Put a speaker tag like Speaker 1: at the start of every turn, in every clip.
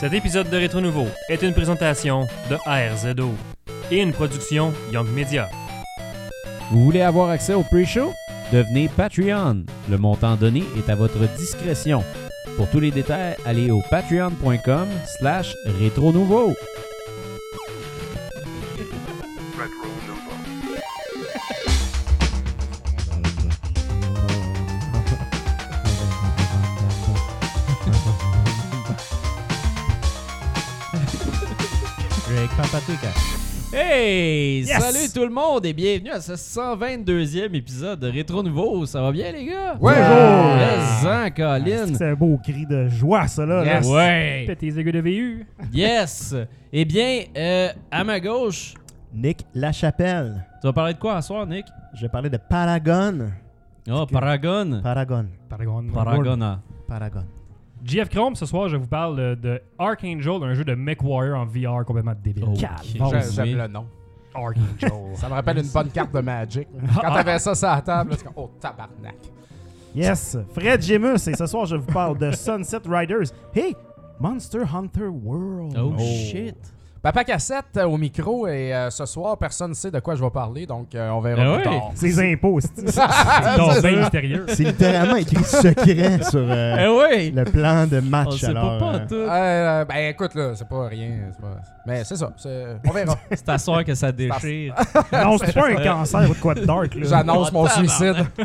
Speaker 1: Cet épisode de Rétro Nouveau est une présentation de RZO et une production Young Media.
Speaker 2: Vous voulez avoir accès au pre-show? Devenez Patreon. Le montant donné est à votre discrétion. Pour tous les détails, allez au patreon.com slash rétro nouveau. hein. Hey!
Speaker 3: Yes!
Speaker 2: Salut tout le monde et bienvenue à ce 122e épisode de Rétro Nouveau. Ça va bien les gars?
Speaker 3: Ouais,
Speaker 2: Wow!
Speaker 3: ouais.
Speaker 2: Présent, Colin!
Speaker 3: C'est un beau cri de joie, ça, là.
Speaker 2: Yes.
Speaker 3: là.
Speaker 2: Ouais.
Speaker 1: Pétez les aigus de VU.
Speaker 2: Yes! Eh bien, euh, à ma gauche,
Speaker 4: Nick Lachapelle.
Speaker 2: tu vas parler de quoi ce soir, Nick? Ah,
Speaker 4: Je vais parler de Paragon.
Speaker 2: Oh, Paragon!
Speaker 4: Paragon.
Speaker 2: Paragona.
Speaker 4: Paragon.
Speaker 1: JF Chrome, ce soir, je vous parle de, de Archangel, un jeu de MechWarrior en VR complètement débile.
Speaker 2: Oh,
Speaker 1: Calvaire.
Speaker 2: Bon,
Speaker 5: J'ai- J'aime
Speaker 2: oui.
Speaker 5: le nom.
Speaker 1: Archangel.
Speaker 5: Ça me rappelle une bonne carte de Magic. Quand t'avais ça sur la table, là, c'est comme « Oh, tabarnak!
Speaker 3: Yes. Fred Gemus, et ce soir, je vous parle de Sunset Riders. Hey, Monster Hunter World.
Speaker 2: Oh, shit! »
Speaker 5: Papa Cassette euh, au micro et euh, ce soir, personne ne sait de quoi je vais parler, donc euh, on verra
Speaker 2: Ah
Speaker 5: plus
Speaker 2: ouais?
Speaker 5: tard.
Speaker 3: Ces impôts, c'est
Speaker 1: Donc, ben mystérieux.
Speaker 4: C'est littéralement écrit secret sur euh,
Speaker 2: Eh oui!
Speaker 4: le plan de match.
Speaker 2: On sait
Speaker 4: alors,
Speaker 2: pas, pas
Speaker 4: euh,
Speaker 2: tout.
Speaker 5: Euh, ben écoute, là, c'est pas rien. c'est pas- Mais c'est ça, c'est- on verra.
Speaker 2: C'est ta soeur que ça déchire.
Speaker 3: Non, c'est pas un cancer ou de quoi de dark, là.
Speaker 5: J'annonce mon suicide.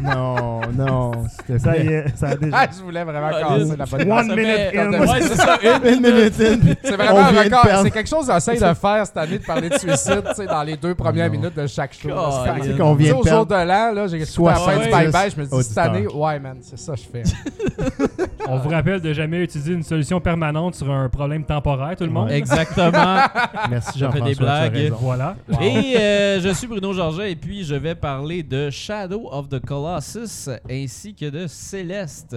Speaker 4: non, non, c'était
Speaker 3: Ça
Speaker 4: vrai.
Speaker 3: y est, ça a déjà.
Speaker 5: Ah, je voulais vraiment
Speaker 2: Ah,
Speaker 5: casser
Speaker 2: Lynn.
Speaker 5: la bonne
Speaker 3: One
Speaker 5: personne.
Speaker 2: Ça
Speaker 3: minute
Speaker 2: fait-
Speaker 3: in.
Speaker 2: Ouais, c'est ça, une
Speaker 4: Une minute in.
Speaker 5: C'est vraiment
Speaker 4: On
Speaker 5: un
Speaker 4: vient de
Speaker 5: record.
Speaker 4: perdre.
Speaker 5: C'est quelque chose que j'essaie de faire cette année, de parler de suicide, tu sais, dans les deux premières
Speaker 4: Non.
Speaker 5: minutes de chaque show.
Speaker 2: God,
Speaker 5: C'est quand-
Speaker 2: Lynn.
Speaker 4: qu'on
Speaker 5: Tu sais,
Speaker 4: vient de
Speaker 5: au jour de
Speaker 4: perdre.
Speaker 5: l'an, là, j'ai écouté à la fin du
Speaker 2: 70
Speaker 5: bye-bye, je me dis, cette
Speaker 4: auditeurs.
Speaker 5: année, ouais, man, c'est ça que je fais.
Speaker 1: On vous rappelle de jamais utiliser une solution permanente sur un problème temporaire, tout le monde.
Speaker 2: Exactement.
Speaker 4: Merci
Speaker 2: fait
Speaker 4: Jean-François.
Speaker 2: des
Speaker 4: tu as
Speaker 2: blagues.
Speaker 4: raison.
Speaker 1: Voilà.
Speaker 2: Et euh, je suis Bruno Georget et puis je vais parler de Shadow of the Colossus ainsi que de Céleste.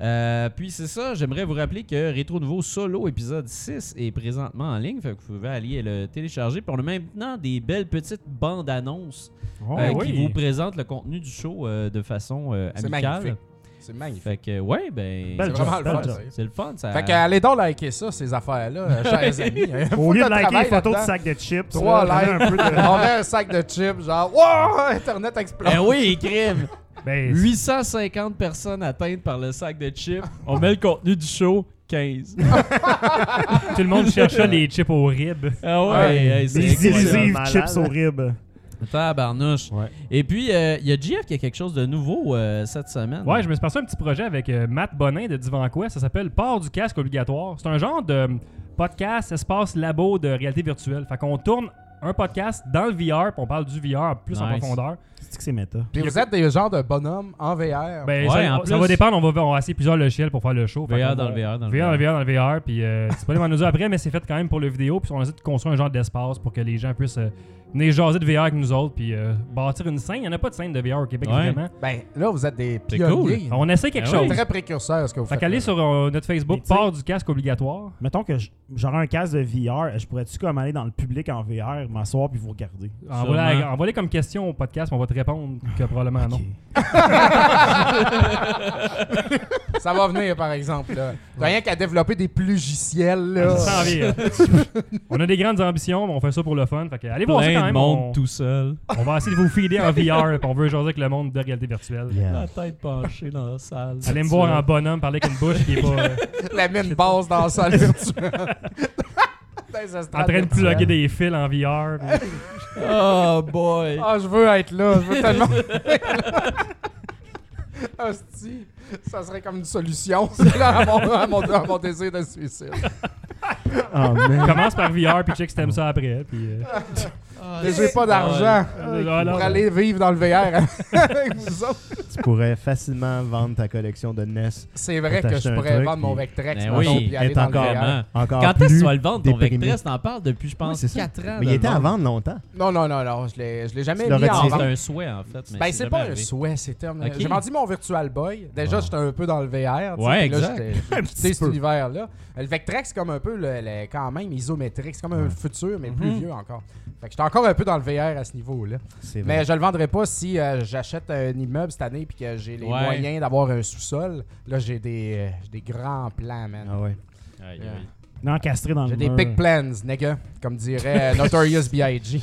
Speaker 2: Euh, puis c'est ça, j'aimerais vous rappeler que Rétro Nouveau Solo épisode 6 est présentement en ligne, fait que vous pouvez aller le télécharger. Puis on a maintenant des belles petites bandes annonces
Speaker 3: Oh,
Speaker 2: euh,
Speaker 1: oui.
Speaker 2: qui vous présentent le contenu du show euh, de façon euh,
Speaker 5: C'est
Speaker 2: amicale.
Speaker 5: magnifique. C'est magnifique.
Speaker 2: Fait que ouais, ben
Speaker 5: C'est
Speaker 3: Belle
Speaker 5: vraiment
Speaker 3: job,
Speaker 5: le
Speaker 3: belle
Speaker 5: fun.
Speaker 3: job.
Speaker 5: ça.
Speaker 2: c'est le fun ça.
Speaker 5: Fait que euh, allez donc liker ça, ces affaires-là, euh, chers amis.
Speaker 3: Au lieu de liker les
Speaker 5: travail
Speaker 3: photos de
Speaker 5: là-dedans.
Speaker 3: sacs de chips,
Speaker 5: Trois
Speaker 3: là, j'en ai un peu
Speaker 5: likes.
Speaker 3: de-
Speaker 5: On a un sac de chips, genre, wow, Internet explose.
Speaker 2: Eh oui, crime.
Speaker 1: Ben,
Speaker 2: 850 personnes atteintes par le sac de chips. On met le contenu du show 15.
Speaker 1: tout le monde cherchait les chips aux ribs.
Speaker 2: Ah ouais,
Speaker 5: Ouais.
Speaker 2: hey, c'est
Speaker 3: Des
Speaker 2: incroyable.
Speaker 3: illisives
Speaker 4: Malade.
Speaker 3: chips aux ribs.
Speaker 2: Tabarnouche.
Speaker 4: Ouais.
Speaker 2: Et puis, euh, il y a GF qui a quelque chose de nouveau euh, cette semaine.
Speaker 1: Ouais, je me suis passé un petit projet avec euh, Matt Bonin de Divan Quest. Ça s'appelle Port du casque obligatoire. C'est un genre de euh, podcast, espace labo de réalité virtuelle. Fait qu'on tourne un podcast dans le VR, puis on parle du VR plus en
Speaker 2: Nice.
Speaker 1: profondeur.
Speaker 3: C'est que c'est méta.
Speaker 5: Puis vous êtes des genres de bonhommes en VR.
Speaker 1: Ben,
Speaker 2: Ouais,
Speaker 1: ça,
Speaker 2: en
Speaker 1: ça
Speaker 2: plus-
Speaker 1: va dépendre, on va, on va essayer plusieurs logiciels pour faire le show. Fait
Speaker 2: VR
Speaker 1: qu'on
Speaker 2: dans
Speaker 1: va-
Speaker 2: le VR, dans le
Speaker 1: VR dans le
Speaker 2: VR.
Speaker 1: VR, dans le VR, puis euh, c'est pas les nous après, mais c'est fait quand même pour le vidéo, puis on essaie de construire un genre d'espace pour que les gens puissent euh, venir jaser de VR avec nous autres, puis euh, bâtir une scène. Il n'y en a pas de scène de VR au Québec,
Speaker 2: Ouais.
Speaker 1: vraiment.
Speaker 5: Ben, là, vous êtes des
Speaker 2: C'est
Speaker 5: pionniers.
Speaker 1: On essaie quelque
Speaker 2: Ah
Speaker 1: chose.
Speaker 2: oui.
Speaker 5: Très précurseurs, ce que vous
Speaker 1: Fait
Speaker 5: faites.
Speaker 1: qu'aller
Speaker 5: là.
Speaker 1: sur euh, notre Facebook,
Speaker 3: Mais tu sais-
Speaker 1: Port du casque obligatoire.
Speaker 3: Mettons que j- j'aurais un casque de VR, je pourrais-tu comme aller dans le public en VR, m'asseoir puis vous regarder?
Speaker 1: Envoie-les
Speaker 2: Sûrement.
Speaker 1: envoie-les comme question au podcast, on va te répondre que probablement
Speaker 3: Ah,
Speaker 1: non.
Speaker 5: Ça va venir, par exemple. là. Rien qu'à développer des plugiciels. Là.
Speaker 1: Sans rire. on a des grandes ambitions, mais on fait ça pour le fun. Fait que allez voir ça quand
Speaker 2: Plein de
Speaker 1: même.
Speaker 2: monde
Speaker 1: on,
Speaker 2: tout seul.
Speaker 1: on va essayer de vous filer en VR, puis on veut jaser avec le monde de réalité virtuelle.
Speaker 4: Yeah.
Speaker 2: La tête penchée dans la salle.
Speaker 1: Allez me voir en bonhomme, parler avec une bouche qui est pas euh,
Speaker 5: La mine basse dans la salle virtuelle. Dans les estrades
Speaker 1: en train de
Speaker 5: virtuelles.
Speaker 1: plugger des fils en VR. puis-
Speaker 2: Oh boy.
Speaker 5: Ah, je veux être là. Je veux tellement. Hostie, ça serait comme une solution c'est là, à, mon, à mon- à mon désir de suicide.
Speaker 4: Oh, man.
Speaker 1: Commence par VR, puis check si t'aimes ça après. Puis, euh,
Speaker 2: Ah,
Speaker 5: Mais j'ai pas d'argent
Speaker 1: euh,
Speaker 5: pour
Speaker 1: alors,
Speaker 5: aller vivre dans le VR avec vous autres.
Speaker 4: tu pourrais facilement vendre ta collection de
Speaker 3: E
Speaker 4: NES.
Speaker 5: C'est vrai
Speaker 4: T'as
Speaker 5: que
Speaker 4: acheté
Speaker 5: je
Speaker 4: un
Speaker 5: pourrais
Speaker 4: truc,
Speaker 5: vendre mon
Speaker 4: puis-
Speaker 5: Vectrex,
Speaker 2: Ben
Speaker 5: mettons,
Speaker 2: oui,
Speaker 5: puis aller
Speaker 4: est
Speaker 5: dans le
Speaker 4: encore
Speaker 5: VR.
Speaker 2: Vraiment.
Speaker 4: Encore
Speaker 2: Quand est-ce que tu
Speaker 4: plus
Speaker 2: vas le vendre ton
Speaker 4: déprimé.
Speaker 2: Vectrex? T'en parles depuis, je pense,
Speaker 4: Ouais, c'est ça.
Speaker 2: 4 ans.
Speaker 4: Mais il
Speaker 2: de
Speaker 4: était
Speaker 2: vente.
Speaker 4: à vendre longtemps.
Speaker 5: Non, non, non, non, je l'ai, je l'ai jamais
Speaker 4: Tu l'aurais
Speaker 5: mis en
Speaker 4: dit,
Speaker 2: C'est
Speaker 5: vente.
Speaker 2: un souhait, en fait. mais
Speaker 5: Ben, c'est
Speaker 2: jamais
Speaker 5: pas un
Speaker 2: arrivé.
Speaker 5: souhait, c'est terminé.
Speaker 2: Ok.
Speaker 5: J'ai vendu mon Virtual Boy. Déjà,
Speaker 2: Bon.
Speaker 5: j'étais un peu dans le VR. tu sais,
Speaker 2: Ouais,
Speaker 5: puis là,
Speaker 2: exact.
Speaker 5: j'étais-
Speaker 3: Un
Speaker 5: C'est
Speaker 3: petit
Speaker 5: cet
Speaker 3: peu.
Speaker 5: univers-là. Le Vectrex, c'est comme un peu, le, le- quand même, isométrique. C'est comme un futur, mais plus
Speaker 2: Mhm.
Speaker 5: vieux encore. Fait que j'étais encore un peu dans le VR à ce niveau-là.
Speaker 4: C'est vrai.
Speaker 5: Mais je le vendrais pas si euh, j'achète un immeuble cette année puis que j'ai les
Speaker 2: Ouais.
Speaker 5: moyens d'avoir un sous-sol, là, j'ai des, euh, j'ai des grands plans, man.
Speaker 2: Oh,
Speaker 4: Ah ouais.
Speaker 2: Aïe,
Speaker 5: Yeah.
Speaker 2: aïe.
Speaker 3: Encastré dans le
Speaker 5: J'ai des
Speaker 3: mur.
Speaker 5: big plans, nigga, comme dirait euh, Notorious B.I.G.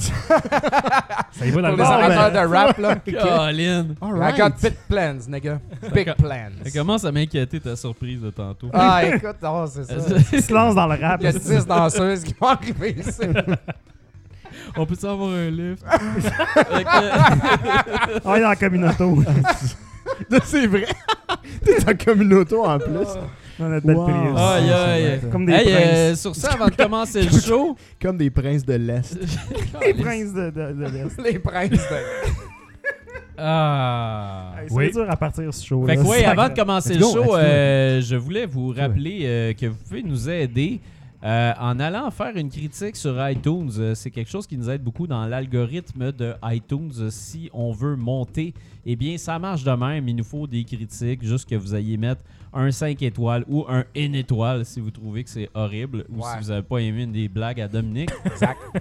Speaker 1: Ça y va dans le
Speaker 5: Pour les
Speaker 3: Ah,
Speaker 1: bord,
Speaker 4: mais-
Speaker 3: ben,
Speaker 5: amateurs de rap, là.
Speaker 2: Caroline.
Speaker 5: I got big plans, nigga. Big
Speaker 2: Elle
Speaker 5: plans.
Speaker 2: commence à m'inquiéter ta surprise de tantôt.
Speaker 5: Ah, écoute, oh, c'est ça.
Speaker 3: Il se lance dans le rap.
Speaker 5: Il y a 10 danseuses qui vont arriver ici.
Speaker 2: On peut-tu avoir un lift? Fait que-
Speaker 3: On Ah, est dans la communauté. On
Speaker 4: c'est vrai. T'es en communauté en plus.
Speaker 1: Ah.
Speaker 3: a notre belle
Speaker 4: Wow.
Speaker 3: prise.
Speaker 2: Aïe, aïe.
Speaker 3: Comme des
Speaker 2: Hey,
Speaker 3: princes.
Speaker 2: euh, sur ça, avant de commencer le show,
Speaker 4: Comme des princes de l'Est.
Speaker 3: Des princes de, de, de l'Est.
Speaker 5: Les princes, de-
Speaker 2: Ah.
Speaker 3: Hey, C'est
Speaker 1: Oui.
Speaker 3: dur à partir ce show-là.
Speaker 2: Fait que oui,
Speaker 3: C'est
Speaker 2: avant de
Speaker 3: incroyable.
Speaker 2: commencer
Speaker 4: Let's
Speaker 2: le
Speaker 4: go, let's
Speaker 2: show,
Speaker 4: do it.
Speaker 2: euh, je voulais vous rappeler euh, que vous pouvez nous aider euh, en allant faire une critique sur iTunes. Euh, C'est quelque chose qui nous aide beaucoup dans l'algorithme de iTunes. Euh, Si on veut monter, eh bien, ça marche de même. Il nous faut des critiques, juste que vous ayez mettre un 5 étoiles ou un N étoile si vous trouvez que c'est horrible ou si
Speaker 5: Ouais.
Speaker 2: vous n'avez pas aimé une des blagues à Dominique.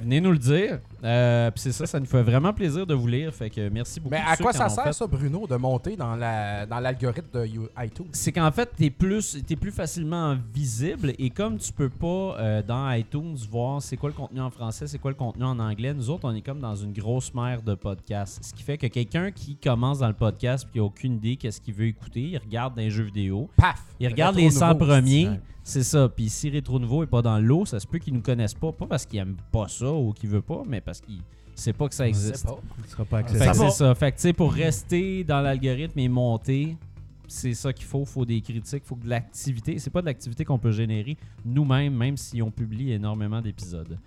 Speaker 2: Venez nous le dire. Euh, Puis c'est ça, ça nous fait vraiment plaisir de vous lire. Fait que merci beaucoup.
Speaker 5: Mais
Speaker 2: tous
Speaker 5: à
Speaker 2: ceux
Speaker 5: quoi
Speaker 2: qui
Speaker 5: ça
Speaker 2: en ont fait.
Speaker 5: sert, ça, Bruno, de monter dans la- dans l'algorithme de You- iTunes?
Speaker 2: c'est qu'en fait, t'es plus, t'es plus facilement visible et comme tu peux pas euh, dans iTunes voir c'est quoi le contenu en français, c'est quoi le contenu en anglais, nous autres, on est comme dans une grosse mer de podcasts. Ce qui fait que quelqu'un qui commence dans le podcast puis qui a aucune idée qu'est-ce qu'il veut écouter, il regarde dans les jeux vidéo,
Speaker 5: Paf!
Speaker 2: il regarde
Speaker 5: Rétro
Speaker 2: les 100
Speaker 5: nouveau,
Speaker 2: premiers,
Speaker 5: c'est-tu?
Speaker 2: c'est ça. Puis si Rétro Nouveau est pas dans l'eau, ça se peut qu'il nous connaisse pas, pas parce qu'il aime pas ça ou qu'il veut pas, mais parce qu'il sait pas que ça
Speaker 5: Je sais
Speaker 2: existe.
Speaker 5: pas.
Speaker 4: Il sera pas
Speaker 2: Fait que
Speaker 4: accessible.
Speaker 2: c'est ça. Fait que, tu sais, pour rester dans l'algorithme et monter, c'est ça qu'il faut. faut des critiques, faut de l'activité. C'est pas de l'activité qu'on peut générer nous-mêmes, même si on publie énormément d'épisodes.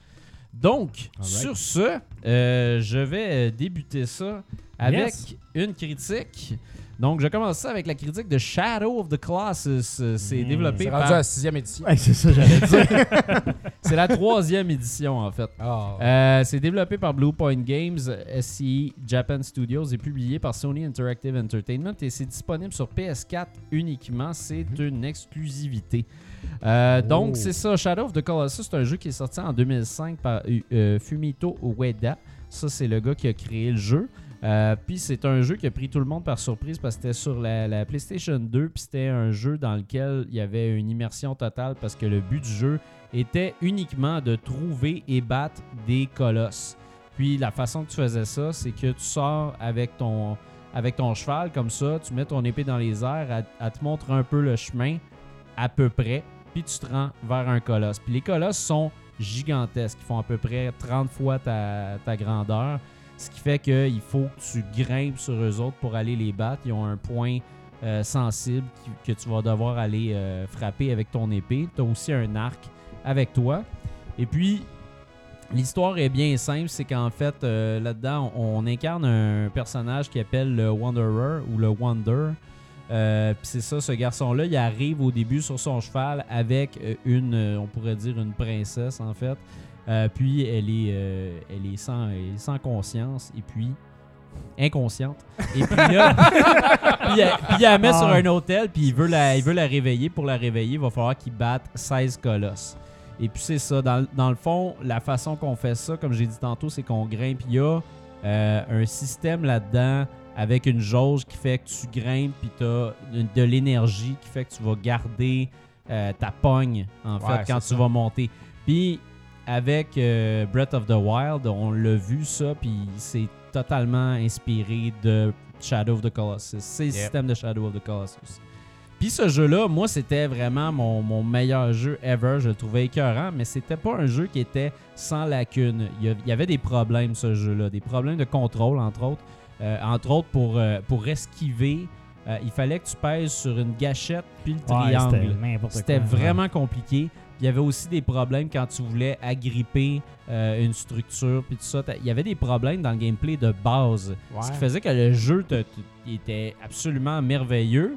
Speaker 2: Donc,
Speaker 4: Alright.
Speaker 2: sur ce, euh, je vais euh, débuter ça avec
Speaker 1: Yes.
Speaker 2: une critique. Donc, je commence ça avec la critique de Shadow of the Classes. Euh, C'est développé
Speaker 5: Mmh. C'est
Speaker 2: par...
Speaker 5: rendu à la sixième édition.
Speaker 4: Ouais, c'est ça, j'allais dire.
Speaker 2: C'est la troisième édition, en fait.
Speaker 5: Ah.
Speaker 2: Euh, c'est développé par Blue Point Games, SCI Japan Studios et publié par Sony Interactive Entertainment et c'est disponible sur PS4 uniquement. C'est une exclusivité. Euh, Donc, c'est ça. Shadow of the Colossus, c'est un jeu qui est sorti en 2005 par euh, Fumito Ueda. Ça, c'est le gars qui a créé le jeu. Euh, puis c'est un jeu qui a pris tout le monde par surprise parce que c'était sur la, la PlayStation 2, puis c'était un jeu dans lequel il y avait une immersion totale parce que le but du jeu était uniquement de trouver et battre des colosses. Puis la façon que tu faisais ça, c'est que tu sors avec ton, avec ton cheval comme ça, tu mets ton épée dans les airs, elle, elle te montre un peu le chemin, à peu près, puis tu te rends vers un colosse. Puis les colosses sont gigantesques, ils font à peu près 30 fois ta, ta grandeur, ce qui fait qu'il faut que tu grimpes sur eux autres pour aller les battre. Ils ont un point euh, sensible qui- que tu vas devoir aller euh, frapper avec ton épée. Tu as aussi un arc avec toi. Et puis, l'histoire est bien simple, c'est qu'en fait, euh, là-dedans, on, on incarne un personnage qui appelle le Wanderer ou le Wander. Euh, puis c'est ça, ce garçon-là, il arrive au début sur son cheval avec euh, une, euh, on pourrait dire une princesse en fait. Euh, puis elle est, euh, elle est sans, elle est sans conscience et puis inconsciente. Et puis là, puis elle, puis il la met
Speaker 3: Ah.
Speaker 2: sur un hôtel puis il veut la, il veut la réveiller. Pour la réveiller, il va falloir qu'il batte 16 colosses. Et puis c'est ça, dans, dans le fond, la façon qu'on fait ça, comme j'ai dit tantôt, c'est qu'on grimpe. Il y a euh, un système là-dedans avec une jauge qui fait que tu grimpes puis tu as de l'énergie qui fait que tu vas garder euh, ta pogne en
Speaker 5: Ouais,
Speaker 2: fait quand tu
Speaker 5: c'est ça.
Speaker 2: vas monter. Puis avec euh, Breath of the Wild, on l'a vu ça puis c'est totalement inspiré de Shadow of the Colossus. C'est le
Speaker 5: Yep.
Speaker 2: système de Shadow of the Colossus. Puis ce jeu-là, moi, c'était vraiment mon, mon meilleur jeu ever. Je le trouvais écœurant, mais c'était pas un jeu qui était sans lacune. Il y a- il y avait des problèmes, ce jeu-là. Des problèmes de contrôle, entre autres. Euh, entre autres, pour, euh, pour esquiver, euh, il fallait que tu pèses sur une gâchette puis le
Speaker 3: Ouais,
Speaker 2: triangle.
Speaker 3: c'était n'importe quoi.
Speaker 2: C'était vraiment compliqué. Puis Il y avait aussi des problèmes quand tu voulais agripper euh, une structure, puis tout ça. T'as- Il y avait des problèmes dans le gameplay de base. Ce qui
Speaker 5: Ouais.
Speaker 2: faisait que le jeu te- te- était absolument merveilleux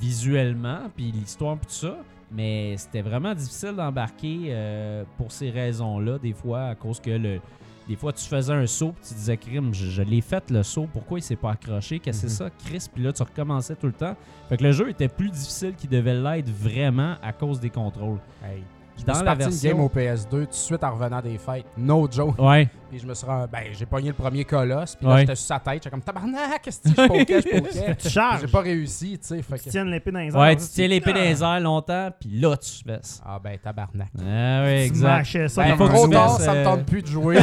Speaker 2: visuellement, puis l'histoire, puis tout ça. Mais c'était vraiment difficile d'embarquer euh, pour ces raisons-là, des fois, à cause que le. Des fois, tu faisais un saut, puis tu disais, crime, je, je l'ai fait le saut, pourquoi il s'est pas accroché, qu'est-ce que c'est
Speaker 5: Mhm.
Speaker 2: ça, Chris, puis là, tu recommençais tout le temps. Fait que le jeu était plus difficile qu'il devait l'être vraiment à cause des contrôles.
Speaker 5: Hey. Je me
Speaker 2: Euh, Dans
Speaker 5: suis
Speaker 2: la
Speaker 5: parti une
Speaker 2: version-
Speaker 5: game au PS2 tout de suite en revenant des fêtes. No joke.
Speaker 2: Ouais.
Speaker 5: Puis je me suis rendu- ben, j'ai pogné le premier colosse, puis là,
Speaker 2: Ouais.
Speaker 5: j'étais sur sa tête, j'étais comme tabarnak, qu'est-ce que je poquais, je poquais.
Speaker 1: Tu charges.
Speaker 5: J'ai pas réussi, tu sais. fait
Speaker 1: Tu
Speaker 5: que-
Speaker 1: tiens l'épée dans les airs.
Speaker 2: Ouais, tu tiens l'épée dans les airs longtemps, puis là, tu baisses.
Speaker 5: Ah ben, tabarnak.
Speaker 2: Ah oui,
Speaker 1: Tu
Speaker 2: exact.
Speaker 1: smashais ça.
Speaker 5: Ben,
Speaker 1: comme
Speaker 2: faut que
Speaker 5: trop
Speaker 2: tu
Speaker 5: tard,
Speaker 2: fasses,
Speaker 5: ça me
Speaker 2: euh,
Speaker 5: tente plus de jouer.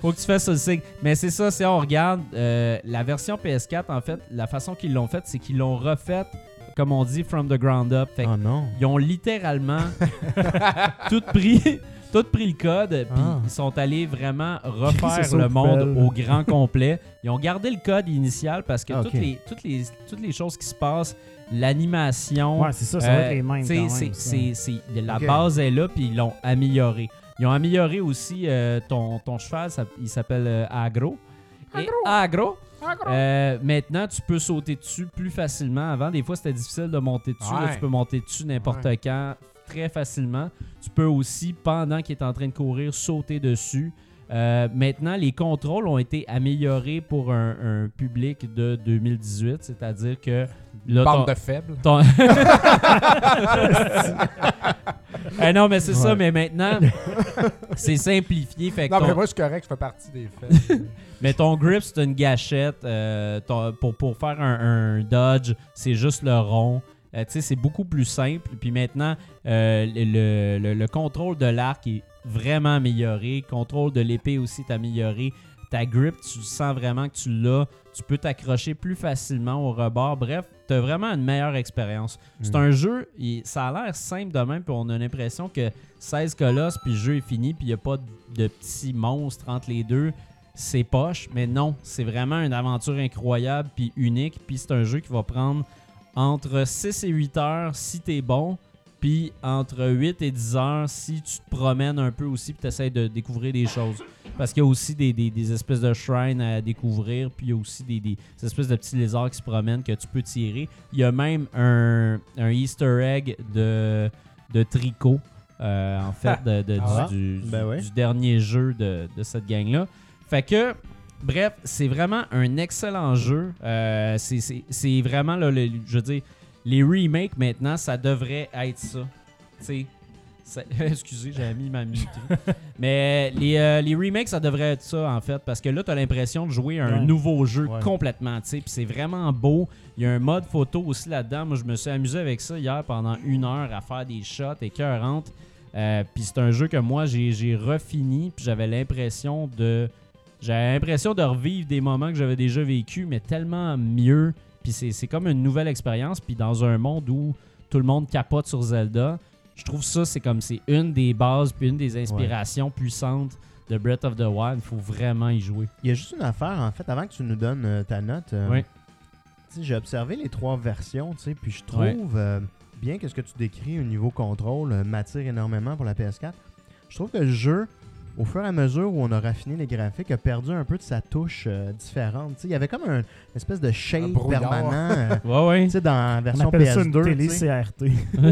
Speaker 2: Faut que tu fasses ça, le signe. Mais c'est ça, si on regarde euh, la version PS4, en fait, la façon qu'ils l'ont faite, c'est qu'ils l'ont refaite, comme on dit, from the ground up. Fait que
Speaker 3: Oh non.
Speaker 2: ils ont littéralement tout pris. Tout pris le code, puis
Speaker 3: Ah.
Speaker 2: ils sont allés vraiment
Speaker 1: Cris
Speaker 2: refaire
Speaker 1: ça
Speaker 2: le
Speaker 1: aux
Speaker 2: monde
Speaker 1: poubelles.
Speaker 2: au grand complet. Ils ont gardé le code initial parce que
Speaker 3: Ah,
Speaker 2: toutes,
Speaker 3: ok.
Speaker 2: les, toutes, les, toutes les choses qui se passent, l'animation,
Speaker 1: Ouais, c'est ça, ça va être les mêmes.
Speaker 2: T'sais,
Speaker 1: quand même,
Speaker 2: Euh, c'est-
Speaker 1: ça.
Speaker 2: c'est- c'est- la
Speaker 3: Ok.
Speaker 2: base est là, puis ils l'ont amélioré. Ils ont amélioré aussi euh, ton, ton cheval, ça- il s'appelle euh, Agro. Et Agro, euh, maintenant, tu peux sauter dessus plus facilement. Avant, des fois, c'était difficile de monter dessus. Là,
Speaker 5: Ouais.
Speaker 2: tu peux monter dessus n'importe quand, très facilement. Tu peux aussi, pendant qu'il est en train de courir, sauter dessus. Euh, maintenant, les contrôles ont été améliorés pour un, un public de 2018, c'est-à-dire que là, ton-
Speaker 5: Bande de faibles.
Speaker 2: ton- Eh non, mais c'est ça, mais maintenant, c'est simplifié. Fait que
Speaker 5: Non, mais
Speaker 2: ton-
Speaker 5: moi, je suis correct, je fais partie des faibles.
Speaker 2: mais ton grip, c'est une gâchette. euh, ton- pour, pour faire un, un dodge, c'est juste le rond. Euh, tu sais, c'est beaucoup plus simple. Puis maintenant, euh, le, le- le contrôle de l'arc est vraiment amélioré. Le contrôle de l'épée aussi est amélioré. Ta grip, tu sens vraiment que tu l'as. Tu peux t'accrocher plus facilement au rebord. Bref, tu as vraiment une meilleure expérience. C'est un jeu, il- ça a l'air simple de même, puis on a l'impression que 16 colosses, puis le jeu est fini, puis il n'y a pas de, de petits monstres entre les deux c'est poche, mais non, c'est vraiment une aventure incroyable puis unique, puis c'est un jeu qui va prendre entre 6 et 8 heures si t'es bon, puis entre 8 et 10 heures si tu te promènes un peu aussi puis t'essayes de découvrir des choses. Parce qu'il y a aussi des, des- des espèces de shrines à découvrir, puis il y a aussi des, des- des espèces de petits lézards qui se promènent que tu peux tirer. Il y a même un, un easter egg de, de tricot, euh, en fait, de- de-
Speaker 5: Ah
Speaker 2: du, du-
Speaker 3: Ben ouais.
Speaker 2: du dernier jeu de, de cette gang-là. Fait que, bref, c'est vraiment un excellent jeu. Euh, c'est- c'est c'est vraiment, là, le- je veux dire, les remakes maintenant, ça devrait être ça. Tu sais, ça- Excusez, j'ai mis ma minute. Mais les, euh, les remakes, ça devrait être ça, en fait, parce que là, tu as l'impression de jouer à un
Speaker 1: Ouais.
Speaker 2: nouveau jeu
Speaker 3: Ouais.
Speaker 2: complètement, tu sais, puis c'est vraiment beau. Il y a un mode photo aussi là-dedans. Moi, je me suis amusé avec ça hier pendant une heure à faire des shots écœurantes. Euh, puis c'est un jeu que moi, j'ai j'ai refini, puis j'avais l'impression de... J'avais l'impression de revivre des moments que j'avais déjà vécu, mais tellement mieux. Puis c'est c'est comme une nouvelle expérience. Puis dans un monde où tout le monde capote sur Zelda, je trouve ça, c'est comme c'est une des bases, puis une des inspirations puissantes de Breath of the Wild. Il faut vraiment y jouer.
Speaker 3: Il y a juste une affaire, en fait, avant que tu nous donnes euh, ta note. euh,
Speaker 2: Oui.
Speaker 3: tu sais, J'ai observé les trois versions, tu sais, puis je trouve,
Speaker 2: Ouais.
Speaker 3: euh, bien que ce que tu décris au niveau contrôle euh, m'attire énormément pour la PS4, je trouve que le jeu, au fur et à mesure où on a raffiné les graphiques, a perdu un peu de sa touche euh, différente. Tu sais, il y avait comme un, une espèce de shade
Speaker 5: brouillard.
Speaker 3: permanent
Speaker 2: Ouais,
Speaker 3: euh,
Speaker 2: ouais.
Speaker 3: tu sais, dans la
Speaker 1: On
Speaker 3: version
Speaker 1: appelle ça une
Speaker 3: PS2. tu sais.
Speaker 1: télé-CRT.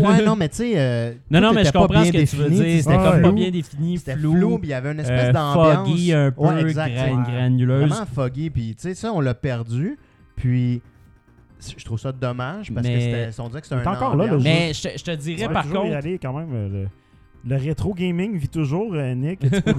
Speaker 3: Ouais, non, mais tu sais. euh,
Speaker 2: Non,
Speaker 3: tout
Speaker 2: non, mais
Speaker 3: était
Speaker 2: je
Speaker 3: pas
Speaker 2: comprends ce
Speaker 3: bien
Speaker 2: que tu veux
Speaker 3: défini, tu sais,
Speaker 2: dire. C'était
Speaker 3: c'était
Speaker 2: comme pas
Speaker 3: flou.
Speaker 2: bien défini,
Speaker 3: C'était
Speaker 2: flou,
Speaker 3: flou, puis il y avait une espèce
Speaker 2: euh,
Speaker 3: d'ambiance.
Speaker 2: foggy un peu,
Speaker 3: Ouais, exact, tu sais.
Speaker 2: gran- granuleuse.
Speaker 3: Vraiment foggy. Puis, tu sais, ça, on l'a perdu. Puis, c- je trouve ça dommage parce
Speaker 2: Mais-
Speaker 3: que c'était- on dirait que c'est
Speaker 1: Il
Speaker 3: un.
Speaker 1: est encore là, le
Speaker 3: ambiance.
Speaker 1: jeu.
Speaker 2: Mais je, te- je te dirais,
Speaker 1: Ouais,
Speaker 2: par
Speaker 1: toujours y
Speaker 2: contre...
Speaker 1: aller quand même. euh, Le, le rétro gaming vit toujours, euh, Nick. Tu peux-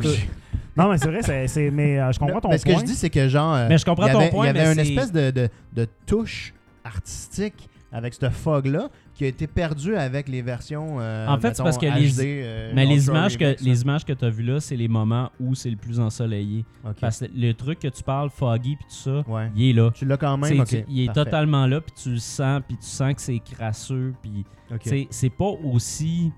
Speaker 1: non, mais c'est vrai, c'est, c'est- mais euh, je comprends ton
Speaker 3: mais ce
Speaker 1: point.
Speaker 3: que je dis, c'est que genre. euh,
Speaker 2: Mais je comprends
Speaker 3: il y
Speaker 2: ton
Speaker 3: avait-
Speaker 2: point,
Speaker 3: Il y avait
Speaker 2: mais
Speaker 3: une
Speaker 2: c'est-
Speaker 3: espèce de, de, de touche artistique avec ce fog-là qui a été perdu avec les versions. euh,
Speaker 2: En fait, c'est
Speaker 3: mettons,
Speaker 2: parce que les-
Speaker 3: HD, euh,
Speaker 2: Mais les
Speaker 3: Ultra
Speaker 2: images, que,
Speaker 3: Remix, là.
Speaker 2: les images que tu as vues là, c'est les moments où c'est le plus ensoleillé.
Speaker 3: Ok.
Speaker 2: Parce que le truc que tu parles, foggy puis tout ça,
Speaker 3: Ouais.
Speaker 2: il est là.
Speaker 3: Tu l'as quand
Speaker 2: Tu
Speaker 3: même.
Speaker 2: sais,
Speaker 3: ok,
Speaker 2: tu- il est
Speaker 3: parfait.
Speaker 2: totalement là, puis tu le sens, puis tu sens que c'est crasseux, puis
Speaker 3: Ok.
Speaker 2: tu sais, c'est pas aussi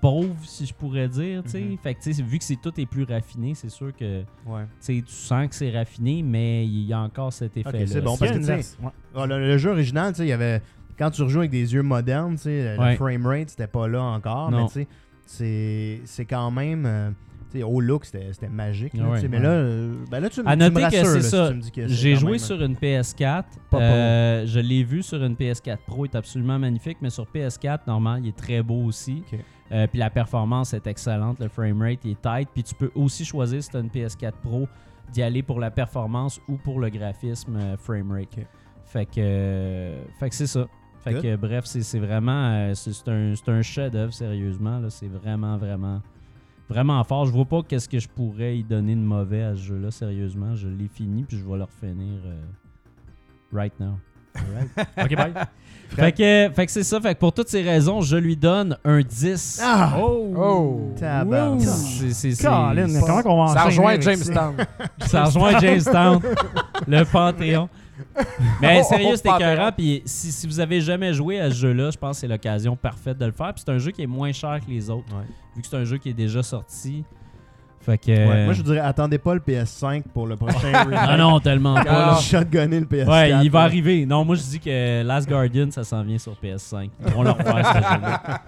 Speaker 2: pauvre, si je pourrais dire. tu sais.
Speaker 3: Mhm.
Speaker 2: Fait que tu sais, vu que c'est tout est plus raffiné, c'est sûr que tu
Speaker 3: Ouais.
Speaker 2: sais, tu sens que c'est raffiné, mais il y a encore cet effet-là.
Speaker 3: c'est bon,
Speaker 1: Est-ce
Speaker 3: parce
Speaker 1: qu'il y a
Speaker 3: que,
Speaker 1: une
Speaker 3: tu sais,
Speaker 1: verse- ouais.
Speaker 3: Ah, le, le jeu original, tu sais, il y avait. Quand tu rejoues avec des yeux modernes, tu sais, le-
Speaker 2: Ouais.
Speaker 3: le frame rate, c'était pas là encore.
Speaker 2: Non.
Speaker 3: Mais tu sais, c'est- c'est quand même. euh, tu sais, au look, c'était c'était magique. là,
Speaker 2: Ouais.
Speaker 3: tu sais, Mais
Speaker 2: Ouais.
Speaker 3: là, euh, ben là, tu, me-
Speaker 2: À
Speaker 3: tu
Speaker 2: noter
Speaker 3: me
Speaker 2: que
Speaker 3: rassures.
Speaker 2: c'est
Speaker 3: là, si
Speaker 2: ça.
Speaker 3: tu me dis que c'est
Speaker 2: J'ai
Speaker 3: quand
Speaker 2: joué
Speaker 3: même-
Speaker 2: sur une PS4.
Speaker 3: Pas
Speaker 2: euh, je l'ai vu sur une PS4 Pro, il est absolument magnifique, mais sur PS4, normal, il est très beau aussi.
Speaker 3: Ok.
Speaker 2: Euh, puis la performance est excellente, le framerate est tight. Puis tu peux aussi choisir, si tu une PS4 Pro, d'y aller pour la performance ou pour le graphisme euh, framerate.
Speaker 3: Ok.
Speaker 2: Fait que, euh, fait que c'est ça. Fait
Speaker 4: Good.
Speaker 2: que, euh, bref, c'est c'est vraiment. euh, c'est c'est un, c'est un chef-d'œuvre, sérieusement. là. C'est vraiment, vraiment. Vraiment fort. Je vois pas qu'est-ce que je pourrais y donner de mauvais à ce jeu-là, sérieusement. Je l'ai fini, puis je vais le refinir euh, right now.
Speaker 1: Ok, bye.
Speaker 2: Fait que, euh, fait que c'est ça. Fait que pour toutes ces raisons, je lui donne un 10.
Speaker 4: Ah!
Speaker 5: Oh!
Speaker 4: Tabarnak.
Speaker 2: C'est- c'est- c'est-
Speaker 3: Colin, mais comment qu'on va enchaîner
Speaker 5: Ça rejoint
Speaker 3: avec
Speaker 5: Jamestown.
Speaker 2: Ça rejoint Jamestown, le Panthéon. Mais
Speaker 5: Oh,
Speaker 2: sérieux,
Speaker 5: oh,
Speaker 2: c'était
Speaker 5: Panthéon.
Speaker 2: écœurant. Puis si, si vous avez jamais joué à ce jeu-là, je pense que c'est l'occasion parfaite de le faire. Puis c'est un jeu qui est moins cher que les autres,
Speaker 4: Ouais.
Speaker 2: vu que c'est un jeu qui est déjà sorti. Fait que.
Speaker 4: Ouais, Moi, je vous dirais, attendez pas le PS5 pour le prochain
Speaker 2: Non,
Speaker 4: remake.
Speaker 2: Euh, Ah, non, tellement
Speaker 4: On va
Speaker 2: pas.
Speaker 5: Ah.
Speaker 4: le shotgunner le PS4.
Speaker 2: Ouais, il va
Speaker 4: là.
Speaker 2: arriver. Non, moi je dis que Last Guardian, ça s'en vient sur PS5. Ils vont le refaire, ce jeu-là.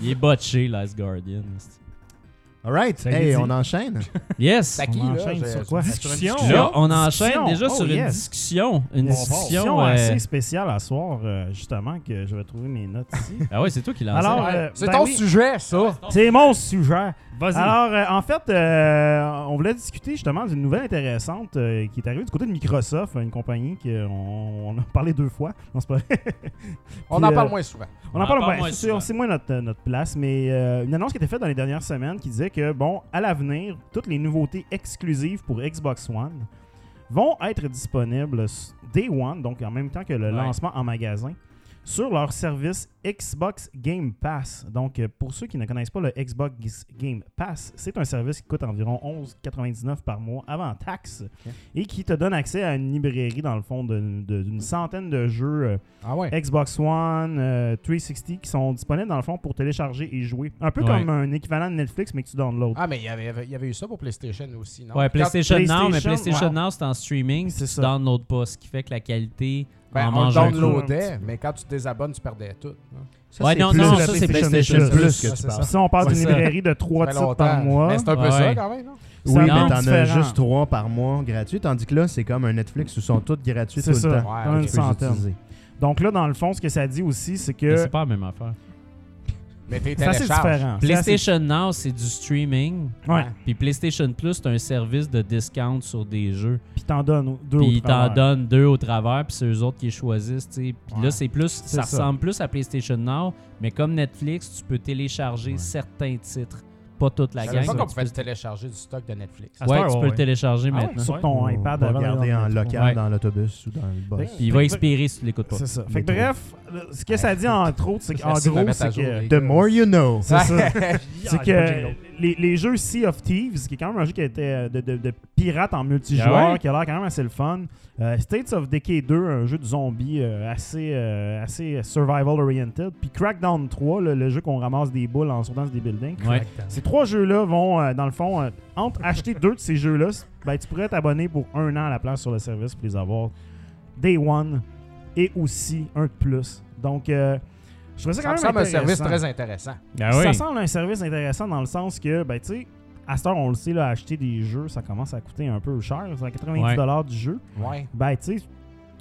Speaker 2: Il est botché, Last Guardian.
Speaker 4: All right.
Speaker 1: Ça y est
Speaker 4: Hey,
Speaker 1: dit.
Speaker 4: on enchaîne.
Speaker 2: Yes!
Speaker 5: T'as
Speaker 3: On
Speaker 5: qui, là?
Speaker 3: enchaîne
Speaker 5: J'ai-
Speaker 3: sur quoi?
Speaker 1: Discussion.
Speaker 2: Là, on
Speaker 3: Discussion.
Speaker 2: enchaîne déjà
Speaker 3: Oh,
Speaker 2: sur une
Speaker 3: yes.
Speaker 2: discussion. Une
Speaker 3: Une
Speaker 2: discussion.
Speaker 3: discussion
Speaker 2: euh,
Speaker 3: assez spéciale à soir, euh, justement, que je vais trouver mes notes ici.
Speaker 2: Ah ouais, c'est toi qui l'as
Speaker 3: Alors,
Speaker 5: Ouais.
Speaker 3: euh,
Speaker 5: C'est
Speaker 3: ben
Speaker 5: ton
Speaker 3: oui.
Speaker 5: sujet, ça.
Speaker 3: C'est mon sujet.
Speaker 1: Vas-y.
Speaker 3: Alors, euh, en fait, euh, on voulait discuter justement d'une nouvelle intéressante euh, qui est arrivée du côté de Microsoft, une compagnie qu'on on a parlé deux fois. Non, c'est pas vrai.
Speaker 5: On
Speaker 3: Puis,
Speaker 5: en
Speaker 3: euh,
Speaker 5: parle moins souvent.
Speaker 3: On en
Speaker 2: parle
Speaker 3: parle moins.
Speaker 2: moins
Speaker 3: C'est
Speaker 2: souvent.
Speaker 3: c'est moins notre, notre place, mais euh, une annonce qui a été faite dans les dernières semaines qui disait que, bon, à l'avenir, toutes les nouveautés exclusives pour Xbox One vont être disponibles s- Day One, donc en même temps que le
Speaker 2: Ouais.
Speaker 3: lancement en magasin, sur leur service Xbox Game Pass. Donc, euh, pour ceux qui ne connaissent pas le Xbox Game Pass, c'est un service qui coûte environ 11,99 par mois avant taxe et qui te donne accès à une librairie, dans le fond, de- de- d'une centaine de jeux. euh,
Speaker 5: Ah ouais.
Speaker 3: Xbox One, euh, 360 qui sont disponibles dans le fond pour télécharger et jouer. Un peu
Speaker 2: Ouais.
Speaker 3: comme un équivalent de Netflix mais que tu downloads.
Speaker 5: Ah, mais il y avait- il y avait- il y avait eu ça pour PlayStation aussi, non?
Speaker 2: Ouais,
Speaker 5: Quand-
Speaker 2: PlayStation, Now, mais
Speaker 3: PlayStation,
Speaker 2: PlayStation
Speaker 3: wow.
Speaker 2: Now, c'est en streaming,
Speaker 3: C'est
Speaker 2: c'est ça.
Speaker 3: ça.
Speaker 2: download pas, ce qui fait que la qualité
Speaker 5: Ben,
Speaker 2: en
Speaker 5: on
Speaker 2: mange un coup.
Speaker 5: downloadait, mais quand tu te désabonnes, tu perdais tout. hein.
Speaker 4: Ça,
Speaker 2: Ouais,
Speaker 4: c'est
Speaker 2: non,
Speaker 4: plus
Speaker 2: non,
Speaker 4: la
Speaker 2: ça, c'est
Speaker 4: PlayStation,
Speaker 2: PlayStation
Speaker 4: Plus
Speaker 5: Plus.
Speaker 4: que
Speaker 5: Ah,
Speaker 4: tu
Speaker 5: c'est
Speaker 4: parles.
Speaker 5: ça.
Speaker 3: Si on parle
Speaker 2: Ouais,
Speaker 3: d'une
Speaker 2: ça.
Speaker 3: librairie de
Speaker 5: Ça
Speaker 3: 3
Speaker 5: fait
Speaker 3: titres
Speaker 5: longtemps.
Speaker 3: par mois,
Speaker 5: Mais c'est un peu
Speaker 2: Ouais.
Speaker 5: ça, quand même, non?
Speaker 3: c'est
Speaker 4: Oui,
Speaker 3: un
Speaker 4: mais
Speaker 2: peu
Speaker 4: t'en as
Speaker 3: différent.
Speaker 4: juste trois par mois gratuits, tandis que là, c'est comme un Netflix où ils sont toutes gratuits tout
Speaker 3: c'est
Speaker 4: le
Speaker 3: ça,
Speaker 4: temps.
Speaker 5: Ouais,
Speaker 3: dans
Speaker 5: ok.
Speaker 3: une
Speaker 4: Tu peux les
Speaker 3: centaine.
Speaker 4: utiliser.
Speaker 3: Donc là, dans le fond, ce que ça dit aussi, c'est
Speaker 2: Mais
Speaker 3: que
Speaker 2: C'est pas la même affaire.
Speaker 5: Mais t'es
Speaker 3: c'est assez
Speaker 5: télécharges.
Speaker 3: différent. C'est assez-
Speaker 2: PlayStation Now, c'est du streaming.
Speaker 3: Ouais.
Speaker 2: Puis PlayStation Plus, c'est un service de discount sur des jeux.
Speaker 3: Puis t'en donnes deux
Speaker 2: Puis
Speaker 3: ou
Speaker 2: ils t'en donnent deux au travers, puis c'est eux autres qui choisissent. tu sais. Puis
Speaker 5: Ouais.
Speaker 2: là, c'est plus, ça,
Speaker 3: ça.
Speaker 2: ressemble plus à PlayStation Now, mais comme Netflix, tu peux télécharger certains titres, pas toute la
Speaker 5: Je
Speaker 2: gang.
Speaker 5: savais pas qu'on
Speaker 2: Tu
Speaker 5: pouvait
Speaker 2: peux-
Speaker 5: se télécharger du stock de Netflix.
Speaker 1: À cette
Speaker 2: Ouais,
Speaker 1: heure,
Speaker 2: tu peux
Speaker 1: ouais.
Speaker 2: le télécharger
Speaker 3: Ah ouais,
Speaker 2: maintenant.
Speaker 3: sur ton
Speaker 4: Ou
Speaker 3: iPad. avant
Speaker 4: regarder en
Speaker 3: l'ordinateur.
Speaker 4: local
Speaker 2: Ouais.
Speaker 4: dans l'autobus ou dans le bus.
Speaker 2: Puis il va expirer si tu l'écoutes pas.
Speaker 3: C'est ça. Fait que
Speaker 4: Métro.
Speaker 3: bref, le- ce que ça dit entre autres, c'est qu'en
Speaker 5: Merci de me
Speaker 3: gros,
Speaker 5: mettre à
Speaker 3: c'est
Speaker 5: jour,
Speaker 3: que
Speaker 5: les
Speaker 4: The more you know.
Speaker 3: c'est ça.
Speaker 1: Ah,
Speaker 3: C'est
Speaker 1: j'ai pas de
Speaker 3: que
Speaker 1: jingle.
Speaker 3: les, les jeux Sea of Thieves, qui est quand même un jeu qui était euh, de, de, de pirates en multijoueur,
Speaker 2: Ah ouais?
Speaker 3: qui a l'air quand même assez le fun. Euh, States of Decay 2, un jeu de zombies euh, assez, euh, assez survival-oriented. Puis Crackdown 3, le, le jeu qu'on ramasse des boules en sautant sur des buildings.
Speaker 2: Ouais.
Speaker 3: Ces trois jeux-là vont, euh, dans le fond, euh, entre acheter deux de ces jeux-là, ben, tu pourrais t'abonner pour un an à la place sur le service pour les avoir Day One et aussi un de plus. Donc, euh, je trouvais ça quand
Speaker 5: Ça
Speaker 3: même
Speaker 5: me semble un service
Speaker 3: intéressant.
Speaker 5: très intéressant.
Speaker 2: Ah
Speaker 3: Ça
Speaker 2: oui.
Speaker 3: semble un service intéressant dans le sens que, ben, tu sais, à cette heure, on le sait, là, acheter des jeux, ça commence à coûter un peu cher. C'est à 90$ du jeu.
Speaker 5: Ouais.
Speaker 3: Ben, tu sais,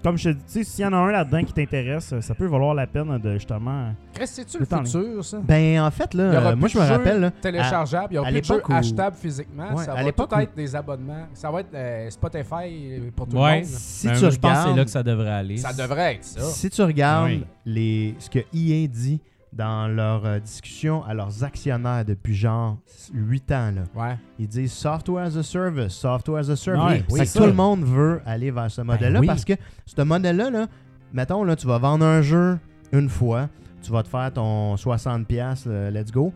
Speaker 3: comme je te dis, tu sais, s'il y en a un là-dedans qui t'intéresse, ça peut valoir la peine de justement.
Speaker 5: Chris, c'est-tu
Speaker 3: Le
Speaker 5: le
Speaker 3: temps,
Speaker 5: futur, ça?
Speaker 4: Ben, en fait, là,
Speaker 5: Il y aura
Speaker 4: euh, moi,
Speaker 5: plus
Speaker 4: je me
Speaker 5: de jeux
Speaker 4: rappelle. là,
Speaker 5: téléchargeable, il y
Speaker 4: à
Speaker 5: a des jeux
Speaker 4: l'époque où-
Speaker 5: achetables physiquement,
Speaker 4: Ouais,
Speaker 5: ça
Speaker 4: à
Speaker 5: va
Speaker 4: l'époque
Speaker 5: tout
Speaker 4: où-
Speaker 5: être des abonnements. Ça va être euh, Spotify pour tout le
Speaker 2: Ouais.
Speaker 5: monde.
Speaker 4: Si
Speaker 2: Mais
Speaker 4: tu
Speaker 2: moi, je pense que c'est
Speaker 4: regardes-
Speaker 2: là que ça devrait aller.
Speaker 5: Ça devrait être ça.
Speaker 4: Si tu regardes
Speaker 2: Oui.
Speaker 4: les, ce que EA dit dans leur euh, discussion à leurs actionnaires depuis genre 8 ans, là,
Speaker 5: Ouais.
Speaker 4: ils disent Software as a Service, Software as a Service.
Speaker 3: Ouais,
Speaker 4: Fait
Speaker 3: c'est
Speaker 4: que
Speaker 3: ça. Ben
Speaker 4: tout le monde veut aller vers ce modèle-là
Speaker 2: oui.
Speaker 4: parce que ce modèle-là, là, mettons, là, tu vas vendre un jeu une fois, tu vas te faire ton 60$, piastres, euh, let's go.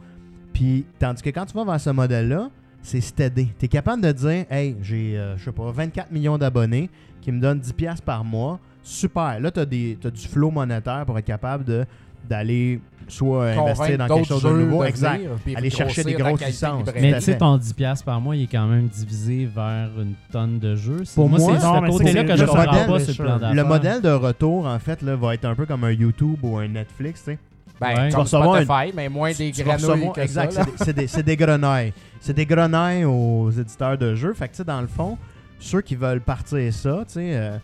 Speaker 4: Puis, tandis que quand tu vas vers ce modèle-là, c'est steady. Tu es capable de dire Hey, j'ai, euh, je sais pas, 24 millions d'abonnés qui me donnent 10$ piastres par mois. Super. Là, tu as, du flow monétaire pour être capable de, d'aller soit investir dans quelque chose de nouveau. exact. Aller chercher des grosses licences.
Speaker 2: Mais
Speaker 4: Tout à
Speaker 2: tu sais,
Speaker 4: fait.
Speaker 2: ton 10$ par mois, il est quand même divisé vers une tonne de jeux. C'est-
Speaker 4: Pour moi,
Speaker 2: c'est
Speaker 3: non, mais
Speaker 2: ce côté-là
Speaker 3: c'est-
Speaker 2: que
Speaker 4: le
Speaker 2: je ne
Speaker 4: modèle,
Speaker 2: pas
Speaker 3: mais
Speaker 2: sur le
Speaker 3: sûr.
Speaker 2: plan
Speaker 3: Le
Speaker 4: Le
Speaker 2: d'affaires.
Speaker 4: modèle de retour, en fait, là, va être un peu comme un YouTube ou un Netflix, tu sais.
Speaker 5: Ben,
Speaker 2: Ouais.
Speaker 5: comme
Speaker 4: Tu vas recevoir
Speaker 5: Spotify, mais moins
Speaker 4: Tu-
Speaker 5: des
Speaker 4: tu vas
Speaker 5: granouilles
Speaker 4: recevoir-
Speaker 5: que
Speaker 4: exact,
Speaker 5: ça. là.
Speaker 4: c'est des- c'est des, c'est des grenailles. C'est des grenailles aux éditeurs de jeux. Fait que, tu sais, dans le fond, ceux qui veulent partir ça, tu sais, euh,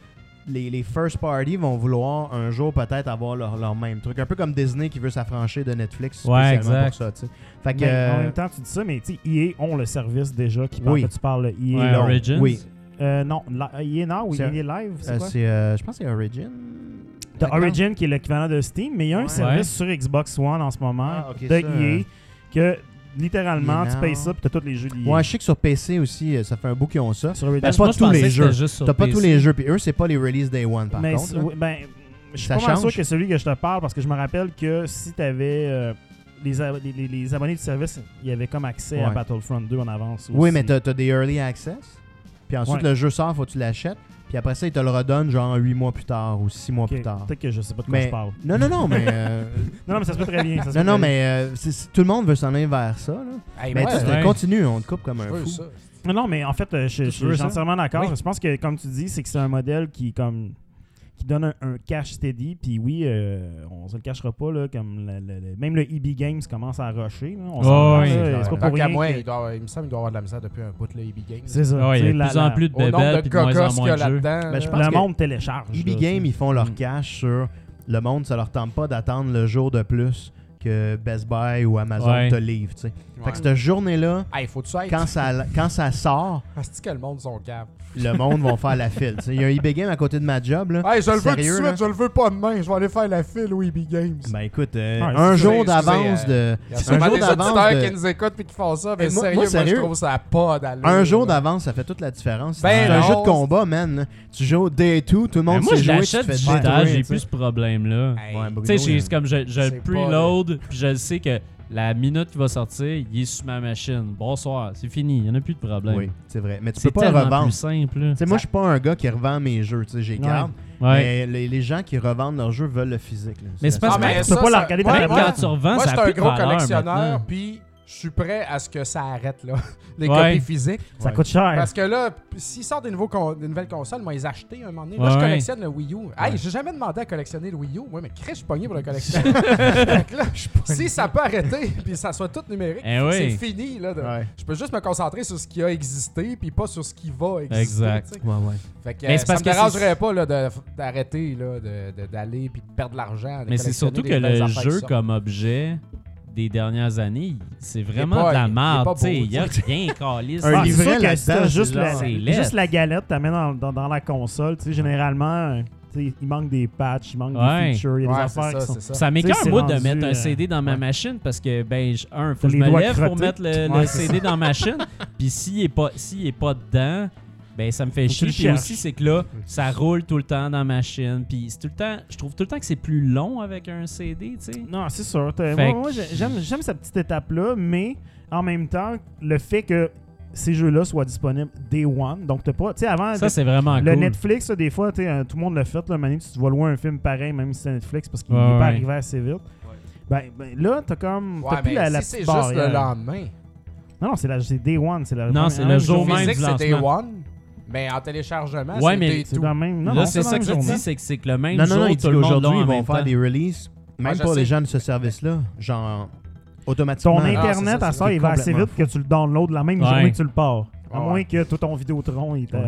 Speaker 4: les, les first party vont vouloir un jour peut-être avoir leur, leur même truc. Un peu comme Disney qui veut s'affranchir de Netflix
Speaker 2: Ouais, exact.
Speaker 4: spécialement pour ça, tu sais. Fait que...
Speaker 3: Mais
Speaker 4: euh,
Speaker 3: En même temps, tu dis ça, mais tu sais, EA ont le service déjà qui
Speaker 4: Oui.
Speaker 3: parle que tu parles le EA.
Speaker 2: Ouais,
Speaker 3: Là.
Speaker 2: Origins.
Speaker 4: oui.
Speaker 3: Euh, non, la- EA Now ou
Speaker 4: C'est-
Speaker 3: EA Live,
Speaker 4: euh,
Speaker 3: c'est quoi
Speaker 4: c'est, euh, je pense que c'est Origin.
Speaker 3: T'as
Speaker 4: D'accord.
Speaker 3: Origin qui est l'équivalent de Steam, mais il y a un
Speaker 4: Ouais.
Speaker 3: service sur Xbox One en ce moment
Speaker 4: Ah, ok,
Speaker 3: de
Speaker 4: ça,
Speaker 3: EA que littéralement
Speaker 4: EA
Speaker 3: tu
Speaker 4: Now.
Speaker 3: payes ça puis t'as tous les jeux d'EA.
Speaker 4: Ouais, je sais que sur PC aussi, euh, ça fait un bout qu'ils ont ça.
Speaker 3: sur Origin.
Speaker 4: Ben, c'est pas
Speaker 2: Moi, je
Speaker 4: tous les
Speaker 2: pensais que
Speaker 4: jeux.
Speaker 2: c'était juste sur
Speaker 4: T'as pas tous
Speaker 2: PC.
Speaker 4: les jeux, puis eux, c'est pas les release day one par
Speaker 3: mais
Speaker 4: contre.
Speaker 3: c'est-
Speaker 4: là.
Speaker 3: oui, ben, je suis
Speaker 4: Ça
Speaker 3: pas mal
Speaker 4: change.
Speaker 3: sûr que celui que je te parle parce que je me rappelle que si t'avais euh, les, ab- les, les- les abonnés du service, il y avait comme accès à
Speaker 4: Ouais.
Speaker 3: Battlefront 2 en avance.
Speaker 4: Oui,
Speaker 3: aussi.
Speaker 4: mais t'as t'as des early access. Puis ensuite,
Speaker 3: Ouais.
Speaker 4: le jeu sort, faut que tu l'achètes. Puis après ça, ils te le redonnent genre 8 mois plus tard ou 6 mois
Speaker 3: Ok,
Speaker 4: plus tard.
Speaker 3: Peut-être que je sais pas de quoi je
Speaker 4: Mais,
Speaker 3: parle.
Speaker 4: non, non, non, mais. euh,
Speaker 3: Non, non, mais ça se peut très bien. ça se
Speaker 4: non,
Speaker 3: peut
Speaker 4: non,
Speaker 3: très bien.
Speaker 4: mais euh, c'est- c'est- tout le monde veut s'en aller vers ça. Là.
Speaker 5: Hey,
Speaker 4: mais
Speaker 5: moi,
Speaker 4: tu sais,
Speaker 1: ouais.
Speaker 4: continue, on te coupe comme
Speaker 5: je
Speaker 4: un
Speaker 5: veux
Speaker 4: fou.
Speaker 5: ça.
Speaker 3: Non, non, mais en fait, euh, je, je-
Speaker 2: Tu veux
Speaker 3: je suis
Speaker 2: ça?
Speaker 3: entièrement d'accord.
Speaker 2: Oui.
Speaker 3: Je pense que, comme tu dis, c'est que c'est un modèle qui, comme, qui donne un, un cash steady. Puis oui, euh, on se le cachera pas, là, comme le- le- le- même le EB Games commence à rusher. là. on s'entend,
Speaker 2: Ah oui,
Speaker 3: là,
Speaker 4: c'est
Speaker 3: c'est
Speaker 4: clair.
Speaker 3: pas
Speaker 5: Tant
Speaker 3: pour
Speaker 5: qu'à
Speaker 3: rien.
Speaker 5: moi,
Speaker 3: que-
Speaker 5: il, doit, il me semble qu'il doit avoir de la misère depuis un bout, le EB Games.
Speaker 3: C'est ça.
Speaker 2: Ah ouais,
Speaker 3: tu
Speaker 2: il y
Speaker 3: sais,
Speaker 2: a de
Speaker 3: la-
Speaker 2: plus
Speaker 3: la-
Speaker 2: en plus de
Speaker 5: Au nombre
Speaker 2: bébelles
Speaker 5: de
Speaker 2: puis de moins en
Speaker 5: cocos qu'il y
Speaker 2: moins
Speaker 5: a
Speaker 2: de jeux.
Speaker 5: là-dedans.
Speaker 4: Ben, je
Speaker 5: là.
Speaker 4: pense
Speaker 3: le
Speaker 4: que
Speaker 3: monde télécharge.
Speaker 4: EB
Speaker 3: là,
Speaker 4: E Games,
Speaker 3: tu
Speaker 4: ils
Speaker 3: sais.
Speaker 4: font leur
Speaker 3: Mm.
Speaker 4: cash sur le monde, ça leur tente pas d'attendre le jour de plus que Best Buy ou Amazon
Speaker 2: Ouais.
Speaker 4: te livre. tu sais.
Speaker 5: Ouais.
Speaker 4: Fait que cette journée-là,
Speaker 5: Hey, faut-tu être?
Speaker 4: quand ça, quand ça sort,
Speaker 5: Est-ce que le monde sont caves?
Speaker 4: le monde va faire la file. tu sais. Il y a un eBay Game à côté de ma job. Là.
Speaker 5: Hey, je le veux tout de
Speaker 4: Sérieux, là?
Speaker 5: suite, je le veux pas demain. Je vais aller faire la file au EB Games.
Speaker 4: Ben écoute, euh,
Speaker 3: Ouais,
Speaker 4: un
Speaker 5: excusez,
Speaker 4: jour
Speaker 5: excusez,
Speaker 4: d'avance de.
Speaker 5: Il y a
Speaker 4: Un
Speaker 5: sûrement
Speaker 4: jour
Speaker 5: des
Speaker 4: d'avance.
Speaker 5: auditeurs
Speaker 4: de-
Speaker 5: qui nous écoutent et qui font ça, mais
Speaker 4: Mais moi-
Speaker 5: sérieux,
Speaker 4: moi,
Speaker 5: moi, je
Speaker 4: sérieux,
Speaker 5: trouve ça pas d'allure.
Speaker 4: Un jour d'avance, ça fait toute la différence.
Speaker 5: Ben
Speaker 4: c'est un
Speaker 5: non,
Speaker 4: jeu de
Speaker 5: c'est-
Speaker 4: combat, man. Tu joues au day 2, tout
Speaker 2: Mais
Speaker 4: le monde
Speaker 2: Ben, Moi,
Speaker 4: sait
Speaker 2: je
Speaker 4: jouer, tu te
Speaker 2: l'achète
Speaker 4: fais
Speaker 2: digital,
Speaker 4: détruire,
Speaker 2: j'ai
Speaker 4: tu sais.
Speaker 2: plus ce problème-là.
Speaker 5: Hey,
Speaker 4: Ouais, Bruno,
Speaker 2: Tu sais,
Speaker 4: il-
Speaker 2: j'ai- c'est comme je, je
Speaker 5: C'est
Speaker 2: le
Speaker 5: pas-
Speaker 2: preload, puis je le sais que la minute qui va sortir, il est sur ma machine. Bonsoir, c'est fini, il n'y en a plus de problème.
Speaker 4: Oui, c'est vrai. Mais tu
Speaker 2: C'est
Speaker 4: peux pas le
Speaker 2: tellement
Speaker 4: revendre.
Speaker 2: plus
Speaker 4: Tu
Speaker 2: simple. là.
Speaker 4: sais, moi, je suis pas un gars qui revend mes jeux. Tu sais, j'ai
Speaker 3: Ouais.
Speaker 4: garde.
Speaker 2: Ouais.
Speaker 4: Mais les, les gens qui revendent leurs jeux veulent le physique. là. Ah, ben,
Speaker 2: Mais
Speaker 4: la
Speaker 5: Ah,
Speaker 2: c'est parce
Speaker 4: seule-
Speaker 2: que-
Speaker 3: Tu peux pas la regarder par
Speaker 5: moi,
Speaker 3: la
Speaker 2: Même
Speaker 5: moi,
Speaker 2: quand tu revends,
Speaker 5: Moi,
Speaker 2: ça
Speaker 5: je suis
Speaker 2: a
Speaker 5: un
Speaker 2: plus de
Speaker 5: gros
Speaker 2: valeur
Speaker 5: collectionneur,
Speaker 2: maintenant.
Speaker 5: puis je suis prêt à ce que ça arrête, là. Les
Speaker 2: Ouais.
Speaker 5: copies physiques.
Speaker 3: Ça
Speaker 4: Ouais.
Speaker 3: coûte cher.
Speaker 5: Parce que là, p- s'ils sortent des, nouveaux con- des nouvelles consoles, moi, ils acheter un moment donné. Là,
Speaker 2: Ouais,
Speaker 5: je
Speaker 2: ouais.
Speaker 5: collectionne le Wii U. Hey, j'ai jamais demandé à collectionner le Wii U. Moi, mais Chris, je suis pogné pour le collectionner. Fait que là, si ça peut arrêter, puis ça soit tout numérique,
Speaker 2: Eh
Speaker 5: c'est
Speaker 2: oui.
Speaker 5: fini, là. de-
Speaker 4: Ouais.
Speaker 5: Je peux juste me concentrer sur ce qui a existé, puis pas sur ce qui va exister.
Speaker 2: Exact.
Speaker 5: tu sais.
Speaker 4: Ouais, ouais.
Speaker 5: Fait que,
Speaker 2: Mais
Speaker 5: euh,
Speaker 2: c'est
Speaker 5: ça
Speaker 2: parce
Speaker 5: me
Speaker 2: que c'est-
Speaker 5: dérangerait pas là, de- d'arrêter là, de- de- d'aller puis de perdre de l'argent. à
Speaker 2: Mais c'est
Speaker 5: collectionner
Speaker 2: surtout
Speaker 5: des
Speaker 2: que
Speaker 5: nouvelles
Speaker 2: le
Speaker 5: affaires qui
Speaker 2: jeu
Speaker 5: sortent.
Speaker 2: comme objet des dernières années, c'est
Speaker 5: Il
Speaker 2: vraiment
Speaker 5: est
Speaker 2: de
Speaker 5: pas-
Speaker 2: la
Speaker 5: il est
Speaker 2: merde.
Speaker 5: pas
Speaker 2: tu sais,
Speaker 5: beau,
Speaker 2: Il y a rien calice.
Speaker 4: Un
Speaker 3: Ah, c'est
Speaker 4: livret
Speaker 3: sûr que si
Speaker 4: là-dedans,
Speaker 3: t'as juste,
Speaker 4: c'est
Speaker 3: la-
Speaker 4: genre-
Speaker 2: C'est
Speaker 3: juste
Speaker 2: laid.
Speaker 3: la galette, t'amènes dans, dans, dans la console. Tu sais, généralement, euh, tu sais, il manque des patchs, il manque
Speaker 2: Ouais.
Speaker 3: des features, il y a des
Speaker 5: Ouais,
Speaker 3: affaires
Speaker 5: c'est ça,
Speaker 3: qui sont.
Speaker 5: c'est ça.
Speaker 2: Ça
Speaker 3: Tu
Speaker 2: m'écoeure,
Speaker 3: sais,
Speaker 2: moi,
Speaker 3: c'est
Speaker 2: de
Speaker 3: rendu,
Speaker 2: mettre
Speaker 3: euh,
Speaker 2: un CD dans ma
Speaker 3: ouais.
Speaker 2: machine parce que, ben, j- un, faut que
Speaker 3: les
Speaker 2: je me
Speaker 3: doigts
Speaker 2: lève pour
Speaker 3: crottés.
Speaker 2: mettre le, le
Speaker 3: Ouais, c'est
Speaker 2: CD dans ma machine. Puis s'il est pas, s'il est pas dedans, ben, ça me fait
Speaker 3: Faut que tu
Speaker 2: chier.
Speaker 3: le
Speaker 2: Puis
Speaker 3: cherches.
Speaker 2: aussi, c'est que là, ça roule tout le temps dans ma machine. Puis c'est tout le temps, je trouve tout le temps que c'est plus long avec un CD, tu sais.
Speaker 3: Non, c'est sûr. T'as-
Speaker 2: Fait
Speaker 3: Moi, moi,
Speaker 2: que-
Speaker 3: j'ai- j'aime, j'aime cette petite étape-là, mais en même temps, le fait que ces jeux-là soient disponibles day one, donc t'as pas. Tu sais, avant.
Speaker 2: Ça, c'est vraiment
Speaker 3: le
Speaker 2: cool.
Speaker 3: Netflix, là, des fois, tu sais, euh, tout le monde le fait. Là, Mané, tu te vois loin un film pareil, même si c'est Netflix, parce qu'il
Speaker 2: Ouais,
Speaker 3: n'est pas
Speaker 2: ouais.
Speaker 3: arrivé assez vite. Ben, ben, là, t'as comme. T'as
Speaker 5: Ouais,
Speaker 3: plus
Speaker 5: mais
Speaker 3: la, la
Speaker 5: si c'est
Speaker 3: petite
Speaker 5: juste
Speaker 2: euh,
Speaker 3: barrière.
Speaker 5: le lendemain.
Speaker 3: Non, non, c'est, la, c'est Day One. C'est la Ah
Speaker 2: Non, c'est le
Speaker 3: même
Speaker 2: jour
Speaker 3: journée.
Speaker 2: même.
Speaker 5: Physique,
Speaker 2: du
Speaker 5: c'est Day
Speaker 2: lancement.
Speaker 5: One, mais en téléchargement,
Speaker 2: Ouais,
Speaker 5: c'est
Speaker 2: mais
Speaker 5: Day
Speaker 3: C'est
Speaker 5: Two.
Speaker 3: la même. Non,
Speaker 2: là,
Speaker 3: non,
Speaker 2: c'est
Speaker 3: la
Speaker 2: ça
Speaker 3: même
Speaker 2: que je te
Speaker 3: journée.
Speaker 2: dis, c'est que c'est que le même
Speaker 4: Non, non,
Speaker 2: jour,
Speaker 4: non, il
Speaker 2: tout
Speaker 4: dit
Speaker 2: le monde l'a
Speaker 4: qu'aujourd'hui,
Speaker 2: en
Speaker 4: ils vont
Speaker 2: même
Speaker 4: faire
Speaker 2: temps.
Speaker 4: des releases, même
Speaker 5: Ouais, je
Speaker 4: pour les
Speaker 5: sais.
Speaker 4: gens de ce service-là. Genre, automatiquement.
Speaker 3: Ton
Speaker 5: Ah, c'est
Speaker 3: internet,
Speaker 5: ça,
Speaker 3: à
Speaker 5: c'est
Speaker 3: ça, il va assez
Speaker 4: complètement
Speaker 3: vite que tu le downloads la même
Speaker 2: Ouais.
Speaker 3: journée que tu le pars. À
Speaker 5: Ouais.
Speaker 3: moins que tout ton Vidéotron, il t'a,
Speaker 4: Ouais.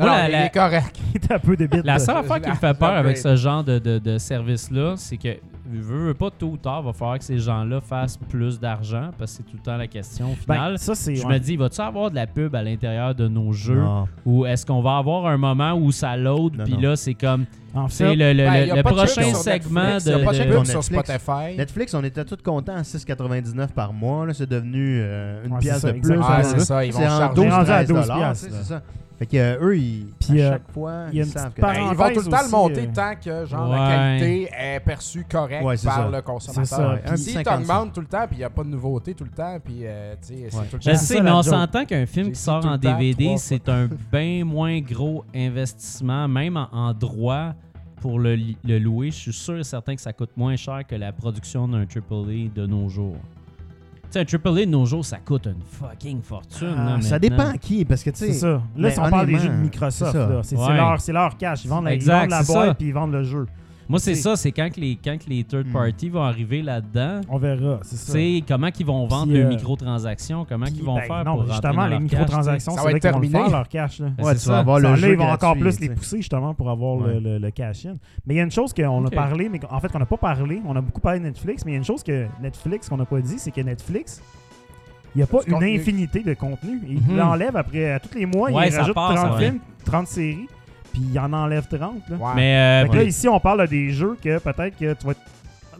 Speaker 5: Non,
Speaker 2: Moi,
Speaker 5: non,
Speaker 2: la-
Speaker 5: il
Speaker 2: la-
Speaker 5: est correct.
Speaker 3: il t'a un peu de bite.
Speaker 2: La seule affaire qui me fait peur
Speaker 5: la-
Speaker 2: avec ce genre de, de- de service-là, c'est que, veux, veux pas, tôt ou tard, va falloir que ces gens-là fassent plus d'argent, parce que c'est tout le temps la question au final.
Speaker 3: Ben, ça, c'est.
Speaker 2: je
Speaker 3: ouais.
Speaker 2: me dis, va-tu avoir de la pub à l'intérieur de nos jeux?
Speaker 4: Non.
Speaker 2: Ou est-ce qu'on va avoir un moment où ça load,
Speaker 4: Non,
Speaker 2: puis
Speaker 4: non.
Speaker 2: là, c'est comme,
Speaker 3: En
Speaker 2: c'est
Speaker 3: fait,
Speaker 2: le, le-
Speaker 5: Ben,
Speaker 2: le-
Speaker 5: y a
Speaker 2: le
Speaker 5: pas de pub
Speaker 2: prochain
Speaker 5: sur
Speaker 2: segment
Speaker 5: Netflix, y a
Speaker 2: de...
Speaker 5: pas de
Speaker 2: de-
Speaker 5: pub
Speaker 4: Netflix.
Speaker 5: sur Spotify.
Speaker 4: Netflix, on était tous contents à 6,99 par mois. Là, c'est devenu euh, une
Speaker 3: Ouais, c'est
Speaker 4: pièce
Speaker 3: ça,
Speaker 4: de plus.
Speaker 3: exactement.
Speaker 5: Ah,
Speaker 4: là,
Speaker 5: c'est ça, ils vont
Speaker 4: C'est en
Speaker 5: charger.
Speaker 4: 12,
Speaker 3: rendu à 12
Speaker 4: 13 dollars, tu sais,
Speaker 3: piastres,
Speaker 4: c'est ça. Fait que euh, eux, ils,
Speaker 3: Puis,
Speaker 4: à
Speaker 3: euh,
Speaker 4: chaque fois,
Speaker 3: il y a
Speaker 4: ils
Speaker 3: une
Speaker 4: savent
Speaker 3: petite
Speaker 4: que...
Speaker 3: parenthèse.
Speaker 5: Ben, ils vont tout le temps le
Speaker 3: aussi,
Speaker 5: monter
Speaker 3: euh,
Speaker 5: tant que genre,
Speaker 2: Ouais.
Speaker 5: la qualité est perçue correcte
Speaker 4: Ouais,
Speaker 5: par
Speaker 4: c'est ça.
Speaker 5: le consommateur.
Speaker 3: C'est ça. Ouais,
Speaker 4: un
Speaker 5: Puis
Speaker 4: petit
Speaker 5: si
Speaker 4: 55.
Speaker 5: t'augmentes tout le temps, puis il n'y a pas de nouveauté tout le temps, puis euh, tu sais, c'est
Speaker 4: Ouais.
Speaker 5: tout le
Speaker 2: Je
Speaker 3: C'est
Speaker 5: temps.
Speaker 2: sais,
Speaker 3: ça,
Speaker 2: mais
Speaker 3: la
Speaker 2: on
Speaker 3: joke.
Speaker 2: s'entend qu'un film
Speaker 5: J'ai
Speaker 2: qui
Speaker 5: dit
Speaker 2: sort
Speaker 5: tout
Speaker 2: en
Speaker 5: le temps,
Speaker 2: DVD,
Speaker 5: trois
Speaker 2: c'est un bien moins gros investissement, même en, en droit pour le, li- le louer. Je suis sûr et certain que ça coûte moins cher que la production d'un AAA de nos jours. Tu sais, un AAA de nos jours, ça coûte une fucking fortune.
Speaker 3: Ah,
Speaker 2: là, maintenant.
Speaker 4: Ça dépend qui, parce que tu
Speaker 3: c'est
Speaker 4: sais...
Speaker 3: ça. Là,
Speaker 4: mais
Speaker 3: si on parle des jeux de
Speaker 4: honnêtement,
Speaker 3: Microsoft,
Speaker 4: c'est ça.
Speaker 3: là, c'est c'est
Speaker 2: Ouais.
Speaker 3: leur, c'est leur cash. Ils vendent la, ils
Speaker 2: Exact,
Speaker 3: vendent la
Speaker 2: c'est ça.
Speaker 3: boîte puis ils vendent le jeu.
Speaker 2: Moi, c'est
Speaker 3: C'est-
Speaker 2: ça, c'est quand que les, quand que les third
Speaker 4: Hmm.
Speaker 2: parties vont arriver là-dedans.
Speaker 3: On verra, c'est ça.
Speaker 2: C'est comment qu'ils vont vendre
Speaker 3: Puis,
Speaker 2: leurs
Speaker 3: euh,
Speaker 2: microtransactions, comment
Speaker 3: Puis,
Speaker 2: qu'ils vont
Speaker 3: ben,
Speaker 2: faire
Speaker 3: non,
Speaker 2: pour
Speaker 3: mais
Speaker 2: rentrer
Speaker 3: justement,
Speaker 2: dans
Speaker 3: les
Speaker 2: leur cash,
Speaker 3: microtransactions,
Speaker 5: tu sais.
Speaker 3: c'est là
Speaker 5: Ça
Speaker 3: qu'ils
Speaker 5: va
Speaker 3: vont
Speaker 5: être
Speaker 3: le faire,
Speaker 5: terminé.
Speaker 3: leur cash. Là.
Speaker 2: tu sais.
Speaker 4: Ouais,
Speaker 2: Ben, c'est
Speaker 4: tu vas
Speaker 2: ça.
Speaker 4: avoir
Speaker 3: Ça,
Speaker 4: le
Speaker 3: là,
Speaker 4: jeu
Speaker 3: ils vont encore
Speaker 4: gratuit,
Speaker 3: plus
Speaker 4: tu
Speaker 3: les
Speaker 4: sais.
Speaker 3: pousser justement pour avoir
Speaker 4: Ouais.
Speaker 3: le, le- le cash-in. Mais il y a une chose qu'on
Speaker 2: Ok.
Speaker 3: a parlé, mais en fait qu'on n'a pas parlé, on a beaucoup parlé de Netflix, mais il y a une chose que Netflix qu'on n'a pas dit, c'est que Netflix, il n'y a pas
Speaker 5: Du
Speaker 3: une
Speaker 5: contenu.
Speaker 3: infinité de contenu. Il
Speaker 2: Mhm.
Speaker 3: l'enlève après à tous les mois,
Speaker 2: Ouais,
Speaker 3: il
Speaker 2: ça
Speaker 3: rajoute
Speaker 2: passe,
Speaker 3: 30
Speaker 2: ouais.
Speaker 3: films, 30 séries. puis il en enlève 30. Là.
Speaker 5: Ouais.
Speaker 2: Mais euh,
Speaker 3: Fait que là, ici, on parle des jeux que peut-être que tu vas être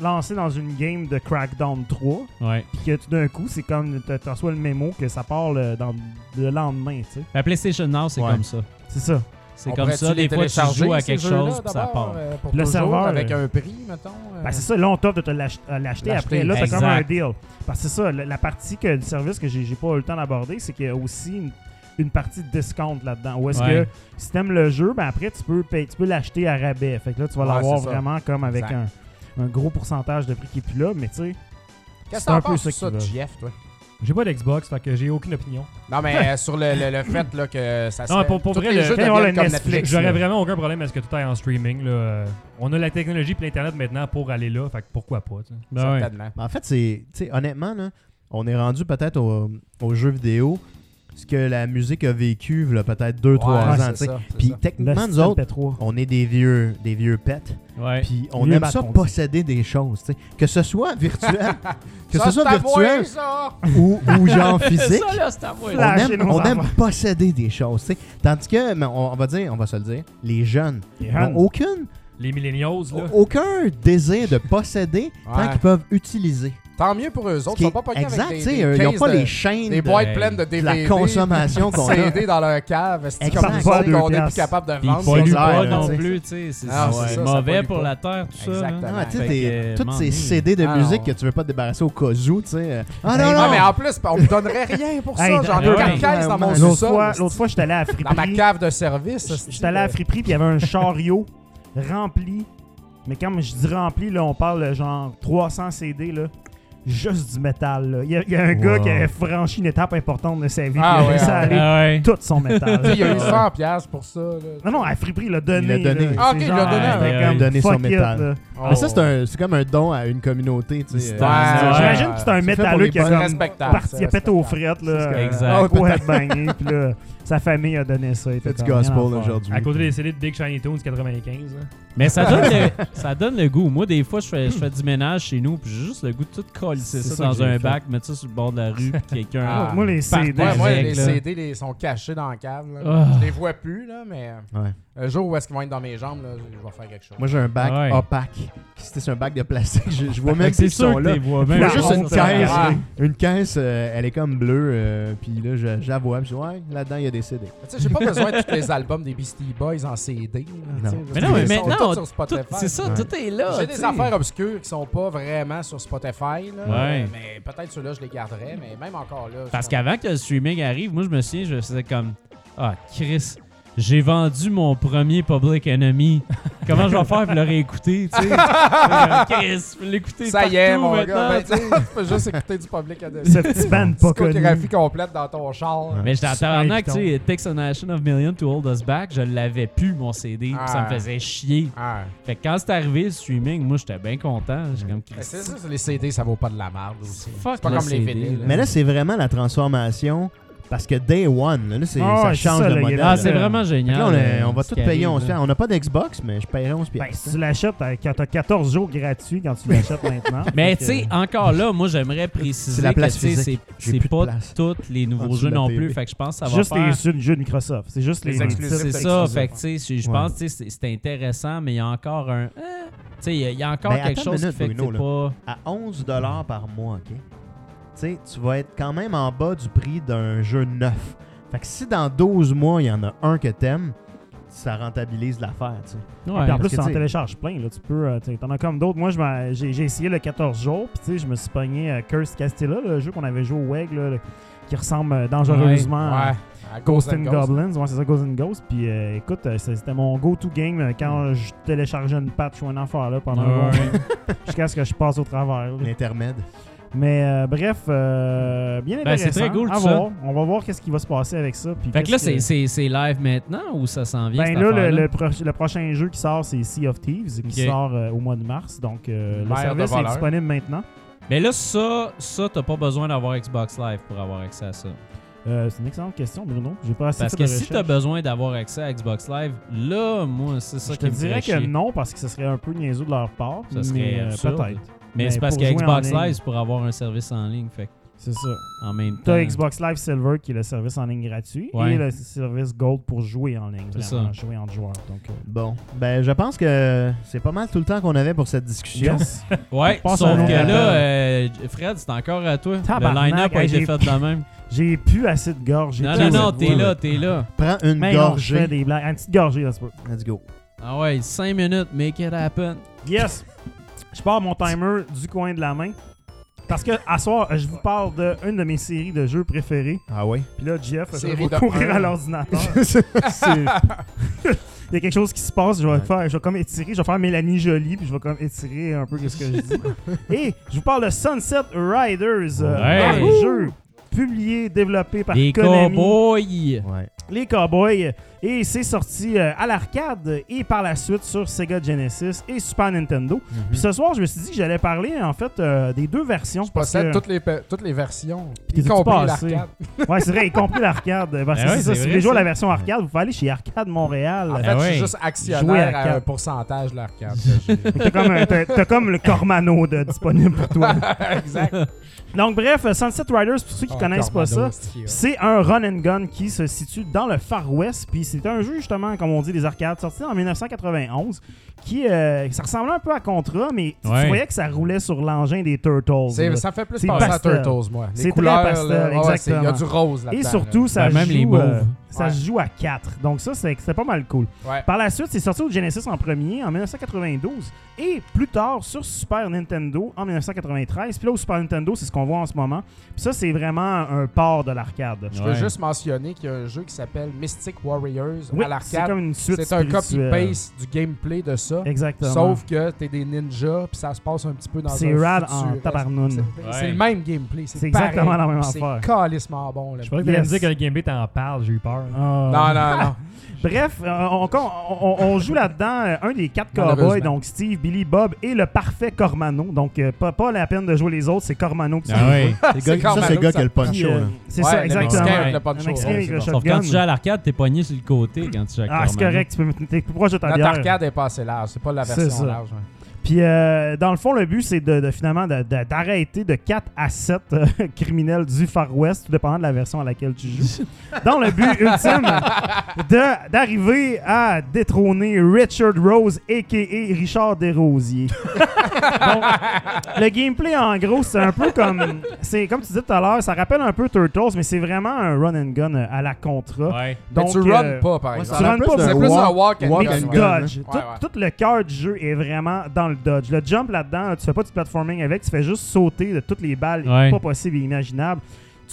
Speaker 3: lancé dans une game de Crackdown 3,
Speaker 2: ouais.
Speaker 3: puis que tout d'un coup, c'est comme tu reçois le mémo que ça part le, dans, le lendemain, tu sais.
Speaker 2: La PlayStation Now, c'est
Speaker 4: Ouais.
Speaker 2: comme ça.
Speaker 3: C'est ça.
Speaker 2: C'est
Speaker 5: On
Speaker 2: comme
Speaker 5: pourrait-tu
Speaker 2: ça,
Speaker 5: les
Speaker 2: des fois tu
Speaker 5: télécharger,
Speaker 2: joues à
Speaker 5: ces
Speaker 2: quelque
Speaker 5: jeux-là,
Speaker 2: chose, puis ça
Speaker 5: d'abord,
Speaker 2: part.
Speaker 5: euh, pour
Speaker 3: Le
Speaker 5: toujours,
Speaker 3: serveur,
Speaker 5: Avec
Speaker 3: euh,
Speaker 5: un prix, mettons. euh,
Speaker 3: Ben, c'est ça, là, on t'offre de te l'ach- euh, l'acheter
Speaker 5: L'acheter,
Speaker 3: après. Là, c'est
Speaker 2: exact.
Speaker 3: comme un deal. Parce que c'est ça, la, la partie que, du service que j'ai j'ai pas eu le temps d'aborder, c'est qu'il y a aussi une, une partie de discount là-dedans. Où est-ce
Speaker 2: Ouais.
Speaker 3: que si t'aimes le jeu, ben après, tu peux, payer- tu peux l'acheter à rabais. Fait que là, tu vas
Speaker 5: Ouais,
Speaker 3: l'avoir
Speaker 5: c'est ça.
Speaker 3: vraiment comme avec
Speaker 5: Exact.
Speaker 3: un, un gros pourcentage de prix qui est plus là, mais tu sais. c'est
Speaker 5: Qu'est-ce que t'en
Speaker 3: un peu
Speaker 5: penses
Speaker 3: ça
Speaker 5: de
Speaker 3: qui
Speaker 5: ça,
Speaker 3: va.
Speaker 5: Jeff, toi?
Speaker 1: J'ai pas d'Xbox, fait que j'ai aucune opinion.
Speaker 5: Non, mais euh, sur le, le, le fait là, que ça se.
Speaker 1: Non, pour- pour
Speaker 5: tous
Speaker 1: vrai,
Speaker 5: les
Speaker 1: le-
Speaker 5: jeux
Speaker 3: quand il va y avoir
Speaker 5: deviennent
Speaker 3: le
Speaker 5: comme
Speaker 3: Netflix,
Speaker 5: Netflix.
Speaker 4: hein.
Speaker 1: J'aurais
Speaker 5: là.
Speaker 1: vraiment aucun problème à ce que tout aille en streaming. Là. Euh, On a la technologie et l'Internet maintenant pour aller là, fait que pourquoi pas. tu sais.
Speaker 2: Ben ouais.
Speaker 5: Certainement.
Speaker 4: Mais en fait, c'est. tu sais, honnêtement, là, on est rendu peut-être au- aux jeux vidéo, ce que la musique a vécu là, peut-être 2-3
Speaker 5: Ouais,
Speaker 4: ans.
Speaker 5: c'est
Speaker 4: tu sais.
Speaker 5: ça, c'est
Speaker 4: Puis
Speaker 5: ça.
Speaker 4: techniquement,
Speaker 3: le
Speaker 4: nous autres,
Speaker 3: P3.
Speaker 4: on est des vieux, des vieux pets.
Speaker 2: Ouais.
Speaker 4: Puis on
Speaker 3: Vieux
Speaker 4: aime
Speaker 3: bat,
Speaker 4: ça
Speaker 3: on dit.
Speaker 4: posséder des choses. tu sais. Que ce soit virtuel, que
Speaker 5: Ça,
Speaker 4: ce
Speaker 5: c'est
Speaker 4: soit
Speaker 5: à moi,
Speaker 4: virtuel
Speaker 5: ça!
Speaker 4: ou, ou genre physique.
Speaker 2: Ça, là, c'est à moi.
Speaker 4: On
Speaker 3: Lâchez
Speaker 4: aime,
Speaker 3: nos
Speaker 4: on aime
Speaker 3: enfants.
Speaker 4: posséder des choses, tu sais. Tandis que, mais on, on va dire, on va se le dire, les jeunes
Speaker 3: Les
Speaker 4: n'ont
Speaker 3: jeunes.
Speaker 4: aucune,
Speaker 1: Les millennials, là.
Speaker 4: Oh, aucun désir de posséder tant
Speaker 5: Ouais.
Speaker 4: qu'ils peuvent utiliser.
Speaker 5: Tant mieux pour eux
Speaker 4: Ce
Speaker 5: autres.
Speaker 4: qui
Speaker 5: Ils
Speaker 4: est
Speaker 5: sont pas pognés
Speaker 4: exact,
Speaker 5: avec
Speaker 4: tu
Speaker 5: des,
Speaker 4: sais,
Speaker 5: des
Speaker 4: euh, ils n'ont
Speaker 5: cases
Speaker 4: pas
Speaker 5: de-
Speaker 4: les chaînes
Speaker 5: des
Speaker 4: de,
Speaker 5: boîtes
Speaker 2: de-
Speaker 5: pleines de
Speaker 4: de
Speaker 5: DVD.
Speaker 4: la consommation qu'on a.
Speaker 5: CD dans leur cave. C'est
Speaker 4: Exact.
Speaker 5: comme nous autres
Speaker 3: Pas deux
Speaker 5: qu'on est plus
Speaker 3: piastres.
Speaker 5: capable de
Speaker 4: Puis
Speaker 5: vendre.
Speaker 4: pas
Speaker 2: Pollue
Speaker 4: nous
Speaker 5: ça.
Speaker 4: bizarre,
Speaker 2: pas
Speaker 4: là,
Speaker 2: non
Speaker 4: tu sais.
Speaker 2: plus, tu sais. C'est
Speaker 5: Ah,
Speaker 2: c'est
Speaker 5: c'est ça, ça
Speaker 2: mauvais
Speaker 5: pollue
Speaker 2: pour
Speaker 5: pas.
Speaker 2: la terre, tout ça. là.
Speaker 5: Exactement.
Speaker 4: Ah, tu sais,
Speaker 2: Fait
Speaker 4: t'es-
Speaker 2: que,
Speaker 4: toutes
Speaker 2: m'en
Speaker 4: ces
Speaker 2: est.
Speaker 4: CD de
Speaker 5: Ah,
Speaker 4: musique
Speaker 5: non.
Speaker 4: que tu veux pas te débarrasser au cas où, tu sais. euh, Ah non,
Speaker 5: Non,
Speaker 4: non!
Speaker 5: mais en plus, on me donnerait rien pour ça.
Speaker 3: Hey, ben
Speaker 5: J'en
Speaker 2: ouais.
Speaker 5: ai quatre caisses dans mon
Speaker 3: L'autre
Speaker 5: sous-sol.
Speaker 3: fois, l'autre fois, j'étais allé à la friperie.
Speaker 5: Dans ma cave de service.
Speaker 3: J- J'étais allé à la friperie, puis il y avait un chariot rempli. Mais quand je dis rempli, là, on parle euh, genre 300 CD, là. Juste du métal, là. Il y a, il y a un
Speaker 4: Wow.
Speaker 3: gars qui avait franchi une étape importante de sa vie.
Speaker 5: Ah
Speaker 3: il a
Speaker 5: ouais,
Speaker 3: laissé
Speaker 5: ah
Speaker 3: aller
Speaker 2: Ah ouais.
Speaker 3: tout son métal. là.
Speaker 5: Il y a eu 100 piastres pour ça. là.
Speaker 3: Non, non, à la friperie, il l'a donné.
Speaker 4: Il l'a donné.
Speaker 3: là.
Speaker 5: Ah, ok,
Speaker 3: C'est
Speaker 5: il l'a donné,
Speaker 3: c'était
Speaker 2: ouais.
Speaker 3: comme,
Speaker 4: Il a donné son
Speaker 3: fuck it,
Speaker 4: métal.
Speaker 3: là.
Speaker 4: Mais ça, c'est un- c'est comme un don à une communauté, tu sais.
Speaker 5: Oh,
Speaker 2: C'est
Speaker 4: euh,
Speaker 2: un-
Speaker 4: c'est-
Speaker 2: Ouais.
Speaker 3: J'imagine que c'est un
Speaker 4: C'est fait pour les
Speaker 3: métalleux qui a
Speaker 4: bonnes-
Speaker 3: comme
Speaker 5: Respectable,
Speaker 3: parti,
Speaker 5: c'est
Speaker 3: il a pété aux frettes,
Speaker 5: respectable.
Speaker 3: là.
Speaker 5: C'est
Speaker 2: Exact.
Speaker 3: euh, Au headbangé, puis là, sa famille a donné ça. il
Speaker 4: C'est
Speaker 3: était
Speaker 4: du
Speaker 3: comme, rien à
Speaker 4: gospel
Speaker 3: faire.
Speaker 4: oh, aujourd'hui.
Speaker 1: À côté des CD de Big Shiny Tunes 95. là.
Speaker 2: Mais ça donne, le, ça donne le goût. Moi, des fois, je fais, je fais du ménage chez nous, puis j'ai juste le goût de tout coller ça,
Speaker 3: C'est ça
Speaker 2: dans
Speaker 3: que
Speaker 2: un
Speaker 3: j'ai
Speaker 2: bac, mettre ça sur le bord de la rue, puis quelqu'un.
Speaker 5: Ah.
Speaker 3: Moi, les
Speaker 2: Par-
Speaker 3: CD,
Speaker 5: Ouais, moi,
Speaker 2: Direct,
Speaker 5: les
Speaker 2: là.
Speaker 5: CD les- sont cachés dans la cave. là.
Speaker 2: Ah.
Speaker 5: Je les vois plus, là, mais
Speaker 4: Ouais.
Speaker 5: un jour où est-ce qu'ils vont être dans mes jambes, là, je vais faire quelque chose.
Speaker 4: Moi, j'ai un bac
Speaker 2: Ah Ouais.
Speaker 4: opaque. C'était sur un bac de plastique. Je, je vois même
Speaker 2: Fait que c'est
Speaker 4: plus qu'ils
Speaker 2: sûr
Speaker 4: sont
Speaker 2: que
Speaker 4: là.
Speaker 2: t'es vois
Speaker 4: Il y
Speaker 2: même.
Speaker 4: a
Speaker 3: la
Speaker 4: juste une
Speaker 3: honte, ça.
Speaker 4: caisse.
Speaker 5: Ah.
Speaker 4: Une caisse, euh, elle est comme bleue. euh, puis là, je- j'avoue. Puis je dis, ouais, là-dedans, il y a des CD.
Speaker 5: Mais tu sais, J'ai pas besoin de tous les albums des Beastie Boys en CD. là, tu sais,
Speaker 4: Non.
Speaker 5: je
Speaker 2: Mais
Speaker 5: veux
Speaker 2: non, mais
Speaker 5: dire, ils sont
Speaker 2: maintenant,
Speaker 5: tous sur
Speaker 2: Tout-
Speaker 5: Spotify.
Speaker 2: C'est ça,
Speaker 4: Ouais.
Speaker 2: tout est là.
Speaker 5: J'ai
Speaker 2: Ah, tu
Speaker 5: des
Speaker 2: sais.
Speaker 5: affaires obscures qui sont pas vraiment sur Spotify. là, Euh,
Speaker 2: Ouais.
Speaker 5: Mais peut-être ceux-là, je les garderais. Mais même encore là.
Speaker 2: Parce
Speaker 5: je-
Speaker 2: qu'avant que le streaming arrive, moi, je me souviens, je faisais comme Ah, Chris, j'ai vendu mon premier Public Enemy. Comment je vais faire pour le réécouter, tu sais? Euh, Chris, je peux l'écouter
Speaker 5: Ça y est,
Speaker 2: partout
Speaker 5: mon
Speaker 2: maintenant,
Speaker 5: gars. ben,
Speaker 2: tu
Speaker 5: tu
Speaker 2: sais.
Speaker 5: sais, tu peux juste écouter du public à
Speaker 3: Ce petit band pas connu.
Speaker 5: Discographie complète dans ton char.
Speaker 4: Ouais.
Speaker 2: Mais j'étais en
Speaker 3: Super
Speaker 2: tabarnak, tu
Speaker 3: évident.
Speaker 2: sais, It Takes a Nation of Million to Hold Us Back, je l'avais plus, mon CD, puis ça me
Speaker 5: Ah.
Speaker 2: faisait chier.
Speaker 5: Ah.
Speaker 2: Fait que quand c'est arrivé le streaming, moi, j'étais bien content. J'ai comme
Speaker 5: Mais
Speaker 2: Chris.
Speaker 5: C'est ça, les CD, ça vaut pas de la merde aussi.
Speaker 2: Fuck
Speaker 5: C'est pas
Speaker 2: le
Speaker 5: comme les
Speaker 2: CD,
Speaker 5: vinyles.
Speaker 2: là.
Speaker 4: Mais là, c'est vraiment la transformation. Parce que day one, là, là, c'est-
Speaker 3: Ah,
Speaker 4: ça
Speaker 3: ouais,
Speaker 4: change
Speaker 3: c'est ça, là, il
Speaker 4: le
Speaker 3: y a
Speaker 4: modèle.
Speaker 2: Ah,
Speaker 3: là,
Speaker 2: c'est
Speaker 3: là.
Speaker 2: vraiment
Speaker 4: Fait que
Speaker 2: génial.
Speaker 4: là, on, est-
Speaker 2: euh,
Speaker 4: on va
Speaker 2: ce
Speaker 4: tout
Speaker 2: qui
Speaker 4: payer
Speaker 2: arrive,
Speaker 4: 11
Speaker 2: là.
Speaker 4: On n'a pas d'Xbox, mais je paierai 11
Speaker 3: Ben, si
Speaker 4: piastres.
Speaker 3: tu l'achètes, euh, quand t'as 14 jours gratuits quand tu l'achètes maintenant.
Speaker 2: Mais
Speaker 3: Fait
Speaker 2: tu
Speaker 3: que,
Speaker 2: sais, encore là, moi j'aimerais préciser
Speaker 4: C'est la place
Speaker 2: que tu sais,
Speaker 4: physique.
Speaker 2: c'est
Speaker 4: J'ai
Speaker 2: c'est
Speaker 4: plus de
Speaker 2: pas
Speaker 4: place.
Speaker 2: tous les
Speaker 4: En
Speaker 2: nouveaux
Speaker 4: dessous
Speaker 2: jeux
Speaker 4: de la
Speaker 2: non
Speaker 4: TV.
Speaker 2: plus. Fait que je pense que ça va
Speaker 3: juste
Speaker 2: faire.
Speaker 3: les jeux de jeux de Microsoft. C'est juste les,
Speaker 5: Les
Speaker 3: les
Speaker 5: exclusifs.
Speaker 3: titres.
Speaker 2: C'est
Speaker 5: c'est
Speaker 2: ça.
Speaker 5: exclusif,
Speaker 2: Fait
Speaker 5: ouais.
Speaker 2: que tu sais, je
Speaker 4: Ouais.
Speaker 2: pense que tu sais, c'est c'est intéressant, mais il y a encore un. hein, Tu sais, il y a- il y a
Speaker 3: Ben,
Speaker 2: encore
Speaker 4: Mais
Speaker 2: quelque
Speaker 4: attends
Speaker 2: chose
Speaker 4: une
Speaker 2: qui fait que
Speaker 4: minute,
Speaker 2: c'est pas.
Speaker 4: à 11 par mois, OK? Tu sais, tu vas être quand même en bas du prix d'un jeu neuf. Fait que si dans 12 mois, il y en a un que t'aimes, ça rentabilise l'affaire, tu sais.
Speaker 2: Ouais.
Speaker 3: Puis en
Speaker 4: parce
Speaker 3: plus,
Speaker 4: que,
Speaker 3: tu en
Speaker 4: tu sais-
Speaker 3: télécharges plein. Là, tu peux, euh, tu sais, t'en as comme d'autres. Moi, je m'en- j'ai j'ai essayé le 14 jours. Puis, tu sais, je me suis pogné euh, Cursed Castilla, le jeu qu'on avait joué au WEG, là, le- qui ressemble euh, dangereusement à
Speaker 5: Ouais. à
Speaker 3: Ghost
Speaker 5: Ghost
Speaker 3: and
Speaker 5: Ghost.
Speaker 3: Goblins. Ouais, c'est ça, Ghost and Ghosts. Puis, euh, écoute, euh, c'est- c'était mon go-to game euh, quand je téléchargeais une patch ou un enfer là, pendant un
Speaker 2: Ouais.
Speaker 3: bon moment, jusqu'à ce que je passe au travers. là.
Speaker 4: L'intermède.
Speaker 3: Mais euh, bref, euh, bien
Speaker 2: Ben,
Speaker 3: intéressant.
Speaker 2: c'est très cool,
Speaker 3: À
Speaker 2: tout ça.
Speaker 3: voir. On va voir qu'est-ce qui va se passer avec ça. puis
Speaker 2: Fait que là,
Speaker 3: qu'est-ce
Speaker 2: c'est- c'est c'est live maintenant ou ça s'en vient?
Speaker 3: Ben
Speaker 2: cette
Speaker 3: là, le,
Speaker 2: affaire-là?
Speaker 3: le pro- le prochain jeu qui sort, c'est Sea of Thieves, qui
Speaker 2: Ok.
Speaker 3: sort euh, au mois de mars. Donc, euh, le
Speaker 5: Mer de
Speaker 3: service est
Speaker 5: voleurs.
Speaker 3: disponible maintenant.
Speaker 2: Mais là, ça, ça t'as pas besoin d'avoir Xbox Live pour avoir accès à ça.
Speaker 3: Euh, c'est une excellente question, Bruno. J'ai pas assez
Speaker 2: Parce
Speaker 3: fait
Speaker 2: que
Speaker 3: de
Speaker 2: si t'as
Speaker 3: recherche.
Speaker 2: besoin d'avoir accès à Xbox Live, là, moi, c'est ça
Speaker 3: Je
Speaker 2: qui
Speaker 3: te
Speaker 2: me ferait
Speaker 3: dirais que
Speaker 2: chier.
Speaker 3: non, parce que ce serait un peu niaiseux de leur part.
Speaker 2: Ça serait
Speaker 3: mais euh,
Speaker 2: absurde.
Speaker 3: peut-être.
Speaker 2: Mais
Speaker 3: Mais
Speaker 2: c'est parce
Speaker 3: pour
Speaker 2: que
Speaker 3: jouer en
Speaker 2: Xbox
Speaker 3: ligne.
Speaker 2: Live, c'est pour avoir un service en ligne. Fait que
Speaker 3: C'est ça.
Speaker 2: en même temps.
Speaker 3: T'as Xbox Live Silver qui est le service en ligne gratuit
Speaker 2: Ouais.
Speaker 3: et le service Gold pour jouer en ligne,
Speaker 2: C'est
Speaker 3: clairement,
Speaker 2: ça.
Speaker 3: jouer en joueur. Donc, euh,
Speaker 4: Bon, ben je pense que c'est pas mal tout le temps qu'on avait pour cette discussion.
Speaker 3: yes.
Speaker 2: Ouais,
Speaker 3: Je pense à un
Speaker 2: sauf
Speaker 3: autre
Speaker 2: que là,
Speaker 3: appel.
Speaker 2: euh, Fred, c'est encore à toi.
Speaker 3: Tabarnak,
Speaker 2: le line-up a
Speaker 3: hey,
Speaker 2: été
Speaker 3: j'ai-
Speaker 2: fait de même.
Speaker 3: J'ai plus assez de gorge. j'ai
Speaker 2: Non,
Speaker 3: plus
Speaker 2: non,
Speaker 3: assez
Speaker 2: non,
Speaker 3: de
Speaker 2: t'es
Speaker 3: voix,
Speaker 2: là, t'es là.
Speaker 4: Prends une
Speaker 3: Mais non, je fais
Speaker 4: gorgée.
Speaker 3: des blagues. Une petite gorgée, là, c'est pas.
Speaker 4: Let's go.
Speaker 2: Ah ouais, 5 minutes, make it happen.
Speaker 3: Yes! Je pars mon timer du coin de la main. Parce que, à soir, je vous parle d'une de mes séries de jeux préférées.
Speaker 4: Ah ouais.
Speaker 3: Puis là, Jeff, je
Speaker 5: Série
Speaker 3: vais
Speaker 5: de
Speaker 3: courir
Speaker 5: un.
Speaker 3: à l'ordinateur. C'est- Il y a quelque chose qui se passe, je vais,
Speaker 4: Ouais.
Speaker 3: faire, je vais comme étirer, je vais faire Mélanie Jolie, puis je vais comme étirer un peu ce que je dis. Et je vous parle de Sunset Riders, euh,
Speaker 2: Ouais.
Speaker 3: un jeu publié, développé par
Speaker 2: Les
Speaker 3: Konami
Speaker 2: cowboys.
Speaker 4: Ouais.
Speaker 3: les Cowboys. Et c'est sorti euh, à l'arcade et par la suite sur Sega Genesis et Super Nintendo. Puis ce soir, je me suis dit que j'allais parler en fait euh, des deux versions.
Speaker 5: Je
Speaker 3: parce
Speaker 5: possède
Speaker 3: que-
Speaker 5: toutes les, pa- toutes les versions,
Speaker 3: Puis
Speaker 5: y
Speaker 3: t'es-tu
Speaker 5: compris
Speaker 3: passé?
Speaker 5: l'arcade.
Speaker 3: Ouais, c'est vrai, y compris l'arcade. Parce que
Speaker 2: Ben ouais,
Speaker 3: c'est
Speaker 2: c'est
Speaker 3: ça, si vous
Speaker 2: vrai,
Speaker 3: voulez jouer à
Speaker 2: ça.
Speaker 3: la version arcade, vous pouvez aller chez Arcade Montréal. Euh,
Speaker 5: En
Speaker 2: Ah
Speaker 5: fait, je
Speaker 2: ouais.
Speaker 5: suis juste
Speaker 3: Jouer
Speaker 5: actionnaire
Speaker 3: à
Speaker 5: à
Speaker 3: quatre.
Speaker 5: un pourcentage de l'arcade. que j'ai.
Speaker 3: T'as comme, un- t'as- t'as comme le Cormano de, disponible pour toi.
Speaker 5: exact.
Speaker 3: Donc bref, euh, Sunset Riders, pour ceux qui
Speaker 5: Oh,
Speaker 3: connaissent pas ça,
Speaker 5: Tornado, c'est-tu, euh.
Speaker 3: C'est un run and gun qui se situe dans le Far West, puis c'est un jeu justement, comme on dit, des arcades, sorti en 1991, qui euh, ça ressemblait un peu à Contra, mais tu-
Speaker 2: Ouais.
Speaker 3: tu voyais que ça roulait sur l'engin des Turtles.
Speaker 5: C'est-
Speaker 3: là.
Speaker 5: Ça me fait plus
Speaker 3: C'est
Speaker 5: penser à
Speaker 3: pastel.
Speaker 5: Turtles, moi.
Speaker 3: C'est
Speaker 5: Les
Speaker 3: très
Speaker 5: couleurs,
Speaker 3: pastel,
Speaker 5: là, ouais, ouais, c'est- Il y a
Speaker 3: exactement.
Speaker 5: du rose là-dedans.
Speaker 3: Et
Speaker 5: là.
Speaker 3: surtout, ça,
Speaker 2: Ben, même
Speaker 3: se
Speaker 2: les
Speaker 3: joue,
Speaker 2: moves.
Speaker 3: euh, ça
Speaker 5: Ouais.
Speaker 3: se joue à 4. Donc ça, c'est c'est pas mal cool.
Speaker 5: Ouais.
Speaker 3: Par la suite, c'est sorti au Genesis en premier, en 1992, et plus tard sur Super Nintendo en 1993. Puis là, au Super Nintendo, c'est ce qu'on voit en ce moment. Puis ça, c'est vraiment un port de l'arcade.
Speaker 5: Je veux juste mentionner qu'il y a un jeu qui s'appelle Mystic Warriors
Speaker 3: Oui,
Speaker 5: à
Speaker 3: c'est
Speaker 5: l'arcade.
Speaker 3: comme une suite
Speaker 5: C'est un
Speaker 3: spirituelle.
Speaker 5: copy-paste du gameplay de ça.
Speaker 3: Exactement.
Speaker 5: Sauf que t'es des ninjas, puis ça se passe un petit peu dans
Speaker 3: C'est
Speaker 5: un
Speaker 3: rad
Speaker 5: futur-
Speaker 3: en tabarnoune.
Speaker 5: C'est c'est
Speaker 2: Ouais.
Speaker 5: le même gameplay. C'est
Speaker 3: C'est exactement
Speaker 5: pareil.
Speaker 3: la même
Speaker 5: Puis
Speaker 3: affaire.
Speaker 5: C'est calissement bon. Là.
Speaker 1: Je pensais que t'allais
Speaker 3: Yes.
Speaker 1: me dire que le gameplay t'en parle, j'ai eu peur. là.
Speaker 3: Ah.
Speaker 5: Non, non, non.
Speaker 3: Bref, euh, on, on- on- on joue là-dedans euh, un des quatre cowboys,
Speaker 5: Malheureusement.
Speaker 3: donc Steve, Billy, Bob et le parfait Cormano. Donc, euh, pas, pas la peine de jouer les autres, c'est Cormano qui
Speaker 2: Ah ouais.
Speaker 4: C'est le gars-
Speaker 5: quand
Speaker 4: Ça, c'est
Speaker 5: même
Speaker 4: le gars
Speaker 5: ça.
Speaker 4: qui a le
Speaker 3: Puis,
Speaker 4: poncho.
Speaker 3: euh,
Speaker 4: là.
Speaker 3: C'est
Speaker 5: Ouais,
Speaker 3: ça,
Speaker 5: le
Speaker 3: exactement.
Speaker 5: Mexicain
Speaker 2: avec
Speaker 5: le poncho.
Speaker 3: Un Mexicain
Speaker 5: Ouais,
Speaker 3: avec
Speaker 5: c'est
Speaker 3: le
Speaker 5: bon.
Speaker 2: Sauf quand
Speaker 3: shotgun.
Speaker 2: tu joues à l'arcade, t'es pogné sur le côté quand tu joues à
Speaker 3: Ah, c'est
Speaker 2: Corman.
Speaker 3: correct, tu peux me- t'es plus proche de ta
Speaker 5: Notre
Speaker 3: bière.
Speaker 5: arcade est pas assez large. C'est pas la
Speaker 3: C'est ça.
Speaker 5: version large. hein.
Speaker 3: Puis, euh, dans le fond, le but, c'est de, de finalement de- de- d'arrêter de, 4 à 7 euh, criminels du Far West, tout dépendant de la version à laquelle tu joues. dans le but ultime de- d'arriver à détrôner Richard Rose, a.k.a. Richard Desrosiers. Donc, le gameplay, en gros, c'est un peu comme... c'est Comme tu disais tout à l'heure, ça rappelle un peu Turtles, mais c'est vraiment un run and gun euh, à la Contra.
Speaker 2: Ouais.
Speaker 5: Mais tu
Speaker 3: euh,
Speaker 5: runs pas, par
Speaker 4: Ouais,
Speaker 5: exemple.
Speaker 4: ça a l'air
Speaker 3: runs pas,
Speaker 5: C'est
Speaker 4: d'un
Speaker 5: plus un
Speaker 4: walk-
Speaker 5: walk and
Speaker 4: walk
Speaker 5: gun,
Speaker 3: mais tu
Speaker 4: and
Speaker 5: ouais.
Speaker 4: gun,
Speaker 3: dodges.
Speaker 5: hein.
Speaker 3: Tout,
Speaker 5: Ouais, ouais.
Speaker 3: tout le cœur du jeu est vraiment dans le dodge. Le jump là-dedans, tu fais pas du platforming avec, tu fais juste sauter de toutes les balles,
Speaker 2: Ouais.
Speaker 3: pas possible et imaginable.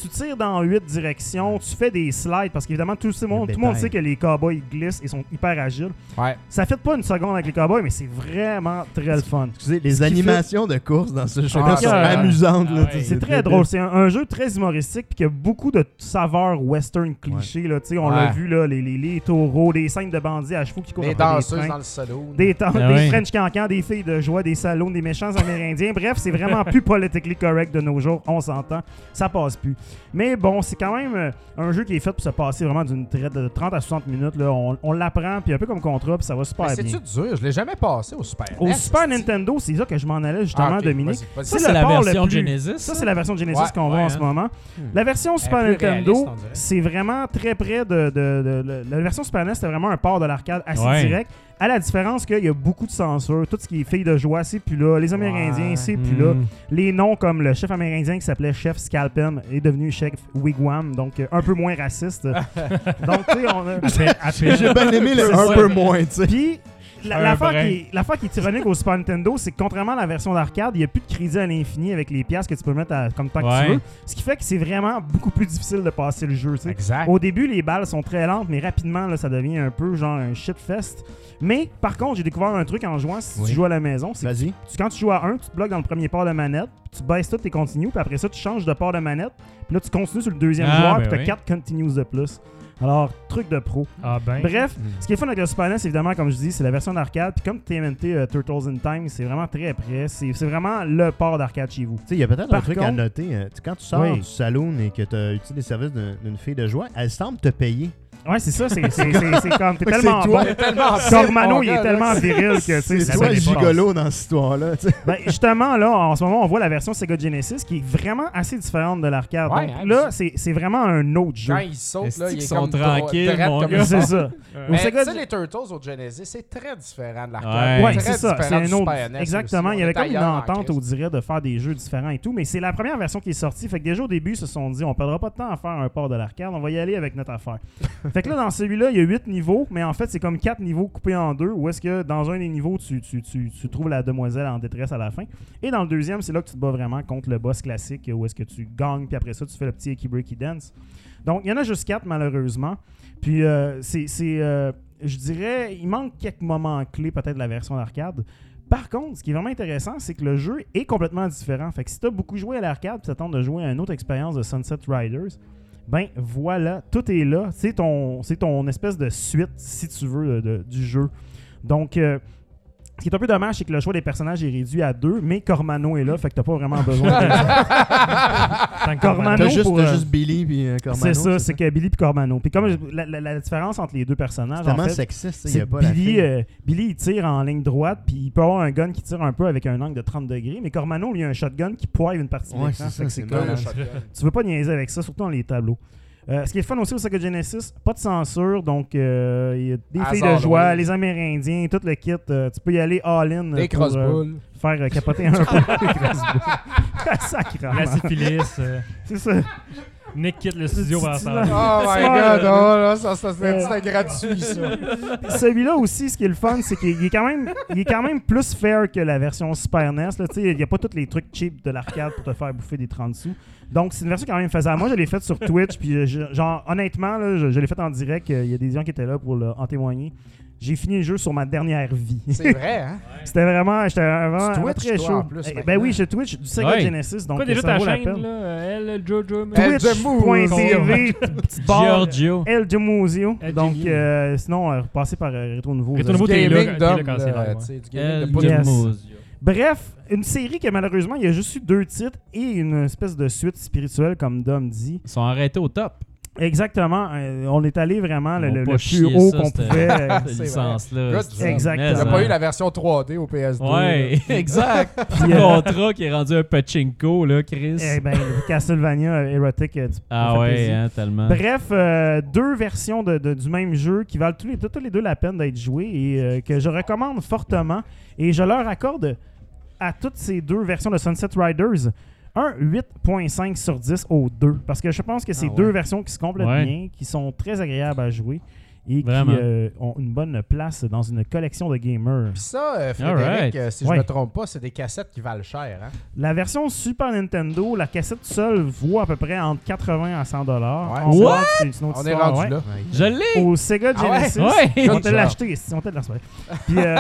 Speaker 3: Tu tires dans huit directions, tu fais des slides parce qu'évidemment tout, le monde,
Speaker 4: Le
Speaker 3: tout le monde
Speaker 4: bétail.
Speaker 3: sait que les cowboys glissent et sont hyper agiles.
Speaker 5: Ouais.
Speaker 3: Ça fait pas une seconde avec les cowboys, mais c'est vraiment très le fun.
Speaker 4: Excusez, les
Speaker 3: qui
Speaker 4: animations de course dans ce jeu-là
Speaker 5: Ah,
Speaker 4: sont
Speaker 5: ouais.
Speaker 4: amusantes. là.
Speaker 2: Ah, ouais.
Speaker 3: C'est très drôle, c'est un, un jeu très humoristique puis qui a beaucoup de saveurs western clichés. là, tu sais, on l'a
Speaker 5: Ouais.
Speaker 3: vu, là, les, les, les taureaux, des scènes de bandits à chevaux qui courent
Speaker 5: Des
Speaker 3: après
Speaker 5: danseuses
Speaker 3: trains.
Speaker 5: dans le salon.
Speaker 3: Des, temps-
Speaker 2: Ah
Speaker 3: des
Speaker 2: ouais.
Speaker 3: French cancans, des filles de joie, des salons, des méchants amérindiens. Bref, c'est vraiment plus politically correct de nos jours, on s'entend. Ça passe plus. Mais bon, c'est quand même euh, un jeu qui est fait pour se passer vraiment d'une traite de 30 à 60 minutes. là. On, on l'apprend, puis un peu comme contrat, puis ça va super
Speaker 5: Mais
Speaker 3: bien.
Speaker 5: Ben, C'est-tu dur? Je l'ai jamais passé au Super
Speaker 3: Au
Speaker 5: NES,
Speaker 3: Super
Speaker 5: c'est-tu?
Speaker 3: Nintendo, c'est là que je m'en allais justement,
Speaker 5: Ah, ok,
Speaker 3: Dominique.
Speaker 5: vas-y, vas-y.
Speaker 2: Ça,
Speaker 3: C'est
Speaker 2: c'est
Speaker 3: le
Speaker 2: la
Speaker 3: port le
Speaker 2: version
Speaker 3: plus-
Speaker 2: Genesis.
Speaker 3: Ça, c'est la version de Genesis
Speaker 5: Ouais, Hmm.
Speaker 3: qu'on voit
Speaker 2: ouais,
Speaker 3: en ce
Speaker 2: hein.
Speaker 3: moment. La version Super
Speaker 5: plus réaliste,
Speaker 3: Nintendo,
Speaker 5: on dirait.
Speaker 3: c'est vraiment très près de, de- de- de- La version Super NES, c'était vraiment un port de l'arcade assez
Speaker 2: Ouais.
Speaker 3: direct. À la différence qu'il y a beaucoup de censure. Tout ce qui est filles de joie, c'est plus là. Les Amérindiens,
Speaker 5: Ouais.
Speaker 3: c'est plus là.
Speaker 2: Mm.
Speaker 3: Les noms comme le chef amérindien qui s'appelait Chef Scalpem est devenu Chef Wigwam, donc euh, un peu moins raciste. donc, tu sais, on a.
Speaker 1: Après- après-
Speaker 4: J'ai bien aimé le
Speaker 1: C'est
Speaker 4: un
Speaker 1: ça.
Speaker 4: peu moins, tu sais.
Speaker 3: Puis, la-
Speaker 1: Un
Speaker 3: l'affaire
Speaker 1: brin.
Speaker 3: qui, est- l'affaire qui est ironique au Super Nintendo, c'est que contrairement à la version d'arcade, il n'y a plus de crédit à l'infini avec les pièces que tu peux mettre à- comme tant que tu
Speaker 2: Ouais.
Speaker 3: veux. Ce qui fait que c'est vraiment beaucoup plus difficile de passer le jeu. tu sais.
Speaker 5: Exact.
Speaker 3: Au début, les balles sont très lentes, mais rapidement, là, ça devient un peu genre un shitfest. Mais par contre, j'ai découvert un truc en jouant si
Speaker 4: Oui.
Speaker 3: tu joues à la maison. C'est que
Speaker 4: Vas-y.
Speaker 3: tu- quand tu joues à un, tu te bloques dans le premier port de manette, puis tu baisses tout tes continues, puis après ça, tu changes de port de manette, puis là, tu continues sur le deuxième
Speaker 2: Ah,
Speaker 3: joueur,
Speaker 2: ben
Speaker 3: puis tu as
Speaker 2: oui.
Speaker 3: 4 continues de plus. Alors, truc de pro.
Speaker 1: Ah ben.
Speaker 3: Bref,
Speaker 4: Mm.
Speaker 3: ce qui est fun avec le Super NES, évidemment, comme je dis, c'est la version d'arcade. Puis comme TMNT euh, Turtles in Time, c'est vraiment très près. C'est c'est vraiment le port d'arcade chez vous.
Speaker 4: Tu sais, il y a peut-être un
Speaker 3: Par
Speaker 4: truc à
Speaker 3: contre-
Speaker 4: noter. euh, tu- Quand tu sors
Speaker 3: Oui.
Speaker 4: du saloon et que tu as utilisé les services d'un- d'une fille de joie, elle semble te payer.
Speaker 3: Ouais, c'est ça, c'est c'est- c'est- c'est comme. T'es
Speaker 4: Fait que
Speaker 3: tellement
Speaker 4: c'est toi.
Speaker 3: bon.
Speaker 5: Tellement
Speaker 3: Cormano, il est
Speaker 5: on-
Speaker 3: tellement viril que, tu sais,
Speaker 4: C'est
Speaker 3: ça
Speaker 4: toi le
Speaker 3: dépend.
Speaker 4: gigolo dans cette histoire-là. tu sais.
Speaker 3: Ben, justement, là, en ce moment, on voit la version Sega Genesis qui est vraiment assez différente de l'arcade.
Speaker 5: Ouais,
Speaker 3: Donc
Speaker 5: hein,
Speaker 3: là,
Speaker 5: mais
Speaker 3: c'est c'est vraiment un autre jeu.
Speaker 5: Quand ils sautent,
Speaker 2: Est-ce
Speaker 5: là, il
Speaker 2: qu'ils
Speaker 5: est
Speaker 2: sont
Speaker 5: comme dro-
Speaker 2: tranquilles,
Speaker 5: direct
Speaker 2: mon
Speaker 5: comme
Speaker 2: gars?
Speaker 5: ça.
Speaker 3: C'est ça. Au
Speaker 5: Mais
Speaker 3: Sega-
Speaker 5: tu sais, les Turtles au Genesis, c'est très différent de l'arcade.
Speaker 2: Ouais.
Speaker 3: Ouais,
Speaker 5: Très
Speaker 3: c'est ça.
Speaker 5: différent
Speaker 3: C'est
Speaker 5: du
Speaker 3: un autre.
Speaker 5: Super NES
Speaker 3: Exactement.
Speaker 5: aussi.
Speaker 3: Il y
Speaker 5: On
Speaker 3: avait
Speaker 5: est
Speaker 3: comme une
Speaker 5: ailleurs en
Speaker 3: entente,
Speaker 5: Christ.
Speaker 3: on dirait, de faire des jeux différents et tout. Mais c'est la première version qui est sortie. Fait que déjà au début, ils se sont dit, on perdra pas de temps à faire un port de l'arcade. On va y aller avec notre affaire. fait que là, dans celui-là, il y a 8 niveaux. Mais en fait, c'est comme 4 niveaux coupés en deux. Où est-ce que dans un des niveaux, tu, tu, tu, tu trouves la demoiselle en détresse à la fin. Et dans le deuxième, c'est là que tu te bats vraiment contre le boss classique. Où est-ce que tu gagnes. Puis après ça, tu fais le petit Eki Breaky Dance. Donc, il y en a juste 4, malheureusement. Puis euh, c'est. c'est, euh, je dirais, il manque quelques moments clés peut-être de la version d'arcade. Par contre, ce qui est vraiment intéressant, c'est que le jeu est complètement différent. Fait que si tu as beaucoup joué à l'arcade et t'attends de jouer à une autre expérience de Sunset Riders, ben voilà, tout est là. C'est ton, c'est ton espèce de suite, si tu veux, de- de- du jeu. Donc, euh, ce qui est un peu dommage, c'est que le choix des personnages est réduit à deux, mais Cormano est là, fait que t'as pas vraiment besoin de...
Speaker 1: Tant que
Speaker 3: Cormano,
Speaker 4: T'as juste,
Speaker 3: pour,
Speaker 4: t'as
Speaker 3: euh,
Speaker 4: juste Billy puis euh, Cormano.
Speaker 3: C'est ça,
Speaker 4: c'est
Speaker 3: c'est que Billy et Cormano. Puis comme je- la, la- la différence entre les deux personnages, en
Speaker 4: tellement
Speaker 3: fait,
Speaker 4: sexiste, tu sais, il
Speaker 3: c'est
Speaker 4: n'y a pas la
Speaker 3: Billy,
Speaker 4: fille.
Speaker 3: euh, Billy, il tire en ligne droite, puis il peut avoir un gun qui tire un peu avec un angle de 30 degrés, mais Cormano, lui, a un shotgun qui poive une partie de
Speaker 4: Ouais,
Speaker 3: l'écran.
Speaker 4: c'est
Speaker 3: fait
Speaker 4: ça,
Speaker 3: que
Speaker 4: c'est
Speaker 3: c'est
Speaker 5: Dans
Speaker 3: comme-
Speaker 5: le
Speaker 4: malade.
Speaker 5: shotgun.
Speaker 3: Tu veux pas niaiser avec ça, surtout dans les tableaux. Euh, ce qui est fun aussi au Sega Genesis, pas de censure, donc euh, il y a des filles de
Speaker 5: Hasard,
Speaker 3: joie,
Speaker 5: oui.
Speaker 3: les Amérindiens, tout le kit. euh, tu peux y aller all-in euh,
Speaker 5: Des
Speaker 3: pour euh,
Speaker 5: crossbulls.
Speaker 4: hein.
Speaker 3: faire euh, capoter un peu. Des crossbulls. Sacrément.
Speaker 1: La syphilis. euh,
Speaker 3: C'est ça.
Speaker 1: Nick quitte le studio par la
Speaker 3: C'est
Speaker 1: salle.
Speaker 3: là.
Speaker 5: Oh my
Speaker 3: Smart.
Speaker 5: god, oh là, ça, ça,
Speaker 3: Euh.
Speaker 5: c'était c'était gratuit, ça.
Speaker 3: Celui-là aussi, ce qui est le fun, c'est qu'il il est, quand même- il est quand même plus fair que la version Super NES. là. Tu sais, Il n'y a pas tous les trucs cheap de l'arcade pour te faire bouffer des 30 sous. Donc, c'est une version quand même faisable. Moi, je l'ai faite sur Twitch. Puis, euh, je- genre, honnêtement, là, je, je l'ai faite en direct. euh, Il y a des gens qui étaient là pour le- en témoigner. J'ai fini le jeu sur ma dernière vie.
Speaker 5: C'est vrai, hein?
Speaker 3: C'était vraiment, j'étais vraiment,
Speaker 5: Tu
Speaker 3: vraiment
Speaker 5: Twitch,
Speaker 3: très
Speaker 5: toi,
Speaker 3: chaud.
Speaker 5: en plus,
Speaker 3: Eh, ben
Speaker 5: maintenant.
Speaker 3: oui, je Twitch du Sega
Speaker 2: Ouais.
Speaker 3: Genesis, donc
Speaker 1: Quoi déjà
Speaker 3: ça
Speaker 1: ta
Speaker 3: vaut la
Speaker 1: chaîne,
Speaker 3: peine.
Speaker 1: là euh, Elle, Jojo, mais-
Speaker 5: Elle,
Speaker 3: Twitch.tv, petite barre,
Speaker 2: Giorgio.
Speaker 3: El Gemuzio.
Speaker 1: El
Speaker 3: Donc,
Speaker 1: Gemuzio.
Speaker 3: euh, sinon, euh, repassez par euh, Retro Nouveau. vous
Speaker 1: Retro
Speaker 3: allez-
Speaker 1: Nouveau, t'es là, t'es
Speaker 5: gaming
Speaker 1: là
Speaker 5: d'homme,
Speaker 1: quand c'est
Speaker 5: là,
Speaker 1: l'heure,
Speaker 5: tu sais, du
Speaker 2: El
Speaker 5: gaming de pas
Speaker 3: Yes.
Speaker 5: de
Speaker 2: Giorgio.
Speaker 3: Bref, une série que malheureusement, il y a juste eu deux titres et une espèce de suite spirituelle, comme Dom dit.
Speaker 2: Ils sont arrêtés au top.
Speaker 3: Exactement, euh, on est allé vraiment le,
Speaker 2: Ils
Speaker 3: le-
Speaker 2: vont
Speaker 3: le
Speaker 2: pas
Speaker 3: plus
Speaker 2: chier
Speaker 3: haut
Speaker 2: ça,
Speaker 3: qu'on
Speaker 2: c'était-
Speaker 3: pouvait. euh,
Speaker 2: Cette
Speaker 5: C'est
Speaker 2: licence-là.
Speaker 5: vrai.
Speaker 2: c'est-
Speaker 3: Exactement.
Speaker 5: Il
Speaker 2: Mais
Speaker 5: n'y a
Speaker 3: ça-
Speaker 5: pas eu la version 3D au PS2.
Speaker 2: Ouais, exact. Petit contrat qui est rendu un pachinko, là, Chris.
Speaker 3: eh ben, le Castlevania euh, Erotic. euh, du-
Speaker 2: ah
Speaker 3: ça fait
Speaker 2: ouais,
Speaker 3: plaisir.
Speaker 2: hein, tellement.
Speaker 3: Bref, euh, deux versions de- de- du même jeu qui valent tous les, tous les deux la peine d'être jouées et euh, que je recommande fortement. Et je leur accorde à toutes ces deux versions de Sunset Riders un 8.5 sur 10 aux deux. Parce que je pense que c'est
Speaker 4: Ah ouais.
Speaker 3: deux versions qui se complètent
Speaker 2: Ouais.
Speaker 3: bien, qui sont très agréables à jouer et
Speaker 2: Vraiment.
Speaker 3: qui euh, ont une bonne place dans une collection de gamers.
Speaker 5: Puis ça, euh,
Speaker 2: Alright.
Speaker 5: Frédéric, euh, si je
Speaker 3: Ouais.
Speaker 5: me trompe pas, c'est des cassettes qui valent cher. Hein?
Speaker 3: La version Super Nintendo, la cassette seule vaut à peu près entre 80 à 100 dollars.
Speaker 5: Ouais.
Speaker 3: On
Speaker 2: What?
Speaker 3: c'est une autre
Speaker 5: On est
Speaker 3: histoire,
Speaker 5: rendu
Speaker 3: ouais.
Speaker 5: là.
Speaker 4: Ouais.
Speaker 2: Je l'ai!
Speaker 3: Au Sega
Speaker 5: Ah ouais?
Speaker 3: Genesis,
Speaker 2: Ouais!
Speaker 3: On te
Speaker 5: Genre.
Speaker 3: l'a acheté, si on te l'a reçu. Puis euh,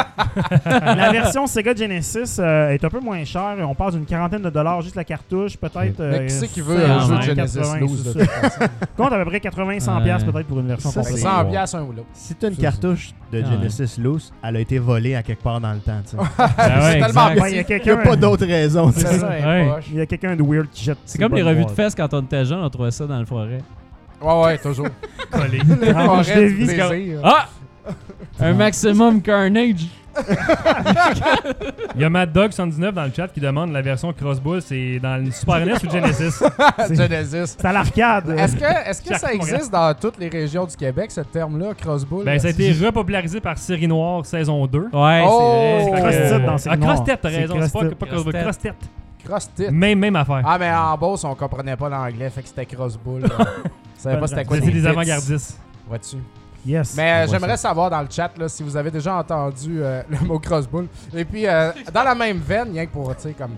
Speaker 3: la version Sega Genesis euh, est un peu moins chère. On passe d'une quarantaine de dollars juste la cartouche, peut-être.
Speaker 5: Mais
Speaker 3: euh,
Speaker 5: qui c'est qui veut
Speaker 3: 50,
Speaker 5: un jeu de
Speaker 3: 80,
Speaker 5: Genesis
Speaker 3: c'est
Speaker 5: 12
Speaker 3: ça.
Speaker 5: de toute façon?
Speaker 3: Compte à peu près 80-100$ piastres
Speaker 2: Ouais.
Speaker 3: peut-être pour une version
Speaker 4: Ça,
Speaker 5: Fait que
Speaker 3: complète.
Speaker 4: c'est-
Speaker 5: 100 piastres, un ou l'autre.
Speaker 4: Si t'as une
Speaker 5: Ça,
Speaker 4: cartouche de
Speaker 2: Ah ouais.
Speaker 4: Genesis loose, elle a été volée à quelque part dans le temps. tu sais.
Speaker 2: Ah ouais,
Speaker 5: c'est tellement
Speaker 2: exact.
Speaker 3: Ouais, Il y a
Speaker 4: Il n'y a pas
Speaker 3: quelqu'un
Speaker 4: d'autres raisons. tu sais.
Speaker 5: C'est ça,
Speaker 2: Ouais.
Speaker 5: un poche.
Speaker 3: il y a quelqu'un de weird qui jette.
Speaker 2: C'est comme les revues de fesses quand on était jeune, on trouvait ça dans le forêt.
Speaker 5: Ouais, ouais, toujours.
Speaker 1: Collé.
Speaker 5: Les
Speaker 3: Ah, je
Speaker 5: forêts du
Speaker 3: dévie, c'est comme-
Speaker 5: plaisir.
Speaker 2: Ah! Un maximum carnage.
Speaker 1: Il y a Mad Dog 119 dans le chat qui demande la version Crossbull, c'est dans le Super NES ou Genesis
Speaker 5: Genesis.
Speaker 3: C'est à l'arcade.
Speaker 5: Est-ce que, est-ce que
Speaker 1: Jacques
Speaker 5: ça existe dans toutes les régions du Québec, ce terme-là, crossbull?
Speaker 1: Ben, ça a été repopularisé par Série Noire saison 2.
Speaker 2: Ouais,
Speaker 5: Oh!
Speaker 2: c'est vrai.
Speaker 3: Cross-tête
Speaker 1: Euh,
Speaker 3: dans Série
Speaker 1: ah,
Speaker 3: Noire.
Speaker 1: Cross-tête, t'as
Speaker 3: C'est
Speaker 1: raison. C'est pas,
Speaker 3: cross-tête.
Speaker 1: pas Crossbull,
Speaker 2: Cross-tête.
Speaker 1: Cross-tête.
Speaker 5: Cross-tit.
Speaker 1: Même, même affaire.
Speaker 5: Ah, mais en Beauce, on comprenait pas l'anglais, fait que c'était crossbull. Je savais pas c'était quoi
Speaker 1: c'est
Speaker 5: des
Speaker 1: des
Speaker 5: tits.
Speaker 1: avant-gardistes.
Speaker 5: Vois-tu?
Speaker 3: Yes.
Speaker 5: Mais euh,
Speaker 4: voit
Speaker 5: j'aimerais savoir dans le chat là, si vous avez déjà entendu euh, le mot crossbull. Et puis, euh, dans la même veine, rien que pour, tu sais, comme.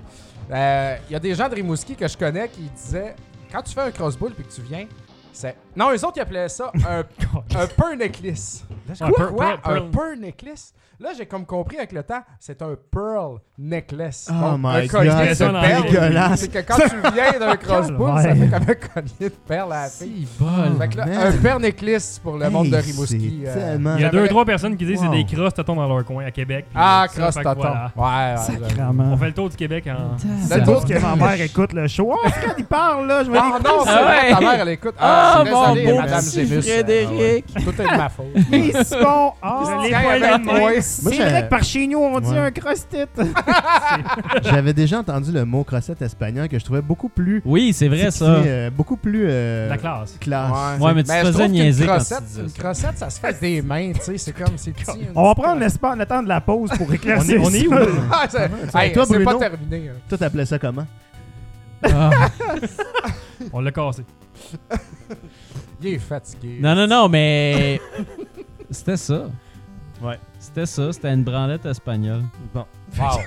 Speaker 5: euh, Il y a des gens de Rimouski que je connais qui disaient quand tu fais un crossbull puis que tu viens, c'est. Non, les autres, ils appelaient ça un, un peu une éclisse.
Speaker 1: Un
Speaker 5: Quoi?
Speaker 1: pearl-
Speaker 5: Quoi?
Speaker 1: pearl- pearl.
Speaker 5: Un pearl necklace? Là, j'ai comme compris avec le temps, c'est un pearl necklace.
Speaker 4: Oh
Speaker 5: Donc, un
Speaker 4: my
Speaker 5: collier
Speaker 4: God,
Speaker 5: de
Speaker 1: c'est
Speaker 5: perles.
Speaker 4: dégueulasse.
Speaker 5: C'est que quand tu viens d'un crossbow, ça fait comme un collier de perles à la fille.
Speaker 2: bol.
Speaker 5: Fait que là,
Speaker 4: man.
Speaker 5: un pearl necklace pour le monde de
Speaker 4: Hey,
Speaker 5: Rimouski.
Speaker 4: c'est
Speaker 5: euh,
Speaker 4: tellement-
Speaker 1: Il y a
Speaker 5: j'avais-
Speaker 1: deux trois personnes qui disent que
Speaker 4: Wow.
Speaker 1: c'est des crosses tatons dans leur coin à Québec. puis
Speaker 5: Ah,
Speaker 1: ça,
Speaker 5: cross
Speaker 1: fait que
Speaker 5: taton.
Speaker 1: voilà.
Speaker 5: Ouais, ouais, j'avoue.
Speaker 3: Sacrement.
Speaker 1: On fait le tour du Québec en.
Speaker 3: C'est
Speaker 5: Le
Speaker 3: pour
Speaker 5: tour
Speaker 3: que
Speaker 5: du-
Speaker 3: ma mère écoute le show. Oh, Fred, il parle, là. Je vais
Speaker 5: Ah non, c'est
Speaker 2: Ah
Speaker 5: vrai,
Speaker 2: ouais.
Speaker 5: ta mère, elle écoute.
Speaker 2: Ah,
Speaker 5: Ah, je suis
Speaker 2: mon
Speaker 5: désolé,
Speaker 2: beau
Speaker 5: Madame
Speaker 2: petit
Speaker 5: Gémus.
Speaker 2: Frédéric.
Speaker 5: Ah, ouais. Tout est de ma faute.
Speaker 3: les ils sont. Oh,
Speaker 1: Les
Speaker 3: les
Speaker 1: poils
Speaker 3: poils
Speaker 1: de
Speaker 3: de main.
Speaker 5: main.
Speaker 4: Moi,
Speaker 3: C'est
Speaker 4: j'ai-
Speaker 3: vrai que par chez nous, on dit
Speaker 4: Ouais.
Speaker 3: un cross-tête.
Speaker 4: J'avais déjà entendu le mot crossette espagnol que je trouvais beaucoup plus.
Speaker 2: Oui, c'est vrai
Speaker 4: c'est-
Speaker 2: ça.
Speaker 4: euh, beaucoup plus. euh,
Speaker 1: La classe.
Speaker 4: classe.
Speaker 2: Ouais, mais tu te
Speaker 5: je
Speaker 2: faisais
Speaker 5: trouve qu'une
Speaker 2: niaiser quand tu
Speaker 5: crossette,
Speaker 2: disais
Speaker 5: Une
Speaker 2: ça.
Speaker 5: crossette, ça se fait avec des mains, tu sais. C'est comme, c'est petit. une
Speaker 3: On va
Speaker 5: petite
Speaker 3: prendre l'espace, le temps de la pause pour
Speaker 1: On est,
Speaker 3: éclaircir
Speaker 1: on est où?
Speaker 3: ça.
Speaker 1: là?
Speaker 5: Ah, c'est hey,
Speaker 4: toi,
Speaker 5: c'est pas
Speaker 4: Bruno?
Speaker 5: terminé. hein.
Speaker 4: Toi, t'appelais ça comment
Speaker 2: Ah.
Speaker 1: On l'a cassé.
Speaker 5: Il est fatigué.
Speaker 2: Non, non, non, mais. C'était ça.
Speaker 4: Ouais.
Speaker 2: C'était ça, c'était une branlette espagnole.
Speaker 4: Bon.
Speaker 5: Wow.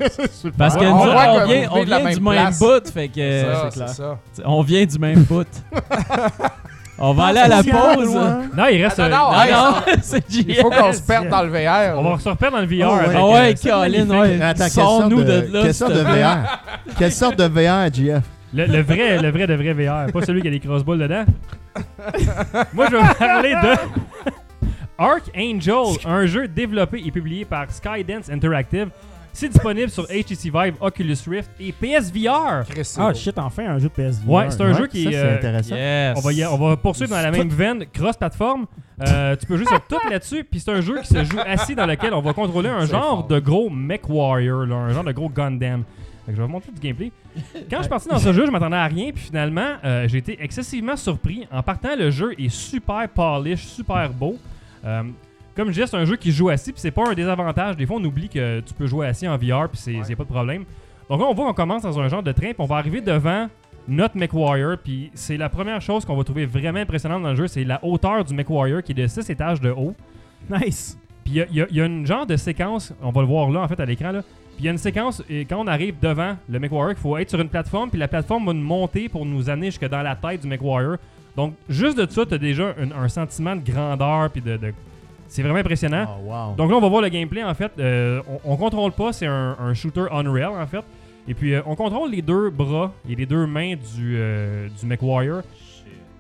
Speaker 2: Parce que
Speaker 5: Ouais,
Speaker 2: nous,
Speaker 5: on
Speaker 2: on,
Speaker 5: voit que
Speaker 2: vient,
Speaker 5: vous
Speaker 2: on
Speaker 5: venez de la
Speaker 2: vient du
Speaker 5: même
Speaker 2: même
Speaker 5: place.
Speaker 2: bout, fait que euh,
Speaker 5: Ça,
Speaker 4: c'est
Speaker 5: c'est
Speaker 4: clair.
Speaker 5: ça.
Speaker 2: on vient du même bout. on va aller à la pause.
Speaker 3: Loin.
Speaker 1: Non, il reste.
Speaker 5: Ah,
Speaker 1: euh,
Speaker 5: non, non,
Speaker 2: Ah
Speaker 5: hey, ça-
Speaker 2: non, c'est
Speaker 5: Il faut
Speaker 2: JF.
Speaker 5: qu'on se perde dans le VR.
Speaker 1: On va se reperdre dans le VR.
Speaker 4: Oh, ouais.
Speaker 1: avec,
Speaker 2: Ah
Speaker 1: euh,
Speaker 2: ouais,
Speaker 1: c'est
Speaker 2: Colin,
Speaker 1: magnifique.
Speaker 2: ouais.
Speaker 4: Attends, quelle sorte,
Speaker 2: Sors-nous de
Speaker 4: de,
Speaker 2: là.
Speaker 4: quelle
Speaker 2: s'il
Speaker 4: sorte de
Speaker 2: te plaît.
Speaker 4: VR Quelle sorte de VR, GF
Speaker 1: Le, le vrai, le vrai de vrai VR, pas celui qui a des crossballs dedans. Moi, je vais vous parler de Archangel, un jeu développé et publié par Skydance Interactive. C'est disponible sur HTC Vive, Oculus Rift et PSVR.
Speaker 5: Chris, c'est
Speaker 3: Ah
Speaker 5: beau.
Speaker 3: shit, enfin un jeu de PSVR.
Speaker 1: Ouais, c'est un jeu qui
Speaker 4: ça,
Speaker 1: est,
Speaker 4: c'est
Speaker 1: euh,
Speaker 4: intéressant.
Speaker 2: Yes.
Speaker 1: On va, y- on va poursuivre dans la même veine, cross-platform. Euh, tu peux jouer sur tout là-dessus, puis c'est un jeu qui se joue assis dans lequel on va contrôler un
Speaker 5: C'est
Speaker 1: genre
Speaker 5: fort.
Speaker 1: de gros mech warrior, là, un genre de gros Gundam. Fait que je vais vous montrer du gameplay. Quand je suis parti dans ce jeu, je m'attendais à rien, puis finalement, euh, j'ai été excessivement surpris. En partant, le jeu est super polish, super beau. Euh, comme je disais, c'est un jeu qui se joue assis, puis c'est pas un désavantage. Des fois, on oublie que tu peux jouer assis en VR, puis c'est
Speaker 5: Ouais.
Speaker 1: y a pas de problème. Donc là, on voit qu'on commence dans un genre de train, puis on va arriver devant notre McWarrior, puis c'est la première chose qu'on va trouver vraiment impressionnante dans le jeu, c'est la hauteur du McWarrior qui est de 6 étages de haut.
Speaker 3: Nice.
Speaker 1: Puis il y a- il y, a- il y a une genre de séquence, on va le voir là en fait à l'écran là. Puis il y a une séquence et quand on arrive devant le McWarrior, il faut être sur une plateforme, puis la plateforme va nous monter pour nous amener jusque dans la tête du McWarrior. Donc juste de ça, t'as déjà un, un sentiment de grandeur puis de, de- c'est vraiment impressionnant.
Speaker 4: Oh, wow.
Speaker 1: Donc là, on va voir le gameplay en fait. Euh, on, on contrôle pas, c'est un, un shooter on rail en fait. Et puis euh, on contrôle les deux bras et les deux mains du, euh, du McWarrior.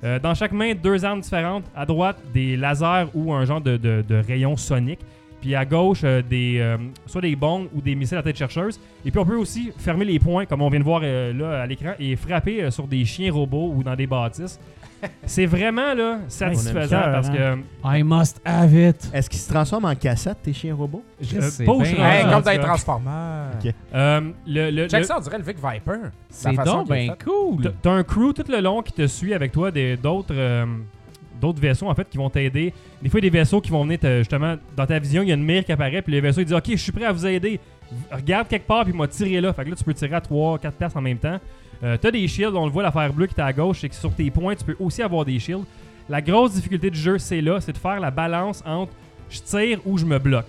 Speaker 1: Euh, dans chaque main, deux armes différentes. À droite, des lasers ou un genre de, de, de rayon sonique. Puis à gauche, euh, des, euh, soit des bombes ou des missiles à tête chercheuse. Et puis on peut aussi fermer les points, comme on vient de voir euh, là à l'écran, et frapper euh, sur des chiens robots ou dans des bâtisses. C'est vraiment là, satisfaisant
Speaker 3: ça,
Speaker 1: parce
Speaker 3: hein.
Speaker 1: que...
Speaker 2: I must have it.
Speaker 4: Est-ce qu'ils se transforment en cassette, tes chiens robots
Speaker 1: je-
Speaker 2: Chris,
Speaker 1: euh,
Speaker 2: Ah, c'est
Speaker 1: pas où
Speaker 2: bien-
Speaker 1: je suis rendu,
Speaker 5: Hey,
Speaker 1: en
Speaker 5: comme
Speaker 1: tout
Speaker 5: dans les
Speaker 1: cas.
Speaker 5: Transformers.
Speaker 4: Ok.
Speaker 1: Euh, le, le-
Speaker 5: Check
Speaker 1: le-
Speaker 5: ça, on dirait le Vic Viper.
Speaker 2: C'est
Speaker 5: façon
Speaker 2: donc
Speaker 5: qu'il est
Speaker 2: bien
Speaker 5: fait.
Speaker 1: T'as-
Speaker 2: cool.
Speaker 1: T'as un crew tout le long qui te suit avec toi, des- d'autres euh, d'autres vaisseaux en fait qui vont t'aider. Des fois, il y a des vaisseaux qui vont venir te- justement dans ta vision, il y a une mire qui apparaît, puis les vaisseaux ils disent Ok, je suis prêt à vous aider. V- Regarde quelque part, puis moi tirer là. Fait que là, tu peux tirer à 3-4 places en même temps. Euh, t'as des shields, on le voit, l'affaire bleue qui est à gauche, c'est que sur tes points, tu peux aussi avoir des shields. La grosse difficulté du jeu, c'est là, c'est de faire la balance entre je tire ou je me bloque.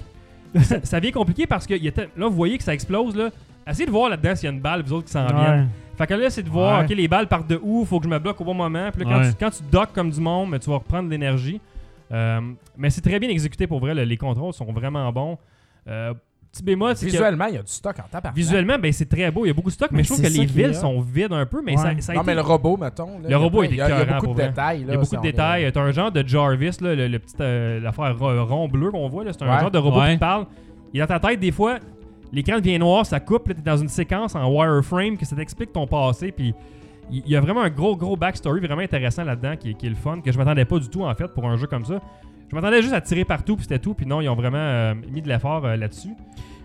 Speaker 1: ça, ça devient compliqué parce que il y a te- là, vous voyez que ça explose là. Essayez de voir là-dedans s'il y a une balle, vous autres qui s'en viennent.
Speaker 3: Ouais.
Speaker 1: Fait que là, c'est de voir,
Speaker 2: Ouais.
Speaker 1: ok, les balles partent de où, faut que je me bloque au bon moment. Puis là, quand,
Speaker 2: Ouais.
Speaker 1: tu, quand tu docks comme du monde, mais tu vas reprendre de l'énergie. Euh, mais c'est très bien exécuté pour vrai, le- les contrôles sont vraiment bons. Euh, petit bémol, c'est que
Speaker 5: Visuellement, il y a du stock en tabac.
Speaker 1: visuellement, ben, c'est très beau, il y a beaucoup de stock, mais,
Speaker 3: Mais
Speaker 1: je trouve
Speaker 3: c'est
Speaker 1: que
Speaker 3: ça
Speaker 1: les
Speaker 3: qui est
Speaker 1: villes
Speaker 3: hot.
Speaker 1: sont vides un peu, mais
Speaker 3: Ouais.
Speaker 1: ça, ça a
Speaker 5: Non,
Speaker 1: été-
Speaker 5: mais le robot, mettons. là,
Speaker 1: Le
Speaker 5: il y a
Speaker 1: robot
Speaker 5: plein-
Speaker 1: est
Speaker 5: Il y a- il y a
Speaker 1: écœurant,
Speaker 5: beaucoup
Speaker 1: pour
Speaker 5: de
Speaker 1: vrai.
Speaker 5: détails.
Speaker 1: il y a beaucoup de détails. T'as un genre de Jarvis, là, le, le petit, euh, l'affaire ro- rond bleu qu'on voit, là, c'est un
Speaker 5: Ouais.
Speaker 1: genre de robot
Speaker 2: Ouais.
Speaker 1: qui te parle. Il est dans ta tête, des fois, l'écran devient noir, ça coupe, là, t'es dans une séquence en wireframe que ça t'explique ton passé, puis il il y a vraiment un gros, gros backstory vraiment intéressant là-dedans qui, est- qui est le fun, que je m'attendais pas du tout, en fait, pour un jeu comme ça. Je m'attendais juste à tirer partout, puis c'était tout, puis non, ils ont vraiment euh, mis de l'effort euh, là-dessus.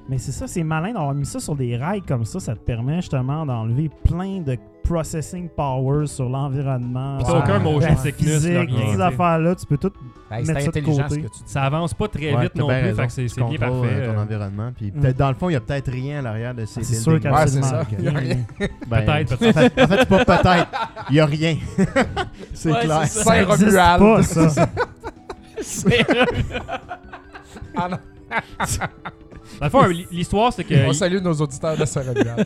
Speaker 3: Mais c'est ça, c'est malin d'avoir mis ça sur des rails comme ça. Ça te permet justement d'enlever plein de processing power sur l'environnement.
Speaker 1: Puis
Speaker 3: sur
Speaker 1: t'as aucun
Speaker 3: la
Speaker 1: motion sickness, là,
Speaker 3: physique,
Speaker 1: rien, tu
Speaker 3: ces
Speaker 1: sais.
Speaker 3: affaires-là, tu peux tout.
Speaker 5: euh, C'est
Speaker 3: mettre ça de
Speaker 5: intelligent ce
Speaker 3: côté.
Speaker 5: que tu dis.
Speaker 1: Ça avance pas très
Speaker 4: Ouais,
Speaker 1: vite
Speaker 4: t'as
Speaker 1: non
Speaker 4: bien
Speaker 1: plus,
Speaker 4: raison.
Speaker 1: fait que c'est
Speaker 4: Tu
Speaker 1: c'est bien
Speaker 4: contrôles,
Speaker 1: parfait.
Speaker 4: euh, ton
Speaker 1: euh,
Speaker 4: environnement. Puis
Speaker 3: Mm.
Speaker 4: peut-être, dans le fond, il n'y a peut-être rien à l'arrière de ces
Speaker 3: C'est
Speaker 4: buildings.
Speaker 3: sûr qu'absolument.
Speaker 5: Ouais, c'est ça.
Speaker 3: rien.
Speaker 5: Il y a rien.
Speaker 4: Ben,
Speaker 1: Peut-être,
Speaker 4: En fait, en fait, c'est pas peut-être. Il n'y a rien. c'est
Speaker 2: Ouais,
Speaker 4: clair.
Speaker 2: c'est ça.
Speaker 3: Ça existe
Speaker 5: Saint-Romuald.
Speaker 3: pas, ça.
Speaker 2: C'est-
Speaker 5: Ah non.
Speaker 1: Dans le fond, l'histoire, c'est que.
Speaker 5: On salue nos auditeurs de Sorobia.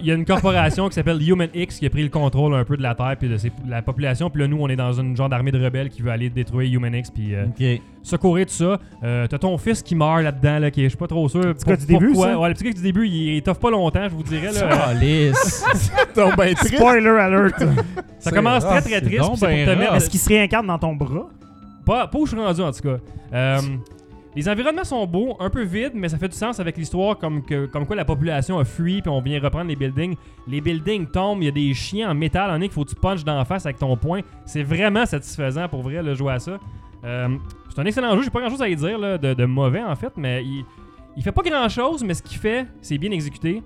Speaker 1: Il y a une corporation qui s'appelle Human X qui a pris le contrôle un peu de la Terre puis de ses- la population. Puis là, nous, on est dans une genre d'armée de rebelles qui veut aller détruire Human X puis euh,
Speaker 2: Ok.
Speaker 1: secourir tout ça. Euh, T'as ton fils qui meurt là-dedans, là, qui est, je suis pas trop sûr. Le
Speaker 3: petit gars du début, ça?
Speaker 1: Ouais, le petit gars du début, il, il t'offre pas longtemps, je vous dirais. Là.
Speaker 2: Calisse.
Speaker 4: Donc, ben, triste.
Speaker 3: Spoiler alert!
Speaker 1: ça commence
Speaker 2: c'est
Speaker 1: très très triste.
Speaker 2: rough,
Speaker 1: puis C'est pour
Speaker 2: c'est donc
Speaker 1: te
Speaker 2: ben
Speaker 1: mettre-
Speaker 2: rough.
Speaker 3: Est-ce qu'il se réincarne dans ton bras?
Speaker 1: Pas, pas où je suis rendu en tout cas. Euh, les environnements sont beaux, un peu vides, mais ça fait du sens avec l'histoire comme, que, comme quoi la population a fui puis on vient reprendre les buildings. Les buildings tombent, il y a des chiens en métal en nez qu'il faut que tu punches d'en face avec ton poing. C'est vraiment satisfaisant pour vrai le jouer à ça. Euh, c'est un excellent jeu, j'ai pas grand chose à y dire là, de, de mauvais en fait, mais il, il fait pas grand chose, mais ce qu'il fait, c'est bien exécuté.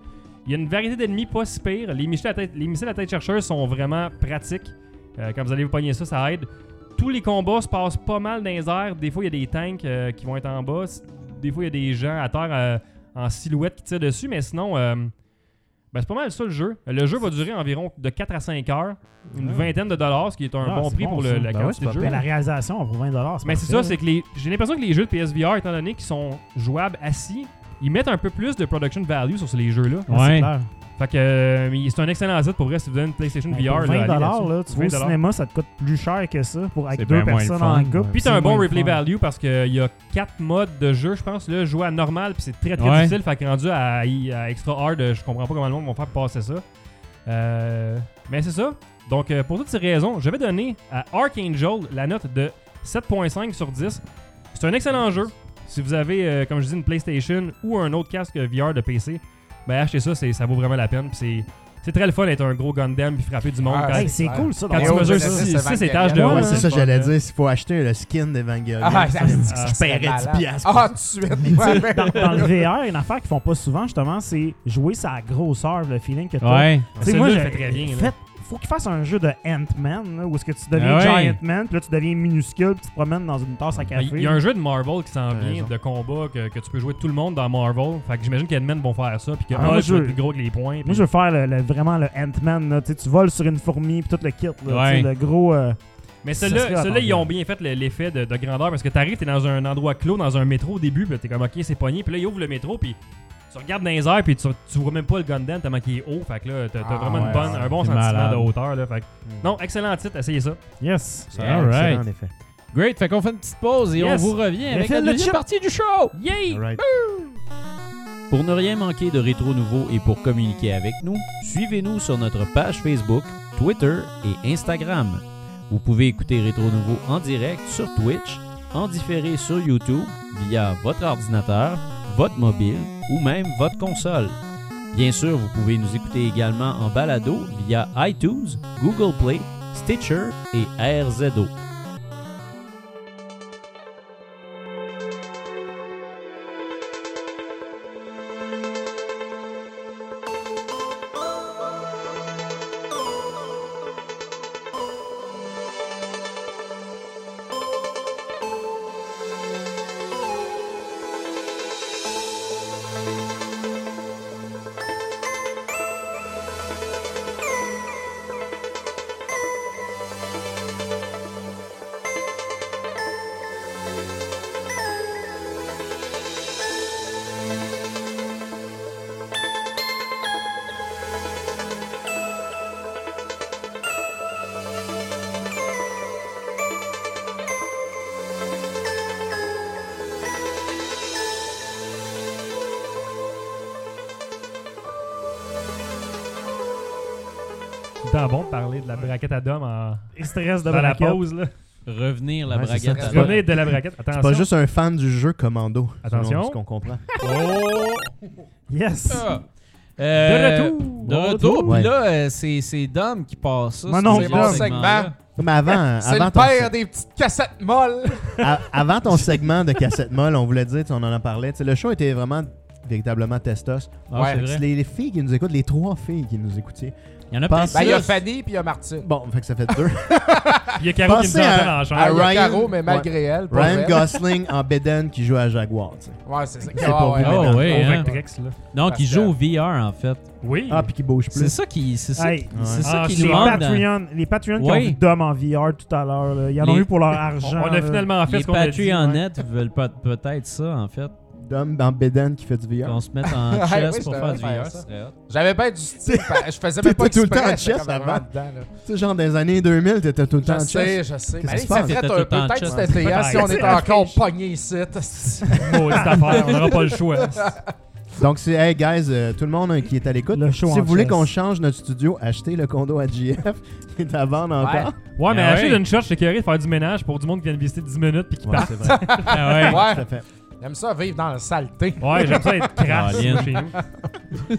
Speaker 1: Il y a une variété d'ennemis pas si pire. Les missiles à tête, les missiles à tête chercheuse sont vraiment pratiques. Euh, quand vous allez vous pogner ça, ça aide tous les combats se passent pas mal dans les airs. Des fois, il y a des tanks euh, qui vont être en bas. S- Des fois, il y a des gens à terre euh, en silhouette qui tirent dessus. Mais sinon, euh, ben, c'est pas mal ça le jeu. Le jeu va durer environ de 4 à 5 heures. Une
Speaker 3: Ah.
Speaker 1: vingtaine de dollars, ce qui est un
Speaker 3: Ah,
Speaker 1: bon
Speaker 3: c'est
Speaker 1: prix
Speaker 3: bon,
Speaker 1: pour le-
Speaker 3: ça.
Speaker 1: la
Speaker 4: Ben ouais,
Speaker 1: quantité
Speaker 4: c'est
Speaker 1: de jeu.
Speaker 4: pas
Speaker 3: Mais la réalisation pour 20$.
Speaker 1: Mais c'est ça, c'est que les- j'ai l'impression que les jeux de PSVR, étant donné qu'ils sont jouables assis, ils mettent un peu plus de production value sur ces jeux-là.
Speaker 2: Ouais.
Speaker 3: Ouais.
Speaker 1: Fait que euh, mais c'est un excellent site pour vrai si vous avez une PlayStation
Speaker 3: Ben, Pour
Speaker 1: VR. là,
Speaker 3: 20$,
Speaker 1: allez là-dessus.
Speaker 3: là, tu vas
Speaker 1: 20$.
Speaker 3: au cinéma, ça te coûte plus cher que ça pour avec
Speaker 2: C'est
Speaker 3: deux
Speaker 2: bien moins le
Speaker 3: personnes
Speaker 2: fun,
Speaker 3: en couple.
Speaker 2: ouais.
Speaker 1: Puis t'as un
Speaker 3: c'est
Speaker 1: bon
Speaker 3: moins le
Speaker 1: replay
Speaker 3: fun.
Speaker 1: value parce qu'il y a quatre modes de jeu, je pense. Là, jouer à normal, puis c'est très très
Speaker 2: Ouais.
Speaker 1: difficile. Fait que rendu à, à extra hard, euh, je comprends pas comment le monde va faire passer ça. Euh, mais c'est ça. Donc, euh, pour toutes ces raisons, je vais donner à Archangel la note de 7.5 sur 10. C'est un excellent jeu. Si vous avez, euh, comme je dis, une PlayStation ou un autre casque VR de PC, ben achetez ça, c'est- ça vaut vraiment la peine. Puis c'est- c'est très le fun d'être un gros Gundam puis frapper du monde.
Speaker 5: Ah,
Speaker 1: quand-
Speaker 3: Hey, c'est
Speaker 5: Ouais.
Speaker 3: cool ça.
Speaker 1: Quand
Speaker 3: dans
Speaker 1: tu
Speaker 3: le
Speaker 1: mesures
Speaker 3: jeu.
Speaker 1: six-
Speaker 5: c'est
Speaker 1: six
Speaker 5: Evangelion.
Speaker 1: étages de
Speaker 5: Ouais,
Speaker 1: haut,
Speaker 4: Ouais,
Speaker 5: c'est
Speaker 4: c'est ça,
Speaker 5: le fun,
Speaker 4: j'allais
Speaker 1: hein.
Speaker 5: là.
Speaker 4: dire. S'il faut acheter le skin d'Evangelion,
Speaker 5: Ah,
Speaker 4: ça,
Speaker 5: ça,
Speaker 4: ça,
Speaker 5: ça,
Speaker 4: je paierais
Speaker 5: c'est
Speaker 4: 10 piastres.
Speaker 5: Ah, tout de suite. Ouais, mais-
Speaker 3: dans, dans le VR, une affaire qu'ils font pas souvent, justement, c'est jouer sa grosseur, le feeling que t'as.
Speaker 2: Ouais.
Speaker 3: Tu sais,
Speaker 1: Celui-là,
Speaker 3: moi,
Speaker 1: il
Speaker 3: je
Speaker 1: fait très bien, là.
Speaker 3: Fait, faut qu'il fasse un jeu de Ant-Man, là, où est-ce que tu deviens
Speaker 2: Ah ouais.
Speaker 3: Giant Man, puis là, tu deviens minuscule, puis tu te promènes dans une tasse à
Speaker 1: Ben,
Speaker 3: café.
Speaker 1: Il y a un jeu de Marvel qui s'en
Speaker 4: T'as
Speaker 1: vient,
Speaker 4: raison.
Speaker 1: de combat, que, que tu peux jouer tout le monde dans Marvel. Fait que j'imagine qu'Edmen vont faire ça, puis que
Speaker 3: Ah, moi,
Speaker 1: Hulk
Speaker 3: je-
Speaker 1: va être plus gros que les points.
Speaker 3: Moi,
Speaker 1: puis-
Speaker 3: je veux faire le, le- vraiment le Ant-Man. là, Tu sais, tu voles sur une fourmi, puis tout le kit. Là, tu sais,
Speaker 2: Ouais.
Speaker 3: Le gros. euh,
Speaker 1: Mais
Speaker 3: ça
Speaker 1: ceux-là,
Speaker 3: serait
Speaker 1: ceux-là, ils ont
Speaker 3: attendable.
Speaker 1: bien fait le- l'effet de, de grandeur, parce que t'arrives, t'es dans un endroit clos, dans un métro au début, puis t'es comme, ok, c'est pogné, puis là, ils ouvrent le métro, puis tu regardes dans les airs, puis tu, tu vois même pas le Gundam tellement qu'il est haut. Fait que là, t'as t'as
Speaker 5: Ah,
Speaker 1: vraiment une
Speaker 5: ouais,
Speaker 1: bonne,
Speaker 5: ouais.
Speaker 1: un bon
Speaker 2: C'est
Speaker 1: sentiment
Speaker 2: malade.
Speaker 1: de hauteur. Là, fait que-
Speaker 4: Mm.
Speaker 1: Non, excellent titre, essayez ça.
Speaker 3: yes.
Speaker 4: C'est
Speaker 2: All right.
Speaker 4: excellent, en effet.
Speaker 2: Great. Fait qu'on fait une petite pause et on
Speaker 1: Yes.
Speaker 2: vous revient avec
Speaker 3: fait
Speaker 2: la
Speaker 3: le
Speaker 2: deuxième
Speaker 3: chip.
Speaker 2: partie du show.
Speaker 1: Yay!
Speaker 4: All right.
Speaker 2: Pour ne rien manquer de Rétro Nouveau et pour communiquer avec nous, suivez-nous sur notre page Facebook, Twitter et Instagram. Vous pouvez écouter Rétro Nouveau en direct sur Twitch, en différé sur YouTube via votre ordinateur, votre mobile ou même votre console. Bien sûr, vous pouvez nous écouter également en balado via iTunes, Google Play, Stitcher et RZO.
Speaker 1: Tout le temps bon de parler de la braquette à dom en,
Speaker 3: Il stress de
Speaker 1: dans la
Speaker 3: braquette.
Speaker 1: pause. Là.
Speaker 2: Revenir la
Speaker 4: Ouais, c'est ça.
Speaker 2: braguette à
Speaker 1: Revenez de la braquette.
Speaker 4: C'est pas
Speaker 1: Attention.
Speaker 4: juste un fan du jeu Commando. selon
Speaker 1: Attention.
Speaker 4: Ce qu'on comprend.
Speaker 2: Oh!
Speaker 3: Yes.
Speaker 2: Ah.
Speaker 1: De
Speaker 2: Euh,
Speaker 1: retour!
Speaker 2: De retour,
Speaker 4: Ouais.
Speaker 2: puis là, euh, c'est, c'est Dom qui passe ça.
Speaker 3: Mon
Speaker 2: ce
Speaker 3: oncle
Speaker 2: genre
Speaker 3: Dom.
Speaker 2: de segment-là.
Speaker 4: Mais avant,
Speaker 5: C'est
Speaker 4: avant
Speaker 5: le
Speaker 4: ton
Speaker 5: père
Speaker 4: se-
Speaker 5: des petites cassettes molles.
Speaker 4: a- avant ton segment de cassette molle, on voulait dire, tu sais, on en a parlé. tu sais, Le show était vraiment véritablement testos.
Speaker 2: Ah,
Speaker 5: Ouais.
Speaker 2: c'est vrai.
Speaker 4: Les, les filles qui nous écoutent, les trois filles qui nous écoutaient.
Speaker 2: Il y en a
Speaker 4: Ben,
Speaker 2: plus.
Speaker 5: Ben, il y a Fanny puis il y a Martine.
Speaker 4: Bon, fait que ça fait deux.
Speaker 1: Il y a Caro qui nous
Speaker 4: Pensez
Speaker 1: entend
Speaker 4: à-
Speaker 1: en
Speaker 5: Ah,
Speaker 1: chambre.
Speaker 5: il y a
Speaker 4: Ryan-
Speaker 5: Caro, mais malgré elle. pour
Speaker 4: Ryan
Speaker 5: elle.
Speaker 4: Gosling en Beden qui joue à Jaguar. tu sais.
Speaker 5: Ouais, c'est ça. Ah,
Speaker 4: C'est pour
Speaker 5: ouais,
Speaker 4: vous,
Speaker 5: ouais.
Speaker 2: Oh,
Speaker 4: mesdames.
Speaker 1: Au
Speaker 2: ouais, hein.
Speaker 1: Vectrex, Euh, là.
Speaker 2: Non, qui
Speaker 5: Parce
Speaker 2: joue au VR, en fait.
Speaker 1: Oui.
Speaker 4: Ah, puis qui bouge
Speaker 2: C'est
Speaker 4: plus.
Speaker 2: ça qui, c'est ça,
Speaker 3: Hey,
Speaker 2: c'est ça
Speaker 1: Ah,
Speaker 2: qui hein.
Speaker 1: c'est
Speaker 2: nous
Speaker 3: les,
Speaker 2: manque. dans-
Speaker 3: Patreons, les Patreons qui
Speaker 2: Ouais.
Speaker 3: ont vu Dom en VR tout à l'heure, là, ils en ont
Speaker 2: Les-
Speaker 3: eu pour leur
Speaker 1: on,
Speaker 3: argent.
Speaker 1: on a
Speaker 3: là.
Speaker 1: finalement fait
Speaker 2: Les
Speaker 1: ce qu'on a dit.
Speaker 2: Patreons en
Speaker 3: ouais.
Speaker 2: net veulent peut- peut-être ça, en fait.
Speaker 4: d'homme dans Bédane qui fait du VR.
Speaker 2: Qu'on se mette en
Speaker 5: Ouais,
Speaker 2: chess
Speaker 5: oui,
Speaker 2: pour
Speaker 5: je
Speaker 2: faire
Speaker 5: devrais
Speaker 2: du
Speaker 5: faire
Speaker 2: VR,
Speaker 5: ça.
Speaker 2: ce serait hot.
Speaker 5: J'avais pas du style. Je faisais même pas
Speaker 4: T'étais tout le temps
Speaker 5: exprès,
Speaker 4: en
Speaker 5: j'étais
Speaker 4: chess
Speaker 5: comme
Speaker 4: avant.
Speaker 5: vraiment dedans, là.
Speaker 4: Tu sais, genre dans les années 2000, t'étais tout le temps en
Speaker 5: Je
Speaker 4: chess.
Speaker 5: sais, je sais.
Speaker 4: Qu'est-ce
Speaker 5: Mais
Speaker 4: qui se
Speaker 5: ça
Speaker 4: passe?
Speaker 5: fait
Speaker 2: T'étais tout le temps en
Speaker 5: peut-être
Speaker 2: chess.
Speaker 5: cet été, hein, si on
Speaker 1: Ouais.
Speaker 5: était encore pogné ici. t'as-
Speaker 1: Maudite affaire, on n'aura pas le choix.
Speaker 4: Donc, c'est, hey guys, euh, tout le monde hein, qui est à l'écoute,
Speaker 3: Le
Speaker 4: si
Speaker 3: show
Speaker 4: vous
Speaker 3: en
Speaker 4: voulez
Speaker 3: chess.
Speaker 4: qu'on change notre studio, achetez le condo à JF qui est à vendre
Speaker 5: Ouais.
Speaker 4: encore.
Speaker 1: Ouais, mais
Speaker 2: Ah
Speaker 1: acheter
Speaker 2: ouais.
Speaker 1: d'une shot, c'est curé de faire du ménage pour du monde qui vient de visiter 10 minutes puis qui
Speaker 4: Ouais,
Speaker 1: part.
Speaker 4: c'est vrai.
Speaker 1: Ah ouais.
Speaker 4: Tout à
Speaker 5: Ouais,
Speaker 4: fait.
Speaker 5: j'aime ça vivre dans la saleté.
Speaker 1: Ouais, j'aime ça être crasse
Speaker 2: Ah, Lynn.
Speaker 1: chez nous.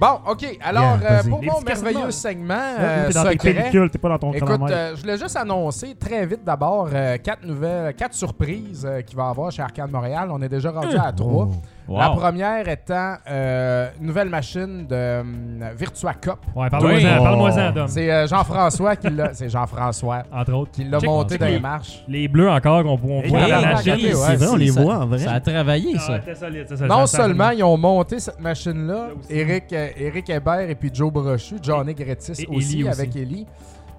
Speaker 5: Bon, OK. Alors,
Speaker 4: Yeah,
Speaker 5: euh,
Speaker 4: vas-y.
Speaker 5: pour
Speaker 1: Des
Speaker 5: mon
Speaker 1: petits cartons.
Speaker 5: merveilleux segment
Speaker 3: Là,
Speaker 5: euh,
Speaker 3: t'es dans tes
Speaker 5: secret,
Speaker 3: pellicules, t'es pas dans ton
Speaker 5: Écoute,
Speaker 3: chronomètre.
Speaker 5: euh, je voulais juste annoncer très vite d'abord euh, quatre nouvelles, quatre surprises euh, qu'il va y avoir chez Arcade Montréal. On est déjà rendu à trois.
Speaker 4: Oh,
Speaker 5: La
Speaker 2: Wow.
Speaker 5: première étant euh, une nouvelle machine de euh, Virtua Cop.
Speaker 1: Ouais, parle-moi-en,
Speaker 2: Oui.
Speaker 1: parle-moi-en, Dom.
Speaker 5: C'est euh, Jean-François qui l'a. C'est Jean-François
Speaker 1: Entre autres.
Speaker 5: qui l'a
Speaker 1: Check
Speaker 5: monté
Speaker 1: check
Speaker 5: dans
Speaker 1: les-
Speaker 5: les marches.
Speaker 1: Les bleus encore qu'on on
Speaker 3: Hey,
Speaker 1: voit dans
Speaker 2: Hey,
Speaker 1: la
Speaker 5: regardez,
Speaker 1: machine.
Speaker 5: ouais.
Speaker 4: c'est vrai, on les
Speaker 2: ça-
Speaker 4: voit en vrai.
Speaker 2: Ça a travaillé,
Speaker 1: Ah,
Speaker 2: ça.
Speaker 1: c'était solide, c'était solide.
Speaker 5: Non
Speaker 1: Ça- ça-
Speaker 5: seulement ils ont monté cette machine-là,
Speaker 1: Là aussi.
Speaker 5: Eric, euh, Eric Hébert et puis Joe Brochu, Johnny Gretis
Speaker 1: et
Speaker 5: aussi,
Speaker 1: Ellie aussi.
Speaker 5: avec Ellie.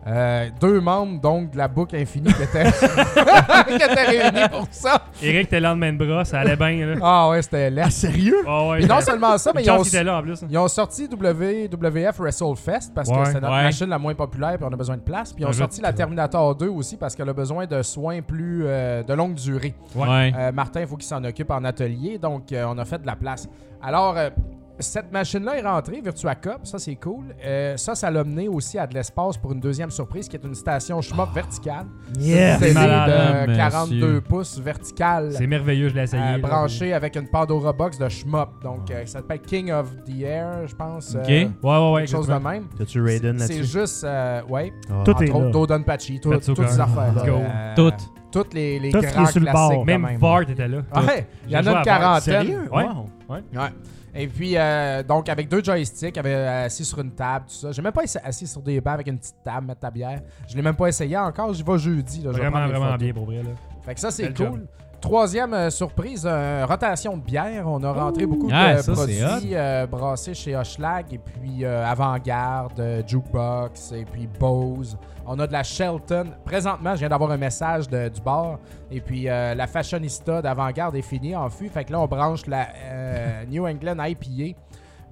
Speaker 5: Euh, deux membres donc de la boucle infinie qui étaient, qui étaient réunis pour ça.
Speaker 1: Eric, t'es lendemain de bras, ça allait bien, là.
Speaker 5: Ah ouais, c'était laid.
Speaker 4: Ah, sérieux?
Speaker 1: Ah ouais.
Speaker 5: Puis non seulement ça, mais ils
Speaker 1: Chance
Speaker 5: ont, Euh,
Speaker 1: qu'il était là en plus. hein.
Speaker 5: ils ont sorti WWF WrestleFest parce
Speaker 1: Ouais,
Speaker 5: que c'est notre
Speaker 2: ouais.
Speaker 5: machine la moins populaire puis on a besoin de place. Puis ils ont
Speaker 1: Un
Speaker 5: sorti
Speaker 1: jeu-
Speaker 5: la Terminator 2 aussi parce qu'elle a besoin de soins plus euh, de longue durée.
Speaker 2: Ouais.
Speaker 5: Euh, Martin, il faut qu'il s'en occupe en atelier, donc euh, on a fait de la place. Alors, euh, cette machine-là est rentrée, Virtua Cop, ça c'est cool. Euh, ça, ça l'a mené aussi à de l'espace pour une deuxième surprise qui est une station schmop verticale.
Speaker 3: Yeah!
Speaker 5: C'est
Speaker 2: malade,
Speaker 5: de
Speaker 2: monsieur.
Speaker 5: 42 pouces verticale.
Speaker 1: C'est merveilleux, je l'ai essayé.
Speaker 5: Euh,
Speaker 1: là.
Speaker 5: branché avec une Pandora Box de Schmop. Donc, euh, ça s'appelle King of the Air, je pense.
Speaker 2: Ok.
Speaker 5: euh,
Speaker 1: Ouais, ouais, ouais.
Speaker 5: quelque chose de
Speaker 1: exactement.
Speaker 5: même.
Speaker 4: T'as-tu Raiden
Speaker 5: C'est
Speaker 4: là-dessus?
Speaker 5: juste, euh, ouais,
Speaker 4: Ah.
Speaker 3: Tout est
Speaker 5: entre
Speaker 3: là.
Speaker 5: autres, Dodonpachi, tout-
Speaker 1: Katsuka.
Speaker 5: toutes ces affaires.
Speaker 1: Let's go.
Speaker 2: Toutes.
Speaker 5: Toutes les, les
Speaker 3: Tout ce qui
Speaker 5: grands
Speaker 3: est sur le bord.
Speaker 5: classiques. quand
Speaker 1: Même
Speaker 5: même.
Speaker 1: Bart était là.
Speaker 5: Ouais, Ah, il y en
Speaker 1: J'ai joué
Speaker 5: a
Speaker 1: à
Speaker 5: une
Speaker 1: Bart.
Speaker 5: quarantaine.
Speaker 4: Sérieux?
Speaker 1: Ouais.
Speaker 4: Wow.
Speaker 5: Ouais. Et puis, euh, donc, avec deux joysticks, avec, euh, assis sur une table, tout ça. J'ai même pas essa- assis sur des bancs avec une petite table, mettre ta bière. Je l'ai même pas essayé encore. J'y vais jeudi. Là, Je vais
Speaker 1: Vraiment,
Speaker 5: prendre des
Speaker 1: vraiment
Speaker 5: photos.
Speaker 1: bien pour vrai, là.
Speaker 5: Fait que ça, c'est
Speaker 1: Bel
Speaker 5: cool.
Speaker 1: job.
Speaker 5: Troisième euh, surprise, euh, rotation de bière. On a rentré beaucoup
Speaker 2: Ah,
Speaker 5: de
Speaker 2: ça, c'est
Speaker 5: produits euh, brassés chez Hochelag et puis euh, Avant-Garde, euh, Jukebox et puis Bose. On a de la Shelton. Présentement, je viens d'avoir un message de- du bar. Et puis euh, la Fashionista d'Avant-Garde est finie en fût. Fait que là, on branche la euh, New England IPA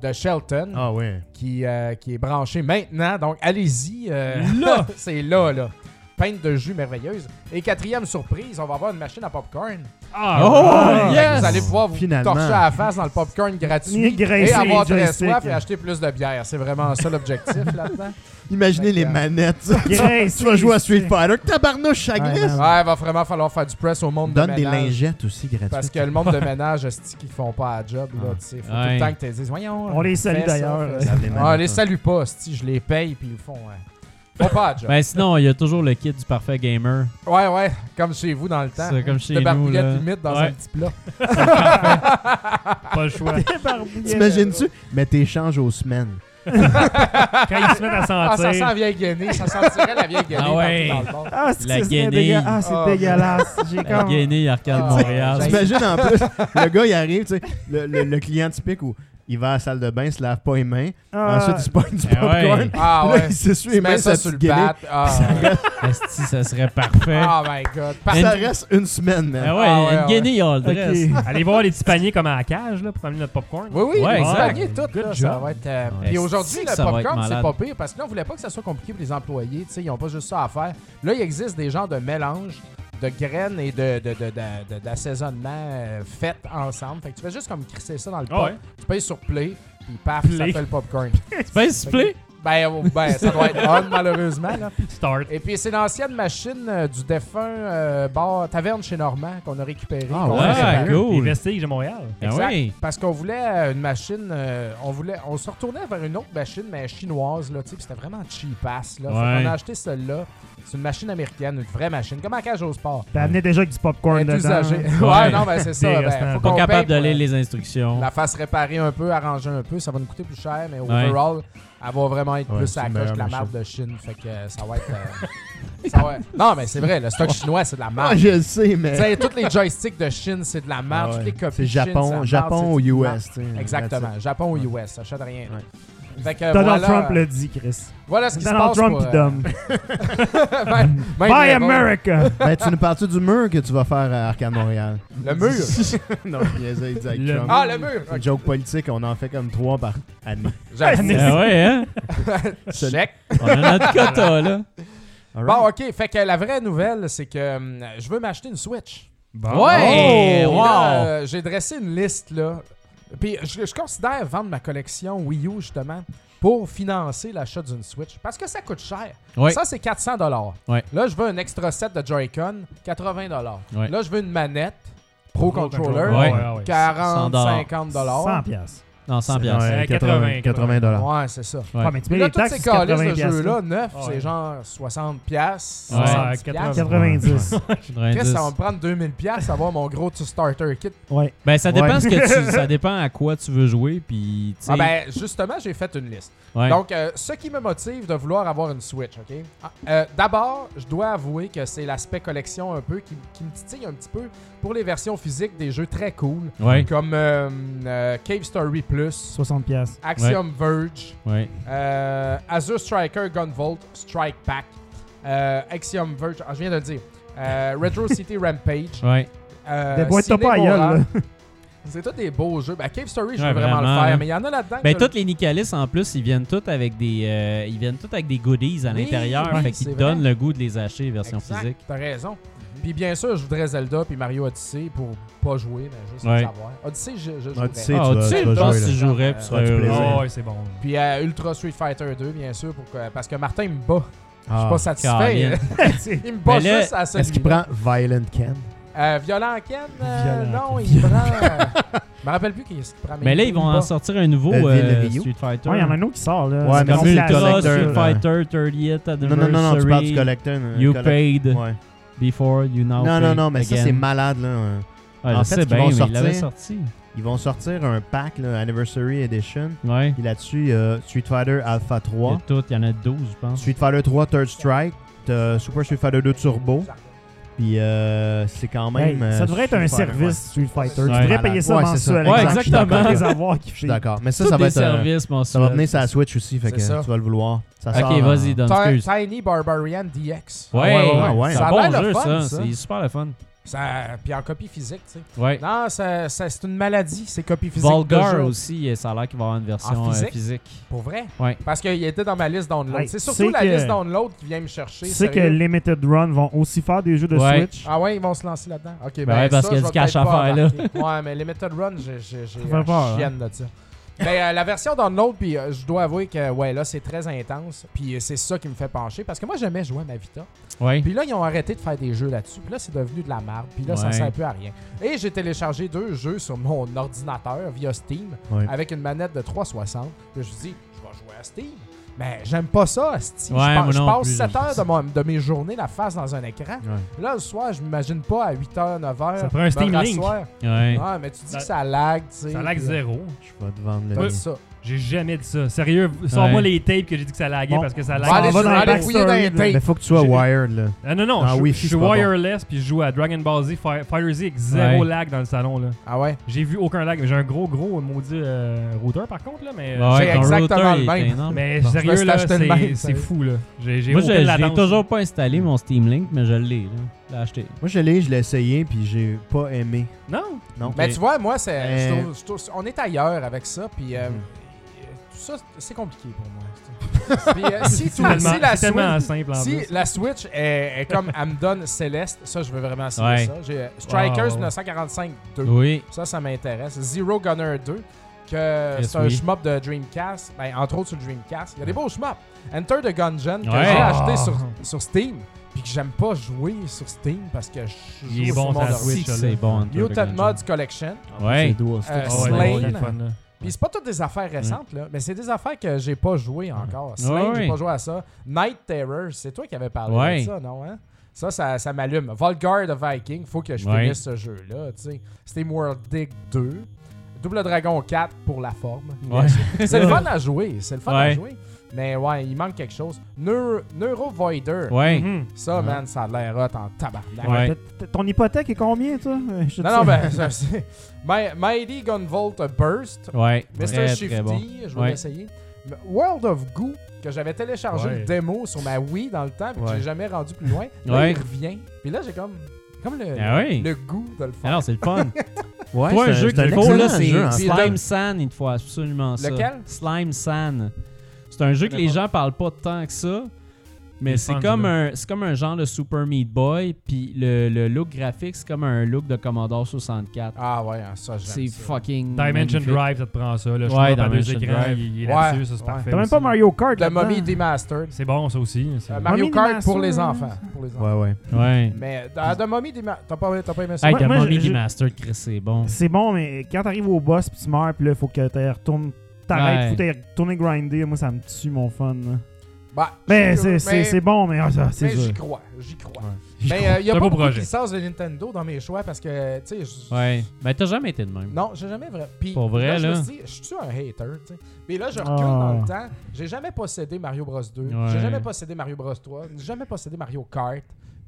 Speaker 5: de Shelton
Speaker 4: Ah ouais.
Speaker 5: qui, euh, qui est branché maintenant. Donc, allez-y. là! C'est là, là. Peinte de jus merveilleuse. Et quatrième surprise, on va avoir une machine à popcorn.
Speaker 1: Ah,
Speaker 2: Oh,
Speaker 1: ouais.
Speaker 2: yes!
Speaker 5: Vous allez pouvoir vous
Speaker 4: Finalement.
Speaker 5: torcher à la face dans le popcorn gratuit
Speaker 3: Ni graisser
Speaker 5: et avoir
Speaker 3: les
Speaker 5: très
Speaker 3: joysticks.
Speaker 5: soif et acheter plus de bière. C'est vraiment ça l'objectif là-dedans.
Speaker 4: Imaginez les
Speaker 5: Fait que, euh,
Speaker 4: manettes. ça.
Speaker 3: Grace,
Speaker 4: tu vas jouer à
Speaker 3: c'est-
Speaker 4: Street Fighter. Tabarnouche, ça
Speaker 3: Ouais,
Speaker 4: glisse.
Speaker 3: man.
Speaker 5: Ouais, il va vraiment falloir faire du press au monde
Speaker 4: Donne
Speaker 5: de
Speaker 4: des
Speaker 5: ménage.
Speaker 4: lingettes aussi gratuites.
Speaker 5: Parce que le monde de ménage, c'est qu'ils font pas la job. Là, tu sais. Faut tout
Speaker 2: Ouais.
Speaker 5: le temps que tu dises, voyons.
Speaker 3: On les salue
Speaker 5: fais ça,
Speaker 3: d'ailleurs.
Speaker 5: fais ça.
Speaker 4: Lave les
Speaker 5: Ah,
Speaker 4: manettes,
Speaker 5: on les
Speaker 4: hein.
Speaker 5: salue pas, si je les paye puis ils le font. ouais. Ils font pas la job.
Speaker 2: Ben sinon, il y a toujours le kit du parfait gamer.
Speaker 5: Ouais, ouais, comme chez vous dans le temps.
Speaker 2: C'est comme chez
Speaker 5: de
Speaker 2: nous, là.
Speaker 5: barbouillette humide dans
Speaker 1: Ouais.
Speaker 5: un petit plat.
Speaker 1: Pas le choix.
Speaker 4: T'imagines-tu? Mais t'échanges aux semaines.
Speaker 1: Quand ils se mettent à
Speaker 5: Ah, ça sent
Speaker 1: sentir.
Speaker 5: la vieille guenée. Ça sentirait la vieille guenée
Speaker 2: Ah ouais.
Speaker 5: partout dans le bord.
Speaker 3: Ah, c'est
Speaker 2: La
Speaker 3: que c'est
Speaker 2: guenille.
Speaker 3: dégueulasse. Ah,
Speaker 5: Ah,
Speaker 3: c'est dégueulasse. J'ai
Speaker 2: La
Speaker 3: comme...
Speaker 2: Guinée Euh, Arcade
Speaker 5: Ah,
Speaker 2: Montréal.
Speaker 5: j'ai-
Speaker 4: T'imagines en plus, le gars, il arrive, tu sais, le, le- le client typique où il va à la salle de bain, il se lave pas les mains,
Speaker 3: Ah,
Speaker 4: ensuite il se pogne du
Speaker 2: Eh
Speaker 4: popcorn,
Speaker 2: ouais.
Speaker 5: Ah
Speaker 4: là,
Speaker 5: ouais.
Speaker 4: il s'essuie
Speaker 5: Tu
Speaker 4: les mains
Speaker 5: mets ça
Speaker 4: sa
Speaker 5: sur le
Speaker 4: petite guenille.
Speaker 5: bat. Ah,
Speaker 2: Esti, ça serait parfait.
Speaker 5: oh my god. Par-
Speaker 4: Ça reste une semaine, man.
Speaker 2: Ah
Speaker 5: Ah Ben ouais,
Speaker 2: ouais, une
Speaker 5: ouais.
Speaker 2: Guinée all
Speaker 3: ok.
Speaker 2: dress.
Speaker 1: Allez voir les petits paniers comme à la cage, là, pour amener notre popcorn.
Speaker 5: Oui, oui,
Speaker 2: Ouais,
Speaker 5: ouais,
Speaker 2: exact.
Speaker 5: tout.
Speaker 1: Good
Speaker 5: Là, ça
Speaker 1: job.
Speaker 5: va être. euh,
Speaker 2: Ouais.
Speaker 5: Puis
Speaker 2: Est-ce
Speaker 5: aujourd'hui,
Speaker 2: que
Speaker 5: le
Speaker 2: ça va être
Speaker 5: popcorn, c'est
Speaker 2: malade?
Speaker 5: pas pire parce que là, on voulait pas que ça soit compliqué pour les employés. tu sais, Ils ont pas juste ça à faire. Là, il existe des genres de mélange de graines et de- de- de- de- de- d'assaisonnement euh, fait ensemble. Fait que tu fais juste comme crisser ça dans le pot.
Speaker 1: Ah ouais.
Speaker 5: Tu payes sur play, puis paf, ça
Speaker 1: Play.
Speaker 5: fait le popcorn.
Speaker 2: Tu fais supplé?
Speaker 5: Ben, oh, ben, ça doit être on, malheureusement. Là.
Speaker 1: Start.
Speaker 5: Et puis, c'est l'ancienne machine euh, du défunt euh, bar, taverne chez Normand qu'on a récupérée.
Speaker 4: Ah
Speaker 5: qu'on a
Speaker 4: ouais,
Speaker 5: réparée.
Speaker 1: Les
Speaker 2: cool.
Speaker 1: vestiges de Montréal.
Speaker 2: Ah
Speaker 5: Exact.
Speaker 2: oui.
Speaker 5: Parce qu'on voulait euh, une machine, euh, on voulait, on se retournait vers une autre machine, mais chinoise, là, tu sais, puis c'était vraiment cheapass, là.
Speaker 2: Ouais.
Speaker 5: on a acheté celle-là. C'est une machine américaine, une vraie machine, comme à Cage au sport.
Speaker 3: T'as amené déjà avec du popcorn
Speaker 5: Elle est
Speaker 3: dedans.
Speaker 5: usagée. Ouais,
Speaker 2: Ouais.
Speaker 5: non, ben c'est ça.
Speaker 1: Des
Speaker 5: ben,
Speaker 1: restants.
Speaker 5: faut
Speaker 2: Pas
Speaker 5: qu'on paye
Speaker 2: capable
Speaker 5: pour
Speaker 2: de lire
Speaker 5: la-
Speaker 2: les instructions.
Speaker 5: La face réparer un peu, arranger un peu, ça va nous coûter plus cher, mais
Speaker 2: Ouais.
Speaker 5: overall, elle va vraiment être
Speaker 4: Ouais,
Speaker 5: plus
Speaker 4: c'est
Speaker 5: à
Speaker 4: une
Speaker 5: la coche de la
Speaker 4: meilleure
Speaker 5: marque de Chine. Fait que euh, ça va être. euh, ça va- Non, mais c'est vrai, le stock chinois, c'est de la
Speaker 4: Ah,
Speaker 5: marque.
Speaker 4: je le sais, mais.
Speaker 5: Tu sais, tous les joysticks de Chine, c'est de la marque.
Speaker 4: Ah ouais.
Speaker 5: Toutes les copies.
Speaker 4: C'est
Speaker 5: Chine,
Speaker 4: Japon,
Speaker 5: la marque,
Speaker 4: Japon
Speaker 5: c'est
Speaker 4: ou euh,
Speaker 5: de la marque.
Speaker 4: US. tu sais,
Speaker 5: Exactement. Japon ou US, ça achète rien.
Speaker 4: Ouais.
Speaker 5: Fait que
Speaker 3: Donald
Speaker 5: Ben voilà,
Speaker 3: Trump le dit, Chris.
Speaker 5: Voilà ce qui se
Speaker 3: Donald
Speaker 5: passe.
Speaker 3: Trump
Speaker 5: pour,
Speaker 3: pis
Speaker 5: euh,
Speaker 3: Dom.
Speaker 5: ben- ben
Speaker 3: Buy
Speaker 5: vraiment,
Speaker 3: America!
Speaker 4: Ben, tu nous parles du mur que tu vas faire à Arcade Montréal?
Speaker 5: Le mur.
Speaker 4: non, je niaisais, il disait avec
Speaker 1: Le-
Speaker 4: Trump.
Speaker 5: Ah, le mur.
Speaker 4: C'est une joke politique, on en fait comme trois par année.
Speaker 5: J'avoue.
Speaker 2: Ah ouais, hein?
Speaker 5: Check.
Speaker 2: On a notre quota, là.
Speaker 4: All
Speaker 5: Bon,
Speaker 4: right.
Speaker 5: ok. Fait que la vraie nouvelle, c'est que hum, je veux m'acheter une Switch.
Speaker 1: Bon.
Speaker 2: Ouais!
Speaker 5: Et
Speaker 2: wow!
Speaker 5: là, euh, J'ai dressé une liste, là. Puis je, je considère vendre ma collection Wii U, justement, pour financer l'achat d'une Switch. Parce que ça coûte cher.
Speaker 2: Ouais.
Speaker 5: Ça, c'est 400 dollars.
Speaker 2: Ouais.
Speaker 5: Là, je veux un extra set de Joy-Con, 80 dollars.
Speaker 2: Ouais.
Speaker 5: Là, je veux une manette Pro, Controller,
Speaker 2: Ouais.
Speaker 1: ouais.
Speaker 5: 40,
Speaker 2: 100
Speaker 5: 50
Speaker 3: 100
Speaker 5: dollars.
Speaker 3: piastres.
Speaker 2: Non, 100 piastres.
Speaker 1: Ouais, 80,
Speaker 4: 80 80 dollars.
Speaker 5: Ouais, c'est ça.
Speaker 2: Ouais.
Speaker 3: Ouais, mais tu mets
Speaker 5: Puis là,
Speaker 3: les
Speaker 5: toutes
Speaker 3: taxes,
Speaker 5: ces
Speaker 3: c'est
Speaker 5: calices
Speaker 3: 80
Speaker 5: de jeux-là,
Speaker 3: piastres.
Speaker 5: neuf,
Speaker 1: Ouais.
Speaker 5: c'est genre 60 piastres,
Speaker 2: Ouais,
Speaker 5: 70
Speaker 1: 80.
Speaker 3: 90.
Speaker 5: piastres. Qu'est-ce que ça va me prendre 2000 piastres avoir mon gros starter kit?
Speaker 3: ouais.
Speaker 2: Ben, ça dépend,
Speaker 4: Ouais.
Speaker 2: ce que tu- ça dépend à quoi tu veux jouer, puis... tu sais,
Speaker 5: Ah ben, justement, j'ai fait une liste.
Speaker 2: ouais.
Speaker 5: Donc, euh, ce qui me motive de vouloir avoir une Switch, OK? Ah, euh, D'abord, je dois avouer que c'est l'aspect collection un peu qui, qui me titille un petit peu pour les versions physiques des jeux très cool,
Speaker 2: Ouais,
Speaker 5: comme euh, euh, Cave Story Plus,
Speaker 3: 60 piastres.
Speaker 5: Axiom Verge,
Speaker 2: ouais.
Speaker 5: euh, Azure Striker Gunvolt Strike Pack, euh, Axiom Verge, ah, je viens de le dire, euh, Retro City Rampage.
Speaker 2: Ouais. Ben,
Speaker 5: euh,
Speaker 3: Des boîtes top à
Speaker 5: Cinemora.
Speaker 3: gueule, là.
Speaker 5: C'est tous des beaux jeux. Ben, Cave Story, je
Speaker 2: Ouais,
Speaker 5: veux vraiment,
Speaker 2: vraiment,
Speaker 5: le
Speaker 2: là.
Speaker 5: faire, mais il y en a là-dedans.
Speaker 2: Ben,
Speaker 5: que-
Speaker 2: toutes les Nicalis, en plus, ils viennent tous avec des, euh, ils viennent tous avec des goodies à
Speaker 5: Oui,
Speaker 2: l'intérieur,
Speaker 5: oui,
Speaker 2: fait
Speaker 5: c'est
Speaker 2: qu'ils te
Speaker 5: vrai.
Speaker 2: donnent le goût de les acheter version
Speaker 5: Exact,
Speaker 2: physique. Mhm.
Speaker 5: T'as raison. Puis bien sûr, je voudrais Zelda puis Mario Odyssey pour pas jouer, mais juste
Speaker 2: Ouais.
Speaker 5: pour savoir. Odyssey, je, je jouerais.
Speaker 4: Odyssey.
Speaker 2: Ah,
Speaker 4: tu vas-
Speaker 2: tu sais,
Speaker 4: tu vas
Speaker 2: je pense
Speaker 4: jouer,
Speaker 2: que
Speaker 4: là.
Speaker 2: tu jouerais, euh,
Speaker 5: Ah,
Speaker 2: puis tu
Speaker 5: tu
Speaker 2: serais
Speaker 4: vas te
Speaker 2: heureux.
Speaker 4: plaisir.
Speaker 1: Ah ouais, c'est bon.
Speaker 5: Puis euh, Ultra Street Fighter 2, bien sûr, pour que- parce que Martin me bat. Je suis
Speaker 4: Ah.
Speaker 5: pas satisfait.
Speaker 2: Caroline.
Speaker 5: il me bat
Speaker 2: Mais là,
Speaker 5: juste à
Speaker 4: Est-ce
Speaker 5: celui
Speaker 4: qu'il prend Violent Ken?
Speaker 5: euh, Violent Ken? euh,
Speaker 3: Violent
Speaker 5: non, il prend... euh, je me rappelle plus qu'est-ce qu'il prend.
Speaker 2: Mais là,
Speaker 5: il
Speaker 2: ils vont
Speaker 5: me bat.
Speaker 2: en sortir un nouveau
Speaker 4: Le
Speaker 2: euh,
Speaker 4: Ville Rio.
Speaker 2: Street Fighter.
Speaker 3: Ouais, il y en a un autre qui sort, là.
Speaker 4: Ouais,
Speaker 3: C'est
Speaker 4: mais
Speaker 2: Comme
Speaker 3: comme
Speaker 4: c'est
Speaker 3: classique,
Speaker 2: Ultra
Speaker 4: classique,
Speaker 2: Street
Speaker 3: là.
Speaker 4: collector,
Speaker 2: Fighter 30th
Speaker 4: Non,
Speaker 2: Anniversary.
Speaker 4: non, non, non, tu parles du collecteur. euh,
Speaker 2: You
Speaker 4: collect-
Speaker 2: paid
Speaker 4: Ouais.
Speaker 2: before you now
Speaker 4: Non,
Speaker 2: pay
Speaker 4: non, non, mais ça,
Speaker 2: again.
Speaker 4: c'est malade, là. euh.
Speaker 2: Ouais,
Speaker 4: en
Speaker 2: je
Speaker 4: fait,
Speaker 2: sais
Speaker 4: ils
Speaker 2: bien,
Speaker 4: vont
Speaker 2: mais il
Speaker 4: sortir-
Speaker 2: l'avait sorti.
Speaker 4: Ils vont sortir un pack, là, Anniversary Edition.
Speaker 2: Ouais.
Speaker 4: Puis là-dessus, euh, Street Fighter Alpha
Speaker 2: Il y
Speaker 4: 3,
Speaker 2: a tout, il y en a 12, je pense.
Speaker 4: Street Fighter 3 Third Strike, t'as Super Street Fighter 2 Turbo. Puis euh, c'est quand
Speaker 3: Hey,
Speaker 4: même. euh,
Speaker 3: ça devrait être un
Speaker 4: Street Fighter, ouais.
Speaker 3: service Street Fighter.
Speaker 2: Ouais.
Speaker 3: Tu devrais
Speaker 4: Malade.
Speaker 3: payer ça
Speaker 4: Ouais, c'est ça.
Speaker 3: mensuel.
Speaker 2: Ouais,
Speaker 3: Exact.
Speaker 2: exactement.
Speaker 3: Pour les avoir qui
Speaker 4: Je suis d'accord. Mais ça, ça
Speaker 2: Tous
Speaker 4: va
Speaker 2: des
Speaker 4: être. euh,
Speaker 2: services, mon
Speaker 4: Ça va venir sur la Switch aussi, fait que
Speaker 5: C'est ça.
Speaker 4: tu vas le vouloir. Ça sort euh,
Speaker 2: Ok,
Speaker 4: en-
Speaker 2: vas-y, donne,
Speaker 5: Ti-
Speaker 2: excuse.
Speaker 5: Tiny Barbarian DX.
Speaker 2: Ouais,
Speaker 4: ouais, ouais, ouais.
Speaker 2: c'est
Speaker 5: Ça
Speaker 2: un
Speaker 5: a
Speaker 2: bon
Speaker 5: l'air le
Speaker 2: jeu, ça.
Speaker 5: fun, ça.
Speaker 2: C'est super le fun.
Speaker 5: Ça, puis en copie physique, tu sais.
Speaker 2: Ouais.
Speaker 5: Non, ça- ça- c'est une maladie, ces copies physiques. de jeux.
Speaker 2: Vulgar aussi, euh, ça a l'air qu'il va y avoir une version
Speaker 5: En
Speaker 2: euh,
Speaker 5: physique?
Speaker 2: physique.
Speaker 5: Pour vrai?
Speaker 2: Ouais.
Speaker 5: Parce qu'il était dans ma liste download.
Speaker 3: Hey,
Speaker 5: c'est
Speaker 3: tu
Speaker 5: surtout
Speaker 3: sais
Speaker 5: la
Speaker 3: que-
Speaker 5: liste download qui vient me chercher.
Speaker 3: Tu sais que
Speaker 5: sérieux.
Speaker 3: Limited Run vont aussi faire des jeux de
Speaker 2: Ouais.
Speaker 3: Switch.
Speaker 5: Ah ouais, ils vont se lancer là-dedans. Ok, ben,
Speaker 2: ouais, parce
Speaker 5: ça,
Speaker 2: qu'il y a du
Speaker 5: je vais
Speaker 2: cash
Speaker 5: peut-être
Speaker 2: à
Speaker 5: pas
Speaker 2: faire,
Speaker 5: embarquer. ouais, mais les Method Run, j'ai j'ai- j'ai
Speaker 3: fait
Speaker 5: un
Speaker 3: peur, hein.
Speaker 5: chienne de ça. Mais euh, la version download, puis euh, je dois avouer que ouais, là, c'est très intense. Puis euh, c'est ça qui me fait pencher. Parce que moi, j'aimais jouer à ma Vita.
Speaker 2: Ouais.
Speaker 5: Puis là, ils ont arrêté de faire des jeux là-dessus. Puis là, c'est devenu de la merde. Puis là, ça
Speaker 2: Ouais.
Speaker 5: sert plus à rien. Et j'ai téléchargé deux jeux sur mon ordinateur via Steam
Speaker 4: Ouais.
Speaker 5: avec une manette de 360. Puis je me suis dit, je vais jouer à Steam. Mais j'aime pas ça, Steam.
Speaker 2: Ouais,
Speaker 5: je
Speaker 2: moi
Speaker 5: passe, je
Speaker 2: non
Speaker 5: passe
Speaker 2: plus,
Speaker 5: 7
Speaker 2: j'aime
Speaker 5: heures de, mon- de mes journées la face dans un écran.
Speaker 4: Ouais.
Speaker 5: Là, le soir, je m'imagine pas à 8h, 9h.
Speaker 1: Ça prend un Steam Link.
Speaker 2: Ouais.
Speaker 5: Ouais, mais tu dis
Speaker 1: Ça-
Speaker 5: que ça lag, tu sais.
Speaker 1: Ça lag
Speaker 5: puis,
Speaker 1: zéro.
Speaker 4: Je vais te vendre le
Speaker 5: euh,
Speaker 4: mien.
Speaker 5: c'est ça.
Speaker 1: J'ai jamais dit ça. Sérieux, sors-moi
Speaker 2: Ouais.
Speaker 1: les tapes que j'ai dit que ça laguait
Speaker 3: Bon.
Speaker 1: parce que ça
Speaker 5: On
Speaker 3: Bon,
Speaker 1: lag.
Speaker 5: va
Speaker 3: s'en
Speaker 5: aller,
Speaker 3: va dans
Speaker 5: aller
Speaker 3: les
Speaker 5: fouiller dans les
Speaker 3: backstories, là.
Speaker 5: tapes.
Speaker 4: Mais faut que tu sois
Speaker 1: J'ai-
Speaker 4: wired, là.
Speaker 1: Ah non, non,
Speaker 4: Ah
Speaker 1: je,
Speaker 4: oui,
Speaker 1: je suis
Speaker 4: c'est pas bon.
Speaker 1: wireless puis je joue à Dragon Ball Z, Fire, Fire Z avec zéro
Speaker 2: Ouais.
Speaker 1: lag dans le salon. là.
Speaker 5: Ah ouais?
Speaker 1: J'ai vu aucun lag. mais J'ai un gros, gros maudit euh, routeur par contre, là, mais.
Speaker 2: Ouais,
Speaker 5: J'ai
Speaker 2: ton
Speaker 5: exactement
Speaker 2: routeur,
Speaker 5: le
Speaker 2: il est
Speaker 5: même.
Speaker 2: énorme.
Speaker 1: Mais
Speaker 5: Bon. Je me
Speaker 1: sérieux,
Speaker 5: suis
Speaker 1: là,
Speaker 5: acheté le
Speaker 1: c'est
Speaker 5: même,
Speaker 1: c'est
Speaker 5: sérieux.
Speaker 1: fou, là. J'ai j'ai
Speaker 2: Moi,
Speaker 1: aucune
Speaker 2: je- je l'ai
Speaker 1: latence.
Speaker 2: toujours pas installé, mon Steam Link, mais je l'ai. là. Je l'ai acheté.
Speaker 4: Moi, je l'ai, je l'ai essayé, puis j'ai pas aimé.
Speaker 1: Non?
Speaker 4: Non.
Speaker 5: Mais Ben, tu vois, moi, c'est, je
Speaker 4: Euh.
Speaker 5: trouve- je trouve- on est ailleurs avec ça, puis euh,
Speaker 4: Mhm.
Speaker 5: tout ça, c'est compliqué pour moi. puis, euh, si, tout-
Speaker 1: tellement-
Speaker 5: si la
Speaker 1: c'est tellement
Speaker 5: Switch,
Speaker 1: simple en
Speaker 5: si
Speaker 1: plus.
Speaker 5: la Switch est, est comme elle me donne Céleste, ça, je veux vraiment essayer
Speaker 2: Ouais.
Speaker 5: ça. J'ai euh, Strikers
Speaker 1: Wow. Oh.
Speaker 5: 1945 2.
Speaker 2: Oui.
Speaker 5: Ça, ça m'intéresse. Zero Gunner 2, que
Speaker 2: Yes,
Speaker 5: c'est un
Speaker 2: oui.
Speaker 5: shmup de Dreamcast, ben, entre autres sur le Dreamcast. Il y a des beaux shmups. Enter the Gungeon, que
Speaker 2: Ouais.
Speaker 5: j'ai
Speaker 1: Ah.
Speaker 5: acheté sur, sur Steam, puis que j'aime pas jouer sur Steam parce que je
Speaker 1: Il est
Speaker 5: joue
Speaker 1: bon,
Speaker 5: sur mon
Speaker 1: ta
Speaker 5: ordi.
Speaker 1: Switch.
Speaker 2: Si que c'est bon. Hunter
Speaker 5: Mutant
Speaker 2: Gungeon.
Speaker 5: Mods Collection.
Speaker 2: Ouais.
Speaker 5: Euh,
Speaker 1: Ah ouais,
Speaker 5: Slane.
Speaker 1: c'est le fun, là.
Speaker 5: Puis c'est pas toutes des affaires
Speaker 2: Mm.
Speaker 5: récentes, là, mais c'est des affaires que j'ai pas joué encore. Slane,
Speaker 2: Ouais,
Speaker 5: j'ai
Speaker 2: ouais.
Speaker 5: pas joué à ça. Night Terror, c'est toi qui avais parlé
Speaker 2: Ouais.
Speaker 5: de ça, non? Hein? Ça, ça, ça m'allume. Volgar the Viking, faut que je
Speaker 2: Ouais.
Speaker 5: finisse ce jeu-là, tu sais. Steam World Dig 2. Double Dragon 4 pour la forme.
Speaker 2: Ouais.
Speaker 5: C'est le fun à jouer, c'est le fun à
Speaker 2: Ouais.
Speaker 5: jouer. Mais ouais, il manque quelque chose. Neuro, Neuro Voider.
Speaker 2: Ouais.
Speaker 1: Mhm.
Speaker 5: Ça, man, ça a l'air hot en tabarnak.
Speaker 2: Ouais.
Speaker 3: T- t- Ton hypothèque est combien, toi? Euh, je te
Speaker 5: Non, non,
Speaker 3: dis-
Speaker 5: ben, ça, c'est- Mi- Mighty Gunvolt Burst.
Speaker 2: Ouais.
Speaker 5: Mr.
Speaker 2: Très,
Speaker 5: Shifty,
Speaker 2: très bon.
Speaker 5: je vais
Speaker 2: Ouais.
Speaker 5: l'essayer. World of Goo, que j'avais téléchargé
Speaker 1: Ouais.
Speaker 5: le démo sur ma Wii dans le temps, puis que
Speaker 4: Ouais.
Speaker 5: j'ai jamais rendu plus loin. Là,
Speaker 2: Ouais.
Speaker 5: il revient. Puis là, j'ai comme, comme le,
Speaker 2: Ah oui. Ah
Speaker 5: le goût de Ah le faire.
Speaker 2: Alors, c'est le fun.
Speaker 4: Ouais,
Speaker 2: Toi, un jeu
Speaker 4: c'est un
Speaker 2: qu'il faut, là,
Speaker 4: excellent
Speaker 2: c'est
Speaker 4: jeu, en
Speaker 2: c'est
Speaker 5: fait.
Speaker 2: Slime Sand, il te faut absolument ça.
Speaker 5: Lequel?
Speaker 2: Slime Sand. C'est un jeu que les gens parlent pas tant que ça.
Speaker 1: Il
Speaker 2: Mais
Speaker 1: est
Speaker 2: c'est
Speaker 1: fun,
Speaker 2: comme,
Speaker 1: celui-là.
Speaker 2: un, c'est comme un genre de Super Meat Boy, puis le, le look graphique, c'est comme un look de Commodore 64.
Speaker 5: Ah ouais, hein, ça, j'aime
Speaker 2: c'est
Speaker 5: ça.
Speaker 2: fucking.
Speaker 1: Dimension
Speaker 2: magnifique.
Speaker 1: Drive, ça te prend ça. Là, je
Speaker 2: Ouais,
Speaker 1: ouais, à deux
Speaker 2: Dimension
Speaker 1: écrans,
Speaker 2: Drive.
Speaker 1: il, il est
Speaker 5: Ouais,
Speaker 1: là-dessus, ça c'est
Speaker 5: ouais.
Speaker 1: parfait.
Speaker 3: T'as même
Speaker 1: aussi.
Speaker 3: pas Mario Kart
Speaker 5: Le
Speaker 3: là-dedans.
Speaker 5: Mommy Demastered.
Speaker 1: C'est bon, ça aussi. hein, c'est-
Speaker 5: Euh, Mario
Speaker 3: Mommy
Speaker 5: Kart pour
Speaker 3: Demastered,
Speaker 5: les
Speaker 3: hein,
Speaker 5: enfants. Pour les enfants.
Speaker 4: Ouais, ouais.
Speaker 2: Ouais.
Speaker 5: Mais dans The Mommy Demastered, t'as pas, t'as pas aimé ça?
Speaker 2: Hey,
Speaker 3: Moi-
Speaker 2: The
Speaker 3: moi,
Speaker 2: Mummy
Speaker 3: je-
Speaker 2: Remastered, Chris, c'est bon.
Speaker 3: C'est bon, mais quand t'arrives au boss pis tu meurs, pis là, faut que t'ailles retournes. T'arrêtes,
Speaker 2: Ouais.
Speaker 3: faut que t'ailles retourner grinder. Moi, ça me tue mon fun. là.
Speaker 5: Bah,
Speaker 3: Mais
Speaker 5: j'y-
Speaker 3: c'est- c'est c'est bon, mais ah, ça,
Speaker 5: mais
Speaker 3: c'est
Speaker 5: j'y
Speaker 3: dur.
Speaker 5: crois, j'y crois.
Speaker 4: J'y
Speaker 5: Mais euh, il y
Speaker 1: C'est
Speaker 5: a
Speaker 1: un
Speaker 5: pas
Speaker 1: beau
Speaker 5: beaucoup
Speaker 1: projet.
Speaker 5: de licences de Nintendo dans mes choix parce que, tu sais, je-
Speaker 2: Ouais. Mais t'as jamais été de même.
Speaker 5: Non, j'ai jamais vrai. Puis,
Speaker 2: Pour vrai,
Speaker 5: je
Speaker 2: là.
Speaker 5: me suis dit, je suis un hater, tu sais. Mais là, je
Speaker 3: Ah.
Speaker 5: recule dans le temps. J'ai jamais possédé Mario Bros 2.
Speaker 2: Ouais.
Speaker 5: J'ai jamais possédé Mario Bros 3. J'ai jamais possédé Mario Kart.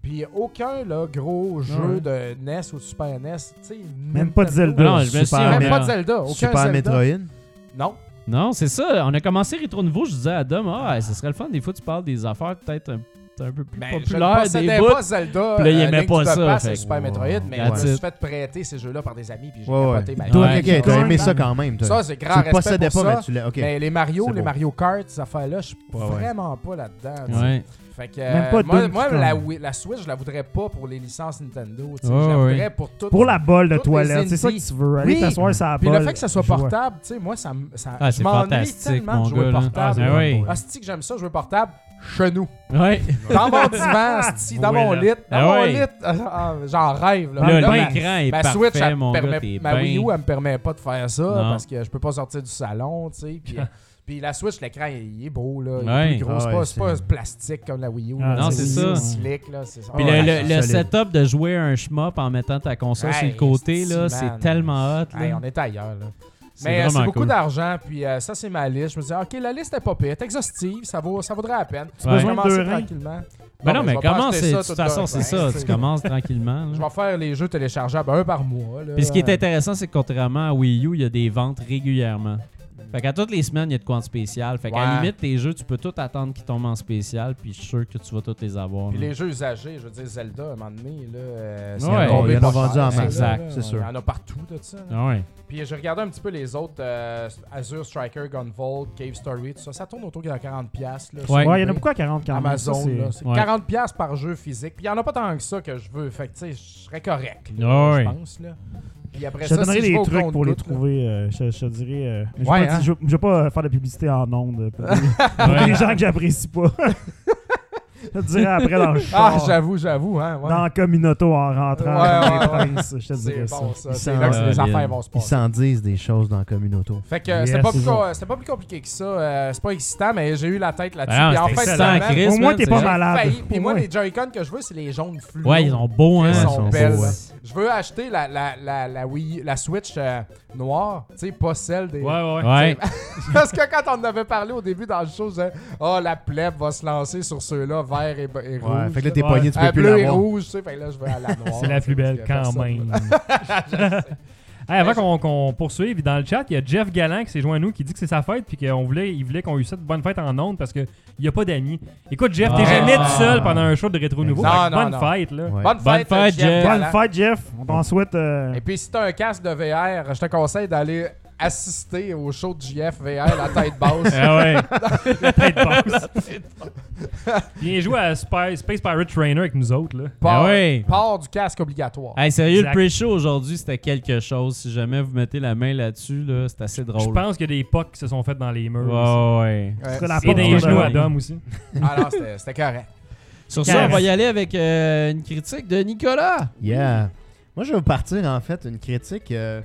Speaker 5: Puis aucun là, gros jeu de NES ou de Super NES, tu sais.
Speaker 3: Même pas de Zelda.
Speaker 2: Non, euh, je me suis-
Speaker 3: Super,
Speaker 5: Même
Speaker 3: mais-
Speaker 5: pas de Zelda. Aucun
Speaker 4: Super
Speaker 5: Zelda.
Speaker 4: Metroid.
Speaker 5: Non.
Speaker 2: Non, c'est ça. On a commencé Rétro Nouveau. Je disais à Dom, ah, ça serait le fun. Des fois, tu parles des affaires peut-être un, un peu plus
Speaker 5: Ben, je ne
Speaker 2: populaires. Des
Speaker 5: possédais
Speaker 2: bouts.
Speaker 5: pas Zelda.
Speaker 2: Puis là, il
Speaker 5: euh,
Speaker 2: aimait
Speaker 5: Link
Speaker 2: pas
Speaker 5: to the
Speaker 2: ça,
Speaker 5: Past
Speaker 2: fait
Speaker 5: et
Speaker 2: que-
Speaker 5: Super Metroid, mais
Speaker 2: That's
Speaker 5: je me
Speaker 2: it.
Speaker 5: suis fait prêter ces jeux-là par des amis, puis j'ai
Speaker 4: Ouais, ouais.
Speaker 5: capoté ma
Speaker 4: Toi,
Speaker 5: gueule.
Speaker 2: Ouais.
Speaker 4: ok, t'as aimé ça quand même. toi.
Speaker 5: Ça, c'est
Speaker 4: tu
Speaker 5: grand
Speaker 4: le
Speaker 5: respect
Speaker 4: possédais
Speaker 5: pour
Speaker 4: pas,
Speaker 5: ça.
Speaker 4: mais tu l'as. Ok.
Speaker 5: Mais les Mario,
Speaker 4: C'est
Speaker 5: les
Speaker 4: beau.
Speaker 5: Mario Kart, ces affaires-là, je suis
Speaker 4: Ouais, ouais.
Speaker 5: vraiment pas là-dedans. tu sais.
Speaker 2: Ouais.
Speaker 5: Fait que,
Speaker 3: Même
Speaker 5: euh,
Speaker 3: pas
Speaker 5: moi,
Speaker 3: Donkey
Speaker 5: moi,
Speaker 3: Kong.
Speaker 5: la, Wii- la Switch, je la voudrais pas pour les licences Nintendo. tu sais.
Speaker 2: Ouais,
Speaker 5: je la
Speaker 2: ouais.
Speaker 5: voudrais pour tout.
Speaker 3: Pour la bolle de
Speaker 5: Toutes les
Speaker 3: toilette, c'est ça que
Speaker 5: indies.
Speaker 3: tu veux. Aller
Speaker 5: Oui.
Speaker 3: t'asseoir sur la
Speaker 5: Puis
Speaker 3: bolle.
Speaker 5: le fait que ça soit
Speaker 3: je vois.
Speaker 5: portable, tu sais, moi, ça, me- ça
Speaker 2: Ah,
Speaker 5: je
Speaker 2: c'est
Speaker 5: m'ennuie
Speaker 2: fantastique,
Speaker 5: tellement
Speaker 2: mon
Speaker 5: de jouer
Speaker 2: gars. là. Ah,
Speaker 5: portable.
Speaker 1: c'est
Speaker 2: ouais.
Speaker 1: vraiment
Speaker 5: Ah, c'est que j'aime ça, jouer portable chez nous.
Speaker 2: Ouais.
Speaker 5: Dans mon divan, asti, dans mon
Speaker 1: Voilà.
Speaker 5: lit. Dans
Speaker 2: Ah
Speaker 5: mon
Speaker 2: ouais.
Speaker 5: lit. Ah, J'en rêve. Là,
Speaker 2: Là,
Speaker 5: Là, ma-
Speaker 2: l'écran est
Speaker 5: ma
Speaker 2: Eh, parfait,
Speaker 5: Switch, elle
Speaker 2: mon
Speaker 5: me
Speaker 2: gars.
Speaker 5: permet,
Speaker 2: t'es
Speaker 5: ma Wii
Speaker 2: bien.
Speaker 5: U, elle me permet pas de faire ça
Speaker 2: Non.
Speaker 5: parce que je peux pas sortir du salon, tu sais. Puis, euh, puis la Switch, l'écran, il il est beau, là. Il
Speaker 2: Ouais.
Speaker 5: est plus gros.
Speaker 4: Ah
Speaker 5: c'est
Speaker 4: ouais,
Speaker 5: pas, c'est pas
Speaker 4: c'est-
Speaker 5: plastique comme la Wii U.
Speaker 3: Ah,
Speaker 5: là.
Speaker 2: non, c'est ça.
Speaker 5: slick, là. c'est ça.
Speaker 2: Puis
Speaker 5: Ah,
Speaker 2: le,
Speaker 5: ouais,
Speaker 2: le- le
Speaker 4: solide.
Speaker 2: setup de jouer un shmup en mettant ta console sur
Speaker 5: Hey,
Speaker 2: le côté, là,
Speaker 5: esti,
Speaker 2: c'est
Speaker 5: man.
Speaker 2: tellement hot.
Speaker 5: Hey,
Speaker 2: Là.
Speaker 5: on est ailleurs, là.
Speaker 2: C'est
Speaker 5: Mais euh, c'est
Speaker 2: vraiment
Speaker 5: beaucoup
Speaker 2: cool.
Speaker 5: d'argent, puis euh, ça, c'est ma liste. Je me disais, OK, la liste est pas pire, est exhaustive, ça, vaut, ça vaudrait la peine. Tu
Speaker 2: Ouais.
Speaker 5: peux
Speaker 3: Besoin de
Speaker 5: commencer
Speaker 3: deux reins.
Speaker 5: tranquillement.
Speaker 2: Ben non,
Speaker 5: je
Speaker 2: mais
Speaker 5: vais pas
Speaker 2: comment
Speaker 5: acheter
Speaker 2: c'est.
Speaker 5: ça
Speaker 2: De
Speaker 5: tout
Speaker 2: toute façon,
Speaker 5: d'un
Speaker 2: c'est
Speaker 5: coup,
Speaker 2: ça.
Speaker 5: hein,
Speaker 2: Tu
Speaker 5: c'est-
Speaker 2: commences tranquillement. là.
Speaker 5: Je vais faire les jeux téléchargeables un par mois. là.
Speaker 2: Puis ce qui est intéressant, c'est que contrairement à Wii U, il y a des ventes régulièrement. Fait qu'à toutes les semaines, il y a de quoi en spécial. Fait qu'à la
Speaker 5: Ouais.
Speaker 2: limite, tes jeux, tu peux tout attendre qu'ils tombent en spécial, puis je suis sûr que tu vas tous les avoir. hein.
Speaker 5: Puis
Speaker 2: là.
Speaker 5: les jeux usagés, je veux dire, Zelda, à un moment donné, là, euh, c'est
Speaker 2: Ouais,
Speaker 5: tombé
Speaker 4: il y en a
Speaker 5: pas
Speaker 4: vendu
Speaker 5: cher,
Speaker 4: en
Speaker 5: ça,
Speaker 2: masse.
Speaker 5: là,
Speaker 2: Exact,
Speaker 5: là.
Speaker 4: c'est sûr.
Speaker 5: Il y en a partout de ça.
Speaker 2: Ah ouais.
Speaker 5: Puis je regardais un petit peu les autres euh, Azure Striker, Gunvolt, Cave Story, tout ça. Ça tourne autour de 40$. piastres, Là, sur
Speaker 2: Ouais.
Speaker 3: Ouais, il y en a
Speaker 5: eBay.
Speaker 3: beaucoup à 40 quand même. ça,
Speaker 5: Amazon,
Speaker 3: c'est-
Speaker 5: là. C'est
Speaker 2: Ouais.
Speaker 5: 40$ piastres par jeu physique. Puis il n'y en a pas tant que ça que je veux. Fait que, tu sais, je serais correct. là,
Speaker 2: Ah ouais.
Speaker 5: Je pense, là. Puis après
Speaker 3: Je
Speaker 5: ça,
Speaker 3: te donnerai
Speaker 5: si je vais
Speaker 3: des
Speaker 5: au
Speaker 3: trucs pour les
Speaker 5: compte-gouttes, là,
Speaker 3: trouver. euh, je, je te dirais. euh, mais je
Speaker 5: Ouais,
Speaker 3: vais pas-
Speaker 5: hein.
Speaker 3: je je vais pas euh, faire de publicité en ondes pour les, pour les gens que j'apprécie pas. je te dirais après dans le
Speaker 5: Ah,
Speaker 3: char,
Speaker 5: j'avoue, j'avoue, hein. ouais.
Speaker 3: dans la communauto en rentrant
Speaker 5: Ouais,
Speaker 3: dans les
Speaker 5: ouais, ouais.
Speaker 3: princes, Je te dirais
Speaker 5: C'est
Speaker 3: ça.
Speaker 5: bon, ça.
Speaker 4: Il
Speaker 5: C'est
Speaker 4: s'en
Speaker 5: là que
Speaker 2: va
Speaker 5: les
Speaker 2: bien.
Speaker 5: affaires vont se
Speaker 4: Ils
Speaker 5: passer.
Speaker 4: s'en disent des choses dans Communauto.
Speaker 5: Fait que euh,
Speaker 1: Yes,
Speaker 5: c'était pas, plus
Speaker 1: toujours.
Speaker 5: co- c'était pas plus compliqué que ça. Euh, c'est pas excitant, mais j'ai eu la tête là-dessus.
Speaker 2: Ben non,
Speaker 5: Puis Ah, en
Speaker 2: c'est
Speaker 5: fin de
Speaker 2: excellent,
Speaker 5: semaine,
Speaker 2: Chris,
Speaker 3: Au moins,
Speaker 2: man,
Speaker 3: t'es
Speaker 2: c'est
Speaker 3: pas
Speaker 2: vrai.
Speaker 3: malade.
Speaker 5: failli. Puis
Speaker 3: Au
Speaker 5: moi,
Speaker 3: moins.
Speaker 5: les Joy-Con que je veux, c'est les jaunes fluo.
Speaker 2: Ouais, ils sont beaux, hein.
Speaker 5: Ils
Speaker 4: Ouais,
Speaker 5: sont
Speaker 4: ils sont
Speaker 5: belles.
Speaker 4: beaux, ouais.
Speaker 5: Je veux acheter la, la, la, la, Wii- la Switch euh, noire, tu sais, pas celle des.
Speaker 1: Ouais, ouais, ouais.
Speaker 2: Ouais.
Speaker 5: Parce que quand on en avait parlé au début dans le show, je disais, oh, la plèbe va se lancer sur ceux-là, vert et, et
Speaker 4: Ouais,
Speaker 5: rouge.
Speaker 4: fait que là, t'es
Speaker 1: ouais.
Speaker 4: pogné, tu
Speaker 5: Euh,
Speaker 4: peux plus
Speaker 5: bleu et
Speaker 4: l'avoir.
Speaker 5: rouge, tu sais, fait que là, je vais à la noire.
Speaker 1: C'est la plus belle quand même. Hey, avant qu'on qu'on poursuive, dans le chat, il y a Jeff Galland qui s'est joint à nous qui dit que c'est sa fête puis qu'on voulait, il voulait qu'on eût cette bonne fête en ondes parce qu'il n'y a pas d'amis. Écoute, Jeff, t'es
Speaker 2: Ah.
Speaker 1: jamais tout seul pendant un show de rétro nouveau.
Speaker 5: Non,
Speaker 1: Fait que
Speaker 5: non,
Speaker 1: bonne
Speaker 5: non.
Speaker 1: fête, là.
Speaker 4: Ouais.
Speaker 5: Bonne
Speaker 2: Bonne
Speaker 5: fête,
Speaker 2: fête, Jeff.
Speaker 5: Galland.
Speaker 3: Bonne fête, Jeff. On t'en souhaite. euh,
Speaker 5: Et puis, si t'as un casque de VR, je te conseille d'aller assister au show de JF VR, la tête basse.
Speaker 4: Eh
Speaker 2: Ah ouais.
Speaker 1: Tête basse. Viens jouer à Spy- Space Pirate Trainer avec nous autres, là.
Speaker 5: Part,
Speaker 2: Ah ouais.
Speaker 5: part du casque obligatoire.
Speaker 2: Hey, sérieux,
Speaker 1: Exact.
Speaker 2: le pre-show aujourd'hui, c'était quelque chose. Si jamais vous mettez la main là-dessus, là, c'est assez drôle.
Speaker 1: Je pense qu'il y a des pocs qui se sont faites dans les murs. aussi.
Speaker 2: Ouais, ouais.
Speaker 5: Ouais,
Speaker 3: Parce que la
Speaker 1: Et dans les
Speaker 3: Ouais.
Speaker 1: genoux à Dom aussi.
Speaker 5: Ah non, c'était c'était correct.
Speaker 2: Sur ça, on va y aller avec euh, une critique de Nicolas.
Speaker 4: Yeah. Moi, je vais vous partir, en fait, une critique euh,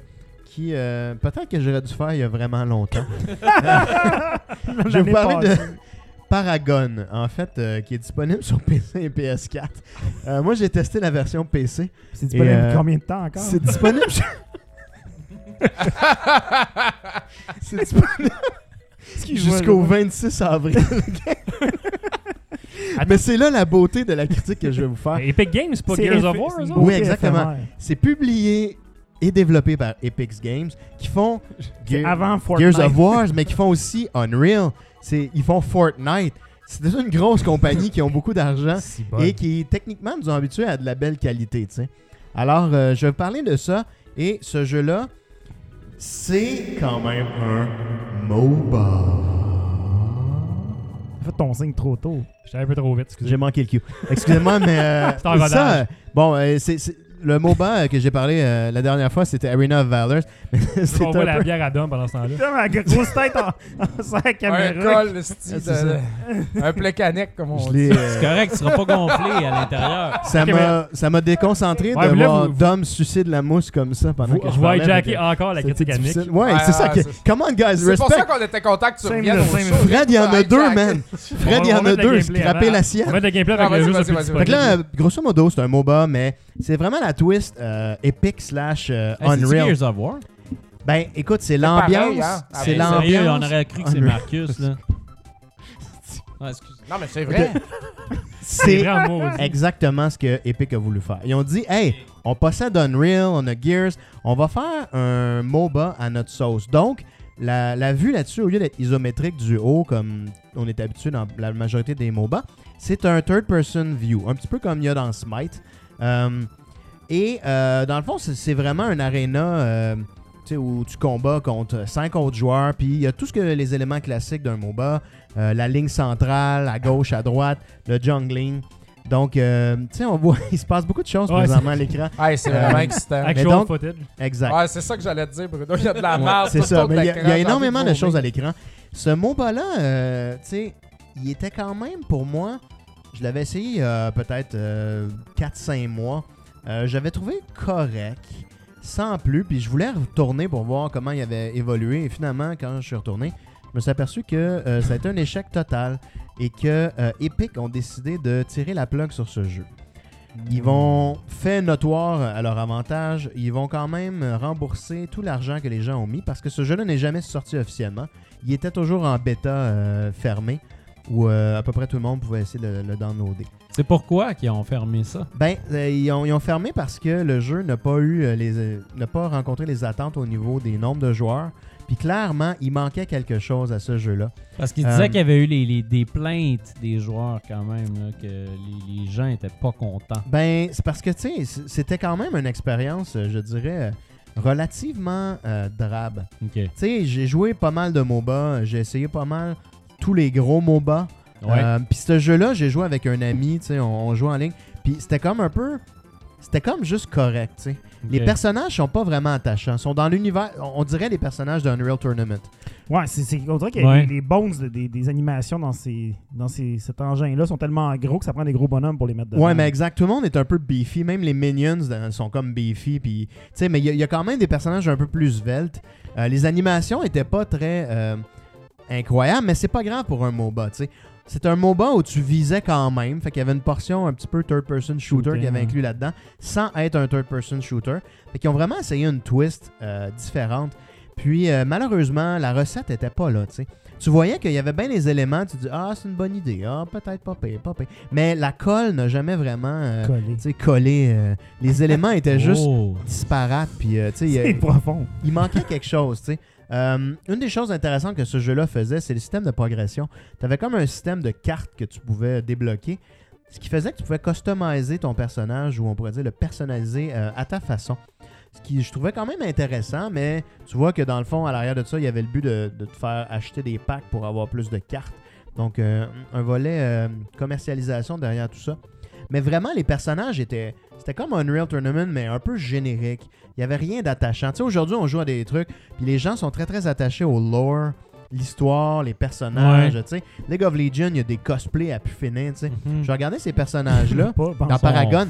Speaker 4: qui, euh, peut-être que j'aurais dû faire il y a vraiment longtemps. je vais vous
Speaker 3: l'année
Speaker 4: parler de
Speaker 3: passée.
Speaker 4: Paragon, en fait, euh, qui est disponible sur PC et PS4. Euh, moi, j'ai testé la version PC.
Speaker 3: C'est disponible
Speaker 4: euh,
Speaker 3: combien de temps encore
Speaker 4: C'est disponible. sur- C'est disponible
Speaker 3: Excuse-moi,
Speaker 4: jusqu'au
Speaker 3: là.
Speaker 4: 26 avril. Mais c'est là la beauté de la critique que je vais vous faire.
Speaker 1: Epic Games, c'est pas
Speaker 3: C'est
Speaker 1: Gears of
Speaker 3: éph-
Speaker 1: War,
Speaker 3: c'est
Speaker 1: ça?
Speaker 3: beau
Speaker 4: Oui, exactement.
Speaker 3: éphémère.
Speaker 4: C'est publié et développé par Epic Games, qui font
Speaker 3: C'est
Speaker 4: Gear-
Speaker 3: avant Fortnite.
Speaker 4: Gears of War, mais qui font aussi Unreal. C'est, ils font Fortnite. C'est déjà une grosse compagnie qui ont beaucoup d'argent
Speaker 1: Si
Speaker 4: et qui techniquement nous ont habitués à de la belle qualité. tu sais. Alors, euh, je vais vous parler de ça. Et ce jeu-là, c'est quand même un MOBA.
Speaker 3: Fais ton signe trop tôt.
Speaker 1: J'étais un peu trop vite, excusez.
Speaker 4: J'ai manqué le cue. Excusez-moi, mais euh,
Speaker 1: C'est un rodage.
Speaker 4: ça, euh, bon, euh, c'est, c'est- le MOBA euh, que j'ai parlé euh, la dernière fois, c'était Arena of Valor. c'est
Speaker 1: On voit
Speaker 4: un
Speaker 1: la
Speaker 4: peu-
Speaker 1: bière à Dom pendant ce temps-là.
Speaker 3: Putain, ma grosse tête en, en sur la
Speaker 5: Un
Speaker 3: caméra.
Speaker 5: col, le style
Speaker 4: Ah, c'est
Speaker 5: de- un plécanec, comme on
Speaker 4: Je
Speaker 5: dit.
Speaker 4: l'ai, euh,
Speaker 2: C'est correct, tu seras pas gonflé à l'intérieur.
Speaker 4: ça,
Speaker 1: Ok,
Speaker 4: m'a, ça m'a déconcentré
Speaker 1: Ouais,
Speaker 4: de
Speaker 1: mais là,
Speaker 4: voir
Speaker 1: vous-
Speaker 4: Dom sucer de la mousse comme ça pendant que
Speaker 1: Vous-
Speaker 4: je
Speaker 1: Je vais
Speaker 4: parlais.
Speaker 1: hijacker
Speaker 4: Fait que
Speaker 1: encore la
Speaker 4: c'était
Speaker 1: critique amique.
Speaker 4: difficile. Ouais,
Speaker 5: Ouais,
Speaker 4: c'est ça que.
Speaker 5: ouais, Ah, c'est-
Speaker 4: Come on, guys,
Speaker 5: C'est pour ça
Speaker 4: respect.
Speaker 5: qu'on était content que tu
Speaker 3: Cinq
Speaker 5: reviennes.
Speaker 3: minutes,
Speaker 5: au
Speaker 3: cinq
Speaker 5: show.
Speaker 3: minutes.
Speaker 4: Fred, il y en a
Speaker 5: Hijack.
Speaker 4: deux, man. Fred, il y en a deux. Scraper la sienne.
Speaker 1: On met le gameplay
Speaker 5: Ah,
Speaker 1: avec
Speaker 5: vas-y,
Speaker 1: le jeu
Speaker 5: vas-y,
Speaker 1: sur
Speaker 5: vas-y,
Speaker 4: Fait que
Speaker 5: vas-y.
Speaker 1: plus
Speaker 4: là, grosso modo, c'est un MOBA, mais c'est vraiment la twist euh, épique slash euh,
Speaker 2: Hey, c'est-tu
Speaker 4: Unreal.
Speaker 2: Gears of War?
Speaker 4: Ben, écoute, c'est
Speaker 5: pareil,
Speaker 4: l'ambiance.
Speaker 5: hein? Ah,
Speaker 4: C'est
Speaker 5: ben,
Speaker 2: Hey, sérieux, On
Speaker 4: l'ambiance.
Speaker 2: aurait cru que c'est
Speaker 4: Unreal.
Speaker 2: Marcus, là. Ouais, excuse.
Speaker 5: Non, mais c'est vrai.
Speaker 1: C'est
Speaker 4: C'est
Speaker 1: vraiment maudit.
Speaker 4: exactement ce que Epic a voulu faire. Ils ont dit, hey, on possède Unreal, on a Gears, on va faire un MOBA à notre sauce. Donc, la, la vue là-dessus, au lieu d'être isométrique du haut, comme on est habitué dans la majorité des MOBA, c'est un third-person view, un petit peu comme il y a dans Smite. Euh, et euh, dans le fond, c'est- c'est vraiment un arena euh, tu sais, où tu combats contre 5 autres joueurs, puis il y a tout ce que les éléments classiques d'un MOBA, euh, la ligne centrale, à gauche, à droite, le jungling. Donc, euh, tu sais, on voit, il se passe beaucoup de choses
Speaker 1: Ouais,
Speaker 4: présentement à l'écran.
Speaker 5: Hey, c'est vraiment excitant.
Speaker 1: Actual
Speaker 4: Mais donc-
Speaker 1: footage.
Speaker 4: Exact.
Speaker 5: Ouais, c'est ça que j'allais te dire, Bruno. Il y a de la
Speaker 4: Ouais,
Speaker 5: merde.
Speaker 4: c'est
Speaker 5: tout
Speaker 4: ça,
Speaker 5: autour
Speaker 4: mais il y a,
Speaker 5: l'écran,
Speaker 4: il y
Speaker 5: j'ai
Speaker 4: a
Speaker 5: envie
Speaker 4: énormément de
Speaker 5: vomir.
Speaker 4: choses à l'écran. Ce MOBA-là, euh, tu sais, il était quand même pour moi, je l'avais essayé euh, peut-être euh, 4-5 mois. Euh, J'avais trouvé correct, sans plus, puis je voulais retourner pour voir comment il avait évolué. Et finalement, quand je suis retourné, je me suis aperçu que euh, ça a été un échec total et que euh, Epic ont décidé de tirer la plug sur ce jeu. Ils vont fait notoire à leur avantage, ils vont quand même rembourser tout l'argent que les gens ont mis parce que ce jeu-là n'est jamais sorti officiellement. Il était toujours en bêta euh, fermé où euh, à peu près tout le monde pouvait essayer de le downloader.
Speaker 2: C'est pourquoi qu'ils ont fermé ça?
Speaker 4: Ben, euh, ils, ont, ils ont fermé parce que le jeu n'a pas eu euh, les euh, n'a pas rencontré les attentes au niveau des nombres de joueurs. Puis clairement, il manquait quelque chose à ce jeu-là.
Speaker 2: Parce qu'il
Speaker 4: Euh,
Speaker 2: disait qu'il y avait eu les, les- des plaintes des joueurs quand même, là, que les, les gens étaient pas contents.
Speaker 4: Ben, c'est parce que, tu sais, c- c'était quand même une expérience, euh, je dirais, euh, relativement euh, drabe.
Speaker 2: OK.
Speaker 4: Tu sais, j'ai joué pas mal de MOBA, j'ai essayé pas mal tous les gros MOBA.
Speaker 2: Ouais.
Speaker 4: Euh, puis ce jeu-là, j'ai joué avec un ami, tu sais, on, on jouait en ligne. Puis c'était comme un peu. C'était comme juste correct, tu sais. Les
Speaker 2: Ok.
Speaker 4: personnages sont pas vraiment attachants. Sont dans l'univers. On on dirait les personnages d'Unreal Tournament.
Speaker 3: Ouais, c'est, c'est, on dirait que les-
Speaker 2: Ouais.
Speaker 3: les bones de- des, des animations dans, ces, dans ces, cet engin-là sont tellement gros que ça prend des gros bonhommes pour les mettre dedans.
Speaker 4: Ouais, mais exact. Tout le monde est un peu beefy. Même les minions euh, sont comme beefy. Puis, tu sais, mais il y, a- il y a quand même des personnages un peu plus sveltes. Euh, les animations étaient pas très euh, incroyables, mais c'est pas grave pour un MOBA, tu sais. C'est un MOBA où tu visais quand même. Fait qu'il y avait une portion un petit peu third-person shooter,
Speaker 3: Shooter,
Speaker 4: qui avait
Speaker 3: ouais.
Speaker 4: inclus là-dedans, sans être un third-person shooter. Fait qu'ils ont vraiment essayé une twist euh, différente. Puis, euh, malheureusement, la recette était pas là, tu sais. Tu voyais qu'il y avait bien les éléments, tu dis Ah, c'est une bonne idée, ah, peut-être pas pire, pas pire. Mais la colle n'a jamais vraiment euh,
Speaker 3: Collé.
Speaker 4: tu sais, collé. euh, les éléments étaient juste
Speaker 2: Oh.
Speaker 4: disparates, puis euh, tu sais, il y a-
Speaker 3: C'est profond.
Speaker 4: il manquait quelque chose, tu sais. Euh, une des choses intéressantes que ce jeu-là faisait, c'est le système de progression. Tu avais comme un système de cartes que tu pouvais débloquer, ce qui faisait que tu pouvais customiser ton personnage, ou on pourrait dire le personnaliser euh, à ta façon. Ce qui je trouvais quand même intéressant, mais tu vois que dans le fond, à l'arrière de ça, il y avait le but de, de te faire acheter des packs pour avoir plus de cartes. Donc, euh, un volet euh, commercialisation derrière tout ça. Mais vraiment, les personnages étaient. C'était comme Unreal Tournament, mais un peu générique. Il n'y avait rien d'attachant. Tu sais, aujourd'hui, on joue à des trucs, puis les gens sont très, très attachés au lore, l'histoire, les personnages. Tu sais, League of Legends, il y a des cosplays à pu finir. Tu sais,
Speaker 2: Mhm.
Speaker 4: je regardais ces personnages-là
Speaker 3: Pas, pense-
Speaker 4: dans
Speaker 2: son-
Speaker 4: Paragon.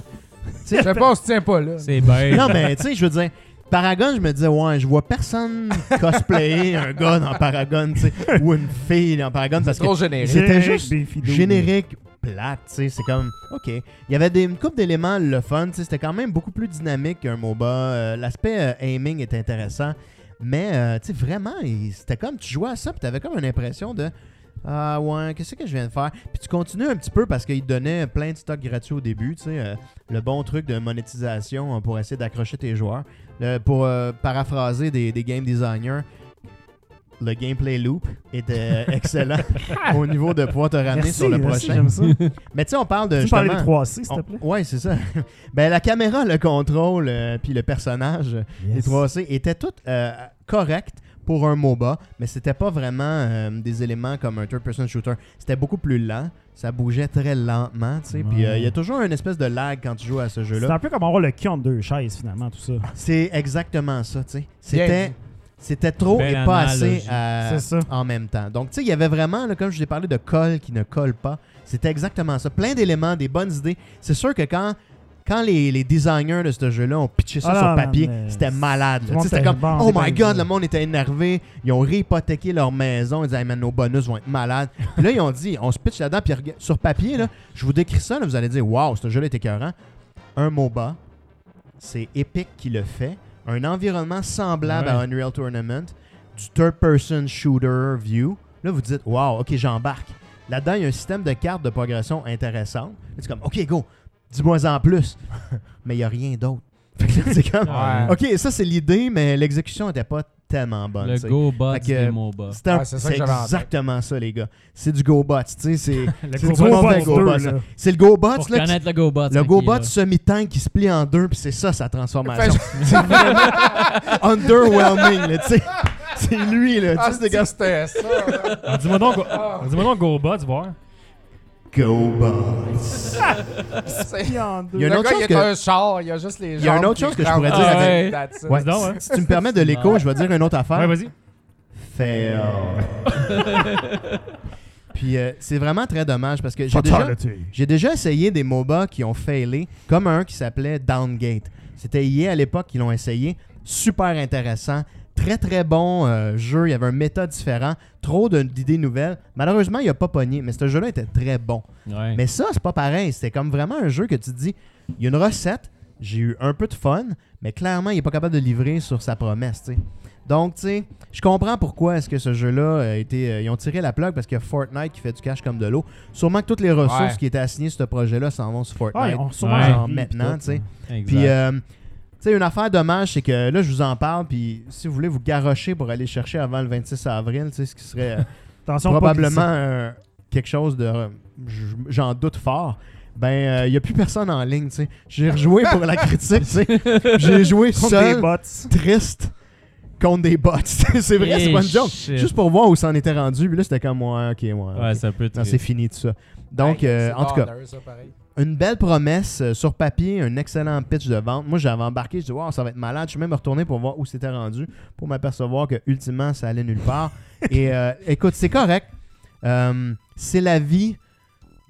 Speaker 5: Je sais pas, on se tient pas là.
Speaker 2: C'est bête.
Speaker 4: Non, mais tu sais, je veux dire. Paragon, je me disais, ouais, je vois personne cosplayer un gars dans Paragon, tu sais, ou une fille dans Paragon, parce que
Speaker 5: Trop générique.
Speaker 4: c'était
Speaker 3: Générique
Speaker 4: juste
Speaker 3: des fidous.
Speaker 4: générique plate, tu sais, c'est comme OK. Il y avait des, une couple d'éléments le fun, tu sais, c'était quand même beaucoup plus dynamique qu'un MOBA. Euh, L'aspect euh, aiming est intéressant, mais euh, tu sais vraiment, il- c'était comme tu jouais à ça, puis t'avais comme une impression de Ah ouais, qu'est-ce que je viens de faire? Puis tu continues un petit peu parce qu'ils te donnaient plein de stocks gratuits au début, tu sais, euh, le bon truc de monétisation euh, pour essayer d'accrocher tes joueurs. Le- pour euh, paraphraser des, des game designers, le gameplay loop était euh, excellent au niveau de pouvoir te ramener
Speaker 3: Merci,
Speaker 4: sur le
Speaker 3: merci,
Speaker 4: prochain.
Speaker 3: j'aime ça.
Speaker 4: Mais tu sais, on parle de.
Speaker 3: tu parlais des
Speaker 4: justement- Oh,
Speaker 3: 3C, s'il te
Speaker 4: on-
Speaker 3: plaît?
Speaker 4: ouais, c'est ça. ben, la caméra, le contrôle, euh, puis le personnage, euh, les
Speaker 3: Yes.
Speaker 4: 3C étaient toutes euh, correctes pour un MOBA, mais c'était pas vraiment euh, des éléments comme un third-person shooter. C'était beaucoup plus lent, ça bougeait très lentement, tu sais. Puis euh, il y a toujours une espèce de lag quand tu joues à ce
Speaker 3: C'est
Speaker 4: jeu-là.
Speaker 3: un peu comme avoir le cul entre deux chaises, finalement, tout ça.
Speaker 4: C'est exactement ça, tu sais.
Speaker 5: Bien
Speaker 4: C'était.
Speaker 5: dit.
Speaker 4: C'était trop
Speaker 2: Belle
Speaker 4: et pas assez
Speaker 2: analogie.
Speaker 4: à-
Speaker 3: C'est ça.
Speaker 4: en même temps. Donc, tu sais, il y avait vraiment, là, comme je vous ai parlé, de colle qui ne colle pas. C'était exactement ça. Plein d'éléments, des bonnes idées. C'est sûr que quand, quand les, les designers de ce jeu-là ont pitché ça
Speaker 3: Ah
Speaker 4: sur
Speaker 3: non,
Speaker 4: papier,
Speaker 3: man, mais
Speaker 4: c'était malade. là.
Speaker 3: tout le monde
Speaker 4: Tu sais, C'était
Speaker 3: était bon,
Speaker 4: comme, oh
Speaker 3: c'est
Speaker 4: my
Speaker 3: bien
Speaker 4: god,
Speaker 3: ça.
Speaker 4: le monde était énervé. Ils ont réhypothéqué leur maison. Ils disaient, Hey, man, nos bonus vont être malades. Puis là, ils ont dit, on se pitch là-dedans. Puis rega- sur papier, là, je vous décris ça, là, vous allez dire, wow, ce jeu-là est écœurant. Un MOBA, c'est Epic qui le fait. Un environnement semblable
Speaker 1: Ouais.
Speaker 4: à Unreal Tournament, du third-person shooter view. Là, vous dites, wow, ok, j'embarque. Là-dedans, il y a un système de cartes de progression intéressant. Là, C'est comme, ok, go, dis-moi en plus. mais il n'y a rien d'autre. Fait que là, c'est comme,
Speaker 5: Ouais.
Speaker 4: ok, ça c'est l'idée, mais l'exécution n'était pas tellement bonne. tu
Speaker 2: Le
Speaker 4: sais.
Speaker 2: go bot
Speaker 4: Fait que-
Speaker 2: des MOBA.
Speaker 4: C'était un-
Speaker 5: Ouais, c'est ça que
Speaker 4: c'est
Speaker 5: j'avais en tête.
Speaker 4: exactement ça, les gars. C'est du go-bot, tu sais. C'est
Speaker 1: Le
Speaker 4: c'est du
Speaker 1: gros
Speaker 4: bon
Speaker 1: boss
Speaker 4: vrai
Speaker 1: deux,
Speaker 4: go-bot,
Speaker 1: là.
Speaker 4: ça. c'est le go-bot,
Speaker 2: Pour
Speaker 4: là, qui
Speaker 2: connaître le go bot.
Speaker 4: le GoBot semi-tank qui se plie en deux, puis c'est ça sa transformation. C'est vraiment underwhelming, là, tu sais. C'est lui, là.
Speaker 5: Ah,
Speaker 4: Tu sais, c'est comme
Speaker 5: c'était ça. là.
Speaker 1: Ah, Dis-moi donc, dis-moi donc GoBot, tu vois.
Speaker 4: GoBot.
Speaker 5: C'est-
Speaker 4: Il y a une
Speaker 5: le
Speaker 4: autre
Speaker 5: gars,
Speaker 4: chose
Speaker 5: il est
Speaker 4: que-
Speaker 5: un char, il a juste les jambes.
Speaker 4: Il y a une autre
Speaker 5: qui
Speaker 4: chose que je
Speaker 5: crampent.
Speaker 4: pourrais
Speaker 2: dire Ah avec-
Speaker 5: That's it.
Speaker 4: Ouais.
Speaker 1: Vas-y donc, hein.
Speaker 4: Si tu me permets de l'écho, je vais dire une autre
Speaker 1: Ouais,
Speaker 4: affaire.
Speaker 1: vas-y.
Speaker 4: Fail. Puis euh, c'est vraiment très dommage parce que j'ai déjà,
Speaker 3: Fatality.
Speaker 4: j'ai déjà essayé des MOBA qui ont failé, comme un qui s'appelait Downgate. C'était EA à l'époque qui l'ont essayé. Super intéressant. Très très bon euh, jeu. Il y avait un méta différent. Trop de- d'idées nouvelles. Malheureusement, il a pas pogné, mais ce jeu-là était très bon. Mais ça, c'est pas pareil. C'était comme vraiment un jeu que tu te dis il y a une recette, j'ai eu un peu de fun, mais clairement, il est pas capable de livrer sur sa promesse. tu sais. Donc, tu sais, je comprends pourquoi est-ce que ce jeu-là a été. euh, ils ont tiré la plug parce qu'il y a Fortnite qui fait du cash comme de l'eau. Sûrement que toutes les ressources
Speaker 5: Ouais.
Speaker 4: qui étaient assignées sur ce projet-là s'en vont sur
Speaker 3: Ouais,
Speaker 4: Fortnite.
Speaker 3: on sûrement
Speaker 2: Ouais.
Speaker 3: genre,
Speaker 4: maintenant, tu sais.
Speaker 2: Exact.
Speaker 4: Puis, euh, tu sais, une affaire dommage, c'est que là, je vous en parle, puis si vous voulez vous garrocher pour aller chercher avant le 26 avril, tu sais, ce qui serait. euh,
Speaker 3: Attention,
Speaker 4: probablement
Speaker 3: Pas
Speaker 4: euh, quelque chose de. j- J'en doute fort. Ben, il n'y a plus personne en ligne, tu sais. J'ai rejoué pour la critique, tu sais. J'ai joué
Speaker 3: glisser. Contre des
Speaker 4: seul,
Speaker 3: bots.
Speaker 4: triste, contre des bots. c'est vrai, c'est
Speaker 3: Eh,
Speaker 4: pas une joke.
Speaker 2: Eh, shit.
Speaker 4: Juste pour voir où s'en était rendu. Puis là, c'était comme, ouais, ok, ouais. ok.
Speaker 2: Ouais, ça peut être.
Speaker 4: Non, c'est fini tout ça. Donc,
Speaker 5: Hey,
Speaker 4: euh,
Speaker 5: c'est
Speaker 4: en tout cas,
Speaker 5: Donner, ça, pareil.
Speaker 4: une belle promesse euh, sur papier, un excellent pitch de vente. Moi, j'avais embarqué, je dis, wow, ça va être malade. Je suis même retourné pour voir où c'était rendu, pour m'apercevoir que ultimement, ça allait nulle part. Et euh, écoute, c'est correct. Euh, c'est la vie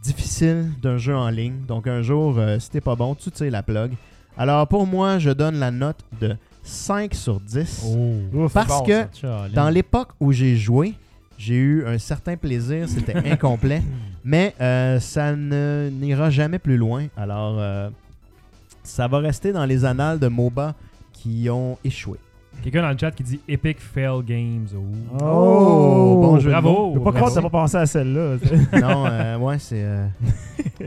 Speaker 4: difficile d'un jeu en ligne. Donc, un jour, euh, si t'es pas bon, tu tires la plug. Alors, pour moi, je donne la note de 5 sur 10.
Speaker 2: Oh,
Speaker 3: Ouf.
Speaker 4: parce
Speaker 5: bon,
Speaker 4: que
Speaker 5: ça.
Speaker 2: Charlie.
Speaker 4: dans l'époque où j'ai joué, j'ai eu un certain plaisir, c'était incomplet, mais euh, ça ne- n'ira jamais plus loin. Alors, euh, ça va rester dans les annales de MOBA qui ont échoué.
Speaker 1: Quelqu'un dans le chat qui dit Epic Fail Games. Oh.
Speaker 4: Oh, bon jeu. de
Speaker 1: bravo.
Speaker 4: mots.
Speaker 3: Ah, Je peux pas
Speaker 1: Bravo.
Speaker 3: croire que t'as pas pensé à celle-là.
Speaker 4: Non, euh, ouais, c'est. euh,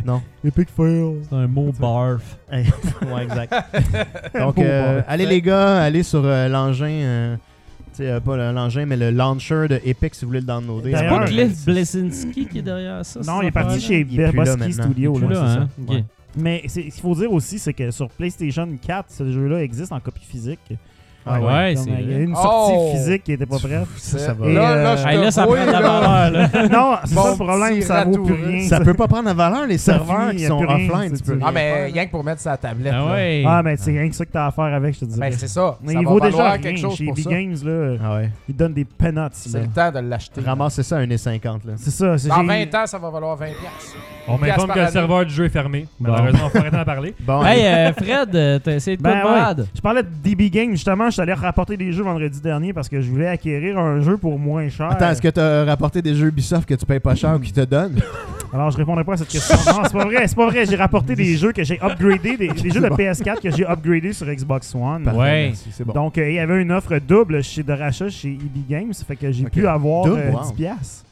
Speaker 4: non.
Speaker 3: Epic fail.
Speaker 2: C'est un mot barf.
Speaker 4: Hey, ouais, exact. Donc,
Speaker 3: Bon,
Speaker 4: euh,
Speaker 3: bon.
Speaker 4: allez les gars, allez sur euh, l'engin. euh, tu sais, euh, pas le- l'engin, mais le launcher de Epic si vous voulez le downloader.
Speaker 3: C'est
Speaker 2: C'est
Speaker 3: D'ailleurs,
Speaker 2: pas
Speaker 4: Euh,
Speaker 2: Cliff Blesinski qui est derrière ça?
Speaker 3: Non,
Speaker 2: cette
Speaker 3: il est parti
Speaker 2: affaire-là?
Speaker 3: chez
Speaker 4: Il est plus là
Speaker 3: Beboski
Speaker 4: maintenant.
Speaker 3: Studio.
Speaker 2: Il est plus
Speaker 3: là,
Speaker 2: là,
Speaker 3: c'est
Speaker 2: hein?
Speaker 3: ça.
Speaker 2: Ok.
Speaker 3: Ouais. Mais c'est- ce qu'il faut dire aussi, c'est que sur PlayStation 4, ce jeu-là existe en copie physique.
Speaker 4: Ah ouais,
Speaker 2: ouais,
Speaker 3: Comme,
Speaker 2: c'est
Speaker 3: euh, Il y a
Speaker 2: vrai.
Speaker 3: une sortie
Speaker 5: Oh!
Speaker 3: physique qui n'était pas prête.
Speaker 4: Ça, ça va.
Speaker 5: Et, Là, là, je
Speaker 2: Hey, là, ça
Speaker 5: Oui,
Speaker 2: prend de la
Speaker 5: là.
Speaker 2: valeur, là.
Speaker 3: Non, c'est
Speaker 5: Bon
Speaker 3: ça le problème,
Speaker 5: petit
Speaker 3: ça vaut plus
Speaker 5: ratourin.
Speaker 3: rien.
Speaker 4: Ça peut pas prendre la valeur, les
Speaker 3: Ça
Speaker 4: serveurs
Speaker 3: finit,
Speaker 4: qui
Speaker 3: y a
Speaker 4: sont
Speaker 3: plus rien,
Speaker 4: offline.
Speaker 3: c'est
Speaker 4: Tu peux
Speaker 3: tout.
Speaker 5: Ah,
Speaker 4: rien
Speaker 5: mais
Speaker 4: faire, là.
Speaker 5: rien que pour mettre sa tablette.
Speaker 2: Ah
Speaker 5: là.
Speaker 2: ouais.
Speaker 3: Ah, mais c'est rien que ça que t'as à faire avec, je te dis.
Speaker 5: Ben, c'est ça.
Speaker 3: Mais
Speaker 5: ça
Speaker 3: il
Speaker 5: va
Speaker 3: vaut
Speaker 5: valoir
Speaker 3: déjà
Speaker 5: quelque
Speaker 3: rien.
Speaker 5: chose
Speaker 3: Chez
Speaker 5: pour
Speaker 3: Big
Speaker 5: ça.
Speaker 3: Games, là,
Speaker 4: Ah ouais.
Speaker 3: ils donnent des peanuts.
Speaker 5: C'est
Speaker 3: là.
Speaker 5: le temps de l'acheter.
Speaker 4: Ramasser ça à 1,50$. Là.
Speaker 3: C'est ça. c'est-
Speaker 5: Dans
Speaker 3: j'ai-
Speaker 5: 20 ans, ça va valoir 20 piastres.
Speaker 1: On m'informe
Speaker 5: par
Speaker 1: que le
Speaker 5: année.
Speaker 1: serveur du jeu est fermé. Malheureusement, on peut arrêter d'en parler.
Speaker 4: Bon,
Speaker 2: Hey, euh, Fred, euh, t'as essayé de quoi
Speaker 3: Ben
Speaker 2: de
Speaker 3: ouais.
Speaker 2: malade?
Speaker 3: Je parlais de DB Games, justement. Je suis allé rapporter des jeux vendredi dernier parce que je voulais acquérir un jeu pour moins cher.
Speaker 4: attends, est-ce que tu as rapporté des jeux Ubisoft que tu payes pas cher ou qui te donnent
Speaker 3: Alors, je répondrai pas à cette question. Non, c'est pas vrai. C'est pas vrai. J'ai rapporté des jeux que j'ai upgradés, des, des jeux de
Speaker 4: Bon.
Speaker 3: PS4 que j'ai upgradés sur Xbox One.
Speaker 4: Parfait,
Speaker 2: Ouais.
Speaker 4: merci, C'est bon.
Speaker 3: Donc, euh, il y avait une offre double chez de rachat chez EB Games. Fait que j'ai
Speaker 4: Ok.
Speaker 3: pu avoir
Speaker 4: Double,
Speaker 3: euh,
Speaker 4: wow.
Speaker 3: 10 piastres.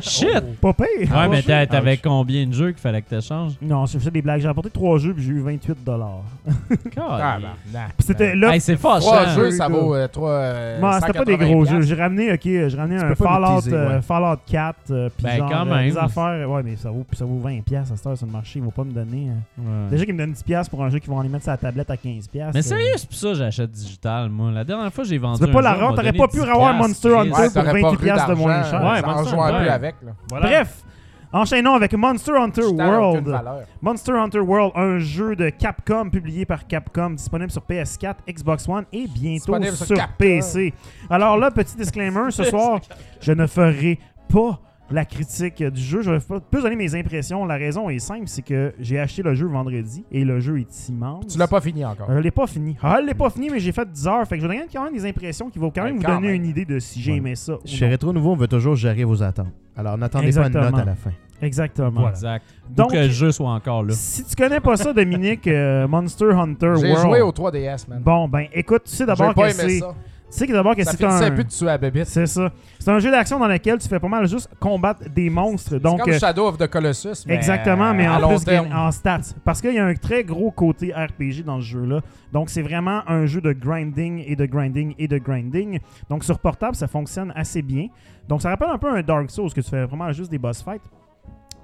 Speaker 2: Shit!
Speaker 3: Pas pire.
Speaker 2: Ouais, mais t'as- t'avais
Speaker 4: Ouch.
Speaker 2: combien de jeux qu'il fallait que tu changes?
Speaker 3: Non, j'ai fait des blagues. J'ai apporté trois jeux puis j'ai eu 28
Speaker 5: Ah,
Speaker 2: Calais.
Speaker 5: ben,
Speaker 3: Puis c'était là.
Speaker 2: Hey, c'est fâchant.
Speaker 5: Trois
Speaker 3: cher.
Speaker 5: jeux, ça vaut 3.
Speaker 2: Euh,
Speaker 3: moi, c'était pas des gros jeux. J'ai ramené, ok, j'ai ramené
Speaker 4: Tu
Speaker 3: un
Speaker 4: peux pas nous
Speaker 3: Fallout,
Speaker 4: teaser,
Speaker 3: euh,
Speaker 4: ouais.
Speaker 3: Fallout 4, euh, puis
Speaker 2: Ben,
Speaker 3: genre
Speaker 2: quand
Speaker 3: euh, des
Speaker 2: même.
Speaker 3: affaires. Ouais, mais ça vaut, ça vaut 20 pièces à cette heure sur le marché. Ils vont pas me donner. euh.
Speaker 2: Ouais.
Speaker 3: Déjà qu'ils me donnent 10 pièces pour un jeu qu'ils vont aller mettre sur la tablette à 15 pièces.
Speaker 2: Mais
Speaker 3: euh,
Speaker 2: sérieux, c'est pour ça que j'achète digital, moi. La dernière fois, j'ai vendu.
Speaker 3: Tu veux pas
Speaker 2: un
Speaker 3: la
Speaker 2: jeu, on m'a
Speaker 3: rente, t'aurais
Speaker 2: donné
Speaker 3: pas pu
Speaker 2: 10
Speaker 3: avoir
Speaker 2: piastres.
Speaker 3: Monster Hunter.
Speaker 2: Ouais.
Speaker 5: Ouais, t'aurais pas
Speaker 3: 20
Speaker 5: eu
Speaker 3: piastres de moins
Speaker 5: d'argent.
Speaker 3: cher.
Speaker 1: Ouais,
Speaker 5: Ça
Speaker 1: moi,
Speaker 5: en
Speaker 1: ça,
Speaker 5: joue un
Speaker 1: ouais.
Speaker 5: peu avec. là.
Speaker 1: Voilà.
Speaker 3: Bref, enchaînons avec Monster Hunter
Speaker 5: Ça n'a
Speaker 3: World.
Speaker 5: aucune valeur.
Speaker 3: Monster Hunter World, un jeu de Capcom publié par Capcom, disponible sur PS4, Xbox One et bientôt
Speaker 5: Disponible
Speaker 3: sur,
Speaker 5: sur Capcom.
Speaker 3: PC. Alors là, petit disclaimer, ce soir, je ne ferai pas la critique du jeu. Je vais pas- plus donner mes impressions. La raison est simple, c'est que j'ai acheté le jeu vendredi et le jeu est immense.
Speaker 5: Tu l'as pas fini encore.
Speaker 3: Je l'ai pas fini. Ah, je l'ai pas fini, mais j'ai fait 10 heures. Fait que je vais donner quand même des impressions qui vont quand
Speaker 5: Ouais,
Speaker 3: même vous
Speaker 5: quand
Speaker 3: donner
Speaker 5: même.
Speaker 3: une idée de si j'ai
Speaker 4: Ouais.
Speaker 3: aimé ça. ou
Speaker 4: Chez
Speaker 3: non.
Speaker 4: Rétro Nouveau, on veut toujours gérer vos attentes. Alors n'attendez pas
Speaker 3: Exactement.
Speaker 4: une note à la fin.
Speaker 3: Exactement.
Speaker 2: Exact. Donc,
Speaker 3: Donc-
Speaker 2: que le jeu soit encore là.
Speaker 3: Si tu connais pas ça, Dominique, euh, Monster Hunter
Speaker 5: J'ai
Speaker 3: World.
Speaker 5: joué au 3DS, man.
Speaker 3: Bon, ben, écoute, tu sais
Speaker 5: J'ai
Speaker 3: d'abord
Speaker 5: pas
Speaker 3: que
Speaker 5: aimé
Speaker 3: c'est.
Speaker 5: ça.
Speaker 3: Tu sais que d'abord que
Speaker 5: Ça
Speaker 3: c'est
Speaker 5: finissait
Speaker 3: un.
Speaker 5: plus de tuer à bébite.
Speaker 3: C'est ça. C'est un jeu d'action dans lequel tu fais pas mal juste combattre des monstres.
Speaker 5: C'est
Speaker 3: Donc,
Speaker 5: comme
Speaker 3: euh,
Speaker 5: Shadow of the Colossus. Mais euh,
Speaker 3: exactement, mais
Speaker 5: à
Speaker 3: en
Speaker 5: long
Speaker 3: plus
Speaker 5: terme.
Speaker 3: en stats. Parce qu'il y a un très gros côté RPG dans ce jeu-là. Donc, c'est vraiment un jeu de grinding et de grinding et de grinding. Donc, sur portable, ça fonctionne assez bien. Donc, ça rappelle un peu un Dark Souls, que tu fais vraiment juste des boss fights.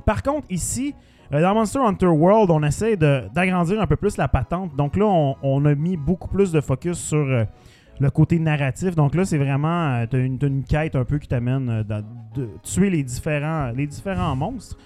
Speaker 3: Par contre, ici, euh, dans Monster Hunter World, on essaie de- d'agrandir un peu plus la patente. Donc là, on, on a mis beaucoup plus de focus sur euh, le côté narratif. Donc là, c'est vraiment, euh, t'as une, t'as une quête un peu qui t'amène euh, dans- de tuer les différents, les différents monstres.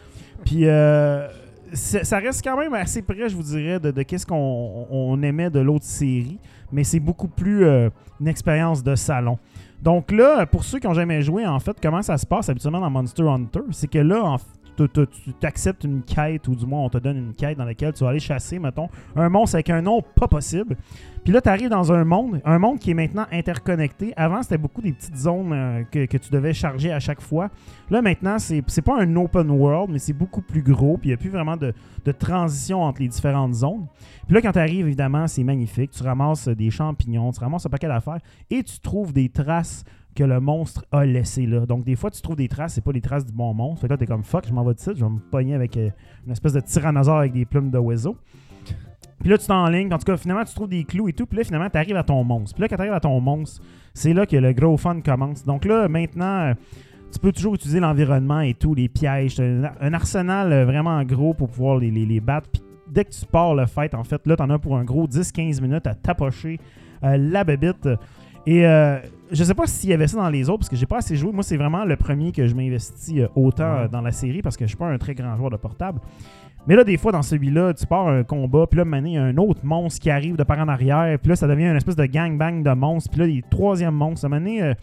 Speaker 3: Puis euh, c'est- ça reste quand même assez près, je vous dirais, de, de qu'est-ce qu'on on aimait de l'autre série. Mais c'est beaucoup plus euh, une expérience de salon. Donc là, pour ceux qui n'ont jamais joué, en fait, comment ça se passe habituellement dans Monster Hunter, c'est que là, en tu- tu tu acceptes une quête, ou du moins on te donne une quête dans laquelle tu vas aller chasser, mettons, un monstre avec un nom pas possible. Puis là, tu arrives dans un monde, un monde qui est maintenant interconnecté. Avant, c'était beaucoup des petites zones euh, que, que tu devais charger à chaque fois. Là, maintenant, c'est c'est pas un open world, mais c'est beaucoup plus gros, puis il n'y a plus vraiment de, de transition entre les différentes zones. Puis là, quand tu arrives, évidemment, c'est magnifique. Tu ramasses euh, des champignons, tu ramasses un paquet d'affaires, et tu trouves des traces que le monstre a laissées là. Donc, des fois, tu trouves des traces, c'est pas les traces du bon monstre. Fait que là, t'es comme fuck, je m'en vais de site, je vais me pogner avec euh, une espèce de tyrannosaure avec des plumes de oiseau. Puis là, tu t'enlignes. En tout cas, finalement, tu trouves des clous et tout. Puis là, finalement, tu arrives à ton monstre. Puis là, quand tu arrives à ton monstre, c'est là que le gros fun commence. Donc là, maintenant, euh, tu peux toujours utiliser l'environnement et tout, les pièges. T'as un, un arsenal euh, vraiment gros pour pouvoir les, les- les battre. Puis dès que tu pars le fight, en fait, là, t'en as pour un gros 10-15 minutes à tapocher euh, la bébite. Et euh, je sais pas s'il y avait ça dans les autres, parce que j'ai pas assez joué. Moi, c'est vraiment le premier que je m'investis euh, autant euh, dans la série, parce que je suis pas un très grand joueur de portable. Mais là, des fois, dans celui-là, tu pars un combat, puis là, maintenant, il y a un autre monstre qui arrive de par en arrière, puis là, ça devient une espèce de gangbang de monstres, puis là, les troisième monstre. À un moment donné, euh,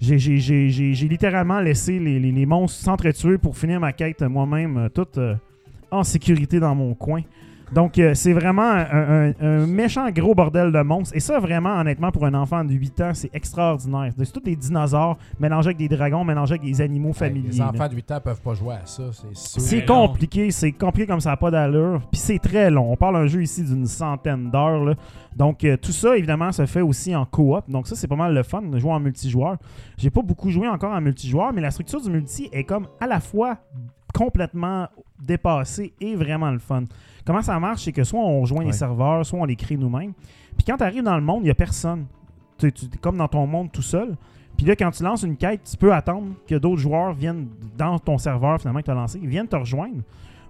Speaker 3: j'ai- j'ai- j'ai j'ai- j'ai littéralement laissé les, les- les monstres s'entretuer pour finir ma quête euh, moi-même, euh, toute euh, en sécurité dans mon coin. Donc, euh, c'est vraiment un, un- un méchant gros bordel de monstres. Et ça, vraiment, honnêtement, pour un enfant de 8 ans, c'est extraordinaire. C'est tous des dinosaures mélangés avec des dragons, mélangés avec des animaux familiers.
Speaker 5: Les
Speaker 3: là.
Speaker 5: enfants de 8 ans peuvent pas jouer à ça, c'est sûr.
Speaker 3: C'est compliqué, c'est compliqué comme ça n'a pas d'allure. Puis c'est très long. On parle d'un jeu ici d'une centaine d'heures. là. Donc euh, tout ça, évidemment, se fait aussi en coop. Donc ça, c'est pas mal le fun de jouer en multijoueur. J'ai pas beaucoup joué encore en multijoueur, mais la structure du multi est comme à la fois complètement dépassée et vraiment le fun. Comment ça marche, c'est que soit on rejoint les
Speaker 4: Ouais.
Speaker 3: serveurs, soit on les crée nous-mêmes. Puis quand tu arrives dans le monde, il n'y a personne. Tu es comme dans ton monde tout seul. Puis là, quand tu lances une quête, tu peux attendre que d'autres joueurs viennent dans ton serveur finalement que tu as lancé, ils viennent te rejoindre.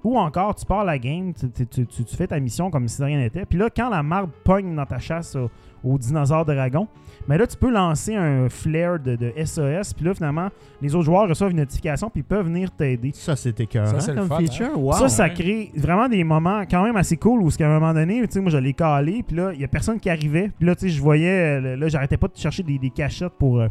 Speaker 3: Ou encore, tu pars la game, tu, tu- tu- tu- tu fais ta mission comme si de rien n'était. Puis là, quand la marde pogne dans ta chasse au- aux dinosaures dragons, mais là, tu peux lancer un flare de, de SOS. Puis là, finalement, les autres joueurs reçoivent une notification puis ils peuvent venir t'aider.
Speaker 4: Ça, c'est écœurant
Speaker 5: Ça, c'est le
Speaker 4: comme
Speaker 5: fun, hein.
Speaker 4: feature. Wow.
Speaker 3: Ça, ça
Speaker 2: ouais.
Speaker 3: crée vraiment des moments quand même assez cool où, ce qu'à un moment donné, tu sais, moi, j'allais caler, puis là, il n'y a personne qui arrivait. Puis là, tu sais, je voyais, euh, là, j'arrêtais pas de chercher des, des cachettes pour euh,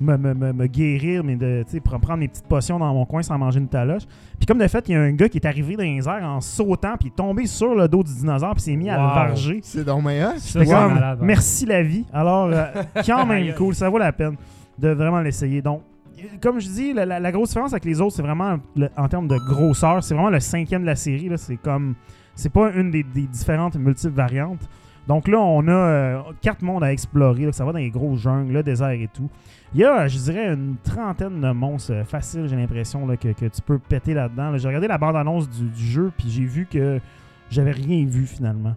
Speaker 3: me, me- me- me guérir, mais de, tu sais, pour prendre mes petites potions dans mon coin sans manger une taloche. Puis comme de fait, il y a un gars qui est arrivé dans les airs en sautant, puis il est tombé sur le dos du dinosaure, puis s'est mis à le
Speaker 1: Wow.
Speaker 3: varger.
Speaker 4: C'est donc meilleur.
Speaker 1: Ça,
Speaker 3: J'étais
Speaker 1: c'est
Speaker 3: comme,
Speaker 1: malade, ouais.
Speaker 3: merci la vie. Alors, euh, quand
Speaker 1: Aïe,
Speaker 3: même
Speaker 1: aïe.
Speaker 3: cool, ça vaut la peine de vraiment l'essayer. Donc, euh, comme je dis, la, la- la grosse différence avec les autres, c'est vraiment le- en termes de grosseur. C'est vraiment le cinquième de la série. là. C'est comme. C'est pas une des, des différentes multiples variantes. Donc là, on a euh, quatre mondes à explorer. là, ça va dans les grosses jungles, le désert et tout. Il y a, je dirais, une trentaine de monstres euh, faciles, j'ai l'impression, là, que, que tu peux péter là-dedans. là. J'ai regardé la bande-annonce du, du jeu, puis j'ai vu que j'avais rien vu finalement.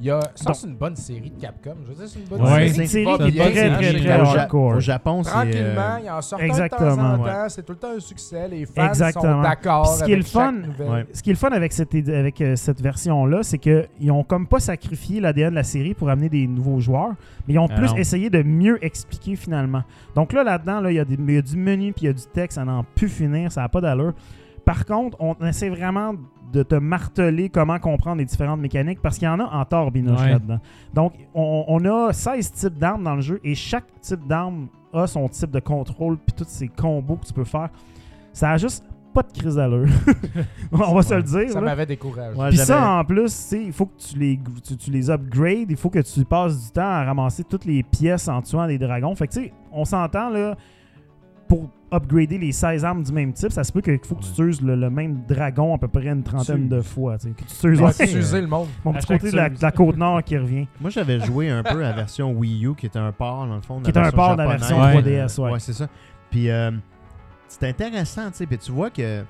Speaker 5: Il y a... Ça,
Speaker 3: Donc-
Speaker 5: c'est une bonne série de Capcom. Je veux dire, c'est une bonne
Speaker 2: Ouais,
Speaker 3: c'est
Speaker 5: série.
Speaker 3: une série
Speaker 5: qui va
Speaker 3: très,
Speaker 5: bien,
Speaker 3: très,
Speaker 5: c'est
Speaker 3: très,
Speaker 5: chez
Speaker 3: très
Speaker 5: Capcom.
Speaker 4: Au
Speaker 3: hardcore.
Speaker 4: Japon, c'est. euh,
Speaker 5: Tranquillement, il en sort un de temps en
Speaker 3: exactement,
Speaker 5: temps.
Speaker 3: ouais.
Speaker 5: C'est tout le temps un succès. Les fans sont
Speaker 3: Exactement.
Speaker 5: d'accord
Speaker 3: Puis ce qui est
Speaker 5: avec
Speaker 3: le fun,
Speaker 5: chaque nouvelle.
Speaker 4: ouais.
Speaker 3: Ce qui est le fun avec cette, éd- avec, euh, cette version-là, c'est qu'ils ont comme pas sacrifié l'ADN de la série pour amener des nouveaux joueurs, mais ils ont
Speaker 2: Ah
Speaker 3: plus
Speaker 2: non.
Speaker 3: essayé de mieux expliquer finalement. Donc là, là-dedans, là, il y, a des- il y a du menu puis il y a du texte, ça n'en peut finir, ça n'a pas d'allure. Par contre, on essaie vraiment de te marteler comment comprendre les différentes mécaniques parce qu'il y en a en tort binoche
Speaker 2: Ouais.
Speaker 3: là-dedans. Donc, on, on a 16 types d'armes dans le jeu et chaque type d'arme a son type de contrôle puis tous ses combos que tu peux faire. Ça a juste pas de crise d'allure. on va se le dire.
Speaker 5: Ça
Speaker 3: là.
Speaker 5: m'avait découragé.
Speaker 4: ouais,
Speaker 3: Puis
Speaker 4: j'avais-
Speaker 3: ça, hein? en plus, c'est- il faut que tu les, tu, tu les upgrades, il faut que tu passes du temps à ramasser toutes les pièces en tuant des dragons. Fait que, tu sais, on s'entend, là, pour upgrader les 16 armes du même type, ça se peut que- qu'il faut que tu uses le, le même dragon à peu près une trentaine
Speaker 5: Tu-
Speaker 3: de fois. tu sais, Que tu t'uses
Speaker 5: On va
Speaker 3: aussi.
Speaker 5: t'user le monde.
Speaker 3: Mon
Speaker 1: À
Speaker 3: petit
Speaker 1: chaque
Speaker 3: côté de la,
Speaker 1: tueuse.
Speaker 3: de la côte nord qui revient.
Speaker 4: Moi, j'avais joué un peu à la version Wii U, qui était un port, dans le fond. de
Speaker 3: Qui était un
Speaker 4: version
Speaker 3: port de la
Speaker 4: japonaise.
Speaker 3: version 3DS, ouais.
Speaker 4: Ouais, c'est ça. Puis, euh, c'est intéressant, tu sais. Puis, tu vois que.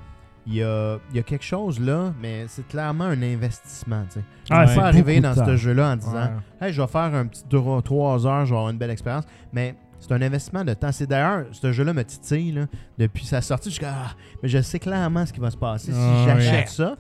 Speaker 4: Il y, a, il y a quelque chose là, mais c'est clairement un investissement. Tu sais. Tu
Speaker 3: Ah,
Speaker 4: peux
Speaker 3: c'est
Speaker 4: pas arriver
Speaker 3: beaucoup
Speaker 4: dans
Speaker 3: de temps.
Speaker 4: ce jeu-là en disant
Speaker 5: Ouais.
Speaker 4: Hey, je vais faire un petit 3 heures, je vais avoir une belle expérience. Mais c'est un investissement de temps. C'est d'ailleurs, ce jeu-là me titille là, depuis sa sortie. Je suis comme, Ah, mais je sais clairement ce qui va se passer. Si
Speaker 2: Ah,
Speaker 4: j'achète
Speaker 5: ouais.
Speaker 4: ça,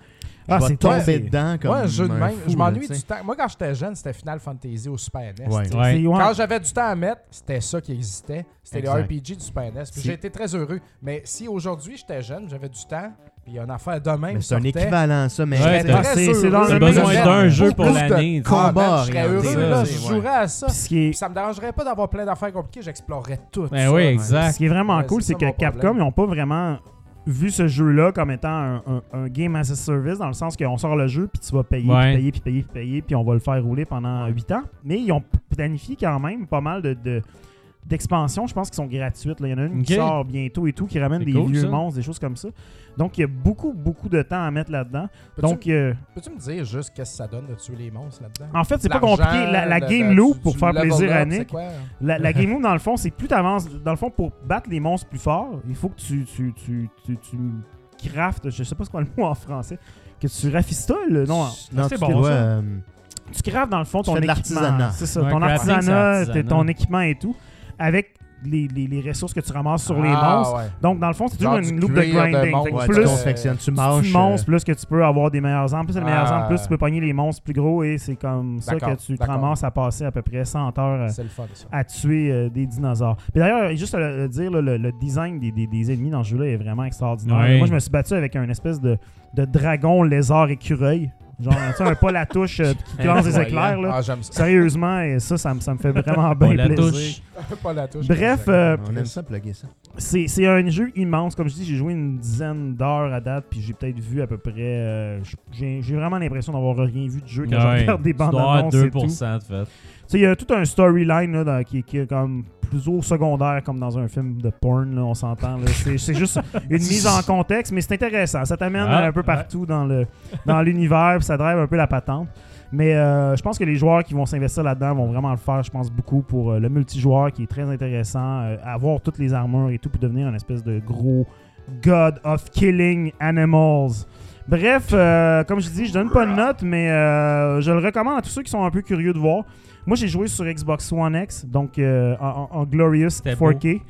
Speaker 3: Ah,
Speaker 4: je vais
Speaker 3: c'est
Speaker 4: tomber
Speaker 3: c'est-
Speaker 4: dedans comme
Speaker 5: Moi, un jeu de même,
Speaker 4: fou,
Speaker 5: je
Speaker 4: là,
Speaker 5: m'ennuie
Speaker 4: tu
Speaker 5: du
Speaker 4: sais.
Speaker 5: temps. Moi, quand j'étais jeune, c'était Final Fantasy au Super E NES.
Speaker 4: Ouais.
Speaker 5: tu sais.
Speaker 2: Ouais.
Speaker 3: c'est- ouais.
Speaker 5: Quand j'avais du temps à mettre, c'était ça qui existait. C'était les
Speaker 4: Exact.
Speaker 5: RPG du Super NES. Puis
Speaker 4: Si-
Speaker 5: j'ai été très heureux. Mais si aujourd'hui j'étais jeune, j'avais du temps, puis il y a une affaire de même.
Speaker 4: Mais c'est un
Speaker 5: sortait,
Speaker 4: équivalent à ça, mais
Speaker 2: Ouais,
Speaker 5: j'étais très
Speaker 3: c'est- c'est
Speaker 5: heureux.
Speaker 3: dans le
Speaker 5: J'aurais
Speaker 2: T'as besoin
Speaker 5: fait
Speaker 2: d'un jeu
Speaker 5: beaucoup
Speaker 2: pour
Speaker 5: de
Speaker 2: l'année.
Speaker 4: Combat
Speaker 5: combats, Je serais
Speaker 4: orienté,
Speaker 5: heureux, là.
Speaker 2: là,
Speaker 5: Je
Speaker 4: ouais.
Speaker 5: jouerais à ça.
Speaker 3: Puis ce qui est-
Speaker 5: Puis ça me dérangerait pas d'avoir plein d'affaires compliquées, j'explorerais tout.
Speaker 2: Ben
Speaker 5: ça, hein.
Speaker 2: oui,
Speaker 5: ouais.
Speaker 2: exact.
Speaker 3: Ce qui est vraiment
Speaker 5: Ouais,
Speaker 3: cool,
Speaker 5: c'est
Speaker 3: c'est
Speaker 5: ça
Speaker 3: que
Speaker 5: mon
Speaker 3: Capcom,
Speaker 5: problème.
Speaker 3: ils n'ont pas vraiment vu ce jeu-là comme étant un, un- un game as a service, dans le sens qu'on sort le jeu, puis tu vas payer,
Speaker 2: Ouais.
Speaker 3: puis payer, puis payer, puis payer, puis on va le faire rouler pendant 8 ans. Mais ils ont planifié quand même pas mal de... de- d'expansions, je pense, qui sont gratuites. là. Il y en a une qui
Speaker 2: Ok.
Speaker 3: sort bientôt et tout, qui ramène
Speaker 2: C'est
Speaker 3: des
Speaker 2: cool,
Speaker 3: vieux
Speaker 2: ça.
Speaker 3: monstres, des choses comme ça. Donc, il y a beaucoup, beaucoup de temps à mettre là-dedans.
Speaker 5: Peux-tu
Speaker 3: Donc, euh,
Speaker 5: me- Peux-tu me dire juste qu'est-ce que ça donne de tuer les monstres là-dedans?
Speaker 3: en fait, c'est pas
Speaker 5: L'argent,
Speaker 3: compliqué. La, la
Speaker 5: le-
Speaker 3: game
Speaker 5: le-
Speaker 3: loop,
Speaker 5: du-
Speaker 3: pour
Speaker 5: du
Speaker 3: faire
Speaker 5: level
Speaker 3: plaisir à
Speaker 5: up, c'est
Speaker 3: Nick,
Speaker 5: quoi?
Speaker 3: La, la game move, dans le fond, c'est plus t'avances. Dans le fond, pour battre les monstres plus forts, il faut que tu, tu, tu, tu, tu craftes, je sais pas c'est quoi le mot en français, que tu raffistoles. Non,
Speaker 4: Non,
Speaker 1: C'est
Speaker 4: tu
Speaker 1: bon,
Speaker 4: dois,
Speaker 1: ça.
Speaker 4: euh,
Speaker 3: tu craftes dans le fond ton
Speaker 4: fais de
Speaker 3: équipement.
Speaker 4: l'artisanat.
Speaker 3: C'est ça,
Speaker 2: Ouais,
Speaker 3: ton
Speaker 2: crafting, c'est
Speaker 3: artisanat,
Speaker 2: artisanat.
Speaker 3: t'es- ton équipement et tout, avec les, les, les ressources que tu ramasses sur les
Speaker 5: Ah,
Speaker 3: monstres.
Speaker 5: ouais.
Speaker 3: Donc, dans le fond, c'est toujours
Speaker 5: Genre
Speaker 3: une
Speaker 5: du
Speaker 3: loop de
Speaker 5: cuir de
Speaker 3: grinding.
Speaker 5: monstre,
Speaker 3: Fait que
Speaker 5: ouais,
Speaker 4: ouais,
Speaker 3: plus
Speaker 4: tu
Speaker 5: euh,
Speaker 4: confectionnes, tu
Speaker 3: tu
Speaker 4: marches.
Speaker 3: monstres, plus que tu peux avoir des meilleurs armes. Plus t'as les meilleurs
Speaker 5: Ah.
Speaker 3: armes, plus tu peux pogner les monstres plus gros. Et c'est comme ça
Speaker 5: D'accord,
Speaker 3: que tu te
Speaker 5: d'accord.
Speaker 3: ramasses à passer à peu près 100 heures euh,
Speaker 5: C'est le fun, ça.
Speaker 3: à tuer euh, des dinosaures. Puis d'ailleurs, juste à le, le dire, là, le, le design des, des- des ennemis dans ce jeu-là est vraiment extraordinaire.
Speaker 2: Ouais.
Speaker 3: Moi, je me suis battu avec un espèce de, de dragon lézard écureuil. Genre, tu sais, un pas la touche euh, qui lance des éclairs. Là.
Speaker 5: Ah, j'aime ça.
Speaker 3: Sérieusement, et ça, ça me, ça me fait vraiment
Speaker 2: On
Speaker 3: bien
Speaker 2: la
Speaker 3: plaisir.
Speaker 2: touche.
Speaker 5: pas la touche.
Speaker 3: Bref,
Speaker 5: exact.
Speaker 3: euh,
Speaker 4: euh, on aime ça, plugger ça.
Speaker 3: c'est c'est un jeu immense. Comme je dis, j'ai joué une dizaine d'heures à date, puis j'ai peut-être vu à peu près. euh, j- j'ai j'ai vraiment l'impression d'avoir rien vu de jeu quand
Speaker 2: Ouais.
Speaker 3: je regarde des
Speaker 2: Tu dois
Speaker 3: bandes
Speaker 2: avoir
Speaker 3: annonces et tout.
Speaker 2: 2% de fait.
Speaker 3: Tu sais, il y a tout un storyline là, dans- qui, qui est comme plus au secondaire, comme dans un film de porn, là, on s'entend. là. C'est c'est juste une mise en contexte, mais c'est intéressant. Ça t'amène
Speaker 2: Ah,
Speaker 3: un peu
Speaker 2: ouais.
Speaker 3: partout dans le dans l'univers, puis ça drive un peu la patente. Mais euh, je pense que les joueurs qui vont s'investir là-dedans vont vraiment le faire, je pense, beaucoup pour euh, le multijoueur qui est très intéressant, euh, avoir toutes les armures et tout, pour devenir un espèce de gros God of Killing Animals. Bref, euh, comme je dis, je donne pas de note, mais euh, je le recommande à tous ceux qui sont un peu curieux de voir. Moi, j'ai joué sur Xbox One X, donc euh, en, en- en Glorious
Speaker 2: C'était
Speaker 3: 4K.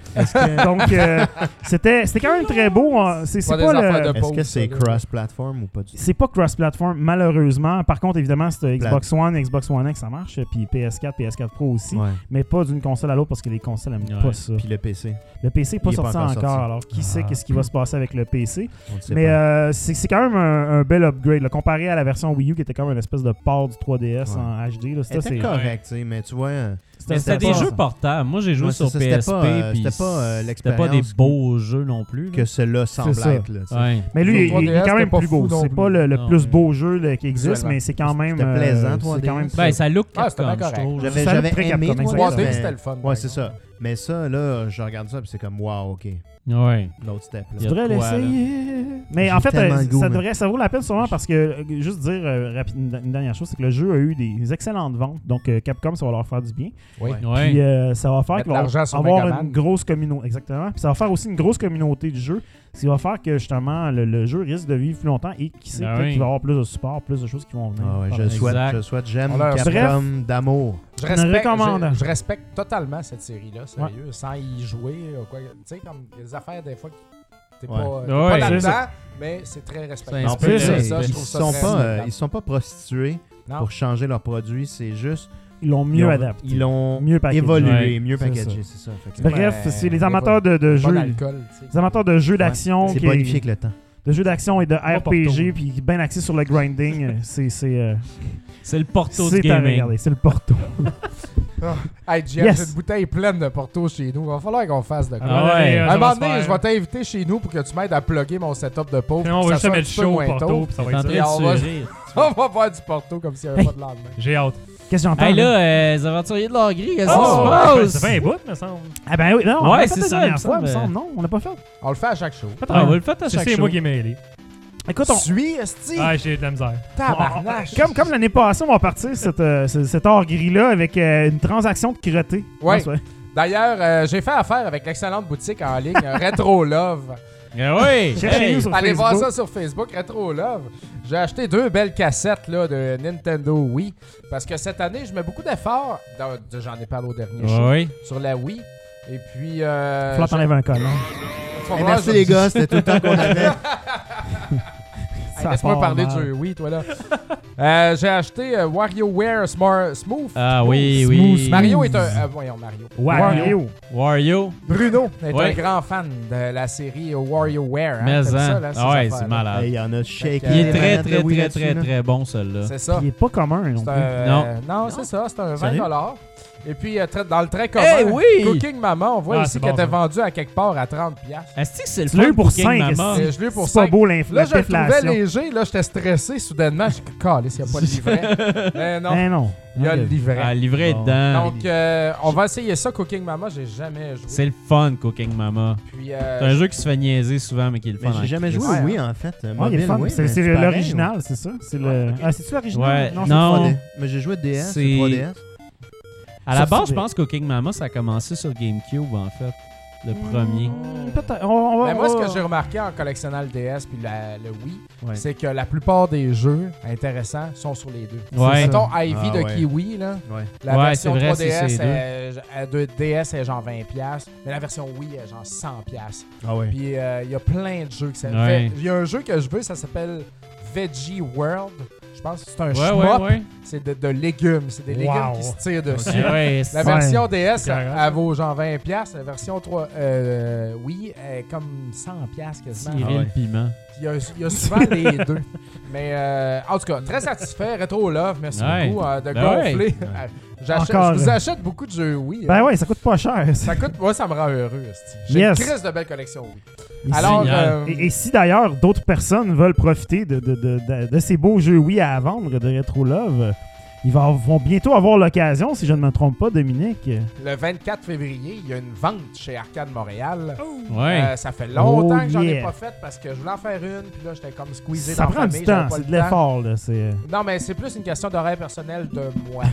Speaker 3: donc, euh, c'était c'était quand même très beau. hein. C'est c'est
Speaker 5: Pas des
Speaker 3: pas,
Speaker 5: affaires
Speaker 3: le-
Speaker 5: de
Speaker 4: Est-ce que
Speaker 5: pause,
Speaker 4: c'est
Speaker 5: ça, là.
Speaker 4: cross-platform ou pas du tout?
Speaker 3: c'est pas cross-platform, malheureusement. Par contre, évidemment, c'est Xbox One, Xbox One X, ça marche. Puis PS4, PS4 Pro aussi.
Speaker 4: Ouais.
Speaker 3: Mais pas d'une console à l'autre parce que les consoles n'aiment
Speaker 2: Ouais.
Speaker 3: pas ça.
Speaker 4: Puis le PC.
Speaker 3: Le PC n'est pas
Speaker 4: il est pas
Speaker 3: sorti
Speaker 4: encore
Speaker 3: encore.
Speaker 4: sorti.
Speaker 3: Alors, qui sait
Speaker 2: Ah.
Speaker 3: qu'est-ce qui va se passer avec le PC?
Speaker 4: On le sait
Speaker 3: Mais
Speaker 4: pas.
Speaker 3: euh, c'est c'est quand même un, un bel upgrade. là, comparé à la version Wii U qui était comme une espèce de port du 3DS
Speaker 4: Ouais.
Speaker 3: en HD. là, ça,
Speaker 4: C'était
Speaker 3: c'est-
Speaker 4: correct, tu sais, mais tu vois, euh,
Speaker 2: Mais C'était des
Speaker 3: pas-
Speaker 2: jeux portables. Moi, j'ai joué
Speaker 4: Ouais,
Speaker 2: sur
Speaker 4: c'est ça, c'était
Speaker 2: PSP.
Speaker 4: pas, euh,
Speaker 2: puis
Speaker 4: c'était pas, euh,
Speaker 2: C'était pas des
Speaker 4: l'expérience
Speaker 2: beaux jeux non plus. là.
Speaker 4: que cela semble
Speaker 3: ça.
Speaker 4: être. Là, tu sais.
Speaker 2: Ouais.
Speaker 3: Mais lui,
Speaker 5: Sur
Speaker 3: il, il est
Speaker 5: 3DS,
Speaker 3: quand même
Speaker 5: c'était pas
Speaker 3: plus
Speaker 5: fou
Speaker 3: beau.
Speaker 5: non
Speaker 3: C'est
Speaker 5: plus.
Speaker 3: pas le, le
Speaker 2: Non,
Speaker 3: plus
Speaker 2: mais-
Speaker 3: beau jeu là, qui existe,
Speaker 5: Visuellement.
Speaker 3: mais c'est quand même.
Speaker 4: C'était
Speaker 3: euh,
Speaker 4: plaisant, 3DS.
Speaker 3: C'est quand même
Speaker 2: Ben,
Speaker 3: ça.
Speaker 2: ça look
Speaker 5: Ah,
Speaker 2: Capcom,
Speaker 5: c'était bien
Speaker 2: je
Speaker 5: correct.
Speaker 2: trouve.
Speaker 4: J'avais
Speaker 3: Ça,
Speaker 4: j'avais
Speaker 3: le pré-
Speaker 4: aimé
Speaker 3: 85,
Speaker 4: 3D,
Speaker 5: c'était
Speaker 4: mais-
Speaker 5: le fun, par
Speaker 4: Ouais, c'est ça. Mais ça, là, je regarde ça, puis c'est comme, wow, OK,
Speaker 2: Ouais.
Speaker 4: l'autre step. là.
Speaker 2: Il y
Speaker 3: Tu
Speaker 2: a
Speaker 3: devrais
Speaker 2: de quoi, là.
Speaker 3: l'essayer. Mais
Speaker 4: J'ai
Speaker 3: en fait,
Speaker 4: tellement
Speaker 3: euh,
Speaker 4: le goût,
Speaker 3: ça,
Speaker 4: man.
Speaker 3: devrait, ça vaut la peine sûrement parce que, euh, juste dire euh, rapide, une une dernière chose, c'est que le jeu a eu des excellentes ventes. Donc, euh, Capcom, ça va leur faire du bien.
Speaker 5: Oui.
Speaker 2: Ouais.
Speaker 3: Puis euh, ça va faire
Speaker 5: Mettre
Speaker 3: qu'ils vont
Speaker 5: l'argent sur
Speaker 3: avoir
Speaker 5: Megaman.
Speaker 3: une grosse communauté. Exactement. Puis ça va faire aussi une grosse communauté de jeu. Ce qui va faire que justement le, le jeu risque de vivre plus longtemps et qui sait
Speaker 2: Ah
Speaker 3: peut-être
Speaker 2: oui.
Speaker 3: qu'il va avoir plus de support, plus de choses qui vont venir.
Speaker 4: Ah ouais, je
Speaker 3: Voilà.
Speaker 4: le souhaite,
Speaker 2: Exact.
Speaker 4: je le souhaite, j'aime
Speaker 5: On leur
Speaker 4: Capcom d'amour.
Speaker 5: Je respecte,
Speaker 3: recommande.
Speaker 5: je, je respecte totalement cette série-là, sérieux, sans y jouer. ou quoi. Tu sais, comme les affaires des fois, qui- t'es
Speaker 4: Ouais.
Speaker 5: pas, t'es
Speaker 2: Ouais,
Speaker 5: pas
Speaker 2: c'est
Speaker 5: là-dedans,
Speaker 2: ça.
Speaker 5: mais c'est très
Speaker 2: Ça
Speaker 5: respectable.
Speaker 4: En
Speaker 2: inspire,
Speaker 4: plus,
Speaker 2: c'est
Speaker 4: ils
Speaker 2: ça, je
Speaker 4: ils
Speaker 2: trouve
Speaker 4: sont pas, euh, ils sont pas prostitués
Speaker 5: Non.
Speaker 4: pour changer leurs produits, c'est juste
Speaker 3: Ils l'ont
Speaker 4: ils
Speaker 3: mieux
Speaker 4: ont-
Speaker 3: adapté.
Speaker 4: Ils l'ont
Speaker 3: Mieux packagé.
Speaker 4: évolué,
Speaker 2: Ouais.
Speaker 4: mieux
Speaker 3: C'est ça.
Speaker 4: packagé, c'est ça. fait que-
Speaker 3: Bref,
Speaker 5: Ouais,
Speaker 3: c'est les
Speaker 5: mais
Speaker 3: amateurs de, de
Speaker 5: Pas
Speaker 3: jeux.
Speaker 5: d'alcool, tu sais.
Speaker 3: Les amateurs de jeux d'action,
Speaker 4: C'est
Speaker 3: qui-
Speaker 4: bonifié avec le temps.
Speaker 3: de jeux d'action et de
Speaker 1: Porto.
Speaker 3: RPG, puis bien axé sur le grinding, euh, c'est c'est euh,
Speaker 2: C'est le porto du
Speaker 3: c'est à
Speaker 2: gaming.
Speaker 3: regarder, c'est le Porto.
Speaker 5: Ah. Hey, Jeff,
Speaker 3: Yes.
Speaker 5: j'ai une bouteille pleine de Porto chez nous. Il va falloir qu'on fasse de quoi.
Speaker 2: Ah ouais.
Speaker 5: À un moment
Speaker 1: j'en
Speaker 5: donné,
Speaker 1: espère.
Speaker 5: je vais t'inviter chez nous pour que tu m'aides à plugger mon setup de pauvre.
Speaker 1: On
Speaker 5: pour
Speaker 1: va
Speaker 5: que
Speaker 1: juste
Speaker 5: ça soit
Speaker 1: mettre
Speaker 5: un petit peu
Speaker 1: chaud au
Speaker 5: moins
Speaker 1: Porto,
Speaker 5: tôt.
Speaker 1: puis ça
Speaker 2: T'es
Speaker 1: va être
Speaker 2: en
Speaker 1: ça.
Speaker 5: Et on
Speaker 2: train de
Speaker 5: va-
Speaker 2: se rire.
Speaker 5: On va boire du Porto comme s'il n'y avait
Speaker 3: Hey.
Speaker 5: pas de lendemain.
Speaker 1: J'ai hâte.
Speaker 3: Qu'est-ce que j'entends?
Speaker 2: Hey
Speaker 3: là?
Speaker 2: là, euh, les aventuriers de l'or gris, qu'est-ce qui
Speaker 5: Oh!
Speaker 1: ça, fait,
Speaker 2: se
Speaker 1: ça
Speaker 2: passe?
Speaker 1: fait un bout, me semble.
Speaker 3: Ah ben oui, non, on
Speaker 2: Ouais,
Speaker 3: l'a fait
Speaker 2: c'est
Speaker 3: la
Speaker 2: ça,
Speaker 3: dernière
Speaker 2: il me
Speaker 3: fois, il me
Speaker 2: semble.
Speaker 3: semble. Non, on l'a pas fait.
Speaker 5: On le fait à chaque show.
Speaker 2: Ah, on va le faire à
Speaker 1: C'est
Speaker 2: chaque
Speaker 1: c'est
Speaker 2: show.
Speaker 1: moi qui ai mêlé.
Speaker 3: Écoute, on,
Speaker 5: Suis, esti!
Speaker 1: Ah, j'ai de la misère.
Speaker 5: Tabarnache!
Speaker 3: Comme, comme l'année passée, on va partir cette, euh, ce- cet or gris-là avec euh, une transaction de crotté.
Speaker 5: Ouais.
Speaker 3: Je pense,
Speaker 5: D'ailleurs, euh, j'ai fait affaire avec l'excellente boutique en ligne euh, Retro Love.
Speaker 2: Ah ouais!
Speaker 3: Cherchez-nous
Speaker 2: hey.
Speaker 3: sur
Speaker 5: Allez
Speaker 3: Facebook.
Speaker 5: voir ça sur Facebook, Retro Love. J'ai acheté deux belles cassettes là, de Nintendo Wii parce que cette année, je mets beaucoup d'efforts. dans- de- J'en ai parlé au dernier show
Speaker 2: Ouais.
Speaker 5: sur la Wii. Et puis. Euh,
Speaker 3: Flop enlève un colon.
Speaker 5: je-
Speaker 4: Hey, Eh, merci les gars, c'était tout le temps qu'on avait.
Speaker 5: Hey, Laisse-moi parler du Wii, toi là. Euh, j'ai acheté euh, WarioWare Smart Smooth.
Speaker 2: Ah oui,
Speaker 3: Smooth,
Speaker 2: oui.
Speaker 5: Mario est un. euh, voyons, Mario.
Speaker 3: Wario.
Speaker 2: Wario.
Speaker 5: Bruno est
Speaker 2: Ouais.
Speaker 5: un grand fan de la série WarioWare. Hein?
Speaker 2: Mais
Speaker 5: T'aimes ça,
Speaker 2: hein.
Speaker 5: là, ces
Speaker 2: Ah ouais,
Speaker 5: affaires-là?
Speaker 2: c'est
Speaker 4: Hey,
Speaker 2: malade.
Speaker 4: Il y en a shaké.
Speaker 2: Il est
Speaker 5: euh,
Speaker 2: très,
Speaker 4: manette de
Speaker 2: très,
Speaker 4: Wii
Speaker 2: très,
Speaker 4: là-dessus,
Speaker 2: très,
Speaker 4: là.
Speaker 2: très bon, celui-là.
Speaker 5: C'est ça.
Speaker 3: Il est pas commun non
Speaker 5: C'est
Speaker 3: plus.
Speaker 5: un-
Speaker 2: Non.
Speaker 5: euh, Non, c'est ça, c'est un 20
Speaker 4: Sérieux?
Speaker 5: Et puis, euh, très- dans le trait commun,
Speaker 2: Eh oui!
Speaker 5: Cooking Maman, on voit
Speaker 1: Ah,
Speaker 5: ici
Speaker 1: c'est
Speaker 5: qu'elle
Speaker 1: bon,
Speaker 5: était
Speaker 1: ça.
Speaker 5: vendue à quelque part à 30$. piastres.
Speaker 2: Est-ce que c'est le
Speaker 3: Tu l'as
Speaker 2: fun
Speaker 3: eu pour
Speaker 2: King
Speaker 3: 5
Speaker 2: Maman?
Speaker 5: C'est- je l'ai eu pour
Speaker 3: C'est pas
Speaker 5: cinq.
Speaker 3: beau l'inf-
Speaker 5: Là,
Speaker 3: la
Speaker 5: je le trouvais
Speaker 3: déflation.
Speaker 5: léger. Là, j'étais stressé soudainement. J'ai dit, calé, il n'y a pas de livret. Mais non,
Speaker 3: Eh non.
Speaker 5: il y a le
Speaker 2: Ah,
Speaker 5: livret.
Speaker 2: livré
Speaker 4: Bon.
Speaker 2: dedans.
Speaker 5: Donc, euh, on va essayer ça, Cooking Mama. J'ai jamais joué.
Speaker 2: C'est le fun, Cooking Mama.
Speaker 5: Puis, euh,
Speaker 2: C'est un jeu qui se fait niaiser souvent, mais qui est le fun.
Speaker 4: Mais
Speaker 2: en
Speaker 4: j'ai jamais
Speaker 2: crise.
Speaker 4: joué
Speaker 5: Ouais,
Speaker 4: au Wii en fait. Euh,
Speaker 3: Ouais, Ah, il est
Speaker 4: mobile,
Speaker 3: fun.
Speaker 4: oui,
Speaker 3: C'est
Speaker 4: mais
Speaker 3: c'est
Speaker 4: pareil,
Speaker 3: l'original, c'est ça? C'est le... Ah, c'est-tu l'original?
Speaker 2: Ouais.
Speaker 3: c'est
Speaker 2: Non.
Speaker 3: pas
Speaker 4: ouais.
Speaker 3: des-
Speaker 4: 3D. Mais j'ai joué DS,
Speaker 2: C'est-
Speaker 4: c'est 3DS.
Speaker 2: À la
Speaker 3: Sur
Speaker 2: base, je
Speaker 3: CD.
Speaker 2: pense que Cooking Mama, ça a commencé sur GameCube, en fait. Le premier.
Speaker 3: Hmm, Peut-être. On,
Speaker 2: Oh,
Speaker 3: on va-
Speaker 5: Mais Ben, moi, ce que
Speaker 3: on-
Speaker 5: j'ai remarqué en collectionnant le DS puis la- le Wii,
Speaker 4: Ouais.
Speaker 5: c'est que la plupart des jeux intéressants sont sur les deux.
Speaker 2: Ouais.
Speaker 5: Mettons Ivy
Speaker 4: Ah,
Speaker 5: de
Speaker 4: ouais.
Speaker 5: Kiwi, là.
Speaker 4: Ouais.
Speaker 5: La
Speaker 2: Ouais,
Speaker 5: version
Speaker 2: c'est vrai,
Speaker 5: 3DS,
Speaker 2: c'est- c'est
Speaker 5: elle- elle- de DS est genre 20$, mais la version Wii est genre 100$.
Speaker 4: Ah ouais.
Speaker 5: Puis euh, il y a plein de jeux que ça fait.
Speaker 2: Ouais.
Speaker 5: Il y a un jeu que je veux, ça s'appelle Veggie World. Je pense que c'est un
Speaker 2: Ouais,
Speaker 5: shmup.
Speaker 2: ouais, ouais.
Speaker 5: C'est de, de légumes. C'est des légumes
Speaker 3: Wow.
Speaker 5: qui se tirent dessus.
Speaker 2: Eh ouais, c'est-
Speaker 5: La version DS,
Speaker 1: C'est
Speaker 5: elle,
Speaker 1: carré,
Speaker 5: elle vaut genre 20$. La version 3, euh, Wii est comme 100$ quasiment.
Speaker 2: Tirer
Speaker 4: Ah ouais.
Speaker 2: le piment.
Speaker 5: Il y a, il y a souvent les deux. Mais euh, en tout cas, très satisfait. Retro Love, merci
Speaker 2: Ouais.
Speaker 5: beaucoup euh, de
Speaker 2: Ben
Speaker 5: gonfler.
Speaker 2: ouais.
Speaker 5: J'achète-
Speaker 3: Encore.
Speaker 5: je vous achète beaucoup de jeux Wii. hein.
Speaker 3: Ben ouais, ça coûte pas cher.
Speaker 5: Ça coûte, moi, ça me rend heureux. esti. J'ai
Speaker 3: Yes.
Speaker 5: une crise de belle collection Wii.
Speaker 3: Ici.
Speaker 5: Alors,
Speaker 2: Génial.
Speaker 5: euh,
Speaker 3: Et, et si d'ailleurs d'autres personnes veulent profiter de, de- de- de- de ces beaux jeux Wii à vendre de Retro Love, euh, ils va- vont bientôt avoir l'occasion, si je ne me trompe pas, Dominique.
Speaker 5: le 24 février, il y a une vente chez Arcade Montréal.
Speaker 2: Ouais.
Speaker 5: Euh, ça fait longtemps
Speaker 3: Oh,
Speaker 5: que j'en ai
Speaker 3: yeah.
Speaker 5: pas fait parce que je voulais en faire une, puis là, j'étais comme squeezé
Speaker 3: Ça
Speaker 5: dans la
Speaker 3: prend du
Speaker 5: famille,
Speaker 3: temps,
Speaker 5: j'avais pas
Speaker 3: c'est
Speaker 5: le
Speaker 3: de l'effort. là, c'est- euh,
Speaker 5: Non, mais c'est plus une question d'horaire personnel de moi.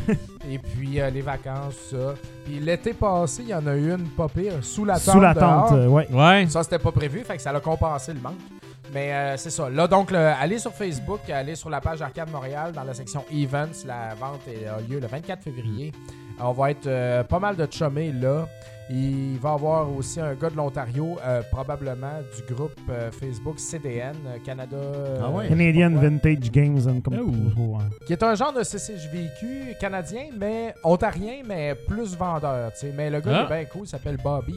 Speaker 5: Et puis, euh, les vacances, ça. Puis, l'été passé, il y en a eu une pas pire, sous la tente. hein.
Speaker 3: Sous la
Speaker 5: dehors.
Speaker 3: tente, euh, ouais.
Speaker 2: Ouais.
Speaker 5: Ça, c'était pas prévu, fait que ça l'a compensé le manque. Mais euh, c'est ça. Là, donc, le- allez sur Facebook, allez sur la page Arcade Montréal dans la section Events. La vente est- a lieu le 24 février.
Speaker 3: Mm.
Speaker 5: On va être euh, pas mal de chummés là. Il va y avoir aussi un gars de l'Ontario, euh, probablement du groupe euh, Facebook CDN, euh, Canada. euh,
Speaker 4: Ah ouais?
Speaker 3: Canadian
Speaker 5: je sais pas quoi,
Speaker 3: Vintage Games and Company.
Speaker 2: Oh.
Speaker 3: Ouais.
Speaker 5: Qui est un genre de CCJVQ canadien, mais ontarien, mais plus vendeur. tu sais. Mais le gars,
Speaker 2: Ah.
Speaker 5: il est bien cool, il s'appelle Bobby.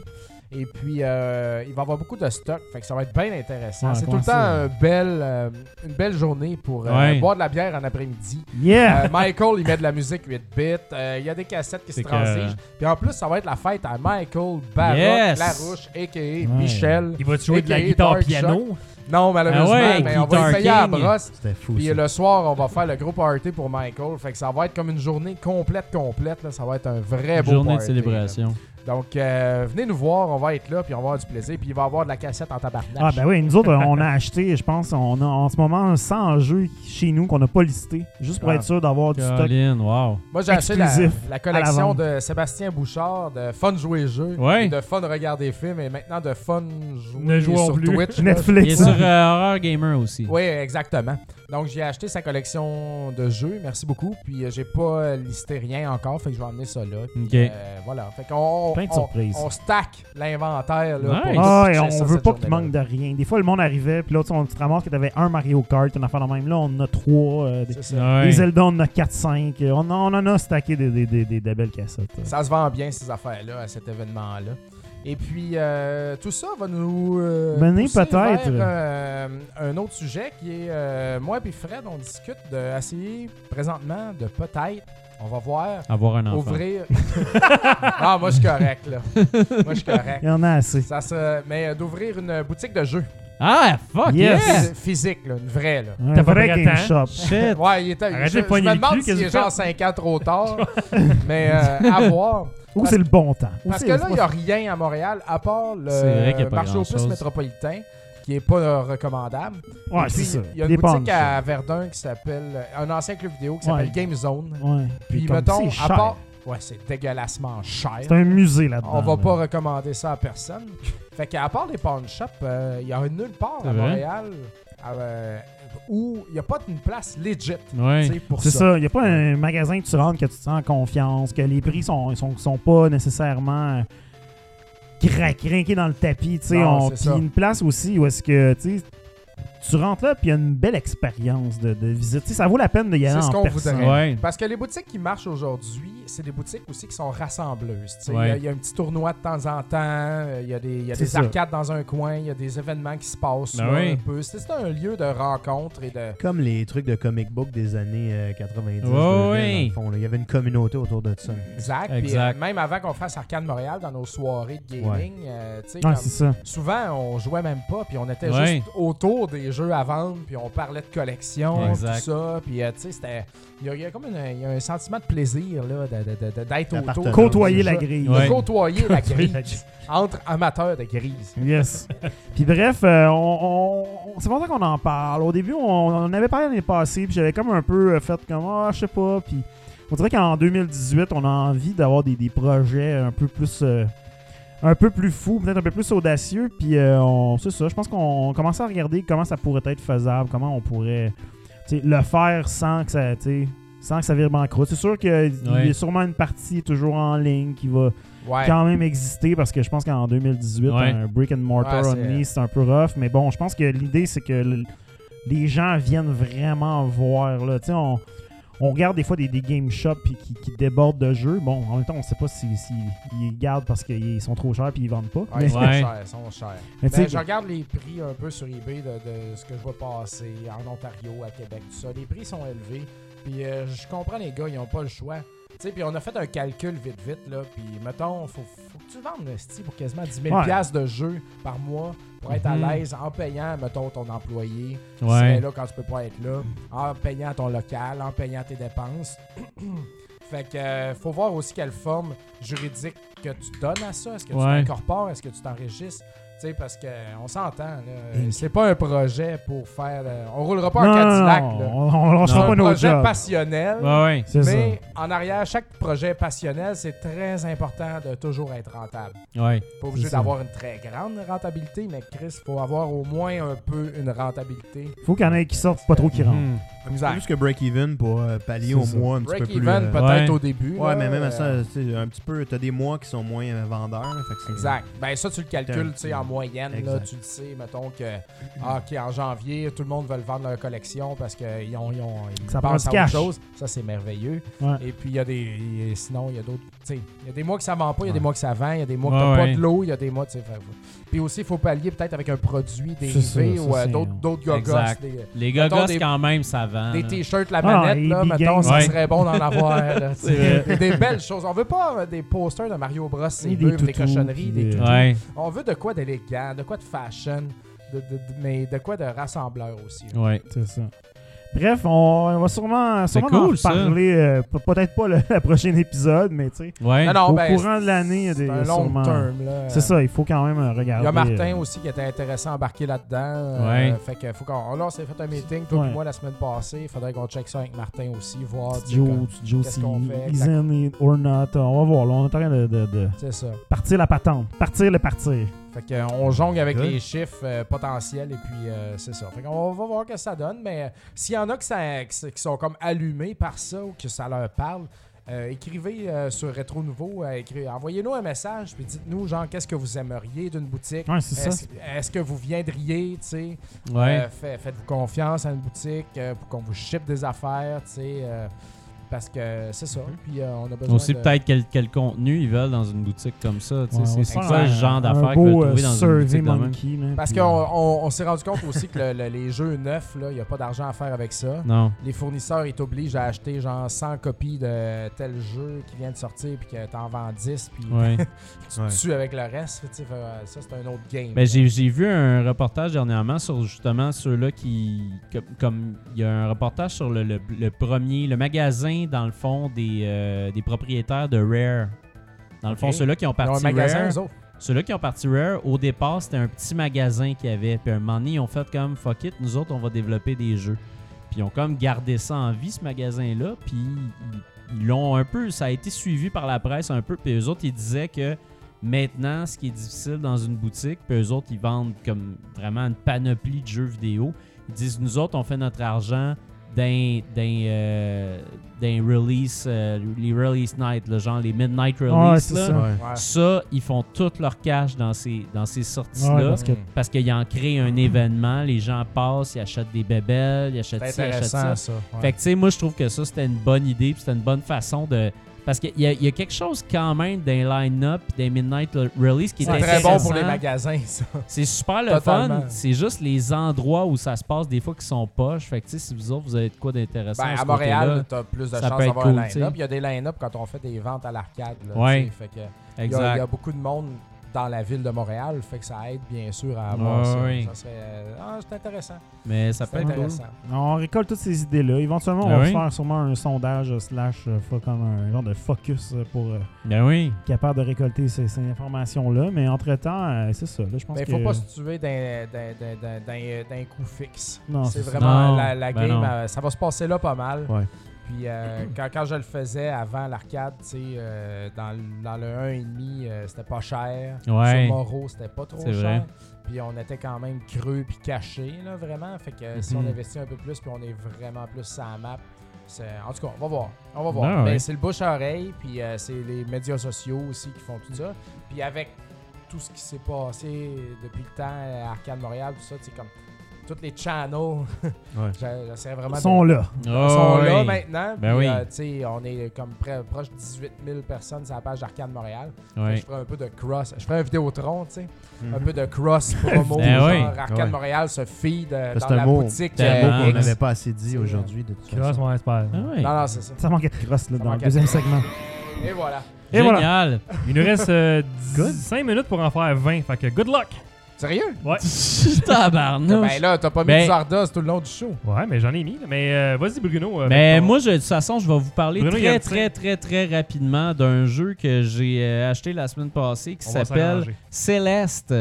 Speaker 5: Et puis, euh, il va y avoir beaucoup de stock. Fait que ça va être bien intéressant.
Speaker 3: Ouais,
Speaker 5: c'est tout le
Speaker 3: pensez,
Speaker 5: temps
Speaker 3: ouais.
Speaker 5: un bel, euh, une belle journée pour euh,
Speaker 2: Ouais.
Speaker 5: boire de la bière en après-midi.
Speaker 3: Yeah!
Speaker 5: Euh, Michael, il met de la musique 8 bits. Euh, il y a des cassettes qui se
Speaker 2: C'est que-
Speaker 5: transigent. Puis en plus, ça va être la fête à Michael Baroque
Speaker 2: Yes!
Speaker 5: Larouche, a.k.a. Michel.
Speaker 1: Il va jouer de la
Speaker 5: aka
Speaker 1: guitare
Speaker 5: Dark
Speaker 1: piano.
Speaker 5: Non, malheureusement,
Speaker 2: Ah ouais,
Speaker 5: mais on va
Speaker 2: Guitar
Speaker 5: le payer à la
Speaker 2: King.
Speaker 5: brosse.
Speaker 4: C'était fou.
Speaker 5: Puis
Speaker 4: ça.
Speaker 5: le soir, on va faire le gros party pour Michael. Fait que ça va être comme une journée complète, complète. Là. Ça va être un vrai beau
Speaker 2: Journée de
Speaker 5: party,
Speaker 2: célébration.
Speaker 5: là. Donc, euh, venez nous voir. On va être là, puis on va avoir du plaisir. Puis il va y avoir de la cassette en tabarnak.
Speaker 3: Ah ben oui, nous autres, on a acheté, je pense, on a en ce moment 100 jeux chez nous qu'on n'a pas listé, juste pour
Speaker 5: Ah.
Speaker 3: être sûr d'avoir du stock.
Speaker 2: Caroline, wow.
Speaker 5: Moi, j'ai acheté la,
Speaker 3: exclusif
Speaker 5: la
Speaker 3: à la
Speaker 5: collection
Speaker 3: vente.
Speaker 5: de Sébastien Bouchard, de Fun Jouer Jeu,
Speaker 2: Ouais.
Speaker 5: et de Fun Regarder Film, et maintenant de Fun
Speaker 1: Ne
Speaker 5: Jouer
Speaker 1: jouons
Speaker 5: sur
Speaker 1: plus.
Speaker 5: Twitch. là.
Speaker 2: Il est
Speaker 3: Netflix.
Speaker 2: sur euh, Horror Gamer aussi.
Speaker 5: Oui, exactement. Donc, j'ai acheté sa collection de jeux. Merci beaucoup. Puis, euh, j'ai pas euh, listé rien encore. Fait que je vais emmener ça là.
Speaker 2: Ok.
Speaker 5: Euh, voilà. Fait qu'on
Speaker 3: Plein de
Speaker 5: on-
Speaker 3: surprises.
Speaker 5: on stack l'inventaire. là, pour
Speaker 2: Nice.
Speaker 3: Ah,
Speaker 5: pitcher
Speaker 3: ouais,
Speaker 5: ça
Speaker 3: on veut
Speaker 5: cette
Speaker 3: pas qu'il
Speaker 5: journée-là.
Speaker 3: manque de rien. Des fois, le monde arrivait, puis là, tu sais, on te ramasse que t'avais un Mario Kart, une affaire de même. Là, on en a trois. euh, des,
Speaker 5: C'est ça.
Speaker 2: Ah Ouais.
Speaker 3: des Zelda, on en a 4-5. On, en- on en a stacké des, des, des, des, des belles cassettes. euh.
Speaker 5: Ça se vend bien, ces affaires-là, à cet événement-là. Et puis, euh, tout ça va nous euh,
Speaker 3: Mener
Speaker 5: pousser
Speaker 3: peut-être.
Speaker 5: vers, euh, un autre sujet qui est, euh, moi et Fred, on discute d'essayer présentement de peut-être, on va voir,
Speaker 2: Avoir un enfant.
Speaker 5: ouvrir... ah, moi, je suis correct, là. Moi, je suis correct.
Speaker 3: Il y en a assez.
Speaker 5: Ça se... Mais euh, d'ouvrir une boutique de jeux
Speaker 2: Ah, fuck,
Speaker 3: Yes.
Speaker 2: yes!
Speaker 5: Phys- physique, là, une vraie. Là.
Speaker 3: Un
Speaker 1: T'as pas
Speaker 3: vrai
Speaker 1: pris le
Speaker 3: game
Speaker 1: temps.
Speaker 3: shop.
Speaker 2: Shit.
Speaker 5: Ouais, il est à-
Speaker 1: Arrêtez
Speaker 5: je,
Speaker 1: de
Speaker 5: je
Speaker 1: poigner
Speaker 5: me
Speaker 1: le
Speaker 5: demande
Speaker 1: cul,
Speaker 5: s'il
Speaker 1: qu'est-ce
Speaker 5: est
Speaker 1: que vous
Speaker 5: genre 5 ans trop tard, mais euh, à voir.
Speaker 3: Où c'est le bon temps? Où
Speaker 5: Parce
Speaker 3: c'est-
Speaker 5: que là,
Speaker 3: c'est
Speaker 5: il n'y
Speaker 3: pas-
Speaker 5: a rien à Montréal, à part le
Speaker 2: C'est vrai qu'il y a pas
Speaker 5: marché aux
Speaker 2: grand-chose.
Speaker 5: puces métropolitain, qui n'est pas euh, recommandable.
Speaker 3: Ouais,
Speaker 5: Et
Speaker 3: c'est
Speaker 5: puis,
Speaker 3: ça.
Speaker 5: Il y a
Speaker 3: Des
Speaker 5: une boutique
Speaker 3: punchs.
Speaker 5: à Verdun qui s'appelle, euh, un ancien club vidéo qui s'appelle
Speaker 3: Ouais.
Speaker 5: Game Zone.
Speaker 3: Ouais.
Speaker 5: Puis,
Speaker 3: comme,
Speaker 5: mettons,
Speaker 3: c'est
Speaker 5: à
Speaker 3: cher.
Speaker 5: part. Ouais, c'est dégueulassement cher.
Speaker 3: C'est un musée là-dedans.
Speaker 5: On
Speaker 3: là.
Speaker 5: va pas recommander ça à personne. Fait qu'à part les pawn shops, euh, il y en a nulle part
Speaker 2: C'est
Speaker 5: à
Speaker 2: vrai.
Speaker 5: Montréal euh, où il n'y a pas une place legit.
Speaker 2: Ouais.
Speaker 5: tu sais, pour
Speaker 3: C'est ça. Il n'y a pas un magasin que tu rentres, que tu te sens en confiance, que les prix sont, sont, sont pas nécessairement euh, cra- crinqués dans le tapis. tu sais.
Speaker 5: Non,
Speaker 3: On-
Speaker 5: c'est
Speaker 3: Puis
Speaker 5: ça.
Speaker 3: une place aussi où est-ce que tu sais, tu rentres là, puis il y a une belle expérience de, de visite. Tu sais, ça vaut la peine d'y aller
Speaker 5: C'est ce
Speaker 3: en
Speaker 5: qu'on
Speaker 3: personne.
Speaker 5: voudrait.
Speaker 2: Ouais.
Speaker 5: Parce que les boutiques qui marchent aujourd'hui, c'est des boutiques aussi qui sont rassembleuses. tu sais. Il y
Speaker 2: Ouais.
Speaker 5: a- il y, a un petit tournoi de temps en temps, il y a des, il y a
Speaker 3: C'est
Speaker 5: des
Speaker 3: ça.
Speaker 5: arcades dans un coin, il y a des événements qui se passent
Speaker 2: Ben
Speaker 5: là,
Speaker 2: oui.
Speaker 5: un peu. C'est c'est un lieu de rencontre et de.
Speaker 4: Comme les trucs de comic book des années euh,
Speaker 2: Ouais,
Speaker 4: 90. 2000, dans le
Speaker 2: ouais.
Speaker 4: fond, là. Il y avait une communauté autour de ça.
Speaker 5: Exact. Puis,
Speaker 2: Exact.
Speaker 5: euh, même avant qu'on fasse Arcade Montréal dans nos soirées de gaming, euh, tu sais,
Speaker 3: Ouais,
Speaker 5: comme-
Speaker 3: c'est ça.
Speaker 5: souvent on jouait même pas, puis on était
Speaker 2: Ouais.
Speaker 5: juste autour des jeux à vendre, puis on parlait de collection,
Speaker 2: Exact.
Speaker 5: tout ça. Puis, euh, tu sais, c'était. Il y, a- il y a comme une- il y a un sentiment de plaisir là, de- de- de- de- d'être autour.
Speaker 4: D'appartenance.
Speaker 3: Côtoyer
Speaker 5: des
Speaker 3: la
Speaker 5: jeux.
Speaker 3: grille.
Speaker 5: de
Speaker 2: Ouais.
Speaker 5: côtoyer la
Speaker 1: Côtoyer
Speaker 5: grille
Speaker 1: la grille.
Speaker 5: entre amateurs de grise.
Speaker 3: Yes. Puis bref, euh, on, on- on- c'est longtemps qu'on en parle. Au début, on, on avait parlé l'année passée, puis j'avais comme un peu euh, fait comme, ah, je sais pas. Puis on dirait qu'en 2018, on a envie d'avoir des, des projets un peu plus. euh, un peu plus fous, peut-être un peu plus audacieux, puis euh, on- c'est ça. Je pense qu'on commence à regarder comment ça pourrait être faisable, comment on pourrait tu sais, le faire sans que ça, tu sais, sans que ça vire banqueroute. C'est sûr qu'il
Speaker 2: Ouais.
Speaker 3: y a sûrement une partie toujours en ligne qui va
Speaker 5: Ouais.
Speaker 3: quand même existé parce que je pense qu'en 2018,
Speaker 2: Ouais.
Speaker 3: un brick and mortar
Speaker 5: Ouais, c'est-
Speaker 3: only, c'est un peu rough. Mais bon, je pense que l'idée, c'est que l- les gens viennent vraiment voir. Là. Tu sais, On, on regarde des fois des, des game shops puis qui, qui débordent de jeux. Bon, en même temps, on sait pas s'ils si, ils gardent parce qu'ils sont trop chers puis ils vendent pas.
Speaker 5: Ouais, ils sont
Speaker 2: Ouais.
Speaker 5: chers, ils sont chers.
Speaker 3: Mais tu
Speaker 5: Ben,
Speaker 3: sais,
Speaker 5: je regarde les prix un peu sur eBay de, de ce que je vois passer en Ontario, à Québec, tout ça. Les prix sont élevés. Puis euh, je comprends les gars, ils n'ont pas le choix. Tu sais, puis on a fait un calcul vite, vite, là. Puis mettons, faut, faut que tu vendes le style pour quasiment 10 000
Speaker 3: Ouais.
Speaker 5: piastres de jeu par mois pour être
Speaker 2: Mhm.
Speaker 5: à l'aise en payant, mettons, ton employé.
Speaker 2: Ouais.
Speaker 5: Ouais. là quand tu peux pas être là, en payant ton local, en payant tes dépenses. fait que euh, faut voir aussi quelle forme juridique que tu donnes à ça. Est-ce que
Speaker 2: Ouais.
Speaker 5: tu t'incorpores? Est-ce que tu t'enregistres? Tu sais, parce que euh, on s'entend. là. Euh, C'est pas un projet pour faire. euh, on roulera pas
Speaker 3: non,
Speaker 5: un
Speaker 3: non,
Speaker 5: Cadillac.
Speaker 3: non,
Speaker 5: là.
Speaker 3: on, on
Speaker 5: C'est
Speaker 3: lâchera
Speaker 5: un
Speaker 3: pas nos
Speaker 5: projet
Speaker 3: jobs.
Speaker 5: passionnel.
Speaker 2: Ouais, ouais.
Speaker 3: C'est ça.
Speaker 5: Mais en arrière, chaque projet passionnel, c'est très important de toujours être rentable.
Speaker 2: Ouais.
Speaker 5: Pas obligé
Speaker 3: C'est ça.
Speaker 5: d'avoir une très grande rentabilité, mais Chris, faut avoir au moins un peu une rentabilité.
Speaker 3: Faut qu'il y en ait qui sortent, pas trop
Speaker 5: Mhm.
Speaker 3: qui rentrent.
Speaker 2: Hmm.
Speaker 5: Misère.
Speaker 4: Plus que break-even pour euh, pallier
Speaker 3: C'est
Speaker 4: au
Speaker 3: ça.
Speaker 4: mois un petit peu plus.
Speaker 5: Ben. Break-even
Speaker 4: euh,
Speaker 5: peut-être
Speaker 2: Ouais.
Speaker 5: au début.
Speaker 4: Ouais,
Speaker 5: là,
Speaker 4: mais même à
Speaker 5: euh,
Speaker 4: ça, tu sais, un petit peu, t'as des mois qui sont moins euh, vendeurs. là, fait que c'est-
Speaker 5: Exact. Ben ça, tu le calcules tu sais, en moyenne. Là,
Speaker 4: Exact.
Speaker 5: tu le sais, mettons que ah, ok, en janvier, tout le monde veut le vendre leur collection parce qu'ils ont, ils ont ils
Speaker 3: Ça prend
Speaker 5: pensent
Speaker 3: du
Speaker 5: à
Speaker 3: cash.
Speaker 5: autre chose. Ça, c'est merveilleux.
Speaker 3: Ouais.
Speaker 5: Et puis, il y a des. et Sinon, il y a d'autres. tu sais, Il y a des mois que ça vend pas, il y a des
Speaker 4: Ouais.
Speaker 5: mois que ça vend, il y a des mois que
Speaker 1: Ouais,
Speaker 5: t'as
Speaker 1: ouais.
Speaker 5: pas de l'eau, il y a des mois. tu sais, fait- Puis aussi, il faut pallier peut-être avec un produit dérivé
Speaker 3: ça,
Speaker 5: ou euh,
Speaker 3: c'est-
Speaker 5: d'autres d'autres gogos.
Speaker 2: Exact.
Speaker 5: Des,
Speaker 2: Les
Speaker 5: Mettons
Speaker 2: gars
Speaker 5: des-
Speaker 2: quand même, ça vend.
Speaker 5: des
Speaker 2: là.
Speaker 5: t-shirts, la
Speaker 3: Ah,
Speaker 5: manette,
Speaker 3: et
Speaker 5: là,
Speaker 3: des
Speaker 5: mettons,
Speaker 3: games.
Speaker 5: ça
Speaker 2: Ouais.
Speaker 5: serait bon d'en avoir. là, tu sais.
Speaker 2: vrai.
Speaker 5: Des- des belles choses. On veut pas euh, des posters de Mario Bros,
Speaker 3: Ni
Speaker 5: c'est
Speaker 3: des
Speaker 5: des, des
Speaker 3: toutous,
Speaker 5: cochonneries,
Speaker 3: puis
Speaker 5: des
Speaker 3: des-
Speaker 5: toutous.
Speaker 2: euh, Ouais.
Speaker 5: On veut de quoi d'élégant, de quoi de fashion, de- de- de- mais de quoi de rassembleur aussi. là.
Speaker 2: Ouais.
Speaker 3: C'est ça. Bref, on, on va sûrement,
Speaker 2: C'est
Speaker 3: sûrement
Speaker 2: cool,
Speaker 3: en
Speaker 2: ça.
Speaker 3: parler, peut-être pas le, le prochain épisode, mais tu sais,
Speaker 2: Ouais.
Speaker 5: Non, non,
Speaker 3: au
Speaker 5: ben,
Speaker 3: courant de l'année, il y a
Speaker 5: c'est
Speaker 3: des-
Speaker 5: un long
Speaker 3: sûrement-
Speaker 5: terme. là.
Speaker 3: C'est ça, il faut quand même euh,
Speaker 5: Il
Speaker 3: regarder.
Speaker 5: y a
Speaker 3: euh,
Speaker 5: Martin aussi qui était intéressant à embarquer là-dedans. euh,
Speaker 2: Ouais.
Speaker 5: fait que faut qu'on. oh, Là, on s'est fait un meeting, toi
Speaker 3: Ouais.
Speaker 5: et moi, la semaine passée. Il faudrait qu'on check ça avec Martin aussi, voir. tu sais,
Speaker 3: Joe,
Speaker 5: comme-
Speaker 3: Joe,
Speaker 5: qu'est-ce
Speaker 3: si
Speaker 5: qu'on fait,
Speaker 3: he's in it or not. euh, On va voir, là, on est en train de, de- de
Speaker 5: C'est ça.
Speaker 3: partir la patente. Partir le partir.
Speaker 5: Fait que, euh, on jongle avec
Speaker 4: Good.
Speaker 5: les chiffres euh, potentiels et puis euh, c'est ça. Fait qu'on va voir que ça donne, mais euh, s'il y en a qui, ça- qui s- qui sont comme allumés par ça ou que ça leur parle, euh, écrivez euh, sur Rétro Nouveau, euh, écri- envoyez-nous un message puis dites-nous genre qu'est-ce que vous aimeriez d'une boutique.
Speaker 3: Ouais, c'est ça.
Speaker 5: Est-ce est-ce que vous viendriez, tu sais?
Speaker 2: Ouais.
Speaker 5: Euh, fait- Faites-vous confiance à une boutique euh, pour qu'on vous ship des affaires, tu sais? euh, parce que c'est ça.
Speaker 3: Mm-hmm.
Speaker 5: Puis euh, on a besoin
Speaker 2: On sait
Speaker 5: de-
Speaker 2: peut-être quel, quel contenu ils veulent dans une boutique comme ça. tu sais,
Speaker 3: Ouais, on
Speaker 2: c'est
Speaker 3: va
Speaker 2: c'est
Speaker 3: faire
Speaker 2: quoi
Speaker 3: un-
Speaker 2: ce genre
Speaker 3: Un
Speaker 2: d'affaires qu'ils veulent
Speaker 3: beau euh,
Speaker 2: trouver dans une
Speaker 3: Survey
Speaker 2: boutique de même?
Speaker 3: Monkey. là,
Speaker 5: Parce
Speaker 2: Hmm.
Speaker 3: puis, euh,
Speaker 5: qu'on on- on s'est rendu compte aussi que le- le- les jeux neufs, là, il n'y a pas d'argent à faire avec ça.
Speaker 2: Non.
Speaker 5: Les fournisseurs, ils t'obligent à acheter genre 100 copies de tel jeu qui vient de sortir, puis que t'en vends 10, puis
Speaker 2: Ouais.
Speaker 5: tu te
Speaker 4: Ouais.
Speaker 5: tues avec le reste. Tu sais, fait, euh, ça, c'est un autre game.
Speaker 2: Ben, j'ai, j'ai vu un reportage dernièrement sur justement ceux-là qui. Comme, comme il y a un reportage sur le, le- le premier, le magasin, dans le fond, des, euh, des propriétaires de Rare. Dans le fond,
Speaker 5: Ok.
Speaker 2: ceux-là qui ont
Speaker 5: ils ont un
Speaker 2: parti
Speaker 5: magasin,
Speaker 2: Rare.
Speaker 5: eux autres.
Speaker 2: Ceux-là qui ont parti Rare, au départ, c'était un petit magasin qu'il y avait. Puis à un moment donné, ils ont fait comme fuck it, nous autres, on va développer des jeux. Puis ils ont comme gardé ça en vie, ce magasin-là. Puis ils- ils l'ont un peu. Ça a été suivi par la presse un peu. Puis eux autres, ils disaient que maintenant, ce qui est difficile dans une boutique, puis eux autres, ils vendent comme vraiment une panoplie de jeux vidéo. Ils disent, nous autres, on fait notre argent d'un d'un euh, d'un release euh, les release night là, genre les midnight
Speaker 3: Ouais,
Speaker 2: release
Speaker 3: c'est
Speaker 2: là.
Speaker 3: ça.
Speaker 4: Ouais.
Speaker 5: Ouais.
Speaker 2: Ça, ils font tout leur cash dans ces, dans ces
Speaker 3: Ouais,
Speaker 2: sorties-là.
Speaker 3: parce que-
Speaker 5: Hmm.
Speaker 2: parce qu'ils en créent un événement, les gens passent, ils achètent des bébelles, ils achètent
Speaker 5: C'est
Speaker 2: ci, ils achètent
Speaker 5: intéressant,
Speaker 2: ça.
Speaker 5: ça. ouais.
Speaker 2: Fait que, tu sais, moi, je trouve que ça, c'était une bonne idée, puis c'était une bonne façon de. Parce qu'il y, a- il y a quelque chose quand même d'un line-up, des midnight release qui est
Speaker 5: c'est très bon pour les
Speaker 2: intéressant.
Speaker 5: magasins, ça.
Speaker 2: C'est super le
Speaker 5: Totalement.
Speaker 2: fun. C'est juste les endroits où ça se passe des fois qui sont poches. Fait que, tu sais, si vous autres, vous avez de quoi d'intéressant.
Speaker 5: Ben,
Speaker 2: à, ce
Speaker 5: à
Speaker 2: côté-là.
Speaker 5: Montréal, t'as plus de
Speaker 2: ça
Speaker 5: chances
Speaker 2: peut être
Speaker 5: d'avoir
Speaker 2: cool,
Speaker 5: un
Speaker 2: tu sais.
Speaker 5: line-up. Il y a des line-up quand on fait des ventes à l'arcade. là,
Speaker 2: Ouais.
Speaker 5: tu sais, Fait que, Il y, a, il y
Speaker 2: Exact.
Speaker 5: a beaucoup de monde dans la ville de Montréal, fait que ça aide bien sûr à avoir
Speaker 2: Ouais,
Speaker 5: ça.
Speaker 2: oui.
Speaker 5: Ça serait, euh, ah, c'est intéressant.
Speaker 2: Mais ça peut
Speaker 5: C'est
Speaker 2: être cool.
Speaker 5: intéressant.
Speaker 3: On récolte toutes ces idées-là. Éventuellement, on
Speaker 2: Ah
Speaker 3: va
Speaker 2: oui?
Speaker 3: faire sûrement un sondage euh, slash euh, fa- comme un genre de focus euh, pour euh,
Speaker 2: Ben oui.
Speaker 3: être capable de récolter ces, ces informations-là. Mais entre-temps, euh, c'est ça. Là, je pense
Speaker 5: Mais
Speaker 3: que...
Speaker 5: il ne Ben, faut pas se tuer d'un- d'un- d'un- d'un- d'un d'un coup fixe.
Speaker 3: Non,
Speaker 5: C'est
Speaker 3: c'est ça.
Speaker 5: vraiment
Speaker 2: Non,
Speaker 5: la, la
Speaker 2: ben
Speaker 5: game,
Speaker 2: non.
Speaker 5: euh, ça va se passer là pas mal.
Speaker 4: Ouais.
Speaker 5: Puis euh, quand, quand je le faisais avant l'arcade, tu sais, euh, dans, le- dans le 1,5, euh, c'était pas cher.
Speaker 2: Ouais.
Speaker 5: Sur Moro, c'était pas trop
Speaker 2: C'est
Speaker 5: cher.
Speaker 2: vrai.
Speaker 5: Puis on était quand même creux puis caché, là, vraiment. Fait que euh, si
Speaker 2: Mhm.
Speaker 5: on investit un peu plus, puis on est vraiment plus sur la map. c'est- En tout cas, on va voir. On va voir.
Speaker 2: Ah,
Speaker 5: Ben,
Speaker 2: ouais.
Speaker 5: C'est le bouche à oreille, puis euh, c'est les médias sociaux aussi qui font tout ça. Puis avec tout ce qui s'est passé depuis le temps à Arcade Montréal, tout ça, c'est comme tous les channels.
Speaker 4: Ouais.
Speaker 5: j'a- J'essaierais vraiment. de-
Speaker 3: sont là.
Speaker 5: sont
Speaker 2: Oh,
Speaker 5: là
Speaker 2: oui.
Speaker 5: maintenant.
Speaker 2: Ben
Speaker 5: puis,
Speaker 2: oui.
Speaker 5: euh, tu sais, on est comme près, proche de 18 000 personnes sur la page d'Arcade Montréal. Fait que
Speaker 2: Ouais.
Speaker 5: Je ferai un peu de cross. Je ferai un vidéotron, tu sais.
Speaker 4: Mhm.
Speaker 5: Un peu de cross promo.
Speaker 2: Ben
Speaker 5: genre
Speaker 2: oui.
Speaker 5: Arcade
Speaker 4: Ouais.
Speaker 5: Montréal se feed euh,
Speaker 4: Parce
Speaker 5: dans
Speaker 4: que
Speaker 5: la
Speaker 4: c'est un mot-
Speaker 5: boutique.
Speaker 4: C'est un
Speaker 2: Tellement.
Speaker 4: mot qu'on
Speaker 2: X.
Speaker 4: n'avait pas assez dit
Speaker 5: C'est, euh,
Speaker 4: aujourd'hui, de toute
Speaker 1: Cross,
Speaker 4: façon.
Speaker 1: on espère.
Speaker 2: Ah ouais.
Speaker 5: Non, non, c'est ça.
Speaker 3: Ça manquait de crosse là,
Speaker 5: Ça
Speaker 3: dans le
Speaker 5: manquait
Speaker 3: deuxième
Speaker 5: de-
Speaker 3: segment.
Speaker 5: Et voilà.
Speaker 3: Et voilà.
Speaker 2: Génial.
Speaker 1: Il nous reste euh, dix-
Speaker 4: Good.
Speaker 1: cinq minutes pour en faire 20. Fait que good luck!
Speaker 5: Sérieux?
Speaker 1: Ouais.
Speaker 2: Tabarnouche.
Speaker 5: Ben là, t'as pas mis
Speaker 2: Ben-
Speaker 5: du Zardoz tout le long du show.
Speaker 1: Ouais, mais j'en ai mis. là. Mais euh, vas-y, Bruno. euh,
Speaker 2: Mais
Speaker 1: fais ton-
Speaker 2: moi, je- de toute façon, je vais vous parler
Speaker 1: Bruno, il y a
Speaker 2: très,
Speaker 1: un
Speaker 2: très, très, très rapidement d'un jeu que j'ai euh, acheté la semaine passée qui
Speaker 1: on va
Speaker 2: s'appelle
Speaker 1: s'arranger.
Speaker 2: Céleste.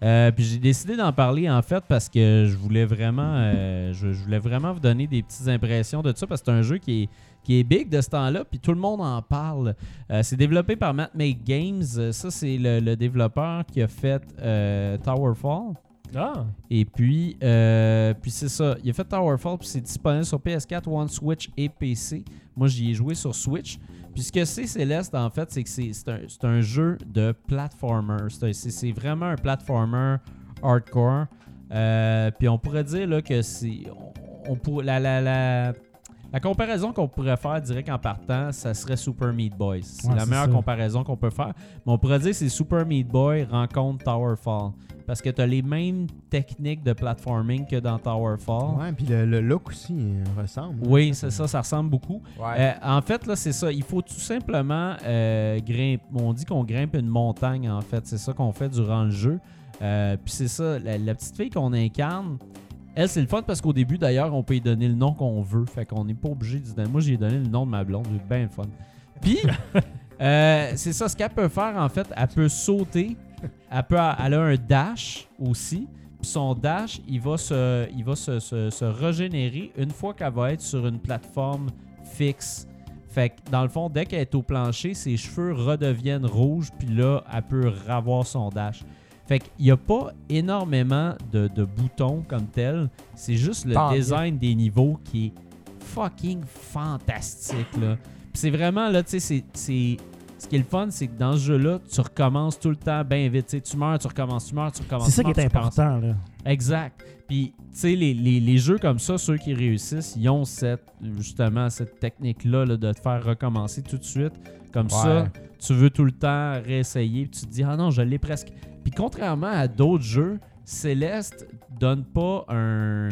Speaker 2: Euh, puis j'ai décidé d'en parler en fait parce que je voulais vraiment, euh, je, je voulais vraiment vous donner des petites impressions de ça parce que c'est un jeu qui est qui est big de ce temps-là, puis tout le monde en parle. Euh, c'est développé par Matt Make Games. Euh, Ça, c'est le, le développeur qui a fait euh, Towerfall.
Speaker 1: Ah,
Speaker 2: Et puis, euh, puis c'est ça. Il a fait Towerfall, puis c'est disponible sur PS4, One Switch et PC. Moi, j'y ai joué sur Switch. Puis ce que c'est Céleste, en fait, c'est que c'est c'est un, c'est un jeu de platformer. C'est un- C'est c'est vraiment un platformer hardcore. Euh, puis on pourrait dire là, que c'est. On, on pour- la, la, la, la comparaison qu'on pourrait faire direct en partant, ça serait Super Meat Boy. C'est
Speaker 3: Ouais,
Speaker 2: la
Speaker 3: c'est
Speaker 2: meilleure
Speaker 3: ça.
Speaker 2: comparaison qu'on peut faire. Mais on pourrait dire que c'est Super Meat Boy rencontre Towerfall. Parce que tu as les mêmes techniques de platforming que dans Towerfall.
Speaker 4: Ouais, puis le, le look aussi euh, ressemble.
Speaker 2: Oui, c'est ça, ça ressemble beaucoup.
Speaker 5: Ouais.
Speaker 2: Euh, en fait, là, c'est ça. Il faut tout simplement euh, grimper. On dit qu'on grimpe une montagne, en fait. C'est ça qu'on fait durant le jeu. Euh, Puis c'est ça, la, la petite fille qu'on incarne, elle, c'est le fun parce qu'au début, d'ailleurs, on peut lui donner le nom qu'on veut. Fait qu'on n'est pas obligé de lui donner. Moi, j'ai donné le nom de ma blonde. J'ai eu bien le fun. Puis, euh, c'est ça, ce qu'elle peut faire, en fait, elle peut sauter. Elle, peut, elle a un dash aussi. Puis son dash, il va, se, il va se, se- se régénérer une fois qu'elle va être sur une plateforme fixe. Fait que dans le fond, dès qu'elle est au plancher, ses cheveux redeviennent rouges, puis là, elle peut ravoir son dash. Fait qu'il n'y a pas énormément de, de boutons comme tel. C'est juste le
Speaker 5: Tant mieux.
Speaker 2: design des niveaux qui est fucking fantastique, là. Puis c'est vraiment, là, tu sais, c'est- c'est... Ce qui est le fun, c'est que dans ce jeu-là, tu recommences tout le temps bien vite. Tu sais, tu meurs, tu recommences, tu meurs, tu recommences.
Speaker 3: C'est ça
Speaker 2: tu
Speaker 3: qui
Speaker 2: meurs,
Speaker 3: est
Speaker 2: tu recommences.
Speaker 3: important. Là.
Speaker 2: Exact. Puis, tu sais, les, les- les jeux comme ça, ceux qui réussissent, ils ont cette, justement cette technique-là là, de te faire recommencer tout de suite. Comme ça,
Speaker 5: Ouais.
Speaker 2: tu veux tout le temps réessayer. Puis tu te dis, ah non, je l'ai presque. Puis contrairement à d'autres jeux, Céleste donne pas un.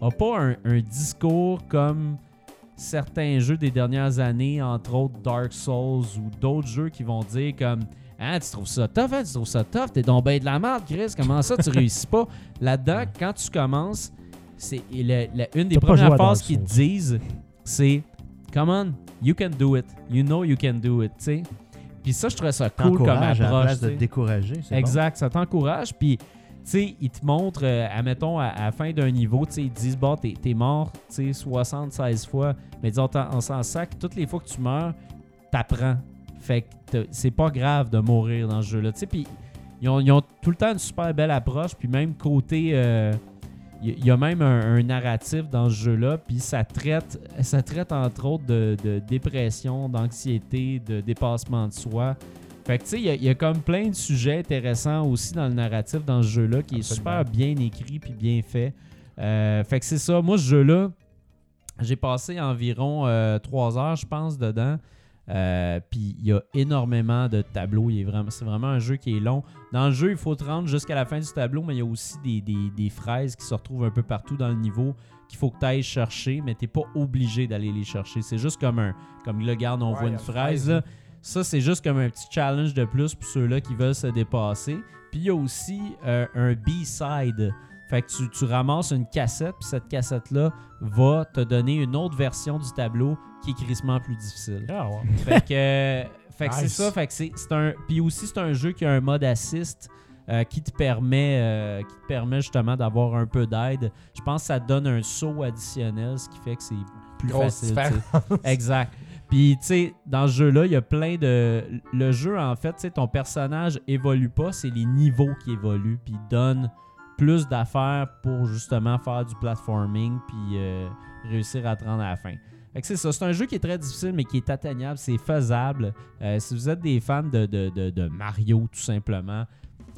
Speaker 2: a pas un, un discours comme certains jeux des dernières années, entre autres Dark Souls ou d'autres jeux qui vont dire comme. Ah, tu trouves ça tough, hein? tu trouves ça tough, t'es donc ben de la merde, Chris, comment ça, tu réussis pas? Là-dedans, quand tu commences, c'est et la- la- une des
Speaker 3: T'as pas joué
Speaker 2: premières
Speaker 3: à
Speaker 2: phrases
Speaker 3: Dark
Speaker 2: qu'ils te
Speaker 3: Souls.
Speaker 2: disent, c'est Come on, you can do it. You know you can do it, tu sais. Puis ça, je trouvais ça cool comme
Speaker 4: T'encourages
Speaker 2: approche.
Speaker 4: à la place de
Speaker 2: tu
Speaker 4: te
Speaker 2: sais.
Speaker 4: décourager. c'est
Speaker 2: Exact, ça t'encourage. Puis, tu sais, ils te montrent, euh, admettons, à, à la fin d'un niveau, tu sais, ils te disent, bah, t'es t'es mort, tu sais, 76 fois. Mais disons, t'en- on s'en sac, toutes les fois que tu meurs, t'apprends. Fait que t'as- c'est pas grave de mourir dans ce jeu-là. Tu sais, puis ils ont, ils ont tout le temps une super belle approche. Puis même côté. euh, il y- il y a même un, un narratif dans ce jeu-là, puis ça traite, ça traite entre autres de, de dépression, d'anxiété, de dépassement de soi. Fait que tu sais, il y a- il y, a comme plein de sujets intéressants aussi dans le narratif dans ce jeu-là qui
Speaker 5: Absolument.
Speaker 2: est super bien écrit puis bien fait. Euh, fait que c'est ça. Moi, ce jeu-là, j'ai passé environ 3 heures, je pense, dedans. Euh, puis il y a énormément de tableaux. Il est vraiment- C'est vraiment un jeu qui est long. Dans le jeu, il faut te rendre jusqu'à la fin du tableau, mais il y a aussi des, des- des fraises qui se retrouvent un peu partout dans le niveau qu'il faut que tu ailles chercher, mais tu pas obligé d'aller les chercher. C'est juste comme un. Comme le garde, on
Speaker 5: Ouais,
Speaker 2: voit
Speaker 5: il y a
Speaker 2: une
Speaker 5: une
Speaker 2: fraise.
Speaker 5: fraise,
Speaker 2: là. Ça, c'est juste comme un petit challenge de plus pour ceux-là qui veulent se dépasser. Puis il y a aussi euh, un B-side. Fait que tu, tu ramasses une cassette, puis cette cassette-là va te donner une autre version du tableau qui est crissement plus difficile.
Speaker 1: ah ouais.
Speaker 2: Fait que, euh, fait que c'est
Speaker 5: Nice.
Speaker 2: ça. Fait que c'est c'est un. Puis aussi, c'est un jeu qui a un mode assist euh, qui te permet, euh, qui te permet justement d'avoir un peu d'aide. Je pense que ça te donne un saut additionnel, ce qui fait que c'est plus
Speaker 5: Grosse
Speaker 2: facile. tu sais. Exact. Puis, tu sais, dans ce jeu-là, il y a plein de. Le jeu, en fait, tu sais, ton personnage évolue pas, c'est les niveaux qui évoluent, puis donne plus d'affaires pour justement faire du platforming, puis euh, réussir à te rendre à la fin. Fait que c'est ça, c'est un jeu qui est très difficile, mais qui est atteignable, c'est faisable. Euh, si vous êtes des fans de, de- de- de Mario, tout simplement,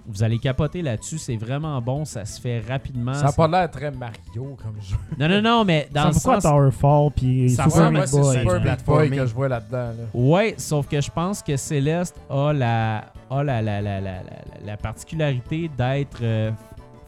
Speaker 2: vous allez capoter là-dessus, c'est vraiment bon, ça se fait rapidement.
Speaker 5: Ça n'a pas l'air très Mario comme jeu.
Speaker 2: Non, non, non, mais dans
Speaker 3: C'est
Speaker 2: le
Speaker 3: pourquoi
Speaker 2: sens...
Speaker 3: Towerfall puis
Speaker 2: Ça
Speaker 3: Super
Speaker 2: ressemble
Speaker 5: moi,
Speaker 3: Meat
Speaker 5: c'est
Speaker 3: Boy?
Speaker 5: Super
Speaker 2: hein.
Speaker 4: genre.
Speaker 5: Meat Boy
Speaker 4: Platforming.
Speaker 5: que je vois là-dedans. là.
Speaker 2: Ouais, sauf que je pense que Céleste a la, a la, la, la, la, la- la- la particularité d'être euh,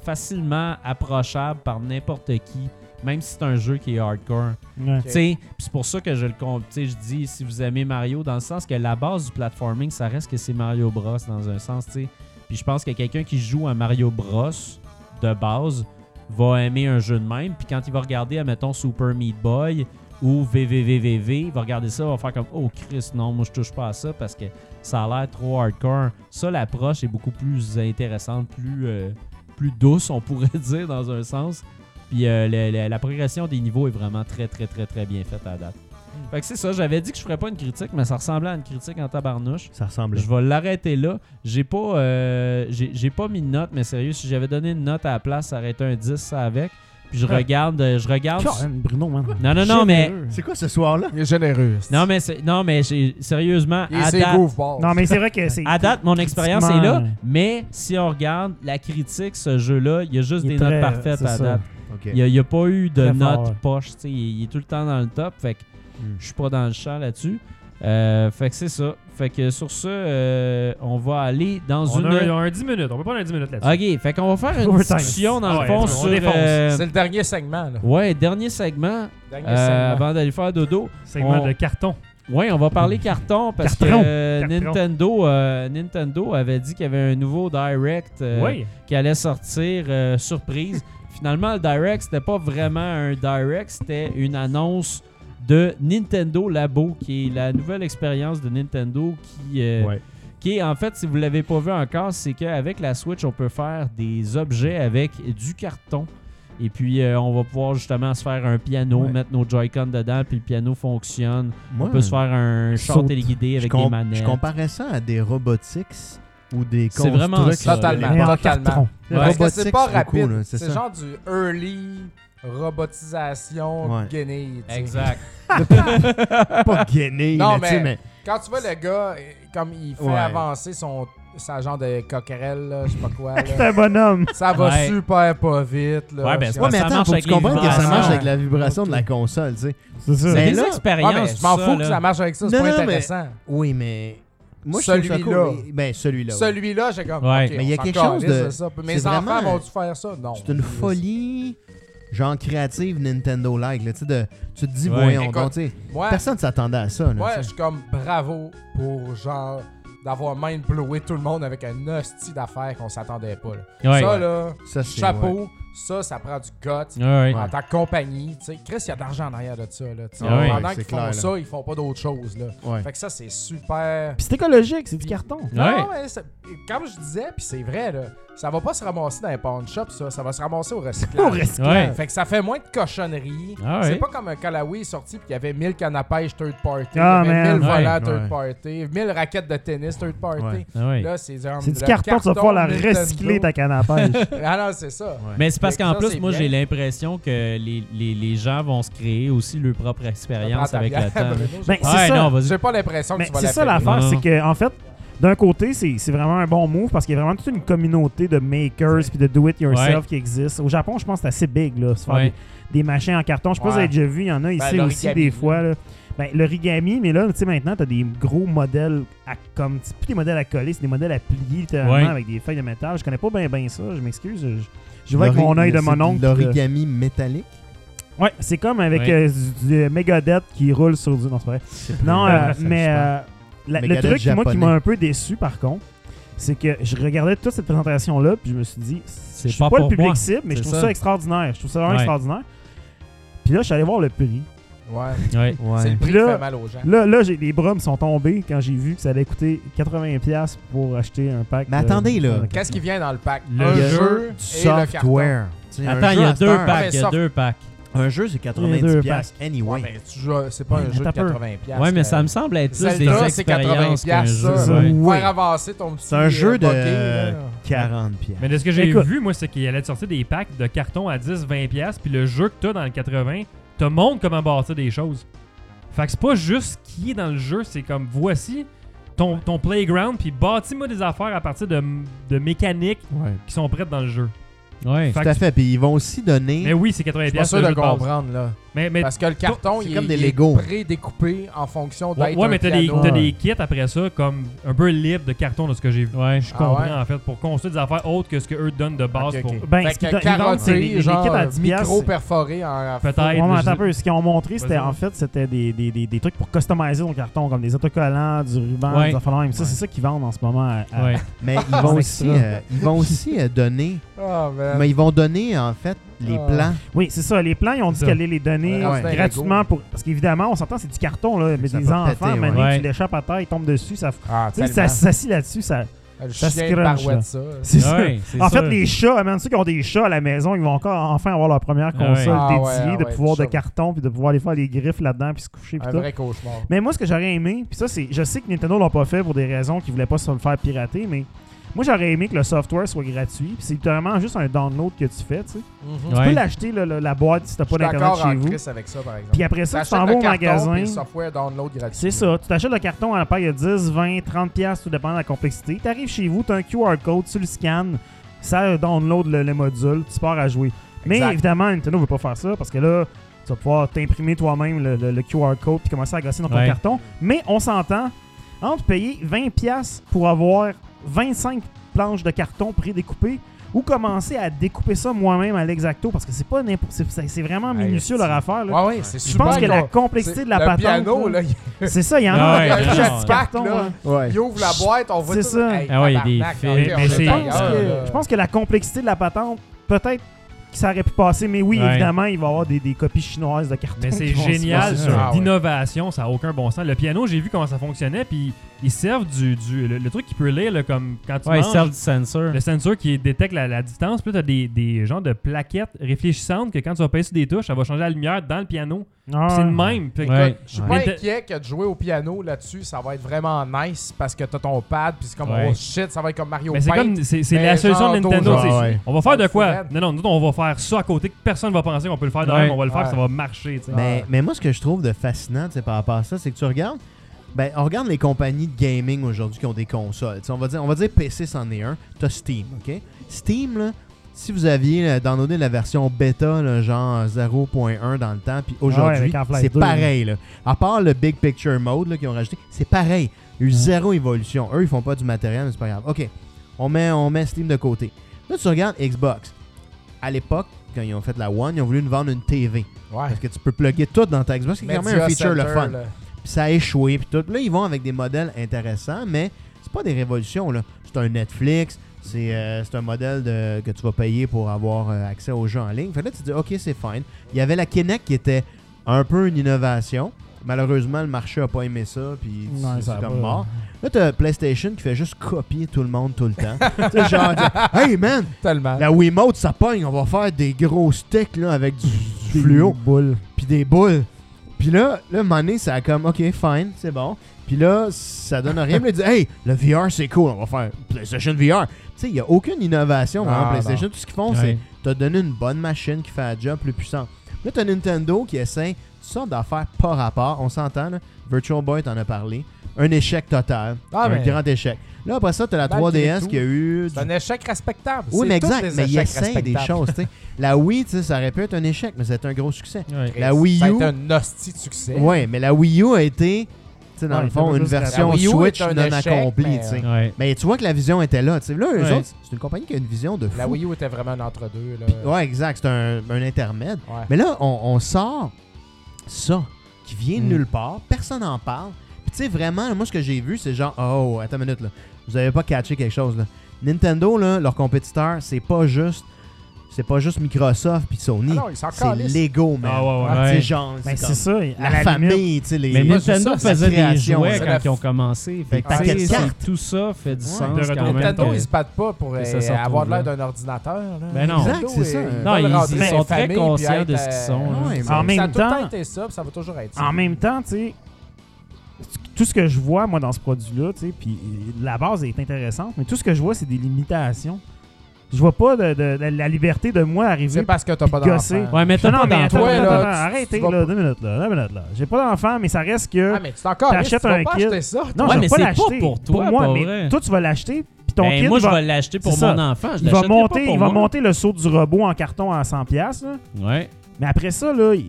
Speaker 2: facilement approchable par n'importe qui, même si c'est un jeu qui est hardcore.
Speaker 3: Ouais.
Speaker 5: Ok.
Speaker 2: Tu sais, pis c'est pour ça que je le com- tu sais, je dis si vous aimez Mario, dans le sens que la base du platforming, ça reste que c'est Mario Bros. dans un sens, tu sais. Puis je pense que quelqu'un qui joue à Mario Bros. de base va aimer un jeu de même. Puis quand il va regarder, admettons, Super Meat Boy ou VVVVV, il va regarder ça, il va faire comme Oh Chris, non, moi je touche pas à ça parce que ça a l'air trop hardcore. Ça, l'approche est beaucoup plus intéressante, plus, euh, plus douce, on pourrait dire, dans un sens. Puis euh, le- le- la progression des niveaux est vraiment très, très, très, très bien faite à date. Fait que c'est ça, j'avais dit que je ferais pas une critique, mais ça ressemblait à une critique en tabarnouche.
Speaker 4: Ça ressemble.
Speaker 2: Je vais l'arrêter là. J'ai pas, euh, j'ai j'ai pas mis de note, mais sérieux, si j'avais donné une note à la place, ça aurait été un 10 ça, avec. Puis je
Speaker 3: Ah.
Speaker 2: regarde, euh, je regarde.
Speaker 3: Colin, hein, Bruno, man.
Speaker 2: Non, non, non, mais.
Speaker 3: Généreux.
Speaker 4: C'est quoi ce soir-là?
Speaker 5: Il est généreux.
Speaker 2: Non, mais, c'est- non, mais j'ai- sérieusement,
Speaker 5: Il
Speaker 2: à
Speaker 5: est
Speaker 2: date,
Speaker 5: goofball.
Speaker 3: Non, mais c'est vrai que c'est.
Speaker 2: à date, mon expérience est là.
Speaker 3: Ouais.
Speaker 2: Mais si on regarde la critique, ce jeu-là, il y a juste
Speaker 3: Il
Speaker 2: des
Speaker 3: est très-
Speaker 2: notes parfaites
Speaker 3: c'est
Speaker 2: à
Speaker 3: ça.
Speaker 2: date.
Speaker 4: OK.
Speaker 2: Il n'y a, pas eu de
Speaker 3: Très fort,
Speaker 2: notes
Speaker 3: ouais.
Speaker 2: poche. tu sais, Il, il est tout le temps dans le top. Fait que
Speaker 4: Hmm.
Speaker 2: je suis pas dans le champ là-dessus. Euh, fait que c'est ça. Fait que sur ce, euh, on va aller dans
Speaker 1: On
Speaker 2: une.
Speaker 1: a, un- il y a un 10 minutes. On peut pas un 10 minutes là-dessus.
Speaker 2: Ok, fait qu'on va faire une
Speaker 3: Overtime.
Speaker 2: discussion dans
Speaker 1: Ouais,
Speaker 2: le fond
Speaker 1: on
Speaker 2: sur.
Speaker 1: défonce.
Speaker 2: euh,
Speaker 5: C'est le dernier segment. Là.
Speaker 2: ouais, dernier segment
Speaker 5: Dernier
Speaker 2: euh,
Speaker 5: segment.
Speaker 2: avant d'aller faire dodo.
Speaker 1: Segment
Speaker 2: on-
Speaker 1: de carton.
Speaker 2: Ouais, on va parler carton parce
Speaker 3: Carton.
Speaker 2: que euh,
Speaker 3: Carton.
Speaker 2: Nintendo, euh, Nintendo avait dit qu'il y avait un nouveau direct euh,
Speaker 1: oui.
Speaker 2: qui allait sortir euh, surprise. Finalement, le direct, c'était pas vraiment un direct, c'était une annonce de Nintendo Labo, qui est la nouvelle expérience de Nintendo qui, euh,
Speaker 4: Ouais.
Speaker 2: qui est en fait, si vous l'avez pas vu encore, c'est qu'avec la Switch, on peut faire des objets avec du carton. Et puis, euh, on va pouvoir justement se faire un piano,
Speaker 4: Ouais.
Speaker 2: mettre nos Joy-Con dedans, puis le piano fonctionne.
Speaker 4: Moi,
Speaker 2: On peut se faire un char
Speaker 4: saute.
Speaker 2: téléguidé avec
Speaker 4: je com-
Speaker 2: des manettes.
Speaker 4: Je comparais ça à des robotics ou des
Speaker 2: C'est vraiment
Speaker 4: constructs,
Speaker 2: ça.
Speaker 4: là,
Speaker 5: Totalement.
Speaker 4: les-
Speaker 3: Mais en
Speaker 5: Totalement.
Speaker 3: carton.
Speaker 4: les
Speaker 5: Parce que c'est
Speaker 4: robotics,
Speaker 5: pas
Speaker 4: beaucoup,
Speaker 5: rapide.
Speaker 4: là, c'est
Speaker 5: c'est
Speaker 4: ça.
Speaker 5: genre du early robotisation
Speaker 4: Ouais.
Speaker 5: guinée. tu sais.
Speaker 2: Exact.
Speaker 4: pas gainé,
Speaker 5: Non,
Speaker 4: là, tu sais,
Speaker 5: mais-
Speaker 4: mais...
Speaker 5: Quand tu vois le gars, euh, comme il fait
Speaker 4: Ouais.
Speaker 5: avancer son sa genre de coquerelle, là, je sais pas quoi,
Speaker 3: C'est un
Speaker 5: là.
Speaker 3: bonhomme.
Speaker 5: ça va
Speaker 2: Ouais.
Speaker 5: super pas vite. Là,
Speaker 2: Ouais, ben,
Speaker 5: Je
Speaker 2: c'est
Speaker 5: sais
Speaker 4: Ouais,
Speaker 2: pas
Speaker 4: mais
Speaker 2: ça
Speaker 4: attends,
Speaker 2: marche
Speaker 4: faut que
Speaker 2: avec
Speaker 4: tu
Speaker 2: les
Speaker 4: comprennes que ça
Speaker 2: vibrations.
Speaker 4: marche avec la vibration de la console, tu sais.
Speaker 3: C'est ça.
Speaker 4: Mais
Speaker 2: des
Speaker 4: Ben là-
Speaker 5: pas. Ouais, mais
Speaker 2: expériences.
Speaker 5: je m'en
Speaker 2: ça,
Speaker 5: fous que
Speaker 2: là.
Speaker 5: ça marche avec ça, c'est
Speaker 4: Non,
Speaker 5: pas
Speaker 4: non, mais-
Speaker 5: intéressant.
Speaker 4: Oui, mais... Moi, je trouve ça cool,
Speaker 5: Celui-là.
Speaker 4: mais- Ben, celui-là. oui.
Speaker 5: Celui-là, j'ai comme.
Speaker 2: Ouais.
Speaker 5: ok,
Speaker 4: Mais il y a
Speaker 5: on
Speaker 4: quelque
Speaker 5: s'en
Speaker 4: chose
Speaker 5: calisse
Speaker 4: de-
Speaker 5: ça. Mes
Speaker 4: c'est
Speaker 5: enfants
Speaker 4: vraiment-
Speaker 5: vont-tu faire ça? Non.
Speaker 4: C'est une folie, genre créative Nintendo-like, là, tu sais, de- tu te dis,
Speaker 2: Ouais.
Speaker 4: voyons
Speaker 5: Écoute, ah.
Speaker 4: donc, tu sais,
Speaker 5: Moi,
Speaker 4: personne ne s'attendait à ça, là,
Speaker 5: moi
Speaker 4: tu sais.
Speaker 5: je suis comme bravo pour genre d'avoir mind blowé tout le monde avec un hostie d'affaires qu'on s'attendait pas. là.
Speaker 2: Ouais.
Speaker 5: ça, là,
Speaker 4: Ça, c'est- ouais.
Speaker 5: chapeau, ça, ça prend du guts.
Speaker 2: Ouais, ouais.
Speaker 5: en tant que compagnie. tu sais, Chris, il y a de l'argent en arrière de ça. Là, tu sais.
Speaker 2: Ah oui,
Speaker 5: Pendant
Speaker 4: c'est
Speaker 5: qu'ils font
Speaker 4: clair, là.
Speaker 5: ça, ils font pas d'autre chose. Là.
Speaker 4: Ouais.
Speaker 5: Fait que ça, c'est super.
Speaker 3: Puis c'est écologique, c'est du carton.
Speaker 2: Ouais.
Speaker 5: Non, mais ça- comme je disais, puis c'est vrai, là, ça va pas se ramasser dans les pawn shops, ça. Ça va se ramasser au recyclage.
Speaker 3: Au recyclage.
Speaker 2: Ouais.
Speaker 5: Fait que ça fait moins de cochonneries.
Speaker 2: Ah
Speaker 5: c'est
Speaker 2: oui.
Speaker 5: pas comme quand la Wii est sortie puis qu'il y avait 1000 cannes à pêche third party,
Speaker 3: Ah,
Speaker 5: il y avait
Speaker 3: man.
Speaker 5: 1000 volants
Speaker 4: Ouais.
Speaker 5: third
Speaker 4: Ouais.
Speaker 5: party, 1000 raquettes de tennis third party.
Speaker 4: Ouais.
Speaker 2: Ah ouais.
Speaker 5: Là, c'est genre,
Speaker 3: C'est du
Speaker 5: le
Speaker 3: carton, tu vas pouvoir la
Speaker 5: Nintendo.
Speaker 3: recycler ta canne à pêche.
Speaker 5: Ah non, c'est ça.
Speaker 2: Mais c'est parce
Speaker 5: Fait que
Speaker 2: qu'en
Speaker 5: ça,
Speaker 2: plus,
Speaker 5: c'est
Speaker 2: moi,
Speaker 5: bien.
Speaker 2: j'ai l'impression que les, les, les gens vont se créer aussi leur propre expérience avec le temps.
Speaker 5: Bruno, j'ai
Speaker 3: Ben,
Speaker 5: pas-
Speaker 3: c'est
Speaker 2: Ouais,
Speaker 3: ça.
Speaker 2: non, vas-y.
Speaker 5: J'ai pas l'impression que
Speaker 3: Mais
Speaker 5: tu vas
Speaker 3: c'est
Speaker 5: la
Speaker 3: ça
Speaker 5: finir.
Speaker 3: l'affaire,
Speaker 2: Non.
Speaker 3: c'est que en fait, d'un côté, c'est c'est vraiment un bon move parce qu'il y a vraiment toute une communauté de makers puis de do-it-yourself
Speaker 2: Ouais.
Speaker 3: qui existe. Au Japon, je pense que c'est assez big, là, se faire
Speaker 2: Ouais.
Speaker 3: des, des machins en carton. Je sais pas si vous
Speaker 5: Ouais.
Speaker 3: avez déjà vu, il y en a ici
Speaker 5: l'origami,
Speaker 3: aussi des
Speaker 5: là.
Speaker 3: fois. Là. Ben, l'origami, mais là, tu sais, maintenant, t'as des gros modèles à comme. C'est plus des modèles à coller, c'est des modèles à plier littéralement
Speaker 2: Ouais.
Speaker 3: avec des feuilles de métal. Je connais pas bien bien ça, je m'excuse. Je, je vois avec
Speaker 4: L'ori-
Speaker 3: mon œil de
Speaker 4: c'est
Speaker 3: mon oncle.
Speaker 4: L'origami métallique.
Speaker 3: Ouais, c'est comme avec
Speaker 2: Ouais.
Speaker 3: euh, du, du Megadeth qui roule sur du. Non, c'est pas vrai. Non, euh,
Speaker 4: Ça,
Speaker 3: mais
Speaker 4: c'est
Speaker 3: euh, la- le
Speaker 4: Megadeth
Speaker 3: truc qui, moi, qui
Speaker 4: japonais.
Speaker 3: m'a un peu déçu, par contre, c'est que je regardais toute cette présentation-là, puis je me suis dit, je suis
Speaker 2: pas
Speaker 3: pas,
Speaker 2: pour
Speaker 3: le public
Speaker 2: moi.
Speaker 3: cible, mais je
Speaker 2: C'est
Speaker 3: trouve
Speaker 2: ça.
Speaker 3: ça. extraordinaire. Je trouve ça vraiment
Speaker 2: Ouais.
Speaker 3: extraordinaire. Puis là, je suis allé voir le prix.
Speaker 5: Ouais.
Speaker 2: Ouais.
Speaker 4: Ouais.
Speaker 5: C'est le prix
Speaker 3: Puis là-
Speaker 5: qui fait mal aux gens.
Speaker 3: Là, là j'ai, les bras me sont tombés quand j'ai vu que ça allait coûter 80$ pour acheter un pack.
Speaker 4: Mais
Speaker 3: de-
Speaker 4: attendez, là.
Speaker 3: de-
Speaker 5: Qu'est-ce qui vient dans le pack?
Speaker 2: Le
Speaker 5: un
Speaker 4: Il y a
Speaker 5: jeu
Speaker 4: du
Speaker 5: et le carton.
Speaker 4: software. Tu sais, un
Speaker 2: Attends,
Speaker 4: jeu
Speaker 2: il y a
Speaker 4: à
Speaker 2: deux
Speaker 4: cette heure-
Speaker 2: packs. Il y a
Speaker 5: soft.
Speaker 2: deux packs.
Speaker 4: Un jeu, c'est
Speaker 3: Il y a deux
Speaker 4: 90$. piastres,
Speaker 5: Ouais,
Speaker 4: Anyway.
Speaker 5: ben, tu joues- c'est pas un jeu
Speaker 3: Attends
Speaker 5: de
Speaker 3: un peu.
Speaker 5: 80$. piastres,
Speaker 2: Ouais, mais
Speaker 5: euh,
Speaker 2: ça me semble être plus des
Speaker 5: Zelda, c'est 80$.
Speaker 2: expériences qu'un
Speaker 5: piastres,
Speaker 2: jeu.
Speaker 5: ça.
Speaker 3: ouais.
Speaker 5: Faire
Speaker 3: Oui.
Speaker 5: avancer ton petit.
Speaker 4: C'est un
Speaker 5: euh,
Speaker 4: jeu de
Speaker 5: bokeh, là.
Speaker 4: 40$. piastres.
Speaker 1: Mais de ce que j'ai
Speaker 3: Écoute.
Speaker 1: vu, moi, c'est qu'il allait te sortir des packs de carton à 10-20$, piastres, puis le jeu que t'as dans le 80 te montre comment bâtir des choses. Fait que c'est pas juste ce qui est dans le jeu, c'est comme voici ton, ton playground, puis bâtis-moi des affaires à partir de, de mécaniques
Speaker 4: Ouais.
Speaker 1: qui sont prêtes dans le jeu.
Speaker 2: Ouais.
Speaker 1: Fait
Speaker 4: Tout à
Speaker 1: que-
Speaker 4: fait. Puis ils vont aussi donner.
Speaker 1: mais oui, c'est 80$.
Speaker 5: Je suis pas
Speaker 1: le
Speaker 5: sûr de
Speaker 1: jeu de base.
Speaker 5: comprendre, là.
Speaker 1: Mais, mais
Speaker 5: Parce que le carton,
Speaker 4: c'est
Speaker 5: il
Speaker 4: comme
Speaker 5: est-
Speaker 4: des
Speaker 5: il est
Speaker 4: Legos.
Speaker 5: pré-découpé en fonction
Speaker 1: Ouais,
Speaker 5: d'être
Speaker 1: ouais,
Speaker 5: un Ah
Speaker 1: mais t'as des,
Speaker 5: piano.
Speaker 1: t'as
Speaker 4: Ouais.
Speaker 1: des kits après ça, comme un peu libre de carton de ce que j'ai vu.
Speaker 2: Ouais.
Speaker 1: Je
Speaker 5: Ah
Speaker 1: comprends
Speaker 5: ouais?
Speaker 1: en fait, pour construire des affaires autres que ce que eux donnent de base
Speaker 5: Ok, ok.
Speaker 1: pour.
Speaker 3: Ben,
Speaker 5: Fait
Speaker 3: ce qui
Speaker 5: que
Speaker 3: donne- ils vendent, c'est les- les
Speaker 5: carotté,
Speaker 3: kits à
Speaker 5: genre
Speaker 3: 10
Speaker 5: micro
Speaker 3: piastres.
Speaker 5: perforé en...
Speaker 1: Peut-être.
Speaker 3: Ouais, mais
Speaker 1: je-
Speaker 3: attends un peu. Ce qu'ils ont montré, c'était
Speaker 1: Vas-y.
Speaker 3: en fait c'était des, des, des, des trucs pour customiser ton carton, comme des autocollants, du ruban,
Speaker 2: Ouais.
Speaker 3: des affaires de même. Ça, c'est ça qu'ils vendent en ce moment. euh, à- à-
Speaker 2: Ouais.
Speaker 4: Mais ils vont
Speaker 3: C'est
Speaker 4: aussi,
Speaker 3: extra.
Speaker 4: euh, ils vont aussi euh, donner.
Speaker 5: Ah, man.
Speaker 4: Mais ils vont donner en fait les
Speaker 5: Ah.
Speaker 4: plans.
Speaker 3: Oui, c'est ça. Les plans, ils ont dit
Speaker 1: C'est ça.
Speaker 3: qu'elle allait les donner
Speaker 5: Ouais. Ouais.
Speaker 3: gratuitement pour. Parce qu'évidemment, on s'entend, c'est du carton, là. Mais
Speaker 4: Ça
Speaker 3: des
Speaker 4: peut
Speaker 3: enfants,
Speaker 4: péter, ouais.
Speaker 3: maintenant,
Speaker 2: Ouais.
Speaker 3: tu l'échappes à terre, ils tombent dessus, ça. f-
Speaker 5: Ah,
Speaker 3: Tu sais, ça
Speaker 5: tellement.
Speaker 3: s'assit là-dessus, ça.
Speaker 5: Le
Speaker 3: Ça se
Speaker 5: chien
Speaker 3: crunch,
Speaker 5: barouette
Speaker 3: là.
Speaker 5: ça.
Speaker 3: C'est ça.
Speaker 2: Ouais, c'est
Speaker 3: En
Speaker 2: ça.
Speaker 3: fait, les chats, man, ceux qui ont des chats à la maison, ils vont encore enfin avoir leur première
Speaker 2: Ah ouais.
Speaker 3: console
Speaker 5: Ah ouais,
Speaker 3: dédiée,
Speaker 5: ah
Speaker 3: de
Speaker 5: ouais, Ah
Speaker 3: pouvoir de
Speaker 5: chaud.
Speaker 3: carton, puis de pouvoir aller faire les griffes là-dedans, puis se coucher, puis
Speaker 5: Un
Speaker 3: tout.
Speaker 5: vrai cauchemar.
Speaker 3: Mais moi, ce que j'aurais aimé, puis ça, c'est. Je sais que Nintendo l'ont pas fait pour des raisons qu'ils voulaient pas se le faire pirater, mais moi, j'aurais aimé que le software soit gratuit, puis c'est littéralement juste un download que tu fais, tu sais.
Speaker 5: Mhm.
Speaker 3: Tu
Speaker 2: Ouais.
Speaker 3: peux l'acheter, le- le- la boîte, si t'as
Speaker 5: Je
Speaker 3: pas
Speaker 5: suis
Speaker 3: d'internet
Speaker 5: d'accord
Speaker 3: chez
Speaker 5: en
Speaker 3: vous.
Speaker 5: Chris avec ça, par exemple.
Speaker 3: Puis après ça, tu
Speaker 5: T'achètes
Speaker 3: t'en vas
Speaker 5: le
Speaker 3: au
Speaker 5: carton, puis
Speaker 3: magasin.
Speaker 5: le software download gratuit.
Speaker 3: C'est ça. Tu t'achètes le carton à la paille de 10, 20, 30 pièces tout dépend de la complexité. Tu arrives chez vous, tu as un QR code, tu le scannes, ça download le, le module, tu pars à jouer. Mais
Speaker 5: Exact.
Speaker 3: évidemment, Nintendo veut pas faire ça parce que là, tu vas pouvoir t'imprimer toi-même le, le- le QR code puis commencer à gosser dans ton
Speaker 2: Ouais.
Speaker 3: carton. Mais on s'entend, entre payer 20 pièces pour avoir 25 planches de carton prédécoupées ou commencer à découper ça moi-même à l'exacto parce que c'est pas n'importe c'est- c'est c'est vraiment
Speaker 5: Hey,
Speaker 3: minutieux leur affaire là.
Speaker 5: Ouais, ouais, c'est
Speaker 3: Je
Speaker 5: super.
Speaker 3: pense que la
Speaker 5: con-
Speaker 3: complexité de la
Speaker 5: le
Speaker 3: patente
Speaker 5: piano,
Speaker 3: là,
Speaker 5: là, il
Speaker 3: c'est ça, il y en
Speaker 2: Ah
Speaker 3: a
Speaker 2: ouais,
Speaker 3: un
Speaker 5: il y a
Speaker 2: non,
Speaker 5: un
Speaker 2: non.
Speaker 5: petit
Speaker 3: carton.
Speaker 5: pack, là.
Speaker 3: hein.
Speaker 4: Ouais.
Speaker 5: Il ouvre la boîte, on voit
Speaker 3: C'est
Speaker 5: tout.
Speaker 3: ça.
Speaker 5: Hey,
Speaker 2: Ah ouais, il y a des
Speaker 5: tabarnak,
Speaker 2: fils.
Speaker 5: ok, on
Speaker 3: Mais
Speaker 5: est
Speaker 3: c'est-
Speaker 5: ailleurs,
Speaker 3: je, pense que,
Speaker 5: là.
Speaker 3: je pense que la complexité de la patente, peut-être que ça aurait pu passer, mais oui,
Speaker 2: Ouais.
Speaker 3: évidemment, il va y avoir des, des copies chinoises de cartons.
Speaker 1: Mais c'est
Speaker 3: qui vont se
Speaker 1: génial,
Speaker 3: passer.
Speaker 1: ça.
Speaker 5: Ah ouais.
Speaker 1: D'innovation, ça n'a aucun bon sens. Le piano, j'ai vu comment ça fonctionnait, puis ils servent du, du- le, le truc qui peut lire, là, comme quand tu
Speaker 2: Ouais,
Speaker 1: manges,
Speaker 2: self sensor.
Speaker 1: le sensor qui détecte la, la distance, puis tu as des, des genres de plaquettes réfléchissantes que quand tu vas passer sur des touches, ça va changer la lumière dans le piano.
Speaker 3: Ah,
Speaker 1: Puis C'est le même. Fait que-
Speaker 2: Ouais.
Speaker 5: Je suis
Speaker 1: Ouais.
Speaker 5: pas
Speaker 1: Mais de-
Speaker 5: inquiet que de jouer au piano là-dessus, ça va être vraiment nice parce que t'as ton pad, puis c'est comme
Speaker 2: Ouais.
Speaker 5: oh shit, ça va être comme Mario
Speaker 1: Mais c'est
Speaker 5: Paint.
Speaker 1: comme c'est c'est
Speaker 5: Mais
Speaker 1: la solution
Speaker 5: genre
Speaker 1: de Nintendo.
Speaker 5: d'autres
Speaker 1: c'est-
Speaker 4: genres, ouais.
Speaker 1: On va faire de
Speaker 5: Faut
Speaker 1: quoi
Speaker 5: raide.
Speaker 1: Non, non, nous autres, on va faire ça à côté que personne va penser qu'on peut le faire de même,
Speaker 2: Ouais.
Speaker 1: on va le faire,
Speaker 5: Ouais.
Speaker 1: ça va marcher. tu sais.
Speaker 3: Ah.
Speaker 4: Mais, mais moi, ce que je trouve de fascinant tu sais, par rapport à ça, c'est que tu regardes. Ben, on regarde les compagnies de gaming aujourd'hui qui ont des consoles. Tu sais, On va, dire, on va dire PC, c'en est un. T'as Steam, OK? Steam, là, si vous aviez euh, downloadé la version bêta, là, genre 0.1 dans le temps, puis aujourd'hui,
Speaker 3: Ah avec Half-Life
Speaker 4: c'est
Speaker 3: 2,
Speaker 4: pareil. Là. À part le Big Picture Mode là, qu'ils ont rajouté, c'est pareil. Il y a eu zéro évolution. Eux, ils font pas du matériel, mais c'est pas grave. OK, on met, on met Steam de côté. Là, tu regardes Xbox. À l'époque, quand ils ont fait la One, ils ont voulu nous vendre une TV.
Speaker 5: Ouais.
Speaker 4: Parce que tu peux plugger tout dans ta Xbox, c'est quand même un
Speaker 5: Media
Speaker 4: feature le
Speaker 5: Center,
Speaker 4: fun.
Speaker 5: là.
Speaker 4: Puis ça a échoué, puis tout. Là, ils vont avec des modèles intéressants, mais c'est pas des révolutions, là. C'est un Netflix, c'est euh, c'est un modèle de- que tu vas payer pour avoir euh, accès aux jeux en ligne. Fait que là, tu te dis, OK, c'est fine. Il y avait la Kinect qui était un peu une innovation. Malheureusement, le marché a pas aimé ça, puis
Speaker 3: Ouais,
Speaker 4: c'est-
Speaker 3: ça
Speaker 4: c'est
Speaker 3: a
Speaker 4: comme
Speaker 3: pas-
Speaker 4: mort. Là, t'as PlayStation qui fait juste copier tout le monde tout le temps. tu sais, genre, dire, hey man,
Speaker 5: Tellement.
Speaker 4: la Wiimote, ça pogne, on va faire des gros sticks, là, avec du, du fluo
Speaker 3: Boule.
Speaker 4: puis des boules. Puis là, là, à un moment donné, ça a comme, OK, fine, c'est bon. Puis là, ça donne rien. Puis là, il dit, hey, le VR, c'est cool, on va faire PlayStation VR. Tu sais, il n'y a aucune innovation
Speaker 5: Non,
Speaker 4: dans PlayStation. Tout ce qu'ils font,
Speaker 2: Ouais.
Speaker 4: c'est t'as donné une bonne machine qui fait un job plus puissant. Là, t'as Nintendo qui essaie toutes sortes d'affaires par rapport. On s'entend, là. Virtual Boy, t'en as parlé. Un échec total.
Speaker 5: Ah,
Speaker 4: un
Speaker 5: mais-
Speaker 4: grand échec. Là, après ça, t'as la
Speaker 5: Malgré
Speaker 4: 3DS
Speaker 5: tout,
Speaker 4: qui a eu du
Speaker 5: C'est un échec respectable.
Speaker 4: oui,
Speaker 5: C'est
Speaker 4: mais
Speaker 5: tous
Speaker 4: exact,
Speaker 5: des
Speaker 4: mais il
Speaker 5: échecs
Speaker 4: essaie des
Speaker 5: respectables.
Speaker 4: choses. tu sais. La Wii, tu sais, ça aurait pu être un échec, mais c'était un gros succès.
Speaker 2: Ouais.
Speaker 4: La Wii
Speaker 5: Ça a
Speaker 4: U-
Speaker 5: été un hostie de succès.
Speaker 4: Ouais, mais la Wii U a été, tu sais, dans
Speaker 3: Ouais,
Speaker 4: le fond,
Speaker 3: c'est
Speaker 4: une
Speaker 3: juste la-
Speaker 4: version
Speaker 5: la Wii U est
Speaker 4: Switch
Speaker 5: un
Speaker 4: non
Speaker 5: échec,
Speaker 4: accomplie,
Speaker 5: mais,
Speaker 4: tu sais.
Speaker 5: euh,
Speaker 2: Ouais.
Speaker 4: Mais tu vois que la vision était là, tu sais. Là, eux
Speaker 2: Ouais.
Speaker 4: autres, c'est une compagnie qui a une vision de fou.
Speaker 5: La Wii U euh, était vraiment un entre-deux. là.
Speaker 4: Ouais, exact, c'est un, un intermède.
Speaker 5: Ouais.
Speaker 4: Mais là, on, on sort ça qui vient de
Speaker 2: Mm.
Speaker 4: nulle part, personne n'en parle. Puis tu sais, vraiment, moi, ce que j'ai vu, c'est genre, oh, attends une minute, là. Vous avez pas catché quelque chose, là. Nintendo, là, leur compétiteur, c'est pas juste. C'est pas juste Microsoft puis
Speaker 5: Ah
Speaker 4: Sony.
Speaker 5: non, ils s'en
Speaker 4: c'est
Speaker 5: calissent.
Speaker 4: Lego, man.
Speaker 1: Ah ouais, ouais.
Speaker 4: Tu sais,
Speaker 2: Ouais.
Speaker 4: genre,
Speaker 3: Ben,
Speaker 4: c'est
Speaker 3: c'est ça.
Speaker 4: comme la,
Speaker 3: à la limite,
Speaker 4: famille, tu sais, les.
Speaker 2: Mais
Speaker 5: Moi, c'est
Speaker 2: Nintendo
Speaker 5: ça, c'est
Speaker 2: faisait
Speaker 4: la
Speaker 2: des
Speaker 4: création,
Speaker 2: jouets
Speaker 5: c'est
Speaker 2: quand
Speaker 5: la- Ah,
Speaker 2: ils ont commencé. Fait
Speaker 4: Des
Speaker 2: que,
Speaker 4: paquets de
Speaker 2: tu sais,
Speaker 4: cartes.
Speaker 2: c'est- tout ça fait du
Speaker 4: Ouais.
Speaker 2: sens
Speaker 1: De
Speaker 2: quand
Speaker 1: retour.
Speaker 2: même.
Speaker 5: Nintendo,
Speaker 2: que-
Speaker 5: ils se battent pas pour
Speaker 2: que ça
Speaker 5: euh,
Speaker 2: se retrouve
Speaker 5: avoir de l'air
Speaker 2: là.
Speaker 5: d'un ordinateur. là.
Speaker 2: Ben non.
Speaker 4: Exact, c'est ça.
Speaker 2: Non,
Speaker 5: ils
Speaker 2: ils-
Speaker 5: rentrer
Speaker 2: ils
Speaker 5: dans
Speaker 2: sont très
Speaker 5: les familles, puis
Speaker 2: conscients
Speaker 5: être,
Speaker 2: de ce qu'ils
Speaker 5: euh,
Speaker 2: sont,
Speaker 4: là. Ouais,
Speaker 5: ça
Speaker 3: Ah En
Speaker 5: a
Speaker 3: même
Speaker 5: tout le
Speaker 3: temps-
Speaker 5: temps été ça, puis ça va toujours être ça.
Speaker 3: En même temps, tu sais, tout ce que je vois, moi, dans ce produit-là, tu sais, puis la base est intéressante, mais tout ce que je vois, c'est des limitations. Je vois pas de, de- de la liberté de moi
Speaker 5: C'est
Speaker 3: arriver
Speaker 5: parce que t'as pas
Speaker 3: Gossé.
Speaker 5: d'enfant.
Speaker 2: Ouais, mais
Speaker 3: Non,
Speaker 2: t'as
Speaker 3: non,
Speaker 2: pas
Speaker 3: mais attends,
Speaker 2: d'enfant.
Speaker 5: toi,
Speaker 3: attends,
Speaker 5: là,
Speaker 3: attends,
Speaker 5: tu-
Speaker 3: arrêtez,
Speaker 5: tu vas
Speaker 3: là,
Speaker 5: pas-
Speaker 3: deux minutes, là, deux minutes, là. J'ai pas d'enfant, mais ça reste que...
Speaker 5: Ah, mais tu t'en calisses, tu
Speaker 3: T'achètes
Speaker 5: vas
Speaker 3: un
Speaker 5: pas
Speaker 3: kit.
Speaker 5: acheter ça.
Speaker 3: non,
Speaker 2: Ouais,
Speaker 3: je vais
Speaker 2: mais
Speaker 3: pas
Speaker 2: c'est
Speaker 3: l'acheter.
Speaker 2: pas pour toi,
Speaker 3: moi,
Speaker 2: pour
Speaker 3: mais
Speaker 2: vrai.
Speaker 3: toi, tu vas l'acheter, puis ton
Speaker 2: Ben,
Speaker 3: kid
Speaker 2: moi, je
Speaker 3: va...
Speaker 2: vais l'acheter
Speaker 3: C'est
Speaker 2: pour
Speaker 3: ça.
Speaker 2: mon enfant. Je
Speaker 3: il va
Speaker 2: l'achèterai pas
Speaker 3: monter,
Speaker 2: pour
Speaker 3: il va
Speaker 2: moi.
Speaker 3: monter le saut du robot en carton à 100 pièces.
Speaker 2: Ouais.
Speaker 3: Mais après ça, là, il,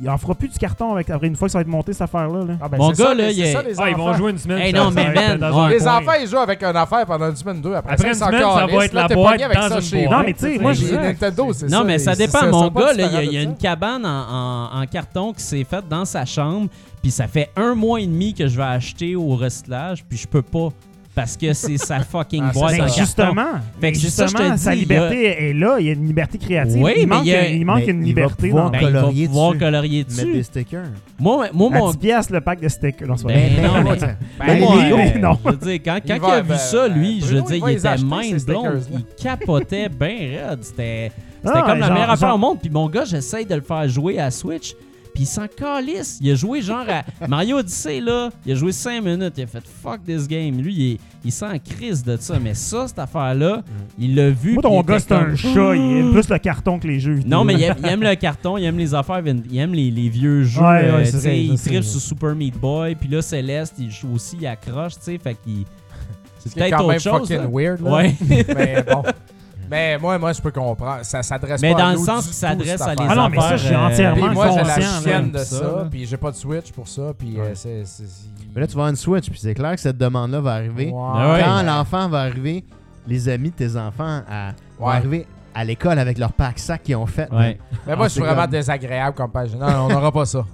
Speaker 3: il en fera plus du carton avec après une fois que ça va être monté cette affaire-là. là.
Speaker 5: Ah, ben,
Speaker 2: Mon
Speaker 5: c'est
Speaker 2: gars,
Speaker 5: ça,
Speaker 2: là,
Speaker 5: c'est
Speaker 2: il est-
Speaker 5: ça, les
Speaker 1: Ah, ils vont
Speaker 5: enfants.
Speaker 1: jouer une semaine. puis
Speaker 2: Hey,
Speaker 1: ça
Speaker 2: non,
Speaker 1: va
Speaker 2: mais
Speaker 1: être
Speaker 2: man,
Speaker 1: dans un
Speaker 2: ouais.
Speaker 5: Les
Speaker 1: coin.
Speaker 5: enfants, ils jouent avec une affaire pendant une semaine, deux. Après,
Speaker 1: Après
Speaker 5: ça,
Speaker 1: une
Speaker 5: ils s'en
Speaker 1: semaine, ça
Speaker 5: calissent.
Speaker 1: va être
Speaker 5: Là,
Speaker 1: la
Speaker 5: t'es
Speaker 1: boîte
Speaker 5: pogné avec
Speaker 1: dans
Speaker 5: ça
Speaker 1: une
Speaker 5: chez
Speaker 1: boîte.
Speaker 5: vous.
Speaker 3: Non, mais tu sais,
Speaker 5: Moi,
Speaker 3: Moi,
Speaker 5: j'ai
Speaker 3: exact.
Speaker 5: Nintendo, c'est ça.
Speaker 2: Non, mais ça
Speaker 5: les-
Speaker 2: dépend.
Speaker 5: c'est-
Speaker 2: Mon
Speaker 5: sont pas
Speaker 2: gars, là, il y a- il y, a
Speaker 5: différents
Speaker 2: une
Speaker 5: de ça.
Speaker 2: cabane en, en- en carton qui s'est faite dans sa chambre. Puis ça fait un mois et demi que je vais acheter au recyclage. Puis je peux pas. parce que c'est sa fucking
Speaker 5: Ah, c'est
Speaker 2: boîte
Speaker 5: ça.
Speaker 2: en
Speaker 3: Ben,
Speaker 5: carton.
Speaker 3: justement,
Speaker 2: Fait que
Speaker 3: ben,
Speaker 2: c'est ça, je te
Speaker 3: justement, sa
Speaker 2: dis,
Speaker 3: liberté est là. Il y a une liberté créative.
Speaker 2: Oui,
Speaker 3: il
Speaker 2: mais
Speaker 3: manque,
Speaker 2: il y a-
Speaker 3: il manque
Speaker 4: Mais
Speaker 3: une
Speaker 4: il va
Speaker 3: liberté.
Speaker 4: pouvoir
Speaker 3: dans-
Speaker 2: Ben,
Speaker 4: On
Speaker 2: il va
Speaker 4: colorier
Speaker 2: pouvoir
Speaker 4: dessus.
Speaker 2: colorier
Speaker 4: Mettre des
Speaker 2: dessus.
Speaker 4: stickers.
Speaker 2: Moi, moi,
Speaker 3: À
Speaker 2: mon
Speaker 3: 10 piastres le pack de stickers. Non, c'est vrai.
Speaker 2: Ben,
Speaker 4: Ben,
Speaker 2: non,
Speaker 4: ben,
Speaker 2: mais-
Speaker 4: ben,
Speaker 2: Ben,
Speaker 3: Ben,
Speaker 2: moi,
Speaker 3: lui, mais non.
Speaker 2: Je veux dire, quand, quand
Speaker 5: Il
Speaker 2: il a
Speaker 5: va-
Speaker 2: vu
Speaker 5: ben,
Speaker 2: ça, lui,
Speaker 5: ben,
Speaker 2: je veux
Speaker 5: Bruno,
Speaker 2: dire,
Speaker 5: il
Speaker 2: il
Speaker 5: va les
Speaker 2: était
Speaker 5: acheter,
Speaker 2: mind
Speaker 5: ces
Speaker 2: blown.
Speaker 5: stickers-là.
Speaker 2: Il capotait bien raide. C'était c'était
Speaker 3: Ah,
Speaker 2: comme la
Speaker 3: genre-
Speaker 2: meilleure affaire
Speaker 3: genre-
Speaker 2: au monde. Puis mon gars, j'essaye de le faire jouer à Switch. Puis il s'en calisse. Il a joué genre à Mario Odyssey, là. Il a joué 5 minutes. Il a fait fuck this game. Lui, il, est- il s'en crise de ça. Mais ça, cette
Speaker 5: Mm.
Speaker 2: affaire-là, il l'a vu.
Speaker 3: Moi,
Speaker 2: puis il
Speaker 3: ton
Speaker 2: était
Speaker 3: gars, c'est un
Speaker 2: comme,
Speaker 3: chat. Il aime plus le carton que les jeux vidéo.
Speaker 2: non, mais il aime, il aime le carton, il aime les affaires, vin- il aime les, les vieux jeux.
Speaker 3: Ouais, ouais,
Speaker 2: euh,
Speaker 3: c'est
Speaker 2: tu
Speaker 3: ça,
Speaker 2: sais, il
Speaker 3: je sais,
Speaker 2: tripe
Speaker 3: je-
Speaker 2: sur Super Meat Boy, puis là, Céleste, il joue aussi, il accroche, tu sais, fait qu'il.
Speaker 5: C'est
Speaker 2: peut-être
Speaker 5: quand même
Speaker 2: autre chose,
Speaker 5: fucking
Speaker 2: là.
Speaker 5: weird. là.
Speaker 2: Ouais.
Speaker 5: mais bon. Mais moi, moi, je peux comprendre. Ça s'adresse
Speaker 2: Mais
Speaker 5: pas
Speaker 2: dans
Speaker 5: à
Speaker 2: le
Speaker 5: nous
Speaker 2: sens
Speaker 5: du
Speaker 2: qu'il
Speaker 5: tout,
Speaker 2: s'adresse
Speaker 5: cette
Speaker 2: à les
Speaker 5: affaire.
Speaker 3: Ah non, mais ça,
Speaker 2: affaires,
Speaker 3: je suis
Speaker 2: euh,
Speaker 5: Puis
Speaker 3: entièrement
Speaker 5: moi, j'ai la
Speaker 3: conscient, là,
Speaker 5: chienne
Speaker 3: de
Speaker 5: de ça,
Speaker 3: ça, là.
Speaker 5: puis j'ai pas de Switch pour ça, puis euh, c'est... c'est- c'est-
Speaker 4: Mais là, tu vas avoir une Switch, puis c'est clair que cette demande-là va
Speaker 5: Ouais.
Speaker 4: arriver.
Speaker 2: Ben Ouais.
Speaker 4: Quand l'enfant va arriver, les amis de tes enfants à, vont
Speaker 5: Ouais.
Speaker 4: arriver à l'école avec leur pack-sac qu'ils ont fait.
Speaker 2: Ouais.
Speaker 5: Mais moi, je
Speaker 4: Ah,
Speaker 5: suis
Speaker 4: c'est
Speaker 5: vraiment
Speaker 4: comme-
Speaker 5: désagréable comme page. Non, non, on n'aura pas ça.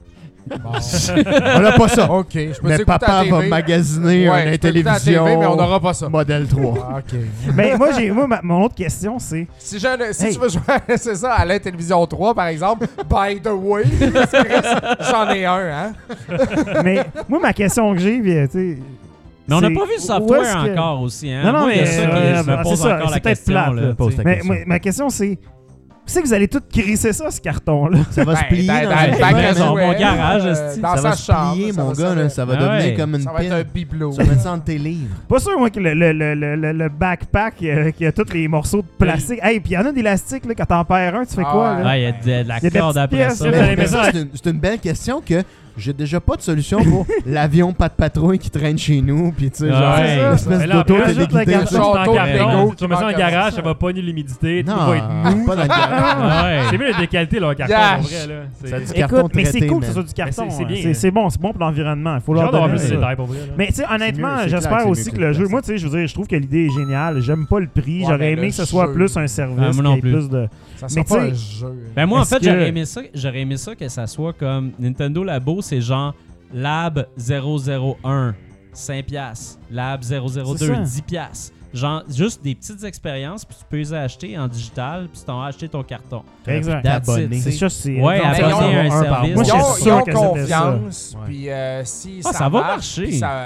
Speaker 5: Bon.
Speaker 4: On a pas ça.
Speaker 5: OK, je peux
Speaker 4: Mais
Speaker 5: t'écouter à
Speaker 4: papa
Speaker 5: la TV.
Speaker 4: va magasiner
Speaker 5: Ouais,
Speaker 4: une
Speaker 5: je peux écouter à la
Speaker 4: télévision
Speaker 5: TV, mais on n'aura pas ça.
Speaker 4: modèle 3.
Speaker 5: Ah, OK.
Speaker 3: Ben, moi, j'ai- moi, ma- mon autre question, c'est.
Speaker 5: Si, je- si
Speaker 3: Hey.
Speaker 5: tu veux jouer, à- c'est ça, à la télévision 3, par exemple, by the way, parce que reste- j'en ai un, hein?
Speaker 3: Mais moi, ma question que j'ai, puis, euh, tu sais.
Speaker 2: Mais on n'a
Speaker 3: c'est-
Speaker 2: pas vu le
Speaker 3: où est-ce
Speaker 2: software
Speaker 3: que-
Speaker 2: encore aussi, hein.
Speaker 3: Non, non,
Speaker 2: Moi, il y a
Speaker 3: mais,
Speaker 2: ça qui
Speaker 3: euh,
Speaker 2: me
Speaker 3: bah,
Speaker 2: pose
Speaker 3: c'est ça,
Speaker 2: encore la
Speaker 3: c'est peut-être
Speaker 2: question,
Speaker 3: plate,
Speaker 2: là,
Speaker 3: là.
Speaker 2: tu sais.
Speaker 4: Pose ta
Speaker 3: Mais
Speaker 4: question.
Speaker 3: ma, ma question, c'est. C'est que vous allez tous crisser ça, ce carton-là.
Speaker 4: Ça va
Speaker 5: Ben,
Speaker 4: se plier
Speaker 5: dans-
Speaker 4: dans
Speaker 5: dans
Speaker 4: un-
Speaker 5: le
Speaker 2: j'ai
Speaker 5: bac à
Speaker 2: raison,
Speaker 5: Noël,
Speaker 2: mon garage,
Speaker 5: euh,
Speaker 2: esti.
Speaker 5: dans
Speaker 4: Ça
Speaker 5: sa
Speaker 4: va se
Speaker 5: chambre.
Speaker 4: plier,
Speaker 5: ça
Speaker 4: mon
Speaker 5: va- ça
Speaker 4: gars.
Speaker 5: va-
Speaker 4: là, Ça va
Speaker 2: Ah ouais.
Speaker 4: devenir comme une
Speaker 5: Ça va être un
Speaker 4: pile.
Speaker 5: bibelot.
Speaker 4: Ça va être ça entre tes livres.
Speaker 3: Pas sûr, moi, que le, le, le, le, le- le backpack euh, qui a tous les morceaux de plastique. Hey, puis il y en a d'élastique, là, quand t'en perds un, tu fais
Speaker 5: Ah
Speaker 3: quoi, là?
Speaker 5: ouais.
Speaker 2: Ouais, il y a de, de la
Speaker 3: Il y a des
Speaker 2: corde
Speaker 3: petites
Speaker 2: après
Speaker 3: pièces,
Speaker 2: ça.
Speaker 3: là,
Speaker 1: Ouais,
Speaker 4: Mais-
Speaker 1: mais
Speaker 4: mais
Speaker 1: ça-
Speaker 4: ça, c'est une- c'est une belle question que j'ai déjà pas de solution pour l'avion pas de patrouille qui traîne chez nous. Puis tu sais,
Speaker 2: Ouais.
Speaker 4: genre,
Speaker 2: Ouais.
Speaker 4: une espèce
Speaker 1: Mais là,
Speaker 4: d'auto
Speaker 1: après,
Speaker 4: t'es
Speaker 1: ajoute
Speaker 3: le
Speaker 4: déguidé.
Speaker 3: garçon
Speaker 4: tu sais.
Speaker 5: Château
Speaker 1: Dans le carton,
Speaker 5: Lego
Speaker 1: tu mets ça en
Speaker 5: qui manque
Speaker 1: garage,
Speaker 5: ça.
Speaker 1: ça va pogner l'humidité, tout
Speaker 4: Non,
Speaker 1: va être mou.
Speaker 4: pas dans le garage.
Speaker 2: Ouais.
Speaker 1: C'est mieux la décalité, leur carton,
Speaker 5: Yeah.
Speaker 1: en vrai. là. C'est-
Speaker 4: Ça dit-
Speaker 1: J'ai
Speaker 4: carton
Speaker 3: Écoute, mais c'est
Speaker 4: traité,
Speaker 3: cool que
Speaker 4: man.
Speaker 3: ce soit du carton.
Speaker 1: c'est- c'est
Speaker 3: hein.
Speaker 1: bien.
Speaker 3: C'est c'est bon, c'est bon pour l'environnement. Il faut leur
Speaker 1: hâte d'avoir
Speaker 3: donner
Speaker 1: plus de
Speaker 3: ça.
Speaker 1: détails, pour vrai. là.
Speaker 3: Mais tu sais, honnêtement,
Speaker 4: mieux, c'est clair
Speaker 3: j'espère
Speaker 4: que
Speaker 3: aussi
Speaker 4: c'est
Speaker 3: que
Speaker 4: mieux
Speaker 3: le
Speaker 4: que
Speaker 3: jeu,
Speaker 4: le
Speaker 3: moi, tu sais, je veux dire, je trouve que l'idée est géniale. J'aime pas le prix.
Speaker 5: Ouais, mais
Speaker 2: ben
Speaker 3: J'aurais aimé
Speaker 5: le
Speaker 3: que ce soit
Speaker 5: jeu.
Speaker 3: plus un service,
Speaker 2: Ah,
Speaker 3: qu'il
Speaker 2: moi
Speaker 3: y
Speaker 2: non
Speaker 3: ait
Speaker 2: plus.
Speaker 3: plus de.
Speaker 5: Ça
Speaker 3: Mais
Speaker 5: sera pas
Speaker 3: tu
Speaker 5: un jeu.
Speaker 2: Ben moi, en
Speaker 3: Est-ce
Speaker 2: fait,
Speaker 3: que-
Speaker 2: j'aurais aimé ça, j'aurais aimé ça que ça soit comme Nintendo Labo, c'est genre Lab 001, 5 piastres. Lab 002,
Speaker 3: C'est ça.
Speaker 2: 10 piastres. Genre, juste des petites expériences, puis tu peux les acheter en digital, puis tu t'en as acheté ton carton.
Speaker 3: Exact.
Speaker 2: That's
Speaker 4: T'abonner.
Speaker 2: it.
Speaker 3: C'est ça, c'est.
Speaker 2: Ouais, abonner
Speaker 5: mais ils ont
Speaker 2: à un,
Speaker 4: un par
Speaker 2: service.
Speaker 3: mois. Moi,
Speaker 5: ils
Speaker 3: je suis
Speaker 5: ont,
Speaker 3: sûr
Speaker 5: ils ont
Speaker 3: que c'était ça.
Speaker 5: confiance,
Speaker 4: Ouais.
Speaker 5: puis euh, si
Speaker 2: Ah, ça va marcher.
Speaker 5: puis ça-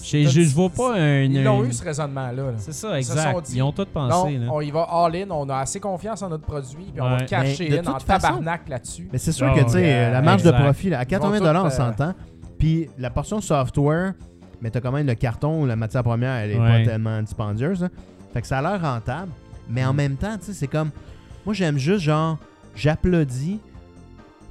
Speaker 2: Je, je, je vois pas un...
Speaker 5: Ils l'ont
Speaker 2: un-
Speaker 5: eu, ce raisonnement-là. là.
Speaker 2: C'est ça,
Speaker 5: se
Speaker 2: exact.
Speaker 5: sont dit,
Speaker 2: Ils ont tout pensé.
Speaker 5: Donc,
Speaker 2: là.
Speaker 5: on y va all-in, on a assez confiance en notre produit, puis on
Speaker 2: Ouais.
Speaker 5: va cacher
Speaker 4: Mais de
Speaker 5: in en
Speaker 4: toute façon-
Speaker 5: tabarnak là-dessus.
Speaker 4: Mais c'est sûr
Speaker 1: Ah
Speaker 4: que, tu
Speaker 1: ouais,
Speaker 4: sais, euh, la
Speaker 2: euh,
Speaker 4: marge
Speaker 2: exact.
Speaker 4: de profit, là, à 80 on
Speaker 5: tout, euh,
Speaker 4: s'entend. Puis la portion software, mais t'as quand même le carton, la matière première, elle est
Speaker 2: Ouais.
Speaker 4: pas tellement dispendieuse. là. Fait que ça a l'air rentable. Mais en
Speaker 2: Mm.
Speaker 4: même temps, tu sais, c'est comme. Moi, j'aime juste, genre, j'applaudis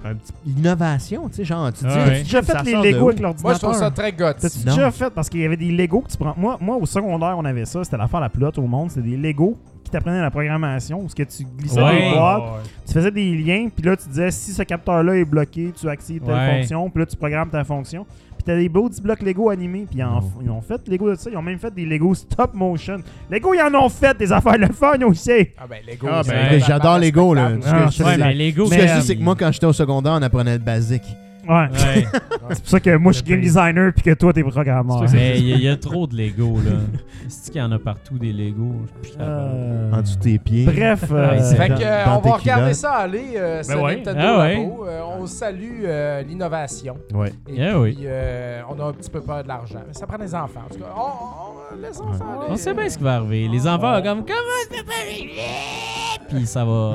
Speaker 4: un petit- l'innovation, tu sais, genre, tu dis.
Speaker 2: Ah
Speaker 4: Ah,
Speaker 2: ouais.
Speaker 4: tu-
Speaker 3: J'ai
Speaker 4: ça
Speaker 3: fait les
Speaker 4: sort de
Speaker 3: Lego
Speaker 4: où?
Speaker 3: avec
Speaker 5: Moi, je
Speaker 3: l'ordinateur.
Speaker 5: trouve ça très gothique.
Speaker 3: T'as-tu
Speaker 4: Non.
Speaker 3: déjà fait? Parce qu'il y avait des Lego que tu prends. Moi, moi au secondaire, on avait ça. C'était l'affaire la plus haute au monde. C'était des Lego qui t'apprenaient la programmation. Parce que tu glissais
Speaker 2: Ouais.
Speaker 3: des boîtes,
Speaker 1: Ouais.
Speaker 3: tu faisais des liens, puis là, tu disais si ce capteur-là est bloqué, tu actives telle
Speaker 2: Ouais.
Speaker 3: fonction, puis là, tu programmes ta fonction. Puis t'as des beaux petits blocs Lego animés. Puis ils, en- ils ont fait Lego de ça. Ils ont même fait des Lego stop motion. Lego, ils en ont fait des affaires le fun aussi.
Speaker 5: Ah ben, Lego.
Speaker 4: Ah,
Speaker 5: c'est
Speaker 2: ben,
Speaker 5: totalement
Speaker 4: j'adore Lego, là.
Speaker 5: respectable.
Speaker 3: Ah,
Speaker 4: Ce que-
Speaker 2: Ouais,
Speaker 4: c'est-
Speaker 2: mais Lego,
Speaker 4: Ce que je
Speaker 3: Mais,
Speaker 4: dis, c'est que moi, quand j'étais au secondaire, on apprenait le basique.
Speaker 3: Ouais.
Speaker 2: Ouais.
Speaker 3: C'est pour ça que moi, je suis game designer, puis que toi, t'es programmeur.
Speaker 2: mais il y, a- il y a trop de Lego, là. C'est-tu qu'il y en a partout des Lego? Je suis capable.
Speaker 3: Euh,
Speaker 4: En dessous de tes pieds.
Speaker 3: Bref.
Speaker 2: Ouais, c'est-
Speaker 5: Fait que,
Speaker 4: Dans-
Speaker 5: euh,
Speaker 4: dans
Speaker 5: on
Speaker 4: tes
Speaker 5: va regarder
Speaker 4: culottes.
Speaker 5: ça aller, euh, ce
Speaker 1: Ben ouais.
Speaker 5: Nintendo
Speaker 2: Ah ouais.
Speaker 5: Labo. Euh, on salue euh, l'innovation.
Speaker 4: Ouais.
Speaker 5: Et
Speaker 2: Yeah,
Speaker 5: puis,
Speaker 2: Eh oui.
Speaker 5: euh, on a un petit peu peur de l'argent. Mais ça prend des enfants. En tout cas, on, on- laisse enfants aller.
Speaker 2: On sait bien ce qui va arriver. Les enfants, comme, comment ça peut arriver? Puis ça va.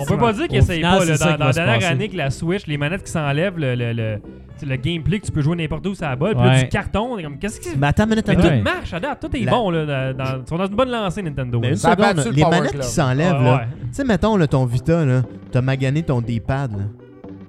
Speaker 1: On peut pas dire
Speaker 2: Au
Speaker 1: qu'essaye
Speaker 2: final,
Speaker 1: pas.
Speaker 2: c'est
Speaker 1: Là,
Speaker 2: ça
Speaker 1: dans dans
Speaker 2: qui va
Speaker 1: la
Speaker 2: se
Speaker 1: dernière
Speaker 2: passer.
Speaker 1: année que la Switch, les manettes qui s'enlèvent, le, le, le, tu sais, le gameplay que tu peux jouer n'importe où, ça la balle, puis là,
Speaker 2: Ouais.
Speaker 1: du carton. t'es comme, Qu'est-ce qui
Speaker 4: Mais attends une minute,
Speaker 1: Mais
Speaker 4: attends.
Speaker 2: Ouais.
Speaker 1: tout marche, à date, tout est
Speaker 4: La-
Speaker 1: bon. Là, dans, dans- ils sont dans une bonne lancée, Nintendo.
Speaker 4: Mais
Speaker 1: là.
Speaker 4: une
Speaker 5: Ça a
Speaker 4: seconde,
Speaker 5: battu le
Speaker 4: les
Speaker 5: Power
Speaker 4: manettes
Speaker 5: Club.
Speaker 4: qui s'enlèvent,
Speaker 2: Ah,
Speaker 1: Ouais,
Speaker 4: là.
Speaker 1: ouais.
Speaker 4: Tu sais, mettons, là, ton Vita, là, t'as magané ton D-pad, là.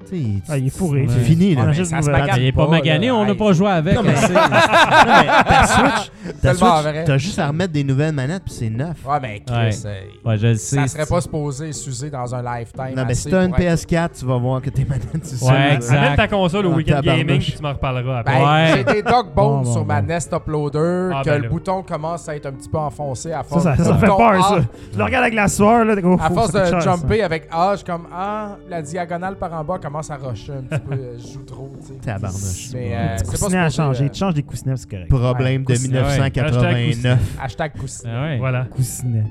Speaker 4: Tu sais, il-
Speaker 3: Ah, il est fourré.
Speaker 4: c'est fini,
Speaker 5: Ah,
Speaker 4: là.
Speaker 5: mais
Speaker 3: juste
Speaker 5: ça
Speaker 3: une
Speaker 5: se
Speaker 3: nouvelle.
Speaker 5: bagarre
Speaker 2: Il est pas
Speaker 5: là.
Speaker 2: magané, on n'a
Speaker 5: Hey,
Speaker 2: pas joué avec. hein.
Speaker 4: Non, mais-
Speaker 2: on sait.
Speaker 4: Mais ta Switch, ta
Speaker 5: Tellement
Speaker 4: Switch,
Speaker 5: vrai.
Speaker 4: t'as juste à remettre des nouvelles manettes, puis c'est neuf.
Speaker 5: Ouais, mais Chris,
Speaker 2: Ouais.
Speaker 5: euh,
Speaker 2: Ouais, je le sais.
Speaker 5: ça serait pas supposé s'user dans un lifetime.
Speaker 4: Non, mais si
Speaker 5: assez
Speaker 4: t'as une
Speaker 5: pour être-
Speaker 4: PS4, tu vas voir que tes manettes, tu
Speaker 2: Ouais,
Speaker 4: sais.
Speaker 2: exact.
Speaker 1: Amène ta console au
Speaker 4: Ah,
Speaker 1: week-end
Speaker 4: tabarnouche.
Speaker 1: gaming, puis tu m'en reparleras après.
Speaker 5: Ben,
Speaker 2: Ouais.
Speaker 5: J'ai des dog bones
Speaker 3: Bon, bon,
Speaker 5: sur ma
Speaker 3: bon.
Speaker 5: Nest Uploader,
Speaker 1: Ah,
Speaker 5: que
Speaker 1: ben
Speaker 5: le
Speaker 1: là.
Speaker 5: bouton commence à être un petit peu enfoncé
Speaker 3: Ça,
Speaker 5: à force
Speaker 3: ça,
Speaker 5: de
Speaker 3: ça fait
Speaker 5: bouton
Speaker 3: peur,
Speaker 5: A.
Speaker 3: ça. Tu le regardes avec la sueur, là. t'es comme,
Speaker 5: À
Speaker 3: faut-
Speaker 5: force
Speaker 3: ça
Speaker 5: de
Speaker 3: coûte cher, ça.
Speaker 5: jumper avec A, je suis comme Ah, la diagonale par en bas commence commence à rusher un petit peu. euh, Je joue trop, tu sais.
Speaker 4: Tabarnouche.
Speaker 5: Mais,
Speaker 3: Un
Speaker 5: euh,
Speaker 3: petit
Speaker 5: c'est pas
Speaker 3: coussinet à
Speaker 5: supposé, euh,
Speaker 3: changer. Tu changes des coussinets, c'est correct.
Speaker 4: Problème de
Speaker 5: Ouais, coussin-
Speaker 1: ouais.
Speaker 4: 1989.
Speaker 5: Hashtag coussinet.
Speaker 2: Ah ouais.
Speaker 1: Voilà.
Speaker 3: Coussinet.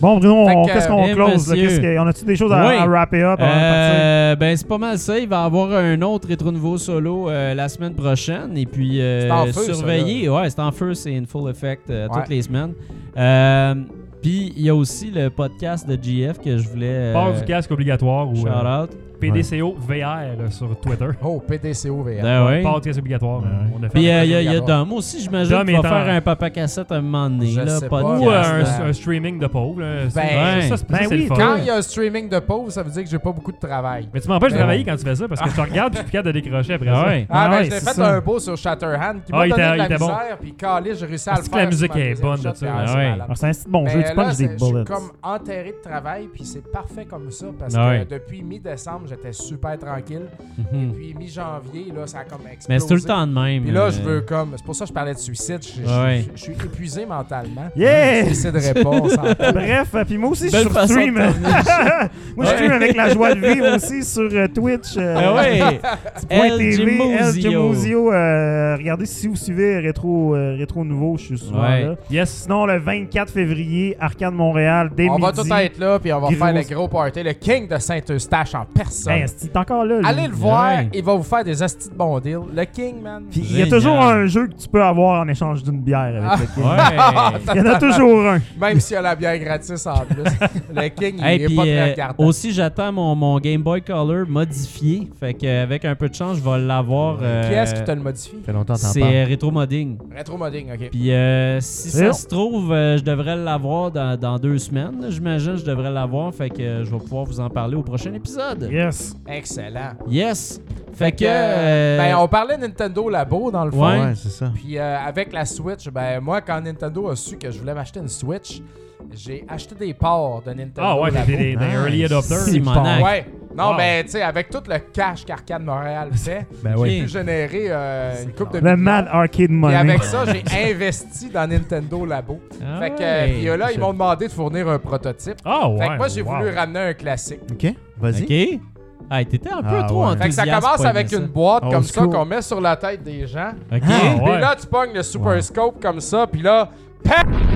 Speaker 3: Bon, Bruno, on-
Speaker 5: Fait que, euh,
Speaker 3: qu'est-ce qu'on
Speaker 2: eh,
Speaker 3: close? là?
Speaker 2: monsieur.
Speaker 3: Qu'est-ce que- on a-tu des choses à,
Speaker 2: Oui.
Speaker 3: à wrapper up? avant de partir?
Speaker 2: Euh, ben c'est pas mal ça. Il va y avoir un autre rétro nouveau solo euh, la semaine prochaine et puis euh,
Speaker 5: C'est en feu, ça,
Speaker 2: surveiller. ouais, c'est en feu, c'est in full effect euh,
Speaker 5: Ouais.
Speaker 2: toutes les semaines. Euh, puis il y a aussi le podcast de GF que je voulais. euh,
Speaker 1: Port du casque obligatoire ou
Speaker 2: Shout
Speaker 1: euh,
Speaker 2: out.
Speaker 1: PDCO VR là, sur Twitter.
Speaker 5: Oh, PDCOVR.
Speaker 2: Ben ouais.
Speaker 1: Port du casque obligatoire.
Speaker 3: Ouais.
Speaker 1: euh, On a fait
Speaker 2: Puis
Speaker 5: Dom
Speaker 2: euh, il y, a- il
Speaker 5: est
Speaker 2: y a
Speaker 5: obligatoire.
Speaker 2: Dom aussi, j'imagine,
Speaker 1: Dom
Speaker 2: qui va
Speaker 1: est en-
Speaker 2: faire un papa cassette à un moment donné.
Speaker 5: Je
Speaker 2: là,
Speaker 5: sais pas.
Speaker 2: podcast,
Speaker 1: ou euh, un,
Speaker 2: là.
Speaker 1: un streaming de pauvre. là. C'est-
Speaker 5: Ben,
Speaker 1: ça, c'est-
Speaker 3: ben
Speaker 1: ça, c'est
Speaker 3: oui,
Speaker 1: le fun.
Speaker 5: Quand il y a un streaming de pause, ça veut dire que j'ai pas beaucoup de travail.
Speaker 1: Mais tu m'empêches de
Speaker 5: Ben
Speaker 1: travailler
Speaker 5: ouais.
Speaker 1: quand tu fais ça parce que je te regarde puis je suis plus capable de décrocher après
Speaker 2: Ah
Speaker 1: ça.
Speaker 2: ouais.
Speaker 5: Ah,
Speaker 3: Ah
Speaker 5: ben,
Speaker 3: ouais,
Speaker 5: j'ai
Speaker 3: c'est
Speaker 5: fait
Speaker 3: ça.
Speaker 5: un beau sur Shatterhand qui
Speaker 1: Ah,
Speaker 5: m'a
Speaker 1: il
Speaker 5: donné
Speaker 1: était-
Speaker 5: de la
Speaker 1: il était bon.
Speaker 5: misère, puis calé, j'ai réussi à le
Speaker 1: Parce
Speaker 5: faire.
Speaker 1: que la musique
Speaker 5: sur ma
Speaker 1: est
Speaker 5: deuxième
Speaker 1: bonne de
Speaker 5: shot,
Speaker 1: ça.
Speaker 5: puis
Speaker 1: Ah,
Speaker 5: ah, c'est
Speaker 2: ouais.
Speaker 5: malade.
Speaker 3: Ah, c'est un petit bon jeu.
Speaker 5: Mais
Speaker 3: Tu
Speaker 5: là,
Speaker 3: punches
Speaker 5: c'est-
Speaker 3: des
Speaker 5: je suis
Speaker 3: bullets.
Speaker 5: comme enterré de travail, puis c'est parfait comme ça, parce
Speaker 2: Ah
Speaker 5: que
Speaker 2: ouais.
Speaker 5: depuis mi-décembre, j'étais super tranquille.
Speaker 2: Mhm.
Speaker 5: Puis mi-janvier, là, ça a comme explosé.
Speaker 2: Mais c'est tout le temps de même.
Speaker 5: Puis là,
Speaker 2: euh,
Speaker 5: je veux comme. C'est pour ça que je parlais de suicide. Je, je-
Speaker 2: Ouais.
Speaker 5: je suis épuisé mentalement.
Speaker 3: Yeah!
Speaker 5: Je suiciderai pas, on s'en fout.
Speaker 3: Bref, euh, puis moi aussi, je suis
Speaker 2: Belle
Speaker 3: sur
Speaker 2: façon de
Speaker 3: stream. moi, je
Speaker 2: Ouais.
Speaker 3: stream avec la joie de vivre aussi sur euh, Twitch. euh,
Speaker 5: Ben
Speaker 2: Ah ouais!
Speaker 3: Point
Speaker 2: El
Speaker 3: TV, El
Speaker 2: Gimozio.
Speaker 3: Gimozio, euh, regardez si vous suivez Rétro, euh, Rétro Nouveau, je suis souvent
Speaker 2: Ouais.
Speaker 3: là.
Speaker 1: Yes.
Speaker 3: Sinon, le 24 février, Arcade Montréal, dès
Speaker 5: On va
Speaker 3: midi.
Speaker 5: tout être là, puis on va faire le
Speaker 3: Grosse-
Speaker 5: gros party. Le king de Saint-Eustache en personne.
Speaker 3: Hey, esti, t'es Ben, encore là. lui.
Speaker 5: Allez le voir,
Speaker 2: Ben, Ouais.
Speaker 5: il va vous faire des hosties de bon deal. Le king, man.
Speaker 3: Puis il y a
Speaker 2: Génial.
Speaker 3: toujours un jeu que tu peux avoir en échange d'une bière avec
Speaker 5: Ah.
Speaker 3: le kid.
Speaker 2: Ouais!
Speaker 3: Il y en a toujours un.
Speaker 5: Même s'il y a la bière gratis en plus. le king, il
Speaker 2: Hey,
Speaker 5: est
Speaker 2: puis,
Speaker 5: pas
Speaker 2: euh,
Speaker 5: très regardant.
Speaker 2: aussi, j'attends mon, mon Game Boy Color modifié. Fait qu'avec un peu de chance, je vais l'avoir. euh,
Speaker 5: Qui est-ce qui te le modifie?
Speaker 4: Ça fait longtemps que t'en
Speaker 2: C'est
Speaker 4: parles.
Speaker 2: euh, Retro Modding.
Speaker 5: Retro modding, ok.
Speaker 2: Puis euh, si
Speaker 3: C'est
Speaker 2: ça
Speaker 3: bon.
Speaker 2: se trouve, euh, je devrais l'avoir dans, dans deux semaines. là, J'imagine je devrais l'avoir. Fait que euh, je vais pouvoir vous en parler au prochain épisode.
Speaker 3: Yes.
Speaker 5: Excellent.
Speaker 2: Yes! Fait que.
Speaker 5: Euh,
Speaker 2: euh,
Speaker 5: ben, on parlait Nintendo Labo dans le fond.
Speaker 2: Ouais.
Speaker 4: Ouais, c'est ça.
Speaker 5: Puis euh, avec la Switch, ben moi, quand Nintendo a su que je voulais m'acheter une Switch, j'ai acheté des parts de Nintendo.
Speaker 1: Ah ouais, t'es
Speaker 5: Labo.
Speaker 1: des, des
Speaker 4: Nice.
Speaker 1: early adopters.
Speaker 2: Si, Simonac.
Speaker 5: Ouais. Non,
Speaker 1: Wow.
Speaker 5: mais tu sais, avec tout le cash qu'Arcade Montréal fait,
Speaker 4: Ben
Speaker 2: oui.
Speaker 5: j'ai pu générer euh, une coupe de
Speaker 3: Le
Speaker 5: millions.
Speaker 3: Mad Arcade
Speaker 5: Et
Speaker 3: Money.
Speaker 5: avec ça, j'ai investi dans Nintendo Labo.
Speaker 2: ah
Speaker 5: Fait que
Speaker 2: ouais.
Speaker 5: euh, puis, euh, là, ils m'ont demandé de fournir un prototype.
Speaker 1: Ah ouais.
Speaker 5: Fait que moi, j'ai
Speaker 1: wow.
Speaker 5: voulu ramener un classique.
Speaker 4: OK, vas-y.
Speaker 2: Ok. Hey, t'étais un peu
Speaker 4: Ah
Speaker 2: trop
Speaker 4: ouais.
Speaker 2: enthousiaste.
Speaker 5: Fait que ça commence
Speaker 2: pour
Speaker 5: avec
Speaker 2: aimer
Speaker 5: une Hein? boîte
Speaker 4: Old
Speaker 5: comme ça
Speaker 4: school.
Speaker 5: qu'on met sur la tête des gens.
Speaker 2: ça. Ok.
Speaker 1: Ah,
Speaker 5: Puis
Speaker 1: ouais.
Speaker 5: là, tu pognes le Super
Speaker 4: Wow.
Speaker 5: Scope comme ça, puis là, pam!